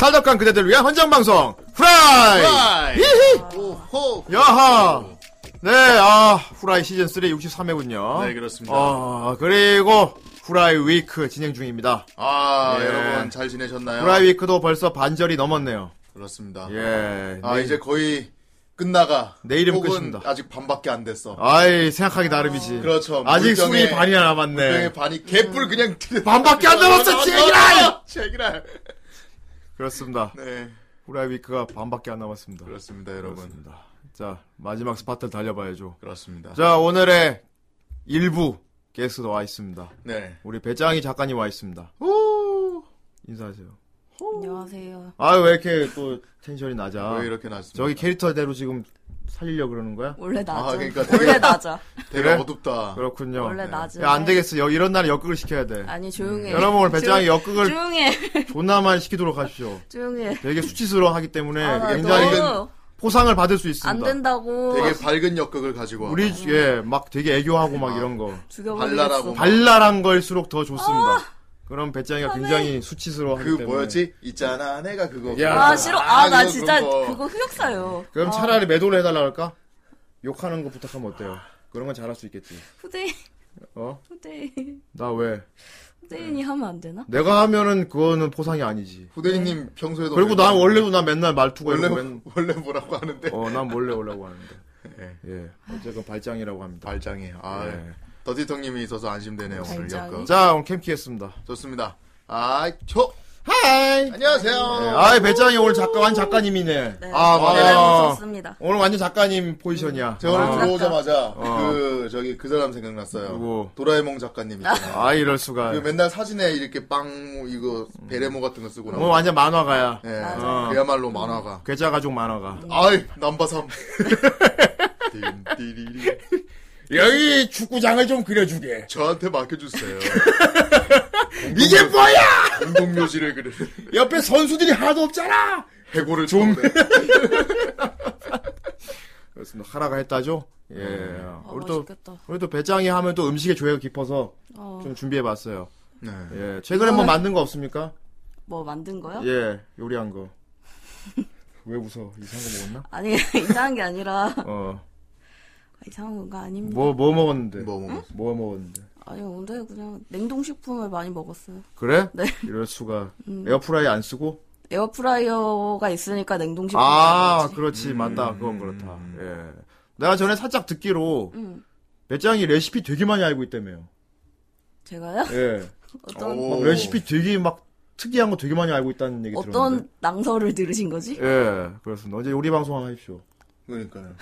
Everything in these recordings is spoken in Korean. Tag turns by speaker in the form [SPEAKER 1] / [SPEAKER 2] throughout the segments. [SPEAKER 1] 탈덕한 그대들을 위한 헌정방송 후라이!
[SPEAKER 2] 후라이!
[SPEAKER 1] 히히!
[SPEAKER 2] 오호.
[SPEAKER 1] 야하! 네, 아, 후라이 시즌3 63회군요.
[SPEAKER 2] 네, 그렇습니다.
[SPEAKER 1] 어, 그리고 후라이 위크 진행 중입니다.
[SPEAKER 2] 아,
[SPEAKER 1] 예.
[SPEAKER 2] 여러분 잘 지내셨나요?
[SPEAKER 1] 후라이 위크도 벌써 반절이 넘었네요.
[SPEAKER 2] 그렇습니다.
[SPEAKER 1] 예.
[SPEAKER 2] 아,
[SPEAKER 1] 네.
[SPEAKER 2] 이제 거의 끝나가.
[SPEAKER 1] 내일이면
[SPEAKER 2] 혹은
[SPEAKER 1] 끝입니다.
[SPEAKER 2] 아직 반밖에 안 됐어.
[SPEAKER 1] 아이, 생각하기 나름이지.
[SPEAKER 2] 그렇죠.
[SPEAKER 1] 아직
[SPEAKER 2] 물병에-
[SPEAKER 1] 술이 반이나 남았네.
[SPEAKER 2] 그냥 반이 개뿔 그냥 들여-
[SPEAKER 1] 반밖에 안 남았어, 제기랄!
[SPEAKER 2] 제기랄!
[SPEAKER 1] 그렇습니다.
[SPEAKER 2] 네.
[SPEAKER 1] 후라이 위크가 반밖에 안 남았습니다.
[SPEAKER 2] 그렇습니다, 여러분.
[SPEAKER 1] 그렇습니다. 자, 마지막 스파트를 달려봐야죠.
[SPEAKER 2] 그렇습니다.
[SPEAKER 1] 자, 오늘의 일부 게스트 와 있습니다.
[SPEAKER 2] 네.
[SPEAKER 1] 우리 배짱이 작가님 와 있습니다. 인사하세요.
[SPEAKER 3] 안녕하세요.
[SPEAKER 1] 아유, 왜 이렇게 또 텐션이 낮아?
[SPEAKER 2] 왜 이렇게 났습니까?
[SPEAKER 1] 저기 캐릭터대로 지금 살리려고 그러는 거야?
[SPEAKER 3] 원래 낮아.
[SPEAKER 2] 아, 그러니까
[SPEAKER 3] 원래
[SPEAKER 2] 되게-
[SPEAKER 3] 낮아.
[SPEAKER 2] 되게
[SPEAKER 1] 그래?
[SPEAKER 2] 어둡다.
[SPEAKER 1] 그렇군요.
[SPEAKER 3] 원래
[SPEAKER 2] 네.
[SPEAKER 3] 낮은.
[SPEAKER 1] 네.
[SPEAKER 3] 네.
[SPEAKER 1] 야, 안 되겠어. 여, 이런 날에 역극을 시켜야 돼.
[SPEAKER 3] 아니 조용해.
[SPEAKER 1] 여러분, 오늘 배짱이
[SPEAKER 3] 조-
[SPEAKER 1] 역극을
[SPEAKER 3] 조용해.
[SPEAKER 1] 존나만 시키도록 하십시오.
[SPEAKER 3] 조용해.
[SPEAKER 1] 되게 수치스러워하기 때문에
[SPEAKER 3] 아, 나
[SPEAKER 1] 굉장히
[SPEAKER 3] 너무
[SPEAKER 1] 포상을 받을 수 있습니다.
[SPEAKER 3] 안 된다고.
[SPEAKER 2] 되게 밝은 역극을 가지고 와.
[SPEAKER 1] 우리 주- 예, 막 되게 애교하고 막
[SPEAKER 2] 아.
[SPEAKER 1] 이런 거.
[SPEAKER 3] 죽여버리겠어. 아,
[SPEAKER 2] 발랄하고.
[SPEAKER 1] 발랄한 걸수록 더 좋습니다. 그럼 배짱이가
[SPEAKER 3] 네.
[SPEAKER 1] 굉장히
[SPEAKER 2] 그
[SPEAKER 1] 수치스러워하기 때문에.
[SPEAKER 2] 뭐였지? 있잖아, 내가 그거.
[SPEAKER 1] 야.
[SPEAKER 3] 아 싫어. 아
[SPEAKER 2] 그거,
[SPEAKER 3] 나 진짜
[SPEAKER 2] 그거.
[SPEAKER 3] 그거 흑역사요.
[SPEAKER 1] 그럼
[SPEAKER 3] 아,
[SPEAKER 1] 차라리 매도를 해달라 할까? 욕하는 거 부탁하면 어때요? 그런 건 잘할 수 있겠지.
[SPEAKER 3] 후대인
[SPEAKER 1] 어?
[SPEAKER 3] 후대인
[SPEAKER 1] 나 왜?
[SPEAKER 3] 후대인이 하면 안 되나?
[SPEAKER 1] 내가 하면은 그거는 포상이 아니지.
[SPEAKER 2] 후대리님 평소에도.
[SPEAKER 1] 그리고
[SPEAKER 2] 왜-
[SPEAKER 1] 난 원래도 나 맨날 말투가
[SPEAKER 2] 원래,
[SPEAKER 1] 이런 거 맨-
[SPEAKER 2] 원래 뭐라고 하는데.
[SPEAKER 1] 어, 난 몰래 오려고 하는데.
[SPEAKER 2] 예.
[SPEAKER 1] 예. 어쨌건 발짱이라고 합니다.
[SPEAKER 2] 발장이. 아,
[SPEAKER 1] 예.
[SPEAKER 2] 더디텅님이 있어서 안심되네요, 오늘
[SPEAKER 3] 발장이?
[SPEAKER 2] 역극.
[SPEAKER 1] 자, 오늘 캠키 했습니다.
[SPEAKER 2] 좋습니다. 아, 초!
[SPEAKER 1] 하이!
[SPEAKER 2] 안녕하세요.
[SPEAKER 1] 예, 아이, 배짱이 오늘 작가, 완 작가님이네.
[SPEAKER 3] 네.
[SPEAKER 2] 아, 맞아요.
[SPEAKER 3] 대단히 좋습니다.
[SPEAKER 1] 오늘 완전 작가님 포지션이야.
[SPEAKER 2] 제가 오늘
[SPEAKER 1] 아.
[SPEAKER 2] 들어오자마자
[SPEAKER 1] 어.
[SPEAKER 2] 그 저기 그 사람 생각났어요.
[SPEAKER 1] 누구?
[SPEAKER 2] 도라에몽 작가님 있잖아요.
[SPEAKER 1] 아, 이럴 수가.
[SPEAKER 2] 그 맨날 사진에 이렇게 빵 이거 베레모 같은 거 쓰고
[SPEAKER 1] 오늘
[SPEAKER 2] 나오고.
[SPEAKER 1] 완전 만화가야.
[SPEAKER 2] 예,
[SPEAKER 1] 맞아.
[SPEAKER 2] 그야말로 만화가.
[SPEAKER 1] 괴짜 가족 만화가.
[SPEAKER 3] 음.
[SPEAKER 2] 아이 남바삼. 띠리리.
[SPEAKER 1] 여기 축구장을 좀 그려주게.
[SPEAKER 2] 저한테 맡겨주세요.
[SPEAKER 1] 이게 뭐야!
[SPEAKER 2] 공동묘지를 그려.
[SPEAKER 1] 옆에 선수들이 하나도 없잖아!
[SPEAKER 2] 해골을 좀.
[SPEAKER 1] 그렇습니다. 하라가 했다죠? 예.
[SPEAKER 3] 아,
[SPEAKER 1] 우리 또,
[SPEAKER 3] 맛있겠다.
[SPEAKER 1] 우리 또 배짱이 하면 또 음식에 조예가 깊어서
[SPEAKER 3] 어,
[SPEAKER 1] 좀 준비해봤어요.
[SPEAKER 2] 네.
[SPEAKER 1] 예. 최근에 뭐 만든 거 없습니까?
[SPEAKER 3] 뭐 만든 거요?
[SPEAKER 1] 예. 요리한 거. 왜 웃어? 이상한 거 먹었나?
[SPEAKER 3] 아니 이상한 게 아니라
[SPEAKER 1] 어.
[SPEAKER 3] 이상한 건가 아닙니다.
[SPEAKER 1] 뭐, 뭐 먹었는데?
[SPEAKER 2] 뭐 먹었어?
[SPEAKER 1] 뭐 먹었는데?
[SPEAKER 3] 아니 오늘 그냥 냉동식품을 많이 먹었어요.
[SPEAKER 1] 그래?
[SPEAKER 3] 네.
[SPEAKER 1] 이럴 수가. 에어프라이 안 쓰고?
[SPEAKER 3] 에어프라이어가 있으니까 냉동식품.
[SPEAKER 1] 아, 그렇지. 맞다. 그건 그렇다. 예. 내가 전에 살짝 듣기로
[SPEAKER 3] 음.
[SPEAKER 1] 배짱이 레시피 되게 많이 알고 있다며요.
[SPEAKER 3] 제가요?
[SPEAKER 1] 예.
[SPEAKER 3] 어떤
[SPEAKER 2] 오.
[SPEAKER 1] 막 레시피 되게 막 특이한 거 되게 많이 알고 있다는 얘기 들었는데.
[SPEAKER 3] 어떤 낭설을 들으신 거지?
[SPEAKER 1] 예, 그렇습니다. 언제 요리 방송 하나 하십시오.
[SPEAKER 2] 그러니까요.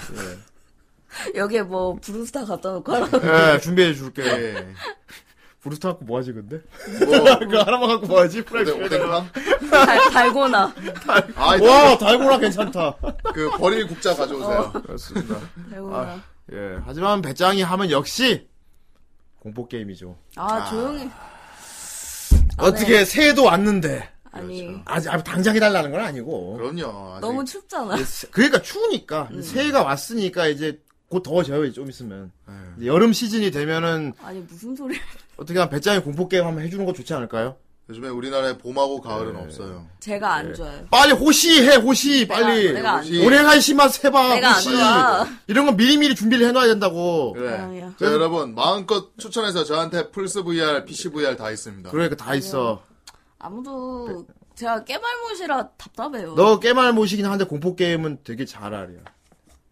[SPEAKER 3] 여기에 뭐 브루스타 갖다 놓고 하라고
[SPEAKER 1] 예, 준비해 줄게.
[SPEAKER 2] 예.
[SPEAKER 1] 부르스타 갖고 뭐 하지, 근데?
[SPEAKER 2] 뭐
[SPEAKER 1] 그거 하나만 갖고 뭐 하지? 프라이
[SPEAKER 2] 오뎅- 오뎅탕?
[SPEAKER 3] 달, 달고나
[SPEAKER 2] 아,
[SPEAKER 3] 뭐?
[SPEAKER 1] 와, 달고나 괜찮다.
[SPEAKER 2] 그 버릴 국자 가져오세요.
[SPEAKER 3] 어.
[SPEAKER 1] 그렇습니다.
[SPEAKER 3] 달고나
[SPEAKER 1] 예, 하지만 배짱이 하면 역시 공포게임이죠.
[SPEAKER 3] 아, 조용히
[SPEAKER 1] 아,
[SPEAKER 3] 네.
[SPEAKER 1] 어떻게 새해도 왔는데,
[SPEAKER 3] 아니
[SPEAKER 2] 그렇죠.
[SPEAKER 1] 아직, 아, 당장 해달라는 건 아니고.
[SPEAKER 2] 그럼요. 아직
[SPEAKER 3] 너무 춥잖아
[SPEAKER 1] 세- 그러니까 추우니까, 새해가 왔으니까 이제 곧 더워져요, 좀 있으면.
[SPEAKER 2] 예.
[SPEAKER 1] 이제 여름 시즌이 되면은
[SPEAKER 3] 아니 무슨 소리야
[SPEAKER 1] 어떻게 하면 배짱이 공포게임 한번 해주는 거 좋지 않을까요?
[SPEAKER 2] 요즘에 우리나라에 봄하고 가을은
[SPEAKER 1] 네.
[SPEAKER 2] 없어요.
[SPEAKER 3] 제가 안 좋아해요
[SPEAKER 1] 빨리 호시해 호시 예. 빨리
[SPEAKER 3] 내가 안
[SPEAKER 2] 혹시-
[SPEAKER 3] 좋아
[SPEAKER 1] 오랭한 시마 세바
[SPEAKER 3] 내가 안
[SPEAKER 1] 호시
[SPEAKER 3] 좋아.
[SPEAKER 1] 이런 건 미리미리 준비를 해놔야 된다고
[SPEAKER 2] 그래.
[SPEAKER 3] 아니야.
[SPEAKER 2] 네.
[SPEAKER 3] 예.
[SPEAKER 2] 자, 여러분, 마음껏 추천해서 저한테 플스 VR, PC VR 다 있습니다.
[SPEAKER 1] 그러니까 다
[SPEAKER 3] 음.
[SPEAKER 1] 있어
[SPEAKER 3] 아무도 제가 깨말못이라 답답해요
[SPEAKER 1] 네. 너 깨말 모시긴 한데 공포 게임은 되게 잘 알아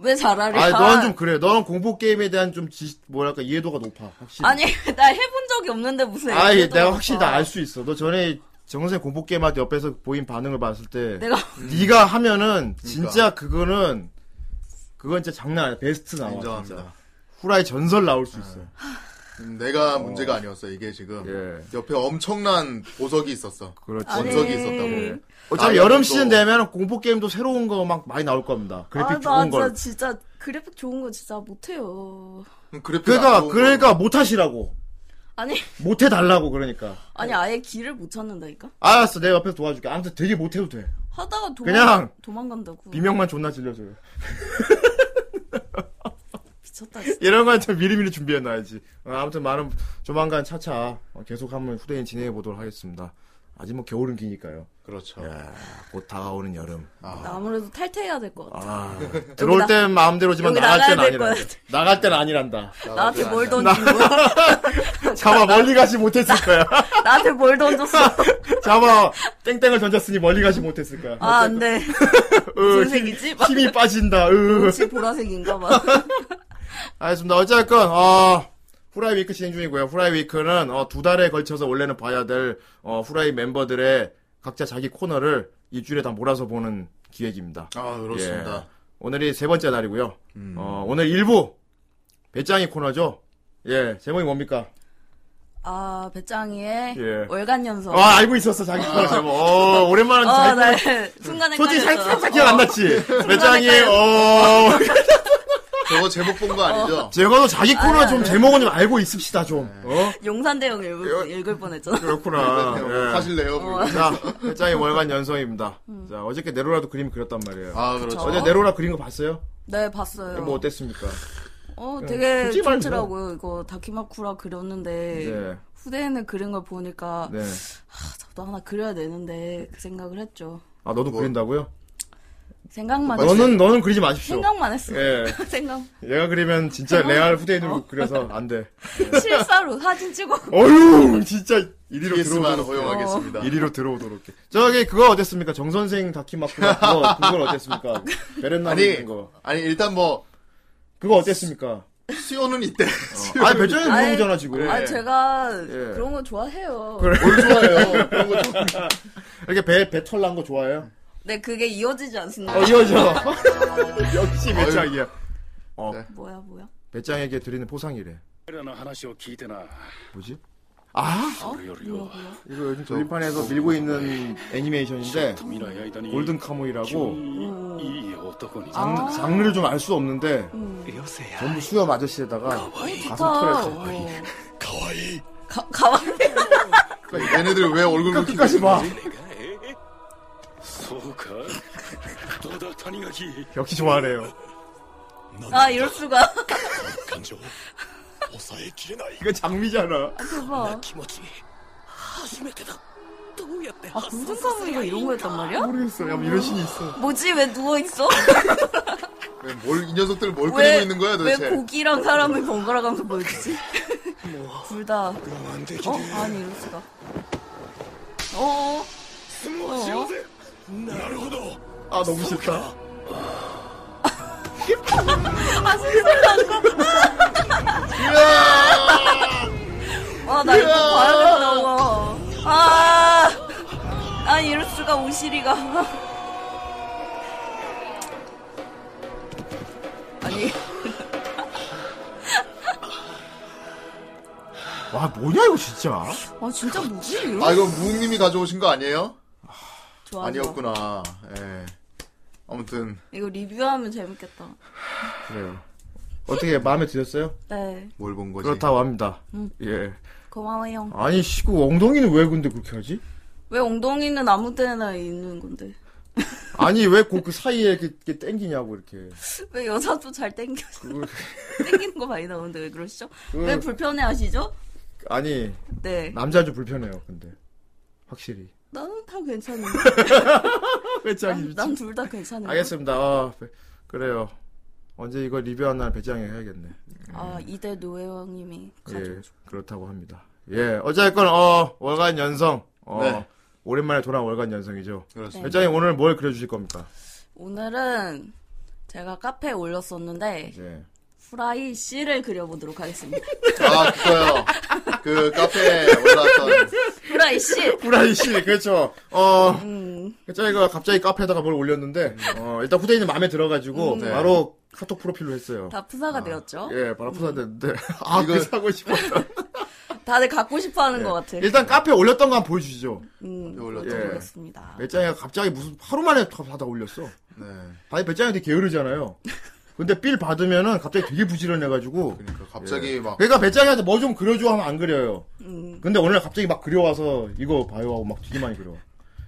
[SPEAKER 3] 왜 잘하려
[SPEAKER 1] 아니 너는 좀 그래 너는 공포 게임에 대한 좀 지, 뭐랄까 이해도가 높아 확실히
[SPEAKER 3] 아니 나 해본 적이 없는데 무슨
[SPEAKER 1] 아이,
[SPEAKER 3] 애들도
[SPEAKER 1] 내가
[SPEAKER 3] 많고.
[SPEAKER 1] 확실히 다 알 수 있어 너 전에 정선생 공포 게임 할 때 옆에서 보인 반응을 봤을 때
[SPEAKER 3] 내가
[SPEAKER 1] 네가 하면은
[SPEAKER 2] 그러니까.
[SPEAKER 1] 진짜 그거는 그건 진짜 장난 아니야 베스트 나와
[SPEAKER 2] 인정합니다.
[SPEAKER 1] 진짜. 후라이 전설 나올 수 있어
[SPEAKER 2] 음, 내가 문제가 아니었어. 이게 지금
[SPEAKER 1] 예
[SPEAKER 2] 옆에 엄청난 보석이 있었어.
[SPEAKER 1] 그렇지
[SPEAKER 3] 아니.
[SPEAKER 2] 원석이 있었다고.
[SPEAKER 1] 어차피
[SPEAKER 2] 아,
[SPEAKER 1] 여름
[SPEAKER 2] 또-
[SPEAKER 1] 시즌 되면 공포 게임도 새로운 거 막 많이 나올 겁니다. 그래픽
[SPEAKER 3] 아,
[SPEAKER 1] 좋은
[SPEAKER 3] 나
[SPEAKER 1] 걸.
[SPEAKER 3] 진짜, 진짜 그래픽 좋은 거 진짜 못해요
[SPEAKER 2] 음, 그래픽 안
[SPEAKER 1] 그러니까
[SPEAKER 2] 좋은
[SPEAKER 1] 그러니까 못 하시라고.
[SPEAKER 3] 아니
[SPEAKER 1] 못 해달라고 그러니까.
[SPEAKER 3] 아니 아예 길을 못 찾는다니까
[SPEAKER 1] 알았어, 내가 옆에서 도와줄게. 아무튼 되게 못 해도 돼.
[SPEAKER 3] 하다가 도망,
[SPEAKER 1] 그냥
[SPEAKER 3] 도망간다고
[SPEAKER 1] 비명만 존나 질려줘요.
[SPEAKER 3] 미쳤다 진짜
[SPEAKER 1] 이런 건 좀 미리미리 준비해놔야지. 어, 아무튼 많은 조만간 차차 어, 계속하면 후대인 진행해 보도록 하겠습니다. 아직 뭐 겨울은 기니까요.
[SPEAKER 2] 그렇죠.
[SPEAKER 1] 야, 곧 다가오는 여름.
[SPEAKER 3] 아무래도 탈퇴해야 될 것 같아.
[SPEAKER 1] 아, 들어올
[SPEAKER 3] 나-
[SPEAKER 1] 땐 마음대로지만
[SPEAKER 3] 여기
[SPEAKER 1] 나갈 땐
[SPEAKER 3] 나가야 될
[SPEAKER 1] 아니란다.
[SPEAKER 3] 거야.
[SPEAKER 1] 나갈 땐 아니란다.
[SPEAKER 3] 나한테 뭘 던진 거야?
[SPEAKER 1] 잡아 멀리 가지 못했을 거야.
[SPEAKER 3] 나한테 뭘 던졌어?
[SPEAKER 1] 잡아 땡땡을 던졌으니 멀리 가지 못했을 거야.
[SPEAKER 3] 아, 안 돼.
[SPEAKER 1] 으,
[SPEAKER 3] 무슨 색이지? 막
[SPEAKER 1] 그 힘이 빠진다. 으.
[SPEAKER 3] 혹시 보라색인가 막.
[SPEAKER 1] 알겠습니다. 어쨌건 어, 후라이 위크 진행 중이고요. 후라이 위크는 어, 두 달에 걸쳐서 원래는 봐야 될 어, 후라이 멤버들의 각자 자기 코너를 일주일에 다 몰아서 보는 기획입니다.
[SPEAKER 2] 아, 그렇습니다.
[SPEAKER 1] 예. 오늘이 세 번째 날이고요. 어, 오늘 일부 배짱이 코너죠. 예, 제목이 뭡니까?
[SPEAKER 3] 아, 배짱이의
[SPEAKER 1] 예.
[SPEAKER 3] 월간 연속.
[SPEAKER 1] 아, 알고 있었어, 자기 코너 제목. 어, 오랜만에
[SPEAKER 3] 어,
[SPEAKER 1] 잘,
[SPEAKER 3] 나 순간에
[SPEAKER 1] 솔직히 살-
[SPEAKER 3] 헷갈렸어.
[SPEAKER 1] 살짝 기억 안 났지? 배짱이,
[SPEAKER 3] 헷갈렸어.
[SPEAKER 1] 어,
[SPEAKER 2] 저거 제목 본 거 아니죠?
[SPEAKER 1] 제가도 자기 코너 좀 제목은 좀 알고 있읍시다, 좀. 어?
[SPEAKER 3] 용산대형 읽을, 읽을 뻔했잖아.
[SPEAKER 2] 네,
[SPEAKER 1] 그렇구나. 예.
[SPEAKER 2] 하실래요?
[SPEAKER 3] 어.
[SPEAKER 1] 자, 배짱이 월간 연성입니다. 자, 어저께 네로라도 그림 그렸단 말이에요.
[SPEAKER 2] 아, 그렇죠.
[SPEAKER 1] 어제 네로라 그린 거 봤어요?
[SPEAKER 3] 네, 봤어요.
[SPEAKER 1] 뭐 어땠습니까?
[SPEAKER 3] 어, 되게
[SPEAKER 1] 솔직히 말해서.
[SPEAKER 3] 좋더라고요. 이거 다키마쿠라 그렸는데
[SPEAKER 1] 네.
[SPEAKER 3] 후대에는 그린 걸 보니까
[SPEAKER 1] 네.
[SPEAKER 3] 아, 저도 하나 그려야 되는데 그 생각을 했죠.
[SPEAKER 1] 아,
[SPEAKER 2] 뭐?
[SPEAKER 1] 너도 그린다고요?
[SPEAKER 2] 아,
[SPEAKER 3] 생각만
[SPEAKER 2] 네.
[SPEAKER 3] 했어요.
[SPEAKER 1] 너는, 너는 그리지 마십시오.
[SPEAKER 3] 생각만 했어. 요
[SPEAKER 1] 예.
[SPEAKER 3] 생각.
[SPEAKER 1] 얘가 그리면 진짜 레알 후대인으로
[SPEAKER 2] 어?
[SPEAKER 1] 그려서 안 돼.
[SPEAKER 3] 실사로 사진 찍어.
[SPEAKER 1] 어휴, 진짜 이리로
[SPEAKER 2] TS만
[SPEAKER 1] 들어오도록.
[SPEAKER 2] 허용하겠습니다.
[SPEAKER 1] 이리로 들어오도록. 저기, 그거 어땠습니까? 정선생 다키마쿠라 그거, 그걸 어땠습니까? 베렌나
[SPEAKER 2] 아니,
[SPEAKER 1] 그린 거.
[SPEAKER 2] 아니, 일단 뭐,
[SPEAKER 1] 그거 어땠습니까?
[SPEAKER 2] 수요는 이때. 수요.
[SPEAKER 1] 아니, 배짱이
[SPEAKER 3] 아이,
[SPEAKER 1] 모르잖아,
[SPEAKER 2] 네.
[SPEAKER 1] 지금.
[SPEAKER 3] 아, 제가
[SPEAKER 1] 예.
[SPEAKER 3] 그런 거 좋아해요.
[SPEAKER 2] 뭘 좋아해요? 그런 거 좀.
[SPEAKER 1] 이렇게 배, 배털 난 거 좋아해요?
[SPEAKER 3] 네, 그게 이어지지 않습니다.
[SPEAKER 1] 어, 이어져. 역시 배짱이야. 어.
[SPEAKER 3] 뭐야, 뭐야?
[SPEAKER 1] 배짱에게 네. 드리는 포상이래.
[SPEAKER 4] 彼らの話を聞いてな
[SPEAKER 1] 뭐지?
[SPEAKER 4] それより
[SPEAKER 3] 뭐야
[SPEAKER 4] よ
[SPEAKER 3] 뭐야?
[SPEAKER 1] 이거 요즘 뭐 돌림판에서 밀고 있는 애니메이션인데
[SPEAKER 4] 未来間に
[SPEAKER 1] 골든 카모이라고
[SPEAKER 4] いい男に
[SPEAKER 1] 장, 장르를 좀 알 수 없는데
[SPEAKER 4] よせや
[SPEAKER 1] 전부 수염 아저씨에다가
[SPEAKER 3] 좋다.
[SPEAKER 1] 가슴 털에서
[SPEAKER 3] 어. 가, 가와이.
[SPEAKER 2] 그러니까 얘네들 왜 얼굴 붉히고
[SPEAKER 1] 끝까지
[SPEAKER 2] 있는
[SPEAKER 1] 봐.
[SPEAKER 4] ええそうかどうだ谷垣
[SPEAKER 1] 역시 좋아하래요.
[SPEAKER 3] 아, 이럴 수가.
[SPEAKER 4] 感情抑えきれない
[SPEAKER 1] 이거 장미잖아.
[SPEAKER 3] 대박.
[SPEAKER 4] 気持ち初めてだどうやって
[SPEAKER 3] 아, 골든 카모이가 이런 거였단 말이야?
[SPEAKER 1] 모르겠어. 야, 뭐 이런 신이 있어.
[SPEAKER 3] 뭐지? 왜 누워있어?
[SPEAKER 2] 왜 뭐, 뭘, 이 녀석들 뭘
[SPEAKER 3] 왜,
[SPEAKER 2] 그리고 있는 거야 도대체?
[SPEAKER 3] 왜 고기랑 사람을 번갈아 가면서 보여주지?
[SPEAKER 2] 뭐,
[SPEAKER 3] 둘 다. 어?
[SPEAKER 4] 我慢的き
[SPEAKER 3] 아니, 이럴 수가. 어?
[SPEAKER 4] 相撲しようぜなるほど
[SPEAKER 1] 아, 너무 싫다.
[SPEAKER 3] 아, 슬슬 나는 거. 아, 나 이거 봐야겠다고. 아. 아, 이럴 수가, 오시리가. 아니,
[SPEAKER 1] 와, 뭐냐, 이거 진짜.
[SPEAKER 3] 아, 진짜 뭐지? 이런
[SPEAKER 2] 아, 이건 무웅님이 가져오신 거 아니에요?
[SPEAKER 3] 좋아.
[SPEAKER 2] 아니었구나. 예. 아무튼,
[SPEAKER 3] 이거 리뷰하면 재밌겠다.
[SPEAKER 1] 그래요. 어떻게 마음에 드셨어요?
[SPEAKER 3] 네.
[SPEAKER 2] 뭘 본 거지?
[SPEAKER 1] 그렇다고 합니다. 예.
[SPEAKER 3] 고마워요.
[SPEAKER 1] 아니, 시구 엉덩이는 왜 근데 그렇게 하지?
[SPEAKER 3] 왜 엉덩이는 아무 때나 있는 건데?
[SPEAKER 1] 아니, 왜 그 사이에 이렇게, 이렇게 땡기냐고, 이렇게.
[SPEAKER 3] 왜 여자도 잘 땡겨?
[SPEAKER 2] 음.
[SPEAKER 3] 땡기는 거 많이 나오는데 왜 그러시죠? 왜 불편해 하시죠?
[SPEAKER 1] 아니,
[SPEAKER 3] 네.
[SPEAKER 1] 남자 좀 불편해요, 근데. 확실히.
[SPEAKER 3] 나는 다 괜찮은데.
[SPEAKER 1] 배짱이
[SPEAKER 3] 난 둘 다 괜찮은데.
[SPEAKER 1] 알겠습니다. 아, 배- 그래요. 언제 이거 리뷰한 날 배짱이 해야겠네.
[SPEAKER 3] 아, 이대 노예왕님이 가족.
[SPEAKER 1] 예, 그렇다고 합니다. 예, 어쨌건 어 월간 연성. 어,
[SPEAKER 2] 네.
[SPEAKER 1] 오랜만에 돌아온 월간 연성이죠.
[SPEAKER 2] 그렇습니다.
[SPEAKER 1] 배짱이 오늘 뭘 그려주실 겁니까?
[SPEAKER 3] 오늘은 제가 카페에 올렸었는데,
[SPEAKER 1] 예.
[SPEAKER 3] 후라이 씨를 그려보도록 하겠습니다.
[SPEAKER 2] 아, 그거요. 그 카페에 올라왔던
[SPEAKER 3] 후라이 씨!
[SPEAKER 1] 후라이 씨, 그렇죠. 어,
[SPEAKER 3] 음,
[SPEAKER 1] 배짱이가 그 갑자기 카페에다가 뭘 올렸는데,
[SPEAKER 2] 음.
[SPEAKER 1] 어, 일단 후대인은 마음에 들어가지고
[SPEAKER 2] 네.
[SPEAKER 1] 바로 카톡 프로필로 했어요.
[SPEAKER 3] 다 프사가 되었죠?
[SPEAKER 1] 예, 바로 포산됐는데, 아, 이거
[SPEAKER 2] 이거-
[SPEAKER 1] 사고 싶었다.
[SPEAKER 3] 다들 갖고 싶어 하는 것 같아.
[SPEAKER 1] 예. 일단 카페에 올렸던 거 한번 보여주시죠.
[SPEAKER 3] 음,
[SPEAKER 2] 그 올렸죠.
[SPEAKER 1] 예.
[SPEAKER 3] 보겠습니다.
[SPEAKER 1] 배짱이가 갑자기 무슨 하루 만에 다- 다 올렸어.
[SPEAKER 2] 네.
[SPEAKER 1] 아니 배짱이 되게 게으르잖아요. 근데 빌 받으면은 갑자기 되게 부지런해가지고.
[SPEAKER 2] 그러니까 갑자기 막
[SPEAKER 1] 그러니까 배짱이한테 뭐 좀 그려줘 하면 안 그려요.
[SPEAKER 3] 음,
[SPEAKER 1] 근데 오늘 갑자기 막 그려와서 이거 봐요 하고 막 되게 많이 그려.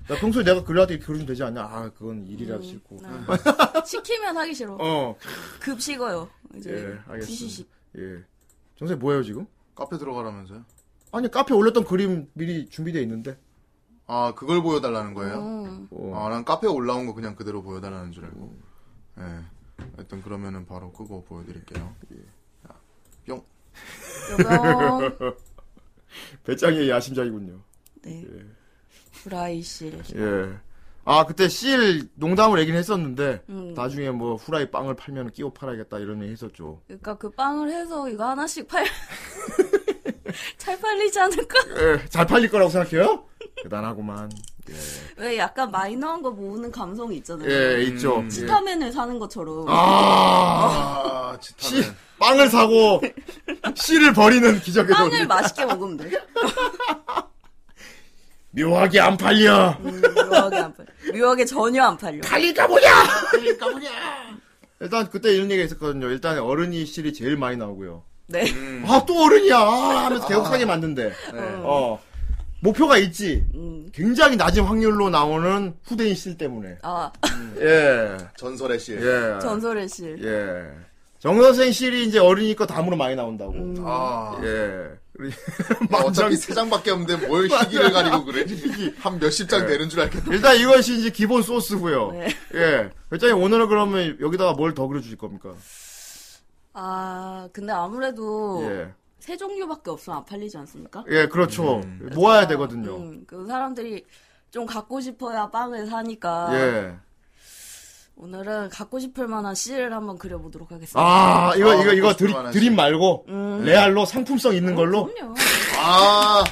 [SPEAKER 1] 나 평소에 내가 그려할 때 그려주면 되지 않냐? 아 그건 일이라 싫고.
[SPEAKER 3] 아, 시키면 하기 싫어.
[SPEAKER 1] 어.
[SPEAKER 3] 급 식어요.
[SPEAKER 1] 예,
[SPEAKER 3] 이제
[SPEAKER 1] 알겠습니다.
[SPEAKER 3] 지시식.
[SPEAKER 1] 예. 정선생 뭐예요 지금?
[SPEAKER 2] 카페 들어가라면서요?
[SPEAKER 1] 아니 카페 올렸던 그림 미리 준비돼 있는데.
[SPEAKER 2] 아 그걸 보여달라는 거예요?
[SPEAKER 3] 음.
[SPEAKER 1] 어.
[SPEAKER 2] 아 난 카페 올라온 거 그냥 그대로 보여달라는 줄 알고 예 하여튼 그러면은 바로 끄고 보여드릴게요
[SPEAKER 3] 여보.
[SPEAKER 1] 배짱이의 야심작이군요.
[SPEAKER 3] 네. 브라이실.
[SPEAKER 1] 예. 아 그때 씰 농담을 얘기는 했었는데
[SPEAKER 3] 음.
[SPEAKER 1] 나중에 뭐 후라이 빵을 팔면 끼워 팔아야겠다 이런 얘기 했었죠.
[SPEAKER 3] 그러니까 그 빵을 해서 이거 하나씩 팔. 잘 팔리지 않을까?
[SPEAKER 1] 예, 잘 팔릴 거라고 생각해요? 대단하구만.
[SPEAKER 3] 왜 약간 마이너한 거 모으는 감성이 있잖아요.
[SPEAKER 1] 예, 있죠. 예.
[SPEAKER 3] 스타맨을 사는 것처럼.
[SPEAKER 1] 아,
[SPEAKER 2] 아
[SPEAKER 1] 씨,
[SPEAKER 2] 치타는
[SPEAKER 1] 빵을 사고 씨를 버리는 기적의 소리.
[SPEAKER 3] 빵을 맛있게 먹으면 돼.
[SPEAKER 1] 묘하게 안 팔려.
[SPEAKER 3] 음, 묘하게 안 팔려. 묘하게 전혀 안 팔려.
[SPEAKER 1] 팔릴까 보냐. 팔릴까 보냐. 일단 그때 이런 얘기가 있었거든요. 일단 어른이 씨이 제일 많이 나오고요.
[SPEAKER 3] 네.
[SPEAKER 1] 아 또 어른이야 아, 하면서 계속 사게 만든대. 어 목표가 있지.
[SPEAKER 3] 음.
[SPEAKER 1] 굉장히 낮은 확률로 나오는 후대인 실 때문에.
[SPEAKER 3] 아,
[SPEAKER 1] 예.
[SPEAKER 2] 전설의 씨
[SPEAKER 1] 예.
[SPEAKER 3] 전설의 실.
[SPEAKER 1] 예. 정선생 실이 이제 어린이 거 다음으로 많이 나온다고.
[SPEAKER 2] 아,
[SPEAKER 1] 예. 그리고
[SPEAKER 2] 아, 어차피 세 장밖에 없는데 뭘 시기를 가리고 그래? 한 몇십 장 되는 줄 알겠네.
[SPEAKER 1] 일단 이것이 이제 기본 소스고요.
[SPEAKER 3] 네.
[SPEAKER 1] 예. 회장님 오늘은 그러면 여기다가 뭘 더 그려 주실 겁니까?
[SPEAKER 3] 아, 근데 아무래도
[SPEAKER 1] 예.
[SPEAKER 3] 세 종류밖에 없으면 안 팔리지 않습니까?
[SPEAKER 1] 예, 그렇죠.
[SPEAKER 2] 음.
[SPEAKER 1] 모아야 되거든요.
[SPEAKER 3] 음, 그 사람들이 좀 갖고 싶어야 빵을 사니까
[SPEAKER 1] 예.
[SPEAKER 3] 오늘은 갖고 싶을 만한 씨를 한번 그려보도록 하겠습니다.
[SPEAKER 1] 아, 이거
[SPEAKER 2] 아,
[SPEAKER 1] 이거 이거
[SPEAKER 2] 먹고 싶을
[SPEAKER 1] 드립
[SPEAKER 2] 만하지.
[SPEAKER 1] 드립 말고 레알로 상품성 있는 걸로
[SPEAKER 3] 음. 그럼요.
[SPEAKER 2] 아,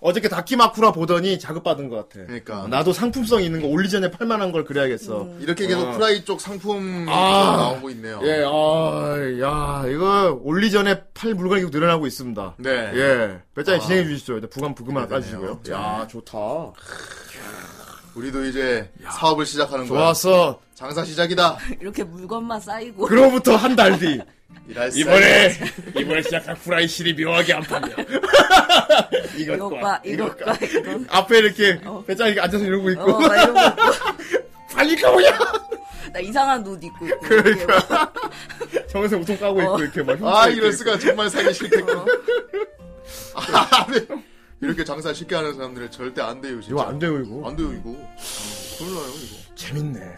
[SPEAKER 1] 어저께 다키마쿠라 보더니 자극받은 것 같아. 어,
[SPEAKER 2] 그러니까.
[SPEAKER 1] 나도 상품성 있는 거 올리기 전에 팔만한 걸 그려야겠어.
[SPEAKER 2] 이렇게 계속 프라이 쪽 상품
[SPEAKER 1] 아.
[SPEAKER 2] 나오고 있네요.
[SPEAKER 1] 예, 아, 야, 이거 올리 전에 팔 물건이 계속 늘어나고 있습니다.
[SPEAKER 2] 네.
[SPEAKER 1] 예, 배짱이
[SPEAKER 2] 아.
[SPEAKER 1] 진행해 주시죠. 일단 부감 부금만
[SPEAKER 2] 그러네요. 네.
[SPEAKER 1] 까주시고요. 야, 좋다.
[SPEAKER 2] 우리도 이제 사업을 시작하는 거야.
[SPEAKER 1] 좋았어.
[SPEAKER 2] 장사 시작이다.
[SPEAKER 3] 이렇게 물건만 쌓이고
[SPEAKER 1] 그로부터 한 달 뒤.
[SPEAKER 2] 일할 새.
[SPEAKER 1] 이번에, 이번에 시작한 후라이 실이 묘하게 안 팔려.
[SPEAKER 3] 이것과 이것과 이건
[SPEAKER 1] 앞에 이렇게 배짱이 이렇게 앉아서 이러고 있고.
[SPEAKER 3] 어, 막 이런 거.
[SPEAKER 1] 팔릴까 보냐!
[SPEAKER 3] 나 이상한 옷 입고 있고
[SPEAKER 1] 그러니까. 정에서 우통 까고 있고,
[SPEAKER 3] 어.
[SPEAKER 1] 이렇게 어. 막.
[SPEAKER 2] 아,
[SPEAKER 1] 흉터
[SPEAKER 2] 이럴
[SPEAKER 1] 있고.
[SPEAKER 2] 수가 정말 사기 싫겠군. 아, 네. 이렇게 장사 쉽게 하는 사람들은 절대 안 돼요, 진짜.
[SPEAKER 1] 이거 안 돼요, 이거.
[SPEAKER 2] 안 돼요, 이거. 어, 큰일 나요, 이거.
[SPEAKER 1] 재밌네.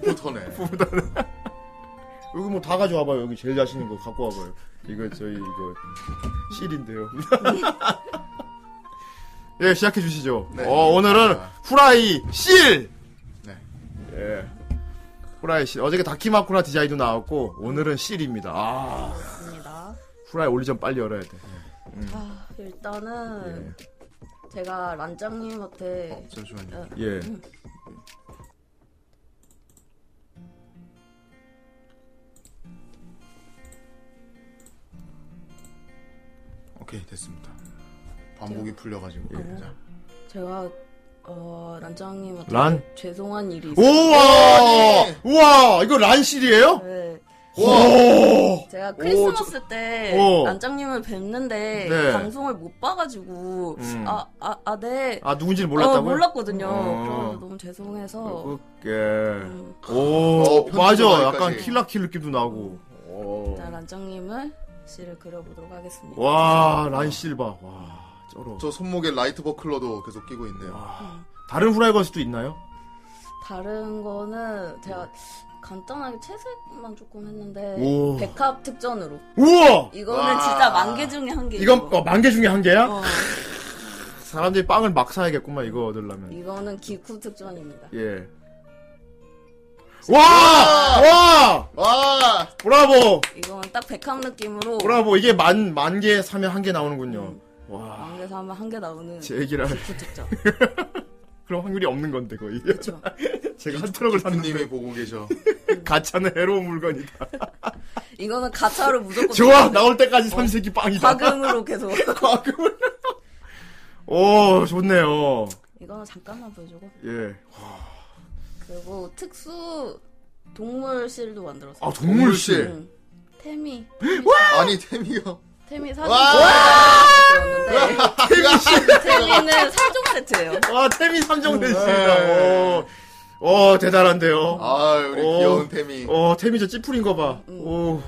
[SPEAKER 2] 풋풋하네.
[SPEAKER 1] 여기 뭐 다 가져와봐요. 여기 제일 자신 있는 거 갖고 와봐요. 이거 저희 이거 실인데요. 예, 시작해 주시죠.
[SPEAKER 2] 네.
[SPEAKER 1] 어, 오늘은 후라이 실.
[SPEAKER 2] 네.
[SPEAKER 1] 예. 후라이 실. 어저께 다키마쿠라 디자인도 나왔고 오늘은 실입니다. 아,
[SPEAKER 3] 그렇습니다.
[SPEAKER 1] 후라이 올리 전 빨리 열어야 돼. 예.
[SPEAKER 3] 아, 일단은 제가 란장님한테
[SPEAKER 2] 잠시만요.
[SPEAKER 1] 예.
[SPEAKER 2] 오케이, 됐습니다.
[SPEAKER 1] 네.
[SPEAKER 2] 반복이 풀려가지고.
[SPEAKER 1] 예.
[SPEAKER 2] 자.
[SPEAKER 3] 제가 어 란장님한테
[SPEAKER 1] 란.
[SPEAKER 3] 죄송한 일이
[SPEAKER 1] 우와!
[SPEAKER 2] 아니.
[SPEAKER 1] 우와! 이거 란 실이에요?
[SPEAKER 3] 네,
[SPEAKER 1] 오!
[SPEAKER 3] 제가 크리스마스 때
[SPEAKER 1] 어.
[SPEAKER 3] 란장님을 뵙는데
[SPEAKER 1] 네.
[SPEAKER 3] 방송을 못 봐가지고
[SPEAKER 1] 음.
[SPEAKER 3] 아 아 아네
[SPEAKER 1] 아, 누군지는 몰랐다고요?
[SPEAKER 3] 몰랐거든요.
[SPEAKER 1] 어.
[SPEAKER 3] 그래서 너무 죄송해서 음,
[SPEAKER 1] 그, 예. 오,
[SPEAKER 2] 어,
[SPEAKER 1] 맞아.
[SPEAKER 2] 편집도
[SPEAKER 1] 약간
[SPEAKER 2] 여기까지.
[SPEAKER 1] 킬라킬 느낌도 나고. 오.
[SPEAKER 3] 일단 란장님을 씨를 그려보도록 하겠습니다.
[SPEAKER 1] 어. 와, 란실바. 와, 쩔어.
[SPEAKER 2] 저 손목에 라이트 버클러도 계속 끼고
[SPEAKER 1] 아.
[SPEAKER 2] 있네요.
[SPEAKER 1] 와. 다른 후라이 건수도 있나요?
[SPEAKER 3] 다른 거는 제가 간단하게 채색만 조금 했는데
[SPEAKER 1] 오.
[SPEAKER 3] 백합 특전으로
[SPEAKER 1] 우와!
[SPEAKER 3] 이거는
[SPEAKER 2] 와.
[SPEAKER 3] 진짜 만 개 중에 한 개.
[SPEAKER 1] 이건 뭐? 만개 중에 한 개야?
[SPEAKER 3] 어,
[SPEAKER 1] 사람들이 빵을 막 사야겠구만, 이거 얻으려면.
[SPEAKER 3] 이거는 기쿠 특전입니다.
[SPEAKER 1] 예. 와! 와!
[SPEAKER 2] 와!
[SPEAKER 1] 브라보!
[SPEAKER 3] 이거는 딱 백합 느낌으로
[SPEAKER 1] 브라보! 이게 만, 만 개 사면 한 개 나오는군요. 와,
[SPEAKER 3] 만 개에서 하면 한 개 나오는
[SPEAKER 1] 제 얘기를 할.
[SPEAKER 3] 기쿠 특전.
[SPEAKER 1] 그런 확률이 없는 건데, 거의.
[SPEAKER 3] 그렇죠.
[SPEAKER 1] 제가 한 트럭을 샀는데,
[SPEAKER 2] 님이 보고 계셔.
[SPEAKER 1] 음. 가차는 해로운 물건이다.
[SPEAKER 3] 이거는 가차로 무조건
[SPEAKER 1] 좋아! 나올 때까지 삼색이 빵이다.
[SPEAKER 3] 과금으로 계속.
[SPEAKER 1] 과금을. 아, 오, 좋네요.
[SPEAKER 3] 이거는 잠깐만 보여주고
[SPEAKER 1] 예.
[SPEAKER 3] 그리고 특수 동물 실도 만들었어요.
[SPEAKER 1] 아, 동물 씨.
[SPEAKER 2] 동물
[SPEAKER 3] 응. 태미
[SPEAKER 2] 아니, 태미가.
[SPEAKER 3] 태미 사진 찍었는데
[SPEAKER 1] 태민 씨.
[SPEAKER 3] 태미는 사종 세트예요.
[SPEAKER 1] 와, 태민 3종 됐습니다. 네, 오, 오, 대단한데요.
[SPEAKER 2] 아, 우리
[SPEAKER 1] 오.
[SPEAKER 2] 귀여운 태미.
[SPEAKER 1] 어, 태민 저 찌푸린 거 봐.
[SPEAKER 3] 음.
[SPEAKER 1] 오.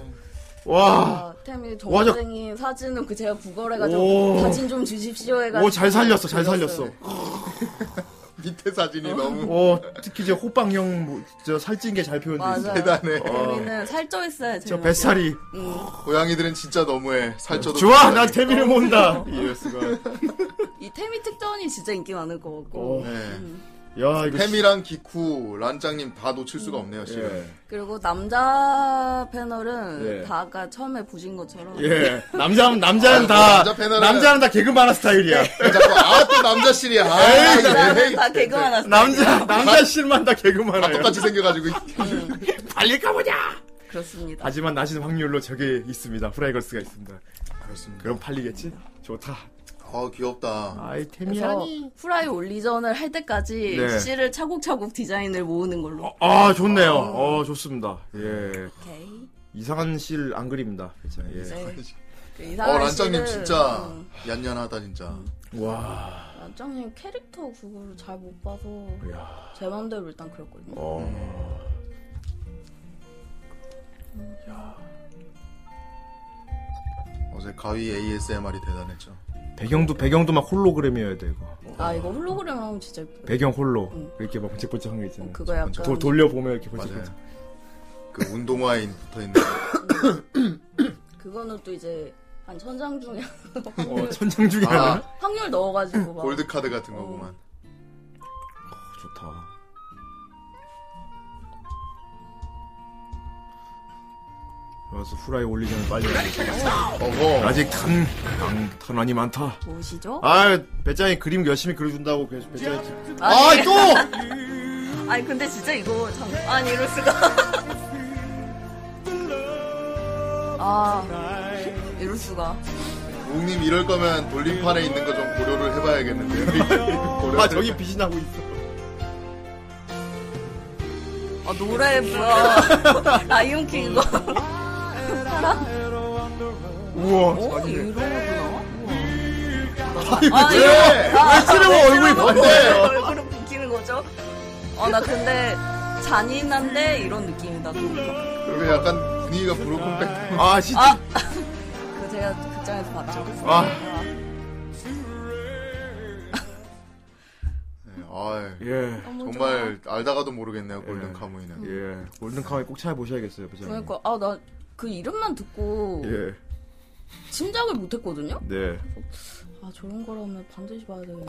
[SPEAKER 1] 와.
[SPEAKER 3] 아, 템이
[SPEAKER 1] 와, 저-
[SPEAKER 3] 정선생님 사진은 그 제가
[SPEAKER 1] 오.
[SPEAKER 3] 구걸해가지고 사진 좀 주십시오 해가지고
[SPEAKER 1] 오, 잘 살렸어, 잘
[SPEAKER 3] 드렸어요.
[SPEAKER 1] 살렸어.
[SPEAKER 2] 밑에 사진이 너무
[SPEAKER 1] 어, 특히 이제 호빵형, 뭐, 저 살찐 게 잘 표현돼 있어.
[SPEAKER 3] 맞아요.
[SPEAKER 2] 대단해.
[SPEAKER 3] 태민은 살쪄 있어야
[SPEAKER 1] 저
[SPEAKER 3] 제일 음.
[SPEAKER 1] 뱃살이.
[SPEAKER 2] 고양이들은 진짜 너무해. 살쪄도
[SPEAKER 1] 좋아,
[SPEAKER 2] 못하네.
[SPEAKER 1] 난 태민을 모은다. 이럴수가.
[SPEAKER 3] 이 태미 특전이 진짜 인기 많을 것 같고
[SPEAKER 1] 오.
[SPEAKER 2] 네.
[SPEAKER 1] 야, 이거.
[SPEAKER 2] 햄이랑 기쿠, 란짱님 다 놓칠 수가 없네요, 지금.
[SPEAKER 3] 그리고 남자 패널은
[SPEAKER 1] 예.
[SPEAKER 3] 다 아까 처음에 보신 것처럼
[SPEAKER 1] 예. 남자, 남자는
[SPEAKER 2] 아,
[SPEAKER 1] 다,
[SPEAKER 2] 남자 패널은-
[SPEAKER 1] 남자는 다 개그 만화 스타일이야.
[SPEAKER 2] 자꾸 아또 남자 실이야. 아,
[SPEAKER 3] 남자는
[SPEAKER 2] 예.
[SPEAKER 1] 예.
[SPEAKER 2] 에이.
[SPEAKER 3] 다 개그만 하세요
[SPEAKER 1] 남자, 남자 실만 다 개그
[SPEAKER 2] 다
[SPEAKER 1] 만화야.
[SPEAKER 2] 아, 똑같이 생겨가지고
[SPEAKER 1] 달릴까 보자!
[SPEAKER 3] 그렇습니다
[SPEAKER 1] 하지만 낮은 확률로 저게 있습니다. 프라이걸스가 있습니다.
[SPEAKER 2] 그렇습니다.
[SPEAKER 1] 그럼 팔리겠지? 좋다.
[SPEAKER 2] 어 귀엽다.
[SPEAKER 1] 아이템이야.
[SPEAKER 3] 그래서 프라이 올리전을 할 때까지
[SPEAKER 1] 네.
[SPEAKER 3] 씨를 차곡차곡 디자인을 모으는 걸로
[SPEAKER 1] 아, 좋네요. 어, 좋습니다. 예.
[SPEAKER 3] 오케이
[SPEAKER 1] 이상한 실 안 그립니다. 그쵸, 예.
[SPEAKER 3] 네.
[SPEAKER 2] 어
[SPEAKER 3] 그 이상한
[SPEAKER 2] 란짱님
[SPEAKER 3] 씨를-
[SPEAKER 2] 진짜
[SPEAKER 3] 음,
[SPEAKER 2] 얀얀하다 진짜.
[SPEAKER 1] 와.
[SPEAKER 3] 란짱님 캐릭터 그거를 잘 못 봐서
[SPEAKER 1] 야.
[SPEAKER 3] 제 맘대로 일단 그렸거든요
[SPEAKER 1] 어.
[SPEAKER 2] 어제 가위 ASMR이 대단했죠.
[SPEAKER 1] 배경도, 배경도 막 홀로그램이어야 되고.
[SPEAKER 3] 아 이거 홀로그램 하면 진짜 예쁘다
[SPEAKER 1] 배경 홀로.
[SPEAKER 3] 응.
[SPEAKER 1] 이렇게 막 번쩍번쩍한 게 있잖아요.
[SPEAKER 3] 어, 그거 약간
[SPEAKER 1] 도, 돌려보면 이렇게
[SPEAKER 2] 맞아요.
[SPEAKER 1] 번쩍번쩍.
[SPEAKER 2] 그 운동화에 붙어 있는.
[SPEAKER 3] 그거는 또 이제 한 천장 중에
[SPEAKER 1] 어, 천장 중에 하나.
[SPEAKER 2] 아
[SPEAKER 3] 확률 넣어가지고 막
[SPEAKER 2] 골드 카드 같은 거구만.
[SPEAKER 1] 좋다. 그래서 후라이 올리면 빨리.
[SPEAKER 2] 어허.
[SPEAKER 1] 아직 탄, 탄, 탄환이 많다.
[SPEAKER 3] 보시죠
[SPEAKER 1] 아, 배짱이 그림 열심히 그려준다고 계속 배짱이.
[SPEAKER 3] 아니,
[SPEAKER 1] 아, 또!
[SPEAKER 3] 아니 근데 진짜 이거 참 아니 이럴 수가 아 이럴 수가
[SPEAKER 2] 웅님 이럴 거면 돌림판에 있는 거 좀 고려를 해봐야겠는데. 고려를.
[SPEAKER 1] 아, 저기 빛이 나고 있어.
[SPEAKER 3] 아 노래 뭐야 라이온킹 이거
[SPEAKER 1] 우와.
[SPEAKER 3] 어? 이런 거 나와?
[SPEAKER 1] 아,
[SPEAKER 3] 이거- 아,
[SPEAKER 1] 왜 치려고 얼굴이
[SPEAKER 3] 왜
[SPEAKER 1] 번데?
[SPEAKER 3] 얼굴을 붓기는 거죠? 어 나 근데 잔인한데 이런 느낌이다 그러니까
[SPEAKER 2] 그리고 약간 분위기가 브로큰 백.
[SPEAKER 1] 아, 진짜.
[SPEAKER 3] 아! 그 제가 극장에서 봤죠
[SPEAKER 1] 아.
[SPEAKER 2] 네, 아
[SPEAKER 1] 예.
[SPEAKER 2] 정말 알다가도 모르겠네요 골든
[SPEAKER 1] 예.
[SPEAKER 2] 카무이는.
[SPEAKER 1] 예. 골든카운에 꼭 찾아보셔야겠어요, 배짱이.
[SPEAKER 3] 그러니까 아 나 그 이름만 듣고
[SPEAKER 1] 네. 예.
[SPEAKER 3] 짐작을 못했거든요?
[SPEAKER 1] 네.
[SPEAKER 3] 아 저런 거라면 반드시 봐야 되겠네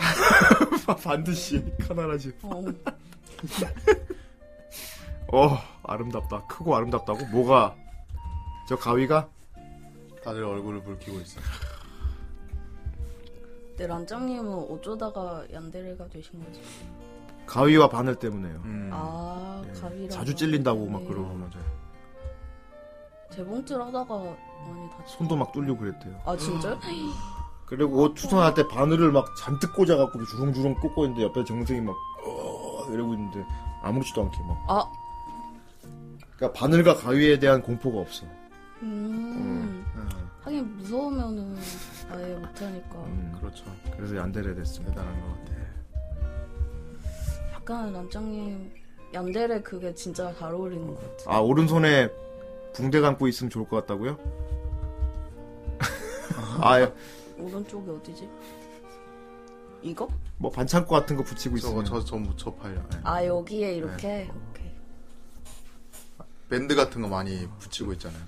[SPEAKER 1] 반드시, 카나라지.
[SPEAKER 3] 어,
[SPEAKER 1] 어, 아름답다. 크고 아름답다고? 뭐가? 저 가위가?
[SPEAKER 2] 예. 다들 얼굴을 붉히고 있어.
[SPEAKER 3] 근데 란짱님은 어쩌다가 얀데레가 되신 거지?
[SPEAKER 1] 음. 가위와 바늘 때문에요.
[SPEAKER 2] 음.
[SPEAKER 3] 아 가위랑
[SPEAKER 1] 네. 자주 찔린다고 막 그러고
[SPEAKER 3] 네.
[SPEAKER 1] 맞아요.
[SPEAKER 3] 재봉질 하다가 많이 다치
[SPEAKER 1] 손도 음. 막 뚫리고 그랬대요.
[SPEAKER 3] 아 진짜요?
[SPEAKER 1] 그리고 옷 추천할 때 바늘을 막 잔뜩 꽂아갖고 주렁주렁 꽂고 있는데 옆에 정승이 막 어, 이러고 있는데 아무렇지도 않게 막.
[SPEAKER 3] 아
[SPEAKER 1] 그러니까 바늘과 가위에 대한 공포가 없어.
[SPEAKER 3] 음. 하긴 무서우면은 아예 못하니까
[SPEAKER 1] 음,
[SPEAKER 2] 그렇죠.
[SPEAKER 1] 그래서 얀데레 됐습니다. 네.
[SPEAKER 2] 대단한 것 같아.
[SPEAKER 3] 약간 란짱님 얀데레 그게 진짜 잘 어울리는 것 같아
[SPEAKER 1] 아 오른손에 붕대 감고 있으면 좋을 것 같다고요? 아뭐 예.
[SPEAKER 3] 오른쪽이 어디지? 이거?
[SPEAKER 1] 뭐 반창고 같은 거 붙이고
[SPEAKER 2] 저거
[SPEAKER 1] 있으면
[SPEAKER 2] 저저저 팔려. 예.
[SPEAKER 3] 아 여기에
[SPEAKER 1] 네.
[SPEAKER 3] 이렇게? 오케이
[SPEAKER 2] 밴드 같은 거 많이 붙이고 있잖아요.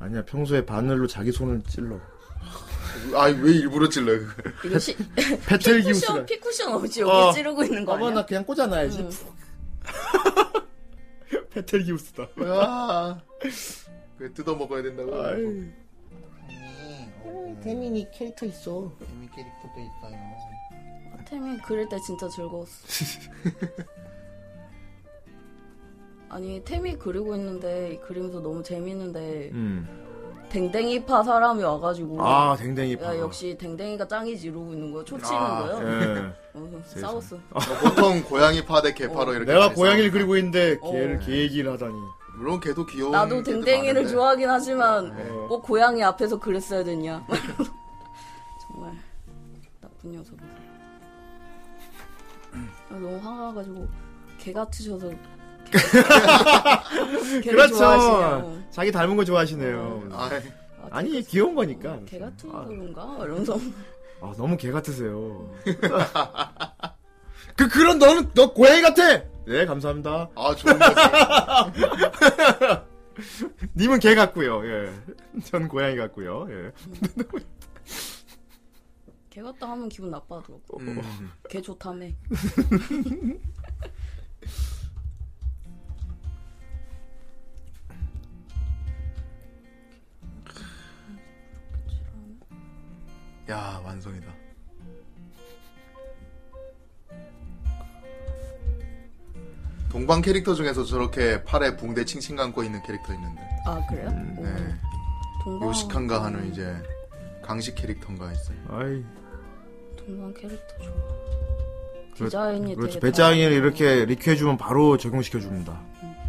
[SPEAKER 1] 아니야 평소에 바늘로 자기 손을 찔러.
[SPEAKER 2] 아 왜 일부러 찔러? 그걸?
[SPEAKER 3] 이거 시,
[SPEAKER 1] 페텔
[SPEAKER 3] 쿠션
[SPEAKER 1] 기우스가.
[SPEAKER 3] 피쿠션 어디 여기
[SPEAKER 1] 어.
[SPEAKER 3] 찌르고 있는 거
[SPEAKER 1] 아마
[SPEAKER 3] 아니야?
[SPEAKER 1] 나 그냥 꽂아놔야지. 페텔 기우스다.
[SPEAKER 2] 아, 왜 뜯어 먹어야 된다고? 뭐,
[SPEAKER 1] 아이.
[SPEAKER 5] 음, 태민이 캐릭터 있어.
[SPEAKER 2] 재미 캐릭터도 있어요.
[SPEAKER 3] 태민 그릴 때 진짜 즐거웠어. 아니 태민 그리고 있는데 이 그림도 너무 재밌는데
[SPEAKER 1] 음.
[SPEAKER 3] 댕댕이파 사람이 와가지고
[SPEAKER 1] 아 댕댕이 파.
[SPEAKER 3] 어. 야 역시 댕댕이가 짱이지 이러고 있는 거야 초치는
[SPEAKER 2] 아,
[SPEAKER 3] 거야
[SPEAKER 1] 예.
[SPEAKER 3] 어, 싸웠어
[SPEAKER 2] 뭐 보통 고양이 파 대 개파로 이렇게.
[SPEAKER 1] 어, 내가
[SPEAKER 2] 많이 네.
[SPEAKER 1] 고양이를
[SPEAKER 2] 싸우는
[SPEAKER 1] 그리고 있는데
[SPEAKER 3] 어.
[SPEAKER 1] 걔를 개 얘기를 하다니.
[SPEAKER 2] 거. 물론 걔도 귀여운.
[SPEAKER 3] 나도
[SPEAKER 2] 개도
[SPEAKER 3] 댕댕이를
[SPEAKER 2] 많은데.
[SPEAKER 3] 좋아하긴 하지만
[SPEAKER 1] 어.
[SPEAKER 3] 꼭 고양이 앞에서 그랬어야 됐냐 정말 나쁜 녀석 아, 너무 화나가지고 개 같으셔서 개 걔를
[SPEAKER 1] 그렇죠.
[SPEAKER 3] 좋아하시네요.
[SPEAKER 1] 자기 닮은 거 좋아하시네요.
[SPEAKER 2] 아,
[SPEAKER 3] 아,
[SPEAKER 1] 아니 귀여운 거니까.
[SPEAKER 3] 어, 개 같은
[SPEAKER 1] 아,
[SPEAKER 3] 그런가? 이러면서
[SPEAKER 1] 아, 너무 개 같으세요. 그 그런 너는 너 고양이 같아. 네 감사합니다.
[SPEAKER 2] 아 좋은 거
[SPEAKER 1] 님은 개 같고요. 예. 전 고양이 같고요. 예.
[SPEAKER 3] 개 같다 하면 기분 나빠하더라고.
[SPEAKER 2] 음.
[SPEAKER 3] 개 좋다며.
[SPEAKER 2] 야 완성이다. 동방 캐릭터 중에서 저렇게 팔에 붕대 칭칭 감고 있는 캐릭터 있는데
[SPEAKER 3] 아 그래요? 오,
[SPEAKER 2] 네.
[SPEAKER 3] 동방
[SPEAKER 2] 요식한가 하는 이제 강식 캐릭터인가 있어요.
[SPEAKER 1] 아이
[SPEAKER 3] 동방 캐릭터 좋아. 디자인이
[SPEAKER 1] 그렇죠.
[SPEAKER 3] 되게
[SPEAKER 1] 배짱이를
[SPEAKER 3] 다양해요.
[SPEAKER 1] 이렇게 리큐해 주면 바로 적용시켜 줍니다.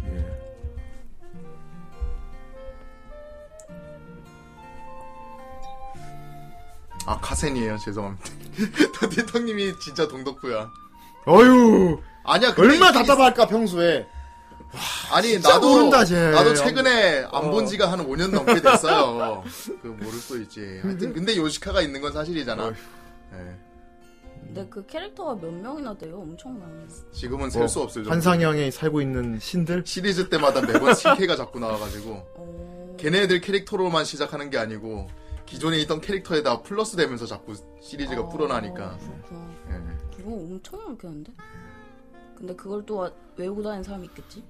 [SPEAKER 1] 예.
[SPEAKER 2] 아 카센이에요 죄송합니다. 대통님이 진짜 동덕후야.
[SPEAKER 1] 어유
[SPEAKER 2] 아니야 근데
[SPEAKER 1] 얼마 나
[SPEAKER 2] 이-
[SPEAKER 1] 답답할까 평소에.
[SPEAKER 2] 아니
[SPEAKER 1] 진짜
[SPEAKER 2] 나도
[SPEAKER 1] 모른다, 쟤. 어.
[SPEAKER 2] 나도 최근에 안 본 지가 한 5년 넘게 됐어요. 그 모를 수 있지. 하여튼 근데 요시카가 있는 건 사실이잖아. 예.
[SPEAKER 3] 근데 그 캐릭터가 몇 명이나 돼요? 엄청 많이.
[SPEAKER 2] 지금은
[SPEAKER 1] 뭐,
[SPEAKER 2] 셀 수 없을 그 정도.
[SPEAKER 1] 환상형에 살고 있는 신들.
[SPEAKER 2] 시리즈 때마다 매번 CK가 자꾸 나와가지고
[SPEAKER 3] 어...
[SPEAKER 2] 걔네들 캐릭터로만 시작하는 게 아니고 기존에 있던 캐릭터에다 플러스 되면서 자꾸 시리즈가
[SPEAKER 3] 아,
[SPEAKER 2] 풀어나니까.
[SPEAKER 3] 그렇구나.
[SPEAKER 2] 예.
[SPEAKER 3] 그거 엄청 많겠는데? 근데 그걸 또 와- 외우고 다니는 사람이 있겠지?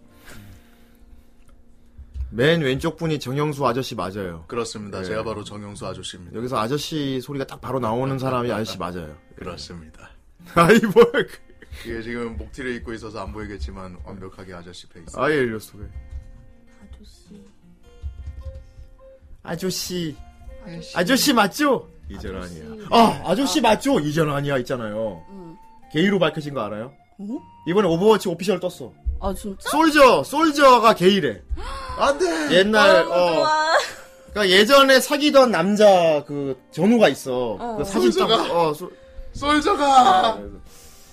[SPEAKER 1] 맨 왼쪽 분이 정영수 아저씨 맞아요.
[SPEAKER 2] 그렇습니다. 제가 바로 정영수 아저씨입니다.
[SPEAKER 1] 여기서 아저씨 소리가 딱 바로 나오는 사람이 아저씨 맞아요.
[SPEAKER 2] 네. 그렇습니다.
[SPEAKER 1] 아이 그, 뭐야.
[SPEAKER 2] 이게 지금 목티를 입고 있어서 안 보이겠지만 완벽하게 아저씨 페이스.
[SPEAKER 1] 아예 일렸어 속에.
[SPEAKER 3] 아저씨.
[SPEAKER 1] 아저씨. 아저씨 맞죠? 이전
[SPEAKER 3] 아저씨.
[SPEAKER 1] 아니야. 아, 아저씨 맞죠? 이전 아니야 있잖아요.
[SPEAKER 3] 응.
[SPEAKER 1] 게이로 밝혀진 거 알아요?
[SPEAKER 3] 어?
[SPEAKER 1] 이번에 오버워치 오피셜 떴어.
[SPEAKER 3] 아 진짜?
[SPEAKER 1] 솔저, 솔저가 게이래.
[SPEAKER 2] 안돼.
[SPEAKER 1] 옛날
[SPEAKER 3] 너무
[SPEAKER 1] 어,
[SPEAKER 3] 좋아.
[SPEAKER 1] 그러니까 예전에 사귀던 남자 그 전우가 있어.
[SPEAKER 3] 어.
[SPEAKER 1] 그 사진 딱
[SPEAKER 2] 솔저가?
[SPEAKER 1] 어, 솔-
[SPEAKER 2] 솔저가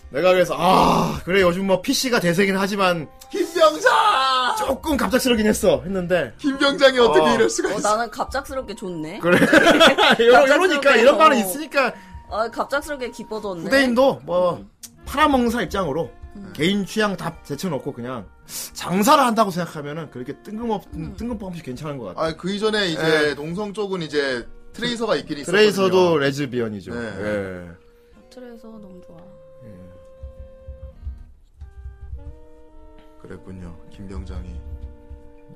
[SPEAKER 1] 내가 그래서 아 그래 요즘 뭐 PC가 대세긴 하지만
[SPEAKER 3] 아.
[SPEAKER 2] 김병장.
[SPEAKER 1] 조금 갑작스럽긴 했어 했는데
[SPEAKER 2] 김병장이 어떻게
[SPEAKER 1] 어.
[SPEAKER 2] 이럴 수가
[SPEAKER 3] 어,
[SPEAKER 2] 있어?
[SPEAKER 3] 나는 갑작스럽게 좋네.
[SPEAKER 1] 그러니까 그래 이러- 이러니까 이런 말은
[SPEAKER 3] 어.
[SPEAKER 2] 네.
[SPEAKER 1] 있으니까
[SPEAKER 3] 아 갑작스럽게 기뻐졌네.
[SPEAKER 1] 후대인도
[SPEAKER 2] 음.
[SPEAKER 1] 뭐 팔아먹는사 입장으로 개인 취향 다 제쳐놓고 그냥 장사를 한다고 생각하면은 그렇게 뜬금없
[SPEAKER 2] 음.
[SPEAKER 1] 뜬금없이 괜찮은 것 같아.
[SPEAKER 2] 아 그 이전에 이제 동성 쪽은 이제 트레이서가 있긴 있었거든요.
[SPEAKER 1] 드레이서도 레즈비언이죠.
[SPEAKER 2] 네.
[SPEAKER 1] 예.
[SPEAKER 3] 트레서 너무 좋아.
[SPEAKER 2] 그랬군요. 김병장이.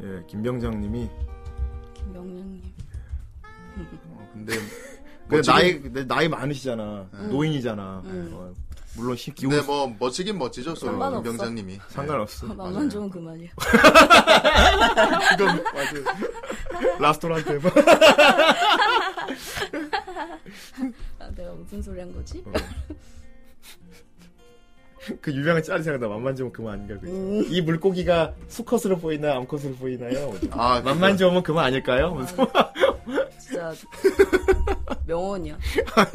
[SPEAKER 1] 예, 김병장님이
[SPEAKER 2] 뭐
[SPEAKER 3] 김명량님.
[SPEAKER 2] 어, 근데
[SPEAKER 1] 그
[SPEAKER 2] 뭐 멋지긴-
[SPEAKER 1] 나이 내- 나이 많으시잖아 노인이잖아 어, 물론 시 기운
[SPEAKER 2] 음. 근데 뭐 멋지긴 멋지죠. 솔
[SPEAKER 3] 상관없어.
[SPEAKER 2] 김병장님이. 네.
[SPEAKER 1] 상관없어
[SPEAKER 3] 맘만 좋은 그 말이야.
[SPEAKER 1] 지금 라스토랑테 뭐
[SPEAKER 3] 아, 내가 무슨 소리 한 거지?
[SPEAKER 1] 그 유명한 짤이 생각나 만만 좋으면 그만 아닌가 그게.
[SPEAKER 3] 음.
[SPEAKER 1] 이 물고기가 수컷으로 보이나 암컷으로 보이나요
[SPEAKER 2] 아 그거.
[SPEAKER 1] 만만 좋으면 그만 아닐까요 하면서
[SPEAKER 3] 진짜 명언이야.
[SPEAKER 2] 아.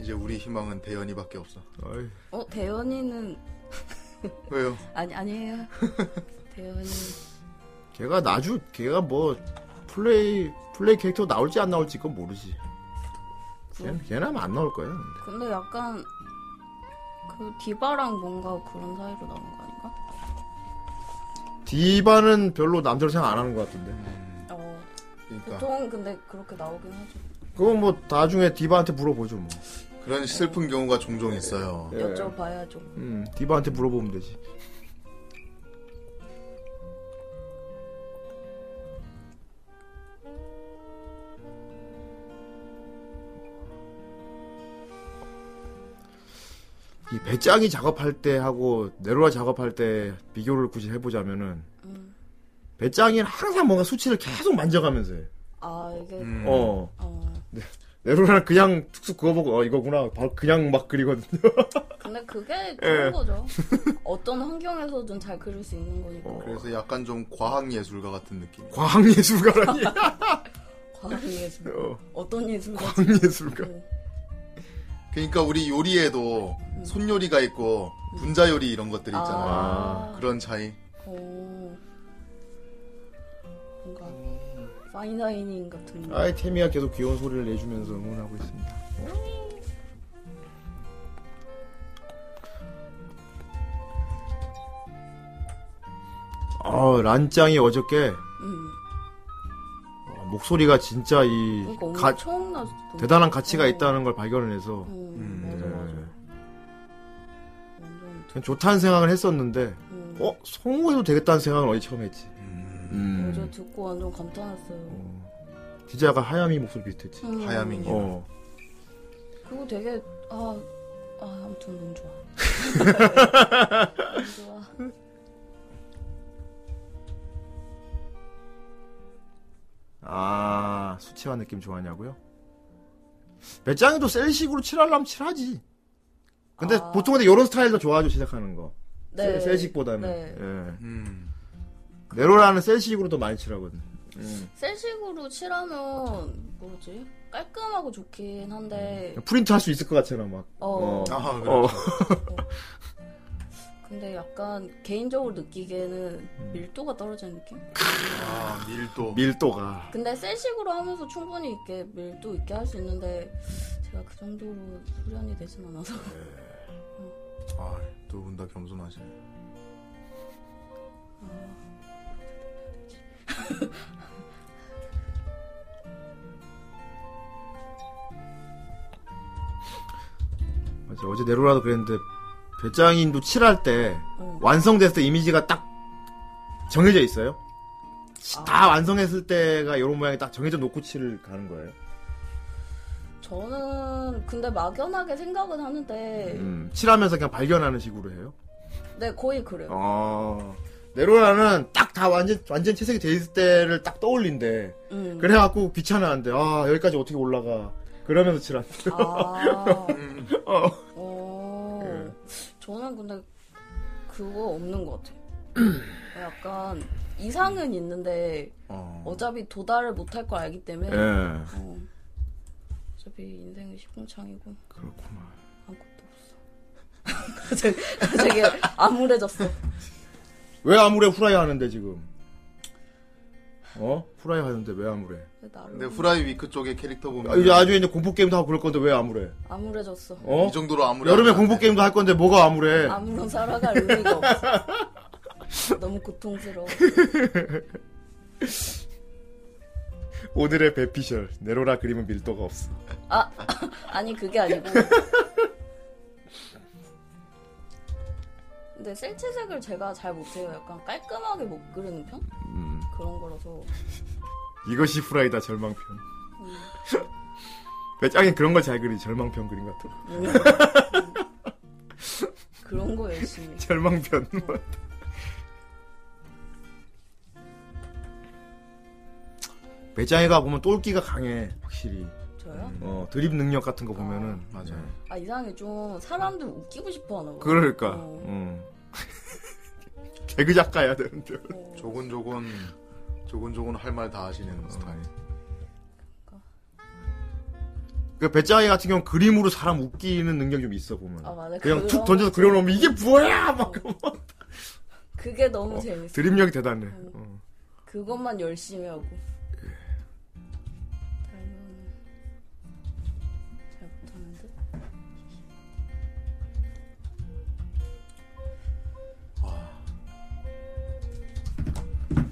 [SPEAKER 2] 이제 우리 희망은 대현이밖에 없어.
[SPEAKER 1] 어이,
[SPEAKER 3] 어 대현이는
[SPEAKER 2] 왜요?
[SPEAKER 3] 아니 아니에요. 대현이
[SPEAKER 1] 걔가 나주 걔가 뭐 플레이 플레이 캐릭터 나올지 안 나올지 그건 모르지 걔는 걔는 아마 안 나올 거야 근데.
[SPEAKER 3] 근데 약간 그 디바랑 뭔가 그런 사이로 나온 거 아닌가?
[SPEAKER 1] 디바는 별로 남자로 생각 안 하는 것 같은데
[SPEAKER 3] 어
[SPEAKER 2] 그러니까
[SPEAKER 3] 보통 근데 그렇게 나오긴 하죠.
[SPEAKER 1] 그건 뭐 나중에 디바한테 물어보죠 뭐
[SPEAKER 2] 그런 슬픈 경우가 종종 있어요.
[SPEAKER 1] 예.
[SPEAKER 3] 여쭤봐야죠.
[SPEAKER 1] 음, 디바한테 물어보면 되지. 이 배짱이 작업할 때 하고 네로라 작업할 때 비교를 굳이 해보자면은 배짱이는 항상 뭔가 수치를 계속 만져가면서 해.
[SPEAKER 3] 아 이게
[SPEAKER 2] 음.
[SPEAKER 1] 어
[SPEAKER 3] 어
[SPEAKER 1] 네로라는 그냥 툭툭 그어보고 어 이거구나 바로 그냥 막 그리거든요.
[SPEAKER 3] 근데 그게 좋은 거죠. 어떤 환경에서든 잘 그릴 수 있는 거니까.
[SPEAKER 2] 그래서 약간 좀 과학 예술가 같은 느낌.
[SPEAKER 1] 과학예술가라니.
[SPEAKER 3] 과학 예술.
[SPEAKER 1] 어,
[SPEAKER 3] 어떤 예술가?
[SPEAKER 1] 과학예술가.
[SPEAKER 2] 그러니까 우리 요리에도 손요리가 있고 분자 요리 이런 것들이 있잖아요.
[SPEAKER 1] 아.
[SPEAKER 2] 그런 차이.
[SPEAKER 3] 오. 뭔가 파인다이닝 같은.
[SPEAKER 1] 아이 테미야 계속 귀여운 소리를 내주면서 응원하고 있습니다. 어, 란짱이 어저께
[SPEAKER 3] 음.
[SPEAKER 1] 어, 목소리가 진짜 이
[SPEAKER 3] 그러니까 오늘
[SPEAKER 1] 가-
[SPEAKER 3] 처음 나서
[SPEAKER 1] 대단한 가치가
[SPEAKER 3] 어.
[SPEAKER 1] 있다는 걸 발견을 해서
[SPEAKER 3] 음,
[SPEAKER 2] 음,
[SPEAKER 3] 맞아 맞아.
[SPEAKER 1] 예.
[SPEAKER 3] 완전
[SPEAKER 1] 전 좋다는 생각을 했었는데
[SPEAKER 3] 음.
[SPEAKER 1] 어 성우해도 되겠다는 생각을 어제 처음 했지.
[SPEAKER 3] 어제 듣고 완전 감탄했어요.
[SPEAKER 1] 진짜 약간 하야미 목소리 비슷했지.
[SPEAKER 3] 음.
[SPEAKER 2] 하야민이.
[SPEAKER 1] 어.
[SPEAKER 3] 그거 되게 아, 아 아무튼 너무 좋아. 너무 좋아.
[SPEAKER 1] 아 수채화 느낌 좋아하냐고요? 배짱이도 셀식으로 칠하려면 칠하지. 근데
[SPEAKER 3] 아.
[SPEAKER 1] 보통 근데 이런 스타일 더 좋아하죠 시작하는 거.
[SPEAKER 3] 네.
[SPEAKER 1] 셀- 셀식보다는.
[SPEAKER 3] 네.
[SPEAKER 1] 예.
[SPEAKER 2] 음.
[SPEAKER 1] 네로라는 셀식으로 더 많이 칠하거든.
[SPEAKER 3] 네.
[SPEAKER 1] 음.
[SPEAKER 3] 셀식으로 칠하면 뭐지? 깔끔하고 좋긴 한데
[SPEAKER 1] 프린트 할 수 있을 것 같잖아 막.
[SPEAKER 3] 어.
[SPEAKER 2] 아, 그래.
[SPEAKER 1] 음. 어.
[SPEAKER 3] 근데 약간 개인적으로
[SPEAKER 1] 음.
[SPEAKER 3] 느끼기에는 밀도가 떨어지는 느낌?
[SPEAKER 2] 아, 밀도.
[SPEAKER 1] 밀도가.
[SPEAKER 3] 근데 셀식으로 하면서 충분히 이렇게 밀도 있게 할 수 있는데 제가 그 정도로 수련이 되진 않아서
[SPEAKER 2] 아, 두 분 다 겸손하시네.
[SPEAKER 1] 맞아 어제 네로라도 그랬는데 배짱이도 칠할 때
[SPEAKER 3] 어.
[SPEAKER 1] 완성됐을 때 이미지가 딱 정해져 있어요. 치-
[SPEAKER 3] 아.
[SPEAKER 1] 다 완성했을 때가 이런 모양이 딱 정해져 놓고 칠 가는 거예요.
[SPEAKER 3] 저는 근데 막연하게 생각은 하는데
[SPEAKER 1] 음, 칠하면서 그냥 발견하는 식으로 해요.
[SPEAKER 3] 네 거의 그래요.
[SPEAKER 1] 어. 네로라는 딱 다 완전 완전 채색이 돼 있을 때를 딱 떠올린대.
[SPEAKER 3] 음.
[SPEAKER 1] 어. 그래갖고 귀찮아한데 아 여기까지 어떻게 올라가 그러면서 칠한.
[SPEAKER 3] 아.
[SPEAKER 2] 음.
[SPEAKER 3] 어.
[SPEAKER 1] 예.
[SPEAKER 3] 저는 근데 그거 없는 것 같아요. 약간 이상은 있는데
[SPEAKER 2] 어.
[SPEAKER 3] 어차피 도달을 못할 걸 알기 때문에
[SPEAKER 1] 예.
[SPEAKER 3] 어. 어차피 인생은 시궁창이고
[SPEAKER 1] 그렇구나.
[SPEAKER 3] 아무것도 없어. 갑자기- 갑자기 암울해졌어.
[SPEAKER 1] 왜 아무래 후라이 하는데 지금? 어? 후라이 하는데 왜 아무래?
[SPEAKER 3] 나름
[SPEAKER 2] 근데 후라이 위크 쪽에 캐릭터 보면
[SPEAKER 1] 아, 이제 나중에 이제 공포 게임도 하고 그럴 건데 왜 아무래?
[SPEAKER 3] 암울해졌어.
[SPEAKER 1] 어? 예.
[SPEAKER 2] 이 정도로 아무리
[SPEAKER 1] 여름에
[SPEAKER 2] 하면
[SPEAKER 1] 공포
[SPEAKER 2] 안 돼.
[SPEAKER 1] 게임도 할 건데 뭐가 아무래?
[SPEAKER 3] 아무런 살아갈 의미가 없어. 너무 고통스러워.
[SPEAKER 1] 오늘의 배피셜 네로라 그림은 밀도가 없어.
[SPEAKER 3] 아 아니 그게 아니고. 근데 셀체색을 제가 잘 못해요. 약간 깔끔하게 못 그리는 편
[SPEAKER 1] 음.
[SPEAKER 3] 그런 거라서.
[SPEAKER 1] 이것이 후라이다 절망편. 왜 짱이 그런 걸 잘 그리 절망편 그림 같은 거.
[SPEAKER 3] 음. 그런 거 열심히.
[SPEAKER 1] 절망편. 배짱이가 보면 똘끼가 강해 확실히.
[SPEAKER 3] 저요?
[SPEAKER 1] 어 드립 능력 같은 거 보면은 네.
[SPEAKER 2] 맞아요.
[SPEAKER 3] 아 이상해 좀 사람들 웃기고 싶어하나 봐.
[SPEAKER 1] 그러니까.
[SPEAKER 3] 어.
[SPEAKER 1] 음. 개그 작가야 되는데.
[SPEAKER 3] 어.
[SPEAKER 2] 조곤조곤 조곤조곤 할 말 다 하시는 스타일.
[SPEAKER 1] 그 배짱이 같은 경우 는 그림으로 사람 웃기는 능력 이좀 있어 보면.
[SPEAKER 3] 아, 맞아.
[SPEAKER 1] 그냥 툭
[SPEAKER 3] 그런
[SPEAKER 1] 던져서
[SPEAKER 3] 거
[SPEAKER 1] 그려놓으면 이게 뭐야
[SPEAKER 2] 어.
[SPEAKER 1] 막
[SPEAKER 3] 그게 너무 재밌어.
[SPEAKER 1] 드립력이 대단해.
[SPEAKER 2] 음.
[SPEAKER 1] 어.
[SPEAKER 3] 그것만 열심히 하고.
[SPEAKER 1] 예.
[SPEAKER 3] 다른 건잘 못하는 듯.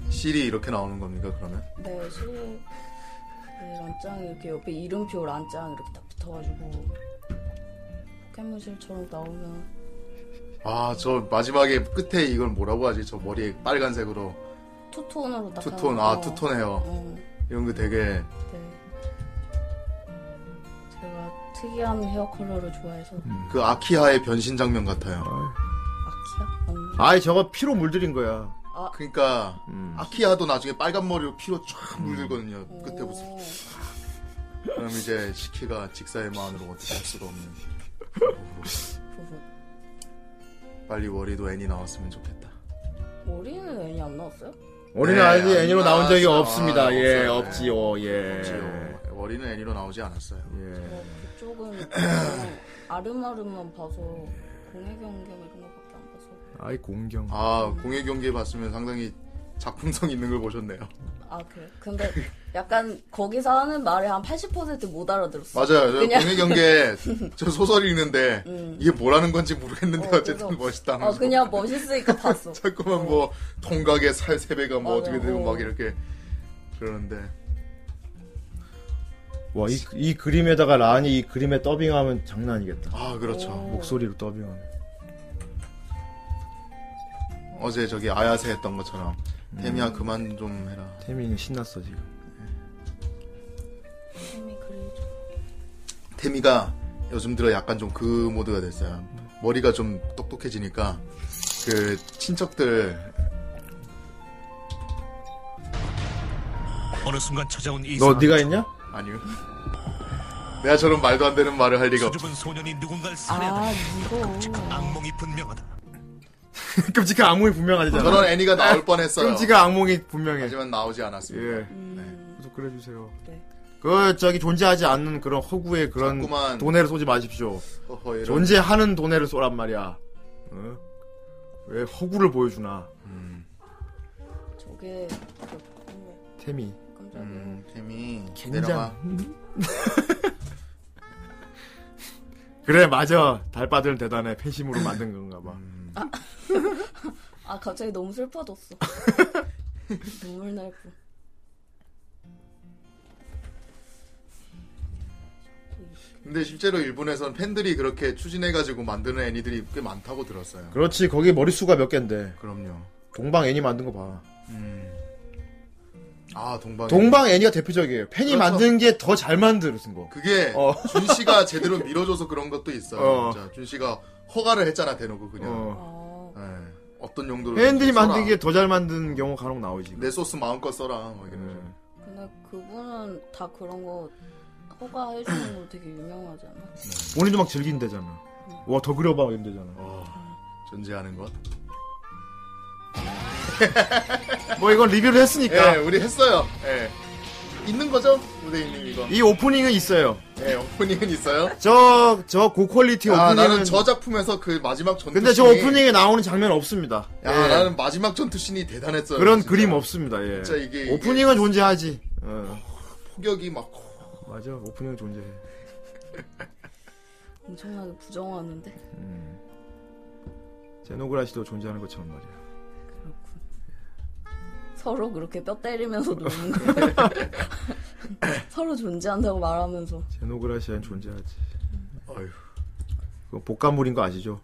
[SPEAKER 2] 실이 이렇게 나오는 겁니까 그러면?
[SPEAKER 3] 네, 실 네, 란짱이 이렇게 옆에 이름표 란짱 이렇게 딱 붙어가지고 포켓몬실처럼 나오면
[SPEAKER 2] 아 저 마지막에 끝에 이걸 뭐라고 하지? 저 머리에 빨간색으로
[SPEAKER 3] 투톤으로 딱
[SPEAKER 2] 투톤
[SPEAKER 3] 하는
[SPEAKER 2] 아
[SPEAKER 3] 거.
[SPEAKER 2] 투톤 헤어
[SPEAKER 3] 어,
[SPEAKER 2] 이런 거 되게
[SPEAKER 3] 네. 제가 특이한 헤어 컬러를 좋아해서
[SPEAKER 2] 그 아키하의 변신 장면 같아요.
[SPEAKER 3] 아키야? 어.
[SPEAKER 1] 아이 저거 피로 물들인 거야.
[SPEAKER 3] 아.
[SPEAKER 2] 그러니까
[SPEAKER 1] 음.
[SPEAKER 2] 아키하도 나중에 빨간 머리로 피로 쫙 물들거든요. 끝에 무슨
[SPEAKER 3] 오.
[SPEAKER 2] 그럼 이제 시키가 직사의 마음으로 어떻게 할 수가 없는
[SPEAKER 3] 부부.
[SPEAKER 2] 빨리 월이도 애니 나왔으면 좋겠다.
[SPEAKER 3] 머리는 애니 안 나왔어요?
[SPEAKER 1] 어린이
[SPEAKER 2] 네,
[SPEAKER 1] 아이
[SPEAKER 2] 안
[SPEAKER 1] 애니로 나온 적이
[SPEAKER 2] 나왔어요.
[SPEAKER 1] 없습니다.
[SPEAKER 2] 아,
[SPEAKER 1] 예,
[SPEAKER 2] 없어요. 네.
[SPEAKER 1] 없지요. 예.
[SPEAKER 2] 없지요. 어린은 그렇죠. 애니로 나오지 않았어요.
[SPEAKER 1] 예.
[SPEAKER 3] 뭐 그쪽은 그냥 아름아름만 봐서 공해경경 뭐 이런 거밖에 안 봐서
[SPEAKER 1] 아이 공경.
[SPEAKER 2] 아 공예 경기 봤으면 상당히 작품성 있는 걸 보셨네요.
[SPEAKER 3] 아 그래 근데 약간 거기서 하는 말을 한 80%못 알아들었어
[SPEAKER 2] 맞아요. 저
[SPEAKER 3] 그냥-
[SPEAKER 2] 공예 경기에 저 소설 읽는데
[SPEAKER 3] 음.
[SPEAKER 2] 이게 뭐라는 건지 모르겠는데
[SPEAKER 3] 어,
[SPEAKER 2] 어, 쨌든
[SPEAKER 3] 그래서-
[SPEAKER 2] 멋있다.
[SPEAKER 3] 어
[SPEAKER 2] 하면서.
[SPEAKER 3] 그냥 멋있으니까 봤어
[SPEAKER 2] 자꾸만 뭐 통각의 살 세배가 뭐 어떻게
[SPEAKER 3] 맞아요.
[SPEAKER 2] 되고
[SPEAKER 3] 어.
[SPEAKER 2] 막 이렇게 그러는데
[SPEAKER 1] 와, 이, 이 그림에다가 라니 이 그림에 더빙하면 장난 아니겠다.
[SPEAKER 2] 아 그렇죠.
[SPEAKER 3] 어.
[SPEAKER 1] 목소리로 더빙하면.
[SPEAKER 2] 어제 저기 아야세 했던 것처럼
[SPEAKER 3] 음.
[SPEAKER 2] 태미야 그만 좀 해라.
[SPEAKER 1] 태민이 신났어 지금.
[SPEAKER 3] 이미 그리죠
[SPEAKER 2] 태미가 요즘 들어 약간 좀 그 모드가 됐어요. 머리가 좀 똑똑해지니까 그 친척들
[SPEAKER 5] 어느 순간 찾아온 이
[SPEAKER 1] 너 네가 했냐?
[SPEAKER 2] 아니요. 내가 저런 말도 안 되는 말을 할 리가 없죠.
[SPEAKER 5] 수줍은 소년이 누군가를 살해하다
[SPEAKER 3] 아 이거
[SPEAKER 5] 악몽이 분명하다.
[SPEAKER 1] 끔찍한 악몽이 분명하잖아.
[SPEAKER 2] 저런 애니가 나올 뻔했어요.
[SPEAKER 1] 끔찍한 악몽이 분명해.
[SPEAKER 2] 하지만 나오지 않았습니다.
[SPEAKER 1] 예.
[SPEAKER 3] 음,
[SPEAKER 1] 계속 그려주세요.
[SPEAKER 3] 네.
[SPEAKER 1] 그 저기 존재하지 않는 그런 허구의 그런
[SPEAKER 2] 자꾸만-
[SPEAKER 1] 돈해를 쏘지 마십시오.
[SPEAKER 2] 허허, 이런-
[SPEAKER 1] 존재하는 돈해를 쏘란 말이야. 어? 왜 허구를 보여주나?
[SPEAKER 2] 음.
[SPEAKER 3] 저게 그- 어머,
[SPEAKER 1] 태미.
[SPEAKER 3] 깜짝이야
[SPEAKER 2] 음, 태미 내려가.
[SPEAKER 1] 젠장. 그래 맞아. 달빠들은 대단해. 팬심으로 만든 건가 봐.
[SPEAKER 3] 아 갑자기 너무 슬퍼졌어 눈물 날뿐
[SPEAKER 2] 근데 실제로 일본에선 팬들이 그렇게 추진해가지고 만드는 애니들이 꽤 많다고 들었어요.
[SPEAKER 1] 그렇지. 거기 머릿수가 몇 갠데.
[SPEAKER 2] 그럼요.
[SPEAKER 1] 동방 애니 만든 거 봐.
[SPEAKER 2] 아 동방.
[SPEAKER 1] 동방 애니가 대표적이에요. 팬이
[SPEAKER 2] 그렇죠.
[SPEAKER 1] 만든 게 더 잘 만들었은 거.
[SPEAKER 2] 그게
[SPEAKER 1] 어.
[SPEAKER 2] 준 씨가 제대로 밀어줘서 그런 것도 있어요.
[SPEAKER 1] 어.
[SPEAKER 2] 진짜 준 씨가 허가를 했잖아 대놓고 그냥.
[SPEAKER 1] 어.
[SPEAKER 3] 아
[SPEAKER 2] 예. 어떤 용도로
[SPEAKER 1] 팬들이
[SPEAKER 2] 써라.
[SPEAKER 1] 만든 게 더 잘 만든 경우 간혹 나오지.
[SPEAKER 2] 내 소스 마음껏 써라. 막 이런 식으로.
[SPEAKER 1] 예.
[SPEAKER 3] 근데 그분은 다 그런 거 허가해주는 거 되게 유명하지 않아?
[SPEAKER 1] 본인도 막 즐긴대잖아. 와 더 그려봐 이러면 되잖아.
[SPEAKER 2] 음. 어, 존재하는 것.
[SPEAKER 1] 뭐 이건 리뷰를 했으니까
[SPEAKER 2] 예, 우리 했어요. 예. 있는 거죠? 무대인님 이거.
[SPEAKER 1] 이 오프닝은 있어요.
[SPEAKER 2] 예, 오프닝은 있어요.
[SPEAKER 1] 저 저 고퀄리티
[SPEAKER 2] 아,
[SPEAKER 1] 그 오프닝은
[SPEAKER 2] 나는 저 작품에서 그 마지막 전투
[SPEAKER 1] 근데 저
[SPEAKER 2] 씬이-
[SPEAKER 1] 오프닝에 나오는 장면 없습니다.
[SPEAKER 2] 야,
[SPEAKER 1] 예.
[SPEAKER 2] 나는 마지막 전투 씬이 대단했어요.
[SPEAKER 1] 그런
[SPEAKER 2] 진짜.
[SPEAKER 1] 그림 없습니다. 예.
[SPEAKER 2] 진짜 이게-
[SPEAKER 1] 오프닝은 존재하지. 어.
[SPEAKER 2] 폭격이 막
[SPEAKER 1] 맞아. 오프닝은 존재해.
[SPEAKER 3] 엄청나게 부정하는데
[SPEAKER 1] 제노그라시도 존재하는 것처럼 말이야.
[SPEAKER 3] 그렇군. 서로 그렇게 뼈 때리면서 노는 거야. 서로 존재한다고 말하면서
[SPEAKER 1] 제노그라시는 존재하지.
[SPEAKER 3] 음.
[SPEAKER 2] 어휴.
[SPEAKER 1] 그거 볶감물인 거 아시죠?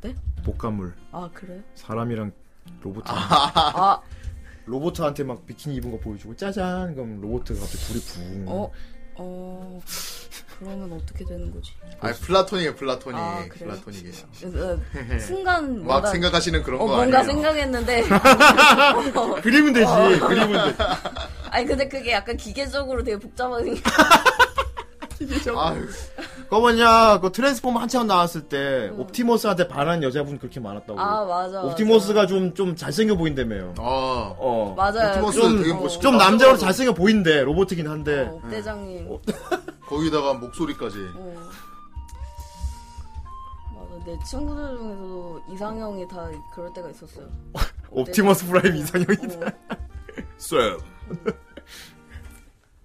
[SPEAKER 3] 네?
[SPEAKER 1] 볶감물.
[SPEAKER 3] 아 그래?
[SPEAKER 1] 사람이랑 로봇
[SPEAKER 3] 아
[SPEAKER 1] 로봇한테 막 비키니 입은 거 보여주고 짜잔 그럼 로봇 갑자기 불이 붕.
[SPEAKER 3] 어? 어 그러면 어떻게 되는 거지?
[SPEAKER 2] 아, 플라톤이에요, 플라톤이.
[SPEAKER 3] 아, 그래요?
[SPEAKER 2] 플라톤이.
[SPEAKER 3] 그래서 순간
[SPEAKER 2] 막
[SPEAKER 3] 뭔가,
[SPEAKER 2] 생각하시는 그런
[SPEAKER 3] 어,
[SPEAKER 2] 거
[SPEAKER 3] 뭔가
[SPEAKER 2] 아니에요?
[SPEAKER 3] 생각했는데 어,
[SPEAKER 1] 그림은 되지. 그림은 돼.
[SPEAKER 3] 아니 근데 그게 약간 기계적으로 되게 복잡하게
[SPEAKER 2] 아유,
[SPEAKER 1] 그거 뭐냐 그 트랜스포머 한참 나왔을 때 옵티머스한테 반한 여자분 그렇게 많았다고.
[SPEAKER 3] 음. 아 맞아 맞아.
[SPEAKER 1] 옵티머스가 좀 좀 잘생겨 보인다며요.
[SPEAKER 2] 어.
[SPEAKER 1] 어.
[SPEAKER 3] 맞아요
[SPEAKER 2] 옵티머스
[SPEAKER 3] 그-
[SPEAKER 2] 되게
[SPEAKER 3] 어.
[SPEAKER 2] 멋있고.
[SPEAKER 1] 좀 남자로 잘생겨 보인대 로봇이긴 한데.
[SPEAKER 3] 어, 대장님
[SPEAKER 2] 거기다가 목소리까지.
[SPEAKER 3] 어. 맞아 내 친구들 중에서도 이상형이 다 그럴 때가 있었어요
[SPEAKER 1] 옵티머스
[SPEAKER 3] 네.
[SPEAKER 1] 프라임 이상형이다.
[SPEAKER 3] 어,
[SPEAKER 2] 쌤.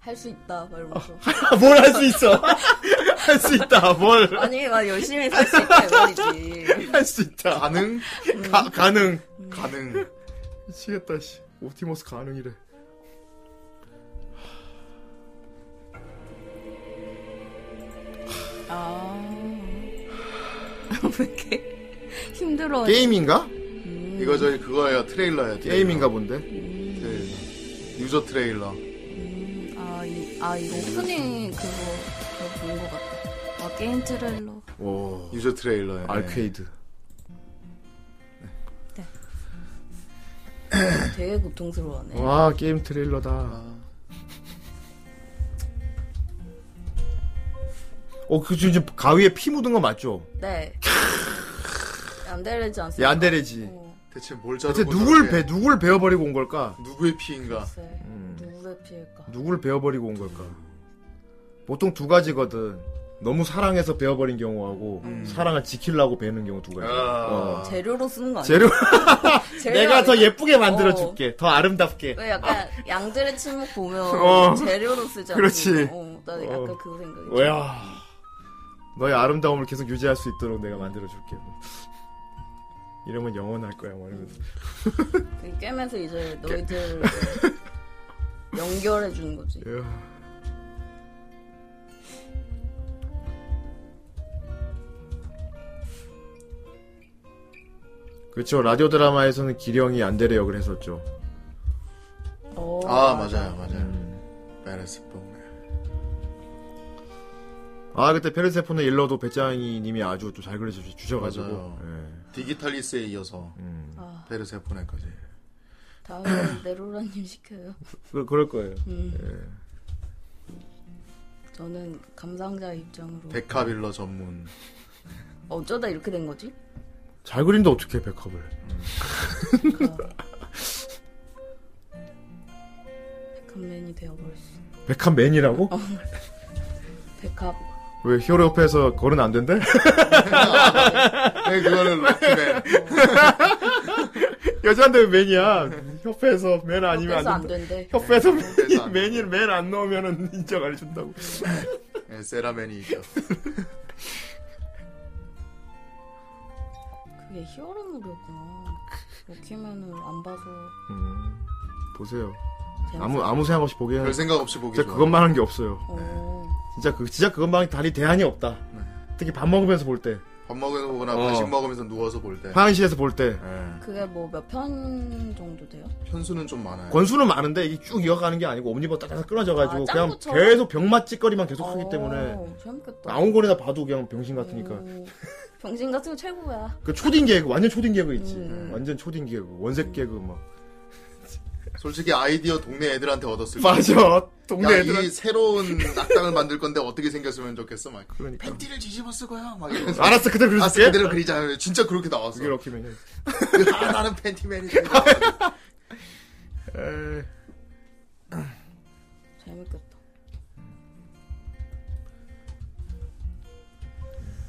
[SPEAKER 3] 할 수 있다 막 이러면서
[SPEAKER 1] 어. 뭘 할 수 있어? 할 수 있다. 뭘 할 수
[SPEAKER 3] 아니 막 열심히 살 수 있다 이 말이지
[SPEAKER 1] 있다. 음.
[SPEAKER 2] 가능?
[SPEAKER 1] 가, 가능.
[SPEAKER 2] 가능.
[SPEAKER 1] 미치겠다 씨. 옵티머스 가능이래.
[SPEAKER 3] 아왜 이렇게 힘들어
[SPEAKER 1] 게임인가?
[SPEAKER 2] 이거 저희 그거예요, 트레일러예요. 트레일러.
[SPEAKER 1] 게임인가 본데.
[SPEAKER 2] 트레일러. 유저 트레일러.
[SPEAKER 3] 아, 이, 아 이거 오프닝 그거 그거 본것 같아 아 게임 트레일러
[SPEAKER 1] 오.
[SPEAKER 2] 유저 트레일러예요. 네.
[SPEAKER 1] 알케이드.
[SPEAKER 3] 되게 고통스러워하네
[SPEAKER 1] 와 게임 트레일러다.
[SPEAKER 2] 아,
[SPEAKER 1] 어그 지금 지금 가위에 피 묻은 거 맞죠?
[SPEAKER 3] 네. 안 되지 않습니까?
[SPEAKER 1] 얀데레지.
[SPEAKER 3] 어.
[SPEAKER 2] 대체 뭘 자르고
[SPEAKER 1] 대체 누굴
[SPEAKER 2] 저렇게
[SPEAKER 1] 배 누굴 배워버리고 온 걸까?
[SPEAKER 2] 누구의 피인가?
[SPEAKER 3] 글쎄
[SPEAKER 1] 음.
[SPEAKER 3] 누구의 피일까
[SPEAKER 1] 누굴 배워버리고 온 걸까? 보통 두 가지거든. 너무 사랑해서 배워버린 경우하고
[SPEAKER 2] 음.
[SPEAKER 1] 사랑을 지키려고 배는 경우 두 가지.
[SPEAKER 2] 아.
[SPEAKER 1] 어.
[SPEAKER 3] 재료로 쓰는 거 아니야?
[SPEAKER 1] 재료
[SPEAKER 3] 재료
[SPEAKER 1] 내가 더
[SPEAKER 3] 아니야?
[SPEAKER 1] 예쁘게 만들어 줄게. 더 아름답게.
[SPEAKER 3] 왜 약간 양들의 침묵 보면
[SPEAKER 1] 어.
[SPEAKER 3] 재료로 쓰지 않나?
[SPEAKER 1] 그렇지.
[SPEAKER 3] 어, 나 약간
[SPEAKER 1] 어.
[SPEAKER 3] 그거 생각이.
[SPEAKER 1] 왜야? 너의 아름다움을 계속 유지할 수 있도록 내가 만들어 줄게. 이러면 영원할 거야. 뭐 이러면서.
[SPEAKER 3] 그 게임에서 이제 너희들 연결해 주는 거지.
[SPEAKER 1] 이야. 그렇죠. 라디오 드라마에서는 기령이 안대를 역을 했었죠.
[SPEAKER 3] 어,
[SPEAKER 2] 아 맞아요 맞아요.
[SPEAKER 1] 음.
[SPEAKER 2] 베레스포.
[SPEAKER 1] 아 그때 페르세폰의 일러도 배짱이님이 아주 또 잘 그려주 주셔가지고.
[SPEAKER 2] 맞아요.
[SPEAKER 1] 예.
[SPEAKER 2] 디기탈리스에 이어서
[SPEAKER 1] 음.
[SPEAKER 3] 아,
[SPEAKER 2] 베르세포네까지.
[SPEAKER 3] 다음에 네로라님 시켜요.
[SPEAKER 1] 그, 그럴 거예요.
[SPEAKER 3] 음. 저는 감상자 입장으로
[SPEAKER 2] 데카빌러 전문.
[SPEAKER 3] 어쩌다 이렇게 된 거지?
[SPEAKER 1] 잘 그린다 어떻게 백합을?
[SPEAKER 3] 백합맨이 되어버렸어.
[SPEAKER 1] 백합맨이라고?
[SPEAKER 3] 백합
[SPEAKER 1] 왜 히어로 옆에서 걸은 안 된대?
[SPEAKER 2] 네, 그거는 럭키맨.
[SPEAKER 1] 여자인데 왜 맨이야? 협회에서 맨 아니면
[SPEAKER 3] 협회에서
[SPEAKER 1] 안
[SPEAKER 3] 안
[SPEAKER 1] 된다.
[SPEAKER 3] 된대.
[SPEAKER 1] 협회에서
[SPEAKER 2] 협회에서 안
[SPEAKER 1] 맨이 맨안 넣으면은 인정 안 해준다고.
[SPEAKER 2] 네, 세라맨이 이겨.
[SPEAKER 3] 그게 히어로물이었구나. 뭐 럭키맨을 안 봐서
[SPEAKER 1] 음, 보세요.
[SPEAKER 3] 재밌-
[SPEAKER 1] 아무 아무 생각 없이 보게.
[SPEAKER 2] 별 생각 없이 보기
[SPEAKER 1] 진짜
[SPEAKER 2] 좋아.
[SPEAKER 1] 네. 그것만 하는 게 없어요.
[SPEAKER 3] 어,
[SPEAKER 1] 진짜 그 진짜 그것만 달리 대안이 없다.
[SPEAKER 2] 네.
[SPEAKER 1] 특히 밥 먹으면서 볼 때,
[SPEAKER 2] 밥 먹으면서 보거나
[SPEAKER 1] 어.
[SPEAKER 2] 간식 먹으면서 누워서 볼 때.
[SPEAKER 1] 화장실에서 볼 때.
[SPEAKER 2] 예.
[SPEAKER 3] 그게 뭐 몇 편 정도 돼요?
[SPEAKER 2] 편수는 좀 많아요.
[SPEAKER 1] 권수는 많은데 이게 쭉 이어가는 게 아니고 옴니버 따다닥 끊어져가지고
[SPEAKER 3] 아,
[SPEAKER 1] 그냥
[SPEAKER 3] 짱구처럼?
[SPEAKER 1] 계속 병맛짓거리만 계속 하기 때문에
[SPEAKER 3] 어, 재밌겠다.
[SPEAKER 1] 아무 거리나 봐도 그냥 병신 같으니까
[SPEAKER 3] 오, 병신 같은 거 최고야.
[SPEAKER 1] 그 초딩 개그 완전 초딩 개그 있지
[SPEAKER 3] 음.
[SPEAKER 1] 완전 초딩 개그 원색 뭐. 개그 막
[SPEAKER 2] 솔직히 아이디어 동네 애들한테 얻었을 거야.
[SPEAKER 1] 맞아 동네
[SPEAKER 2] 야,
[SPEAKER 1] 애들한테
[SPEAKER 2] 이 새로운 낙당을 만들 건데 어떻게 생겼으면 좋겠어, 막.
[SPEAKER 1] 그러니까.
[SPEAKER 2] 팬티를 뒤집었을 거야, 막 이러면서.
[SPEAKER 1] 알았어 그대로 그려줄게
[SPEAKER 2] 아스 그대로 그리자. 진짜 그렇게 나왔어.
[SPEAKER 1] 그게 럭키맨이야
[SPEAKER 2] 아, 나는 팬티맨이지.
[SPEAKER 1] 에이.
[SPEAKER 3] 재밌겠다.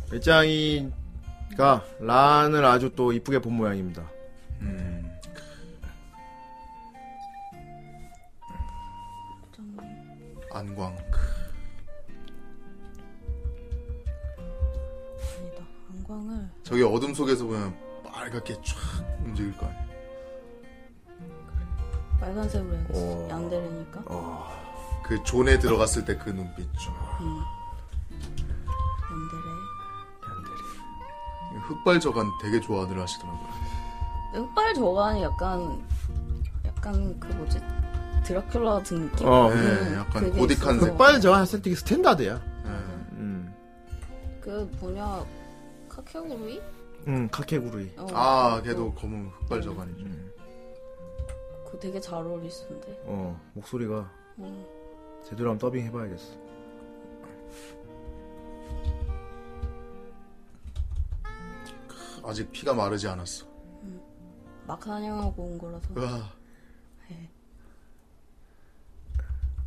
[SPEAKER 1] 배짱이가 란을 아주 또 이쁘게 본 모양입니다
[SPEAKER 2] 음,
[SPEAKER 3] 좀
[SPEAKER 2] 안광.
[SPEAKER 3] 아니다. 안광을
[SPEAKER 2] 저기 어둠 속에서 보면 빨갛게 촥 움직일 거 아니야.
[SPEAKER 3] 빨간색으로 해야겠어.
[SPEAKER 1] 어.
[SPEAKER 3] 양대리니까.
[SPEAKER 2] 그 존에 들어갔을 때 그 눈빛 쫙.
[SPEAKER 3] 양대리.
[SPEAKER 2] 흑발 저간 되게 좋아들 하시더라고요.
[SPEAKER 3] 흑발 저간이 약간 약간 그 뭐지 드라큘라 같은 느낌.
[SPEAKER 1] 어.
[SPEAKER 2] 네, 약간 고딕한
[SPEAKER 3] 아, 있어서.
[SPEAKER 2] 색깔.
[SPEAKER 1] 빨리 저한센 되게 스탠다드야
[SPEAKER 2] 예.
[SPEAKER 1] 음,
[SPEAKER 3] 그 뭐냐 카케오구이?
[SPEAKER 1] 음 카케구루이
[SPEAKER 3] 어,
[SPEAKER 2] 아,
[SPEAKER 3] 그거.
[SPEAKER 2] 걔도 검은 흑발 저간이죠.
[SPEAKER 3] 음. 그거 되게 잘 어울리시던데.
[SPEAKER 1] 어 목소리가
[SPEAKER 3] 음,
[SPEAKER 1] 제대로 한번 더빙 해봐야겠어
[SPEAKER 2] 아직 피가 마르지 않았어.
[SPEAKER 3] 막 사냥하고 온 거라서.
[SPEAKER 1] 그-
[SPEAKER 2] 으아.
[SPEAKER 3] 네.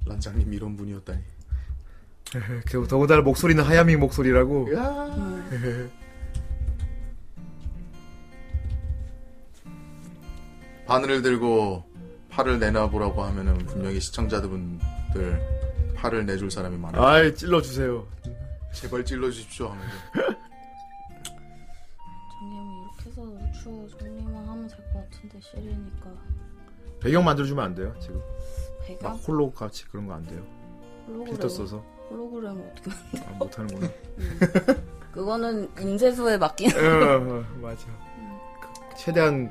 [SPEAKER 2] 란장님 이런 분이었다니.
[SPEAKER 1] 그 더군다나 목소리는 하야미 목소리라고 네.
[SPEAKER 2] 으아.
[SPEAKER 3] 음,
[SPEAKER 2] 바늘을 들고 팔을 내놔보라고 하면은 분명히 시청자분들 팔을 내줄 사람이 많아. 요
[SPEAKER 1] 아이 찔러주세요 아.
[SPEAKER 2] 제발 찔러주십시오 하면서.
[SPEAKER 1] 음.
[SPEAKER 3] 정리하면 이렇게 해서 우추 정리만 하면 될 것 같은데 실이니까
[SPEAKER 1] 배경 만들어주면 안 돼요 지금 막
[SPEAKER 3] 배경
[SPEAKER 1] 홀로 같이 그런 거 안 돼요
[SPEAKER 3] 홀로그램
[SPEAKER 1] 필터 써서
[SPEAKER 3] 홀로그램 어떻게
[SPEAKER 1] 아, 못하는구나
[SPEAKER 3] 그거는 인쇄소에 맡긴
[SPEAKER 1] 어, 맞아 최대한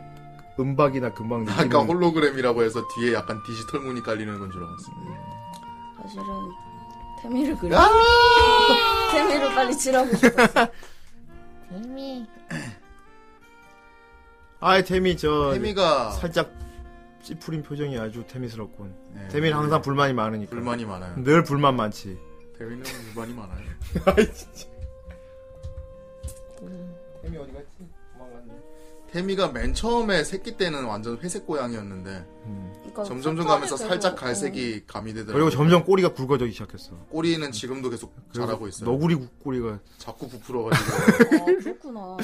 [SPEAKER 1] 음박이나 금방 느끼는
[SPEAKER 2] 아까 홀로그램이라고 해서 뒤에 약간 디지털 문이 깔리는 건 줄 알았어.
[SPEAKER 3] 사실은 태미를 그려
[SPEAKER 2] 아!
[SPEAKER 1] 아!
[SPEAKER 3] 태미를 빨리 칠하고 싶었어
[SPEAKER 1] 아이 네. 태미 저
[SPEAKER 2] 태미가
[SPEAKER 1] 살짝 찌푸린 표정이 아주 태미스럽군
[SPEAKER 2] 네,
[SPEAKER 1] 태미는 항상 불만이 많으니까
[SPEAKER 2] 불만이 많아요.
[SPEAKER 1] 늘 불만 많지
[SPEAKER 2] 태미는 불만이 많아요.
[SPEAKER 1] 아이 진짜 태미 어디 갔지? 도망갔네
[SPEAKER 2] 태미가 맨 처음에 새끼 때는 완전 회색 고양이였는데
[SPEAKER 3] 그러니까
[SPEAKER 2] 점점점
[SPEAKER 3] 색깔이
[SPEAKER 2] 가면서
[SPEAKER 3] 되게-
[SPEAKER 2] 살짝
[SPEAKER 3] 어.
[SPEAKER 2] 갈색이 가미되더라고요.
[SPEAKER 1] 음. 그리고 점점 꼬리가 굵어지기 시작했어.
[SPEAKER 2] 꼬리는 지금도 계속 자라고 있어요.
[SPEAKER 1] 너구리 꼬리가
[SPEAKER 2] 자꾸 부풀어가지고
[SPEAKER 3] 아, 그렇구나.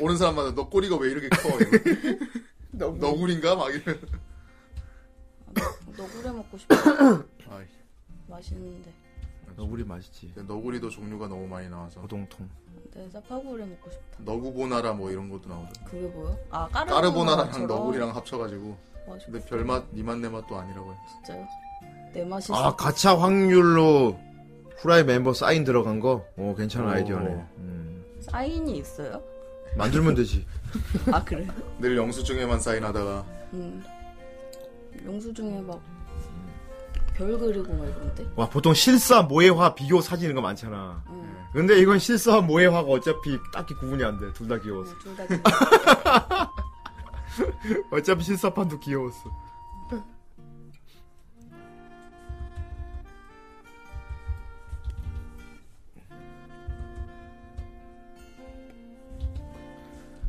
[SPEAKER 2] 오는 사람마다 너 꼬리가 왜 이렇게 커? 이러고. 너구리인가? 막 이런.
[SPEAKER 3] 너구리 먹고 싶어.
[SPEAKER 2] 아이,
[SPEAKER 3] 맛있는데.
[SPEAKER 1] 너구리
[SPEAKER 2] 네.
[SPEAKER 1] 맛있지.
[SPEAKER 2] 너구리도 종류가 너무 많이 나와서
[SPEAKER 1] 고동통.
[SPEAKER 3] 네, 사파구리 먹고 싶다.
[SPEAKER 2] 너구보나라 뭐 이런 것도 나오죠.
[SPEAKER 3] 그게 뭐야? 아, 까르보나라.
[SPEAKER 2] 까르보나라랑 너구리랑 합쳐가지고
[SPEAKER 3] 맛있...
[SPEAKER 2] 근데 별맛 니맛 내맛도 아니라고 해요.
[SPEAKER 3] 진짜요? 내 맛이
[SPEAKER 1] 아 가차 확률로 후라이 멤버 사인 들어간 거. 오 괜찮은
[SPEAKER 2] 오.
[SPEAKER 1] 아이디어네. 음.
[SPEAKER 3] 사인이 있어요?
[SPEAKER 1] 만들면 되지.
[SPEAKER 3] 아, 그래요?
[SPEAKER 2] 늘 영수증에만 사인하다가
[SPEAKER 3] 음. 용수 중에 막, 별 그리고 막 이런데? 어,
[SPEAKER 1] 와 보통 실사 모해화 비교 사진 이런 거 많잖아.
[SPEAKER 3] 음.
[SPEAKER 1] 근데 이건 실사 모해화가 어차피 딱히 구분이 안 돼. 둘 다 귀여웠어.
[SPEAKER 3] 둘다
[SPEAKER 1] 어차피 실사판도 귀여웠어.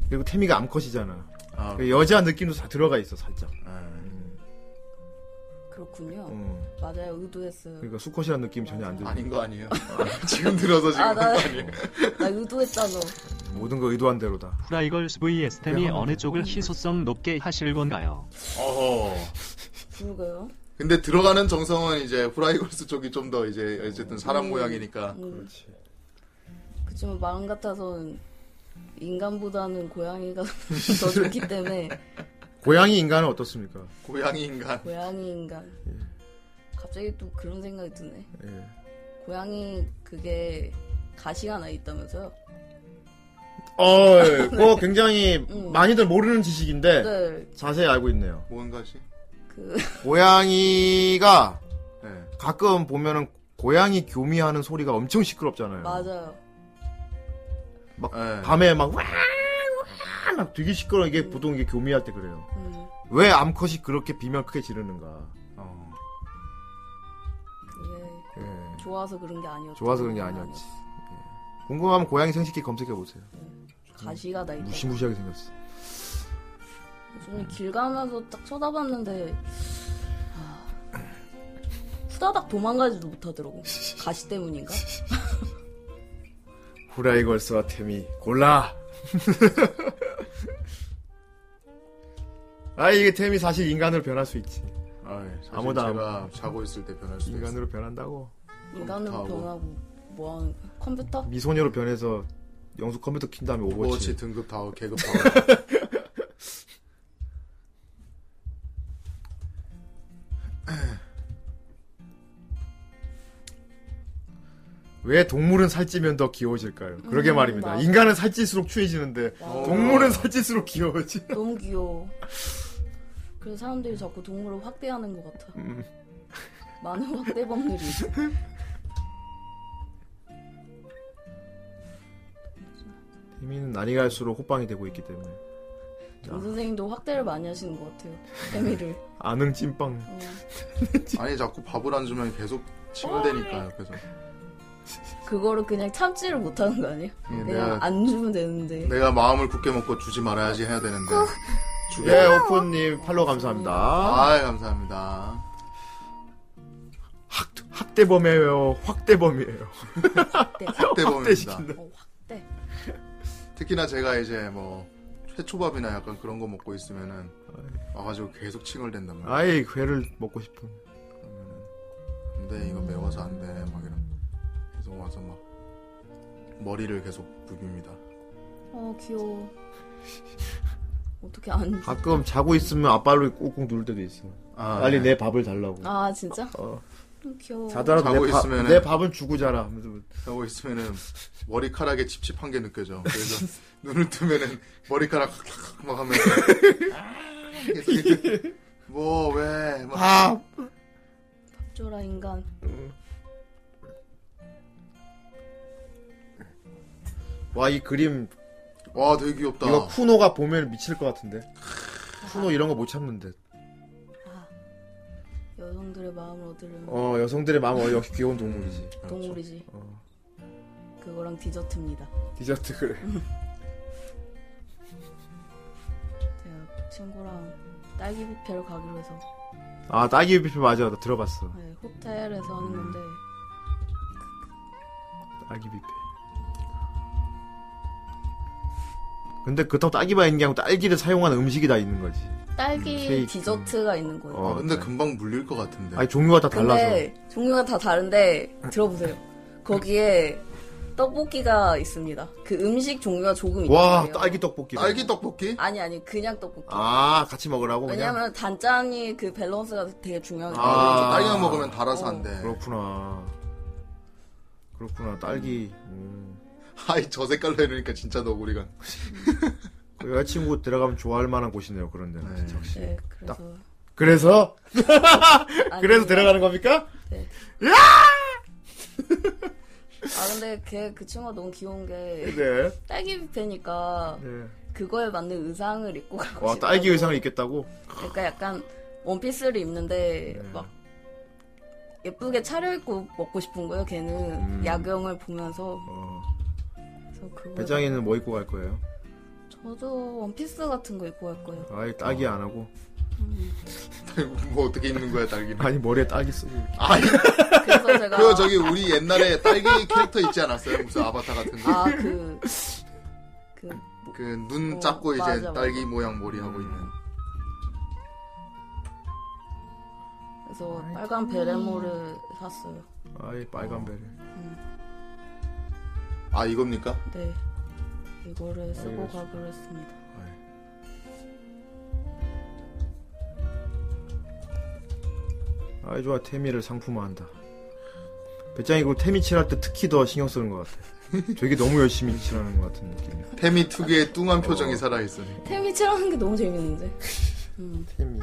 [SPEAKER 1] 그리고 태미가 암컷이잖아.
[SPEAKER 2] 아,
[SPEAKER 1] 그 여자 느낌도 다 들어가 있어 살짝.
[SPEAKER 2] 예.
[SPEAKER 3] 그렇군요.
[SPEAKER 1] 음.
[SPEAKER 3] 맞아요, 의도했어요.
[SPEAKER 1] 그러니까 수컷이라는 느낌 이 전혀 안 들고
[SPEAKER 2] 아닌 거 아니에요. 지금 들어서 지금
[SPEAKER 3] 아, 나,
[SPEAKER 2] 그거 아니에요.
[SPEAKER 3] 나 의도했잖아.
[SPEAKER 1] 모든 거 의도한 대로다.
[SPEAKER 6] 후라이걸스 vs 템이 어느 쪽을 희소성 높게 하실 건가요?
[SPEAKER 2] 어허.
[SPEAKER 3] 그러게요.
[SPEAKER 2] 근데 들어가는 정성은 이제 후라이걸스 쪽이 좀 더 이제 어쨌든 사람 모양이니까
[SPEAKER 3] 음. 그치만 마음 같아서는 인간보다는 고양이가 더 좋기 때문에
[SPEAKER 1] 고양이 인간은 어떻습니까?
[SPEAKER 2] 고양이 인간.
[SPEAKER 3] 고양이 인간. 갑자기 또 그런 생각이 드네.
[SPEAKER 1] 예.
[SPEAKER 3] 고양이 그게 가시가 하나 있다면서요?
[SPEAKER 1] 어, 예. 그거 굉장히
[SPEAKER 3] 음.
[SPEAKER 1] 많이들 모르는 지식인데
[SPEAKER 3] 네,
[SPEAKER 1] 자세히 알고 있네요.
[SPEAKER 2] 뭔가시?
[SPEAKER 3] 그
[SPEAKER 1] 고양이가 예,
[SPEAKER 2] 네.
[SPEAKER 1] 가끔 보면은 고양이 교미하는 소리가 엄청 시끄럽잖아요.
[SPEAKER 3] 맞아요.
[SPEAKER 2] 예.
[SPEAKER 1] 밤에 막 와, 와, 막 되게 시끄러워. 이게 보통 이게 교미할 때 그래요.
[SPEAKER 3] 음,
[SPEAKER 1] 왜 암컷이 그렇게 비명 크게 지르는가?
[SPEAKER 2] 어.
[SPEAKER 3] 그게
[SPEAKER 1] 예.
[SPEAKER 3] 좋아서 그런 게 아니었죠.
[SPEAKER 1] 좋아서 그런 게 아니었지. 예. 궁금하면 고양이 생식기 검색해 보세요.
[SPEAKER 3] 가시가 나 있다.
[SPEAKER 1] 무시무시하게 생겼어.
[SPEAKER 3] 저는 길 가면서 딱 쳐다봤는데 아, 후다닥 도망가지도 못하더라고. 가시 때문인가?
[SPEAKER 1] 후라이걸스와 템이 골라. 아 이게 템이 사실 인간으로 변할 수 있지.
[SPEAKER 2] 아이, 예. 사실
[SPEAKER 1] 아무도 안-
[SPEAKER 2] 제가 자고 있을 때 변할 수도 있어요.
[SPEAKER 1] 인간으로 변한다고.
[SPEAKER 3] 인간으로
[SPEAKER 2] 컴퓨터하고.
[SPEAKER 3] 변하고 뭐 하는 거야? 컴퓨터?
[SPEAKER 1] 미소녀로 변해서 영수 컴퓨터 킨 다음에
[SPEAKER 2] 오버워치
[SPEAKER 1] 오버워치.
[SPEAKER 2] 등급 다워 계급 다워.
[SPEAKER 1] 왜 동물은 살찌면 더 귀여워질까요? 그러게
[SPEAKER 3] 음,
[SPEAKER 1] 말입니다.
[SPEAKER 3] 맞아.
[SPEAKER 1] 인간은 살찔수록 추해지는데
[SPEAKER 2] 어.
[SPEAKER 3] 와,
[SPEAKER 1] 동물은 살찔수록 귀여워지.
[SPEAKER 3] 너무 귀여워. 그래서 사람들이 자꾸 동물을 확대하는 것 같아.
[SPEAKER 1] 음.
[SPEAKER 3] 많은 확대 법률이 있어.
[SPEAKER 1] 태미는 날이 갈수록 호빵이 되고 있기 때문에
[SPEAKER 3] 정 선생님도 확대를 많이 하시는 것 같아요. 태미를.
[SPEAKER 1] 아능 찐빵.
[SPEAKER 3] 어.
[SPEAKER 2] 아니 자꾸 밥을 안 주면 계속 침대니까 옆에서.
[SPEAKER 3] 그거를 그냥 참지를 못하는 거 아니에요?
[SPEAKER 2] 예,
[SPEAKER 3] 그냥
[SPEAKER 2] 내가
[SPEAKER 3] 안 주면 되는데.
[SPEAKER 2] 내가 마음을 굳게 먹고 주지 말아야지 해야 되는데. 주게.
[SPEAKER 1] 예 오픈님 팔로 감사합니다.
[SPEAKER 2] 아, 감사합니다.
[SPEAKER 1] 학 학대범이에요. 확대범이에요.
[SPEAKER 3] 확대.
[SPEAKER 2] 때범입니다.
[SPEAKER 1] 확대시킨다.
[SPEAKER 3] 어, 확대.
[SPEAKER 2] 특히나 제가 이제 뭐 회초밥이나 약간 그런 거 먹고 있으면은 와가지고 계속 칭얼댄단 말이야.
[SPEAKER 1] 아이 회를 먹고 싶은.
[SPEAKER 2] 근데 이거 매워서 안 돼. 막 이런. 계속 와서 막 머리를 계속 부깁니다.
[SPEAKER 3] 어, 귀여워. 어떻게 안 주...
[SPEAKER 1] 가끔 자고 있으면 아빠를 꾹꾹 누를 때도 있어.
[SPEAKER 2] 아,
[SPEAKER 1] 빨리
[SPEAKER 2] 네.
[SPEAKER 1] 내 밥을 달라고.
[SPEAKER 3] 아, 진짜?
[SPEAKER 1] 어.
[SPEAKER 3] 음, 귀여워.
[SPEAKER 1] 자더라도
[SPEAKER 2] 자고
[SPEAKER 1] 내, 밥-
[SPEAKER 2] 있으면은-
[SPEAKER 1] 내 밥은 주고 자라. 하면서 뭐
[SPEAKER 2] 하고 있으면은 머리카락에 찝찝한 게 느껴져. 그래서 눈을 뜨면은 머리카락 막 하면서 계속 이렇게 뭐 왜? 막
[SPEAKER 1] 밥!
[SPEAKER 3] 쪼라 인간.
[SPEAKER 1] 와, 이 그림,
[SPEAKER 2] 와 되게 귀엽다.
[SPEAKER 1] 이거 쿠노가 보면 미칠 것 같은데. 쿠노 이런 거 못 참는데.
[SPEAKER 3] 아, 여성들의 마음을 얻으려면
[SPEAKER 1] 어, 여성들의 마음 어, 역시 귀여운 동물이지.
[SPEAKER 3] 동물이지.
[SPEAKER 1] 어.
[SPEAKER 3] 그거랑 디저트입니다.
[SPEAKER 1] 디저트 그래.
[SPEAKER 3] 친구랑 딸기 뷔페를 가기로 해서
[SPEAKER 1] 아, 딸기 뷔페 맞아. 나 들어봤어.
[SPEAKER 3] 네, 호텔에서 하는 건데
[SPEAKER 1] 딸기 뷔페. 근데 그렇다고 딸기만 있는 게 아니고 딸기를 사용한 음식이 다 있는 거지.
[SPEAKER 3] 딸기
[SPEAKER 1] 케이크.
[SPEAKER 3] 디저트가 있는 거예요.
[SPEAKER 1] 어,
[SPEAKER 2] 아, 근데
[SPEAKER 1] 네.
[SPEAKER 2] 금방 물릴 것 같은데.
[SPEAKER 1] 아니, 종류가 다 달라서.
[SPEAKER 3] 근데 종류가 다 다른데 들어보세요. 거기에 떡볶이가 있습니다. 그 음식 종류가 조금 있어요.
[SPEAKER 1] 와, 딸기 떡볶이.
[SPEAKER 2] 딸기 떡볶이?
[SPEAKER 3] 아니 아니 그냥 떡볶이.
[SPEAKER 1] 아, 같이 먹으라고 그냥.
[SPEAKER 3] 왜냐면 단짠이 그 밸런스가 되게 중요하기 때문에
[SPEAKER 1] 아.
[SPEAKER 2] 딸기만 먹으면 달아서 안 돼.
[SPEAKER 1] 그렇구나. 그렇구나. 딸기. 음.
[SPEAKER 2] 아이 저 색깔로 해놓으니까 진짜 너구리가.
[SPEAKER 1] 그 여자친구 들어가면 좋아할 만한 곳이네요. 그런 데는
[SPEAKER 2] 네.
[SPEAKER 1] 진짜 확실히.
[SPEAKER 3] 네, 그래서
[SPEAKER 1] 그래서
[SPEAKER 3] 아니,
[SPEAKER 1] 그래서 들어가는 겁니까?
[SPEAKER 3] 아 근데 걔 그 친구가 너무 귀여운 게
[SPEAKER 1] 네.
[SPEAKER 3] 딸기 뷔페니까
[SPEAKER 1] 네.
[SPEAKER 3] 그거에 맞는 의상을 입고 가고
[SPEAKER 1] 와
[SPEAKER 3] 싶다고.
[SPEAKER 1] 딸기 의상을 입겠다고?
[SPEAKER 3] 그러니까 약간 원피스를 입는데
[SPEAKER 1] 네.
[SPEAKER 3] 막 예쁘게 차려입고 먹고 싶은 거예요. 걔는
[SPEAKER 1] 음.
[SPEAKER 3] 야경을 보면서
[SPEAKER 1] 어,
[SPEAKER 3] 그래서 그거
[SPEAKER 1] 배짱이는 뭐 입고 갈 거예요?
[SPEAKER 3] 저도 원피스 같은 거 입고 갈 거예요.
[SPEAKER 1] 아예 딸기 안 하고
[SPEAKER 2] 뭐 어떻게 입는 거야 딸기는?
[SPEAKER 1] 아니 머리에 딸기 쓰고 이렇게.
[SPEAKER 2] 아이
[SPEAKER 3] 그래서 제가
[SPEAKER 2] 그 저기 우리 옛날에 딸기 캐릭터 있지 않았어요? 무슨 아바타 같은 거.
[SPEAKER 3] 아그 그,
[SPEAKER 2] 그 눈
[SPEAKER 3] 어,
[SPEAKER 2] 작고 이제
[SPEAKER 3] 맞아, 맞아.
[SPEAKER 2] 딸기 모양 머리 하고 있는.
[SPEAKER 3] 그래서 빨간 베레모를 샀어요.
[SPEAKER 1] 아예 빨간 베리
[SPEAKER 2] 아 이겁니까?
[SPEAKER 3] 네 이거를
[SPEAKER 1] 아,
[SPEAKER 3] 쓰고
[SPEAKER 1] 알겠습니다.
[SPEAKER 3] 가기로 했습니다.
[SPEAKER 1] 아이 좋아 태미를 상품화한다 배짱이 그리고 태미 칠할 때 특히 더 신경 쓰는 것 같아 되게 너무 열심히 칠하는 것 같은 느낌이야
[SPEAKER 2] 태미 특유의 뚱한 표정이
[SPEAKER 1] 어.
[SPEAKER 2] 살아있어.
[SPEAKER 3] 템이 칠하는 게 너무 재밌는데. 음.
[SPEAKER 1] 태미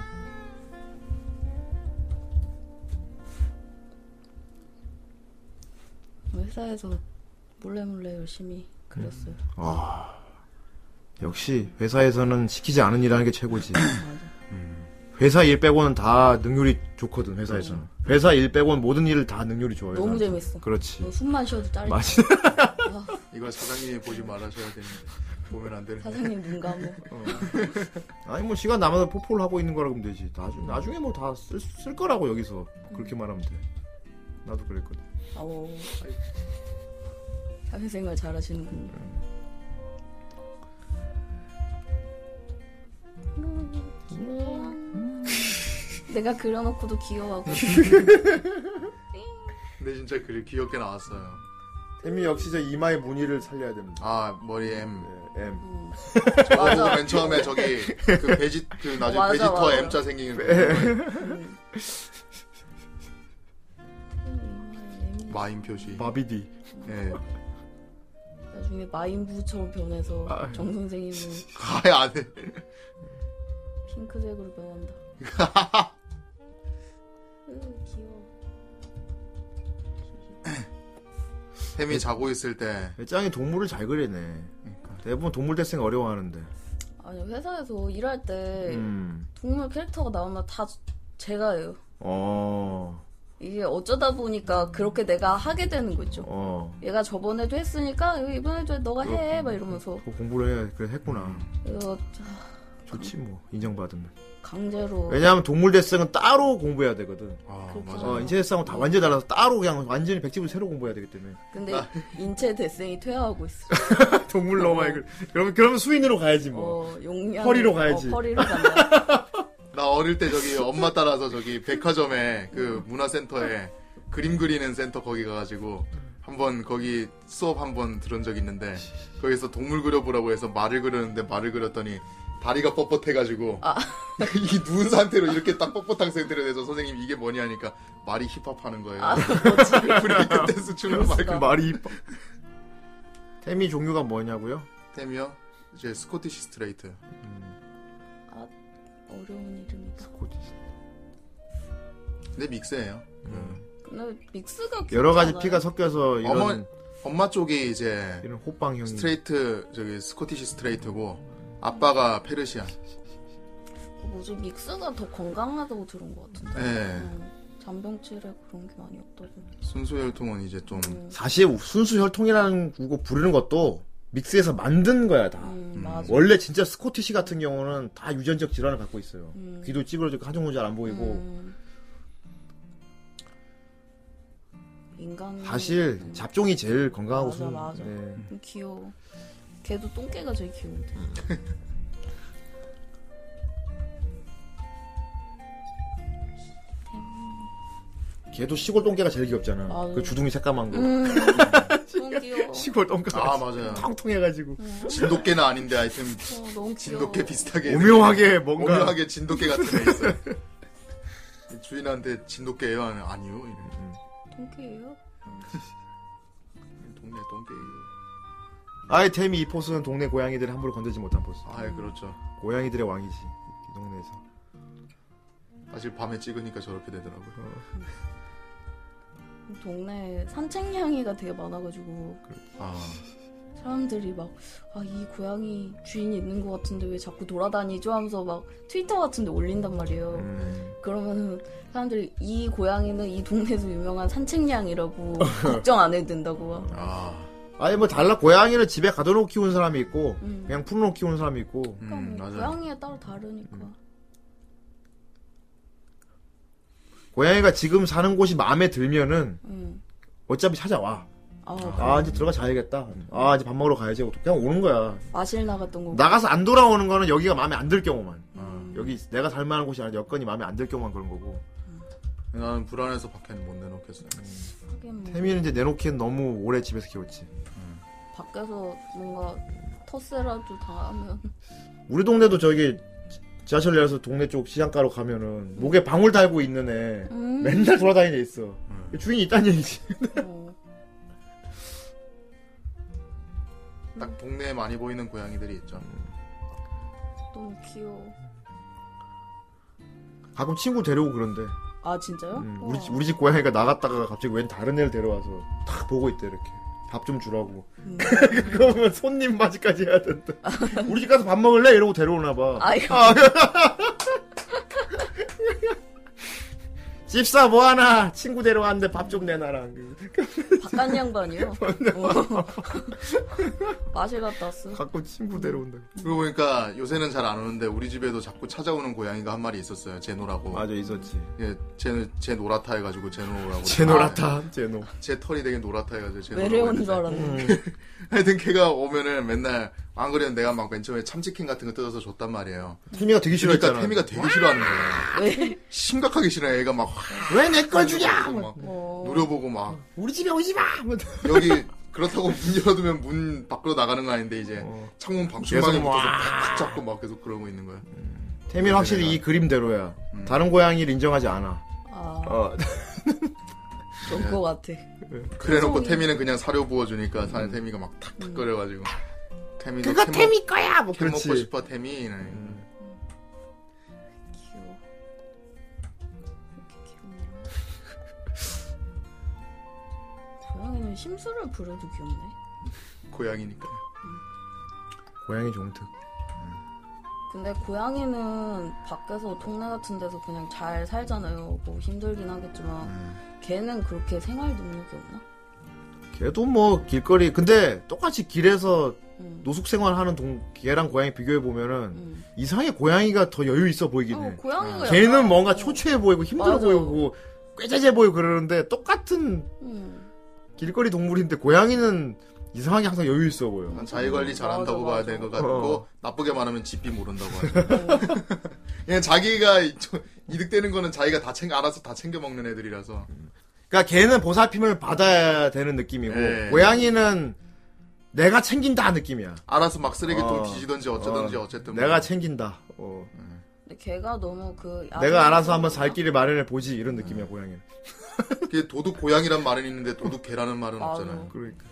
[SPEAKER 3] 회사에서 몰래 몰래 열심히 그렸어요.
[SPEAKER 1] 음. 아, 역시 회사에서는 시키지 않은 일 하는 게 최고지 회사 일 빼고는 다 능률이 좋거든 회사에서는 회사 일 빼고는 모든 일을 다 능률이 좋아요
[SPEAKER 3] 음. 너무
[SPEAKER 1] 사람들은.
[SPEAKER 3] 재밌어.
[SPEAKER 1] 그렇지
[SPEAKER 3] 뭐 숨만 쉬어도 짜릿해.
[SPEAKER 1] 맞아
[SPEAKER 2] 이걸 사장님이 보지 말아셔야 되는데 보면 안 되는데.
[SPEAKER 3] 사장님 눈 감아.
[SPEAKER 1] 아니 뭐 시간 남아서 포포를 하고 있는 거라 그러면 되지 나중에, 나중에 뭐 다 쓸 거라고 여기서 그렇게 말하면 돼 나도 그랬거든
[SPEAKER 3] 아오. 사회생활 잘하시는군요. 음. 내가 그려놓고도 귀여워하고.
[SPEAKER 2] 근데 진짜 그 귀엽게 나왔어요.
[SPEAKER 1] 태미 역시 저 이마의 무늬를 살려야 됩니다
[SPEAKER 2] 아 머리 M.
[SPEAKER 1] 네, M
[SPEAKER 3] 음.
[SPEAKER 2] 저거 맨 처음에 저기 그 베지 그 나중에
[SPEAKER 3] 맞아,
[SPEAKER 2] 베지터
[SPEAKER 3] 맞아. 네.
[SPEAKER 2] M자 생기는 거.
[SPEAKER 3] 음.
[SPEAKER 2] 마인 표시.
[SPEAKER 1] 바비디
[SPEAKER 2] 예.
[SPEAKER 3] 나중에 마인부처럼 변해서
[SPEAKER 1] 아.
[SPEAKER 3] 정 선생님은
[SPEAKER 2] 아예 안 해.
[SPEAKER 3] 핑크색으로 변한다. 으, 음, 귀여워.
[SPEAKER 2] 햄이 자고 있을 때
[SPEAKER 1] 짱이 동물을 잘 그리네 대부분 동물 대생 어려워하는데
[SPEAKER 3] 아니 회사에서 일할 때
[SPEAKER 1] 음.
[SPEAKER 3] 동물 캐릭터가 나오면 다 제가 해요.
[SPEAKER 1] 어,
[SPEAKER 3] 이게 어쩌다 보니까 그렇게 내가 하게 되는 거 있죠.
[SPEAKER 1] 어.
[SPEAKER 3] 얘가 저번에도 했으니까 이거 이번에도 너가 해 막 이러면서
[SPEAKER 1] 그거 공부를 해, 그래 했구나.
[SPEAKER 3] 이거
[SPEAKER 1] 좋지 뭐 인정받으면.
[SPEAKER 3] 강제로
[SPEAKER 1] 왜냐하면 동물 대생은 따로 공부해야 되거든.
[SPEAKER 2] 아,
[SPEAKER 3] 그렇구나.
[SPEAKER 2] 맞아.
[SPEAKER 1] 어, 인체 대생하고 다 완전히 달라서 따로 그냥 완전히 백집을 새로 공부해야 되기 때문에.
[SPEAKER 3] 근데 인체 대생이 퇴화하고 있어.
[SPEAKER 1] 동물 로마 이걸. 그러면 그러면 수인으로 가야지 뭐.
[SPEAKER 3] 어, 용량
[SPEAKER 1] 허리로 가야지.
[SPEAKER 3] 어, 허리로 간다.
[SPEAKER 2] 나 어릴 때 저기 엄마 따라서 저기 백화점에 그 문화센터에 그림 그리는 센터 거기 가가지고 한번 거기 수업 한번 들은 적 있는데 거기서 동물 그려보라고 해서 말을 그렸는데 말을 그렸더니 다리가 뻣뻣해가지고 이 누운 상태로 이렇게 딱 뻣뻣한 상태로 돼서 선생님 이게 뭐냐 하니까 말이 힙합하는 거예요.
[SPEAKER 3] 아,
[SPEAKER 2] 브레이크 댄스 추는 말
[SPEAKER 1] 그
[SPEAKER 2] 그
[SPEAKER 1] 말이 이뻐. 태미 종류가 뭐냐고요?
[SPEAKER 2] 템이요. 이제 스코티시 스트레이트.
[SPEAKER 3] 아, 어려운 이름이다.
[SPEAKER 2] 근데 믹스예요. 음.
[SPEAKER 3] 근데 믹스가
[SPEAKER 1] 여러 가지
[SPEAKER 3] 귀엽지
[SPEAKER 1] 피가
[SPEAKER 3] 않아요?
[SPEAKER 1] 섞여서 이런
[SPEAKER 2] 어머- 엄마 쪽이 이제
[SPEAKER 1] 이런 호빵형.
[SPEAKER 2] 스트레이트 저기 스코티시 스트레이트고 아빠가 페르시안.
[SPEAKER 3] 뭐지 믹스가 더 건강하다고 들은 것 같은데.
[SPEAKER 1] 네.
[SPEAKER 2] 예.
[SPEAKER 3] 음, 잔병치레 그런 게 많이 없다고. 음,
[SPEAKER 2] 순수 혈통은 이제 좀
[SPEAKER 1] 사실 순수 혈통이라는 거 부르는 것도 믹스해서 만든 거야 다.
[SPEAKER 3] 음, 맞아.
[SPEAKER 1] 원래 진짜 스코티시 같은 경우는 다 유전적 질환을 갖고 있어요. 귀도 찌그러지고 한쪽눈 잘안 보이고
[SPEAKER 3] 음. 인간
[SPEAKER 1] 사실 잡종이 제일 건강하고
[SPEAKER 3] 맞아,
[SPEAKER 1] 순-
[SPEAKER 3] 맞아.
[SPEAKER 1] 예.
[SPEAKER 3] 귀여워. 걔도 똥개가 제일 귀여운데.
[SPEAKER 1] 걔도 시골 똥개가 제일 귀엽잖아.
[SPEAKER 3] 맞아.
[SPEAKER 1] 그 주둥이 새까만 거.
[SPEAKER 3] 음, 너무 귀여워.
[SPEAKER 1] 시골 똥개가
[SPEAKER 2] 아 맞아요.
[SPEAKER 1] 통통해가지고
[SPEAKER 2] 진돗개는 아닌데 하여튼
[SPEAKER 3] 어, 너무 귀여워.
[SPEAKER 2] 진돗개 비슷하게
[SPEAKER 1] 오묘하게 뭔가
[SPEAKER 2] 음. 오묘하게 진돗개 같은 애 있어요. 주인한테 진돗개예요? 하면 아니요. 이래.
[SPEAKER 3] 똥개예요?
[SPEAKER 2] 동네 똥개.
[SPEAKER 1] 아이템이 이 포스는 동네 고양이들을 함부로 건드지 못한 포스.
[SPEAKER 2] 아 예, 그렇죠.
[SPEAKER 1] 고양이들의 왕이지 이 동네에서.
[SPEAKER 2] 사실 밤에 찍으니까 저렇게 되더라고요.
[SPEAKER 3] 동네 산책냥이가 되게 많아가지고
[SPEAKER 2] 아
[SPEAKER 3] 사람들이 막 아 이 고양이 주인이 있는 것 같은데 왜 자꾸 돌아다니죠 하면서 막 트위터 같은데 올린단 말이에요.
[SPEAKER 1] 음.
[SPEAKER 3] 그러면은 사람들이 이 고양이는 이 동네에서 유명한 산책냥이라고 걱정 안 해도 된다고. 막.
[SPEAKER 2] 아,
[SPEAKER 1] 아니 뭐 달라 고양이를 집에 가둬놓고 키우는 사람이 있고
[SPEAKER 3] 음.
[SPEAKER 1] 그냥 풀어놓고 키우는 사람이 있고
[SPEAKER 2] 음,
[SPEAKER 3] 그러니까 뭐
[SPEAKER 2] 맞아.
[SPEAKER 3] 고양이에 따라 다르니까.
[SPEAKER 1] 고양이가 지금 사는 곳이 마음에 들면은
[SPEAKER 3] 음.
[SPEAKER 1] 어차피 찾아와.
[SPEAKER 3] 아,
[SPEAKER 1] 아 이제 들어가 자야겠다.
[SPEAKER 3] 음.
[SPEAKER 1] 아 이제 밥 먹으러 가야지. 하고 그냥 오는 거야.
[SPEAKER 3] 마실 나갔던 거.
[SPEAKER 1] 나가서 안 돌아오는 거는 여기가 마음에 안 들 경우만.
[SPEAKER 3] 음.
[SPEAKER 1] 여기 내가 살 만한 곳이 아니라 여건이 마음에 안 들 경우만 그런 거고.
[SPEAKER 2] 나는 불안해서 밖에는 못 내놓겠어요.
[SPEAKER 3] 하긴 뭐
[SPEAKER 1] 태미는 이제 내놓기엔 너무 오래 집에서 키웠지.
[SPEAKER 3] 밖에서 뭔가 터세라도 당하면
[SPEAKER 1] 우리 동네도 저기 지- 지하철 내려서 동네 쪽 시장가로 가면은 목에 방울 달고 있는 애
[SPEAKER 3] 음.
[SPEAKER 2] 네.
[SPEAKER 1] 맨날 돌아다니는 애 있어.
[SPEAKER 2] 음.
[SPEAKER 1] 주인이 있다는 얘기지.
[SPEAKER 3] 어.
[SPEAKER 2] 딱 동네에 많이 보이는 고양이들이 있죠.
[SPEAKER 3] 너무 귀여워.
[SPEAKER 1] 가끔 친구 데려오고 그런데
[SPEAKER 3] 아 진짜요?
[SPEAKER 1] 음, 우리,
[SPEAKER 3] 우와.
[SPEAKER 1] 집- 우리 집 고양이가 나갔다가 갑자기 웬 다른 애를 데려와서 탁 보고 있대 이렇게 밥 좀 주라고
[SPEAKER 3] 음. 아.
[SPEAKER 1] 그러면 손님 맞이까지 해야 된다 우리 집 가서 밥 먹을래? 이러고 데려오나 봐
[SPEAKER 3] 아이고.
[SPEAKER 1] 집사 뭐하나 친구 데려왔는데 밥 좀 내놔라
[SPEAKER 3] 바깥 양반이요. 어. 마실 갔다 왔어.
[SPEAKER 1] 가끔 친구 데려온다
[SPEAKER 2] 그러고 보니까 요새는 잘 안 오는데 우리 집에도 자꾸 찾아오는 고양이가 한 마리 있었어요. 제노라고.
[SPEAKER 1] 아. 있었지
[SPEAKER 2] 예, 제, 제 노라타 해가지고 제노라고.
[SPEAKER 1] 제노라타 제노
[SPEAKER 2] 아, 제 털이 되게 노라타 해가지고 제노.
[SPEAKER 3] 외래어인 줄
[SPEAKER 1] 음.
[SPEAKER 3] 알았네.
[SPEAKER 2] 하여튼 걔가 오면은 맨날 안 그래도 내가 막 맨 처음에 참치킨 같은 거 뜯어서 줬단 말이에요.
[SPEAKER 1] 태미가 되게
[SPEAKER 2] 그러니까
[SPEAKER 1] 싫어했잖아
[SPEAKER 2] 태미가 되게 싫어하는 거야.
[SPEAKER 3] 왜?
[SPEAKER 2] 심각하게 싫어해. 애가 막 확
[SPEAKER 1] 왜 내 걸 주냐
[SPEAKER 2] 막
[SPEAKER 3] 어.
[SPEAKER 2] 노려보고 막
[SPEAKER 1] 우리 집에 오지마
[SPEAKER 2] 여기 그렇다고 문 열어두면 문 밖으로 나가는 거 아닌데 이제
[SPEAKER 1] 어.
[SPEAKER 2] 창문
[SPEAKER 1] 계속
[SPEAKER 2] 방충망에
[SPEAKER 1] 뭐,
[SPEAKER 2] 붙어서
[SPEAKER 1] 아.
[SPEAKER 2] 팍팍 잡고 막 계속 그러고 있는 거야.
[SPEAKER 1] 태미는 확실히 이 그림대로야 다른 고양이를 인정하지 않아 네.
[SPEAKER 3] 아,
[SPEAKER 1] 음. 어.
[SPEAKER 3] 그런 거 같아.
[SPEAKER 2] 그래놓고
[SPEAKER 3] 표정이-
[SPEAKER 2] 태미는 그냥 사료 부어주니까 사는 태미가 막
[SPEAKER 3] 음.
[SPEAKER 2] 탁탁 거려가지고 태미도
[SPEAKER 1] 그거
[SPEAKER 2] 캔
[SPEAKER 1] 태미 거야 뭐
[SPEAKER 2] 먹- 캔 먹고
[SPEAKER 1] 그렇지
[SPEAKER 2] 싶어 태미. 음.
[SPEAKER 3] 귀여워. 이렇게 귀엽네요. 고양이는 심술을 부려도 귀엽네.
[SPEAKER 2] 고양이니까.
[SPEAKER 1] 고양이 종특
[SPEAKER 3] 근데 고양이는 밖에서 동네 같은 데서 그냥 잘 살잖아요. 뭐 힘들긴 하겠지만
[SPEAKER 1] 음.
[SPEAKER 3] 걔는 그렇게 생활 능력이 없나?
[SPEAKER 1] 걔도 뭐 길거리 근데 똑같이 길에서
[SPEAKER 3] 응.
[SPEAKER 1] 노숙 생활하는 동 걔랑 고양이 비교해 보면은
[SPEAKER 3] 응.
[SPEAKER 1] 이상하게 고양이가 더 여유 있어 보이긴
[SPEAKER 3] 어,
[SPEAKER 1] 해.
[SPEAKER 3] 고양이가
[SPEAKER 1] 예. 걔는
[SPEAKER 3] 약간-
[SPEAKER 1] 뭔가
[SPEAKER 3] 어.
[SPEAKER 1] 초췌해 보이고 힘들어
[SPEAKER 3] 맞아.
[SPEAKER 1] 보이고 꾀재재 보이고 그러는데 똑같은
[SPEAKER 3] 응.
[SPEAKER 1] 길거리 동물인데 고양이는 이상하게 항상 여유 있어 보여.
[SPEAKER 2] 자기 관리 잘한다고
[SPEAKER 3] 맞아,
[SPEAKER 2] 봐야
[SPEAKER 3] 맞아.
[SPEAKER 2] 될 것 같고
[SPEAKER 1] 어.
[SPEAKER 2] 나쁘게 말하면 집비 모른다고 하죠. 그냥 자기가 이- 저- 이득되는 거는 자기가 다 챙, 알아서 다 챙겨 먹는 애들이라서
[SPEAKER 1] 그러니까 걔는 보살핌을 받아야 되는 느낌이고
[SPEAKER 2] 예.
[SPEAKER 1] 고양이는 내가 챙긴다 느낌이야.
[SPEAKER 2] 알아서 막 쓰레기통
[SPEAKER 1] 어.
[SPEAKER 2] 뒤지던지 어쩌던지
[SPEAKER 1] 어.
[SPEAKER 2] 어. 쨌든
[SPEAKER 1] 내가 챙긴다. 어.
[SPEAKER 3] 근데 걔가 너무 그
[SPEAKER 1] 내가 알아서 한번
[SPEAKER 3] 야생성이구나.
[SPEAKER 1] 살 길을 마련해 보지 이런 느낌이야 고양이는.
[SPEAKER 2] 그게 도둑 고양이란 말은 있는데 도둑 개라는 말은
[SPEAKER 3] 맞아.
[SPEAKER 2] 없잖아요.
[SPEAKER 1] 그러니까.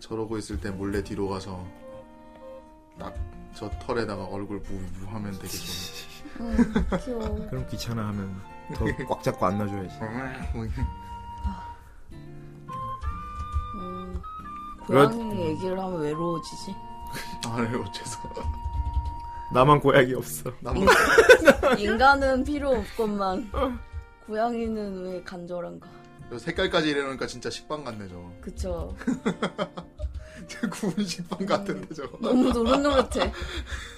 [SPEAKER 2] 저러고 있을 때 몰래 뒤로 가서 딱 저 털에다가 얼굴 부부 하면 되겠죠.
[SPEAKER 3] 응, 귀여워.
[SPEAKER 1] 그럼 귀찮아하면 더 꽉 잡고 안 놔줘야지.
[SPEAKER 3] 음,
[SPEAKER 1] 그렇- 아, 네, 어,
[SPEAKER 3] 고양이 얘기를 하면 외로워지지.
[SPEAKER 2] 아네 어째서
[SPEAKER 1] 나만 고약이 없어.
[SPEAKER 2] 남은
[SPEAKER 3] 인간은 필요 없건만 고양이는 왜 간절한가?
[SPEAKER 2] 저 색깔까지 이래놓으니까 진짜 식빵 같네 저거.
[SPEAKER 3] 그쵸.
[SPEAKER 2] 진짜 구운 식빵 같은데
[SPEAKER 1] 음,
[SPEAKER 2] 저거.
[SPEAKER 3] 너무 노릇노릇해.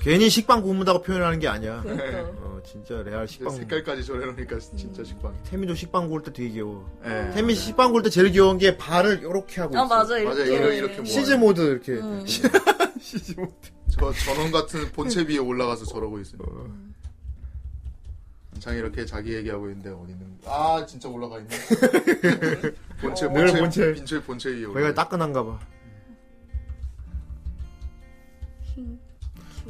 [SPEAKER 1] 괜히 식빵 구운다고 표현하는 게 아니야.
[SPEAKER 3] 그러니까.
[SPEAKER 1] 어, 진짜 레알
[SPEAKER 2] 저
[SPEAKER 1] 식빵. 음.
[SPEAKER 2] 색깔까지 저래놓으니까 진짜 식빵.
[SPEAKER 1] 태민도 식빵 구울 때 되게 귀여워.
[SPEAKER 2] 예.
[SPEAKER 1] 태민 씨 식빵 구울 때 제일 귀여운 게 발을 네. 이렇게 하고
[SPEAKER 3] 아
[SPEAKER 1] 있어.
[SPEAKER 3] 맞아 이렇게.
[SPEAKER 2] 맞아, 이렇게, 이렇게 뭐-
[SPEAKER 1] 시즈 모드 이렇게.
[SPEAKER 3] 음.
[SPEAKER 1] 시즈 모드.
[SPEAKER 2] 저 전원 같은 본체 위에 올라가서 저러고 있어요. 장이 이렇게 자기 얘기하고 있는데 어디 있는? 아 진짜 올라가 있네. 본체
[SPEAKER 1] 늘
[SPEAKER 2] 본체
[SPEAKER 1] 어, 본체.
[SPEAKER 2] 빈체 본체 위에 올라.
[SPEAKER 1] 거기가 따끈한가 봐.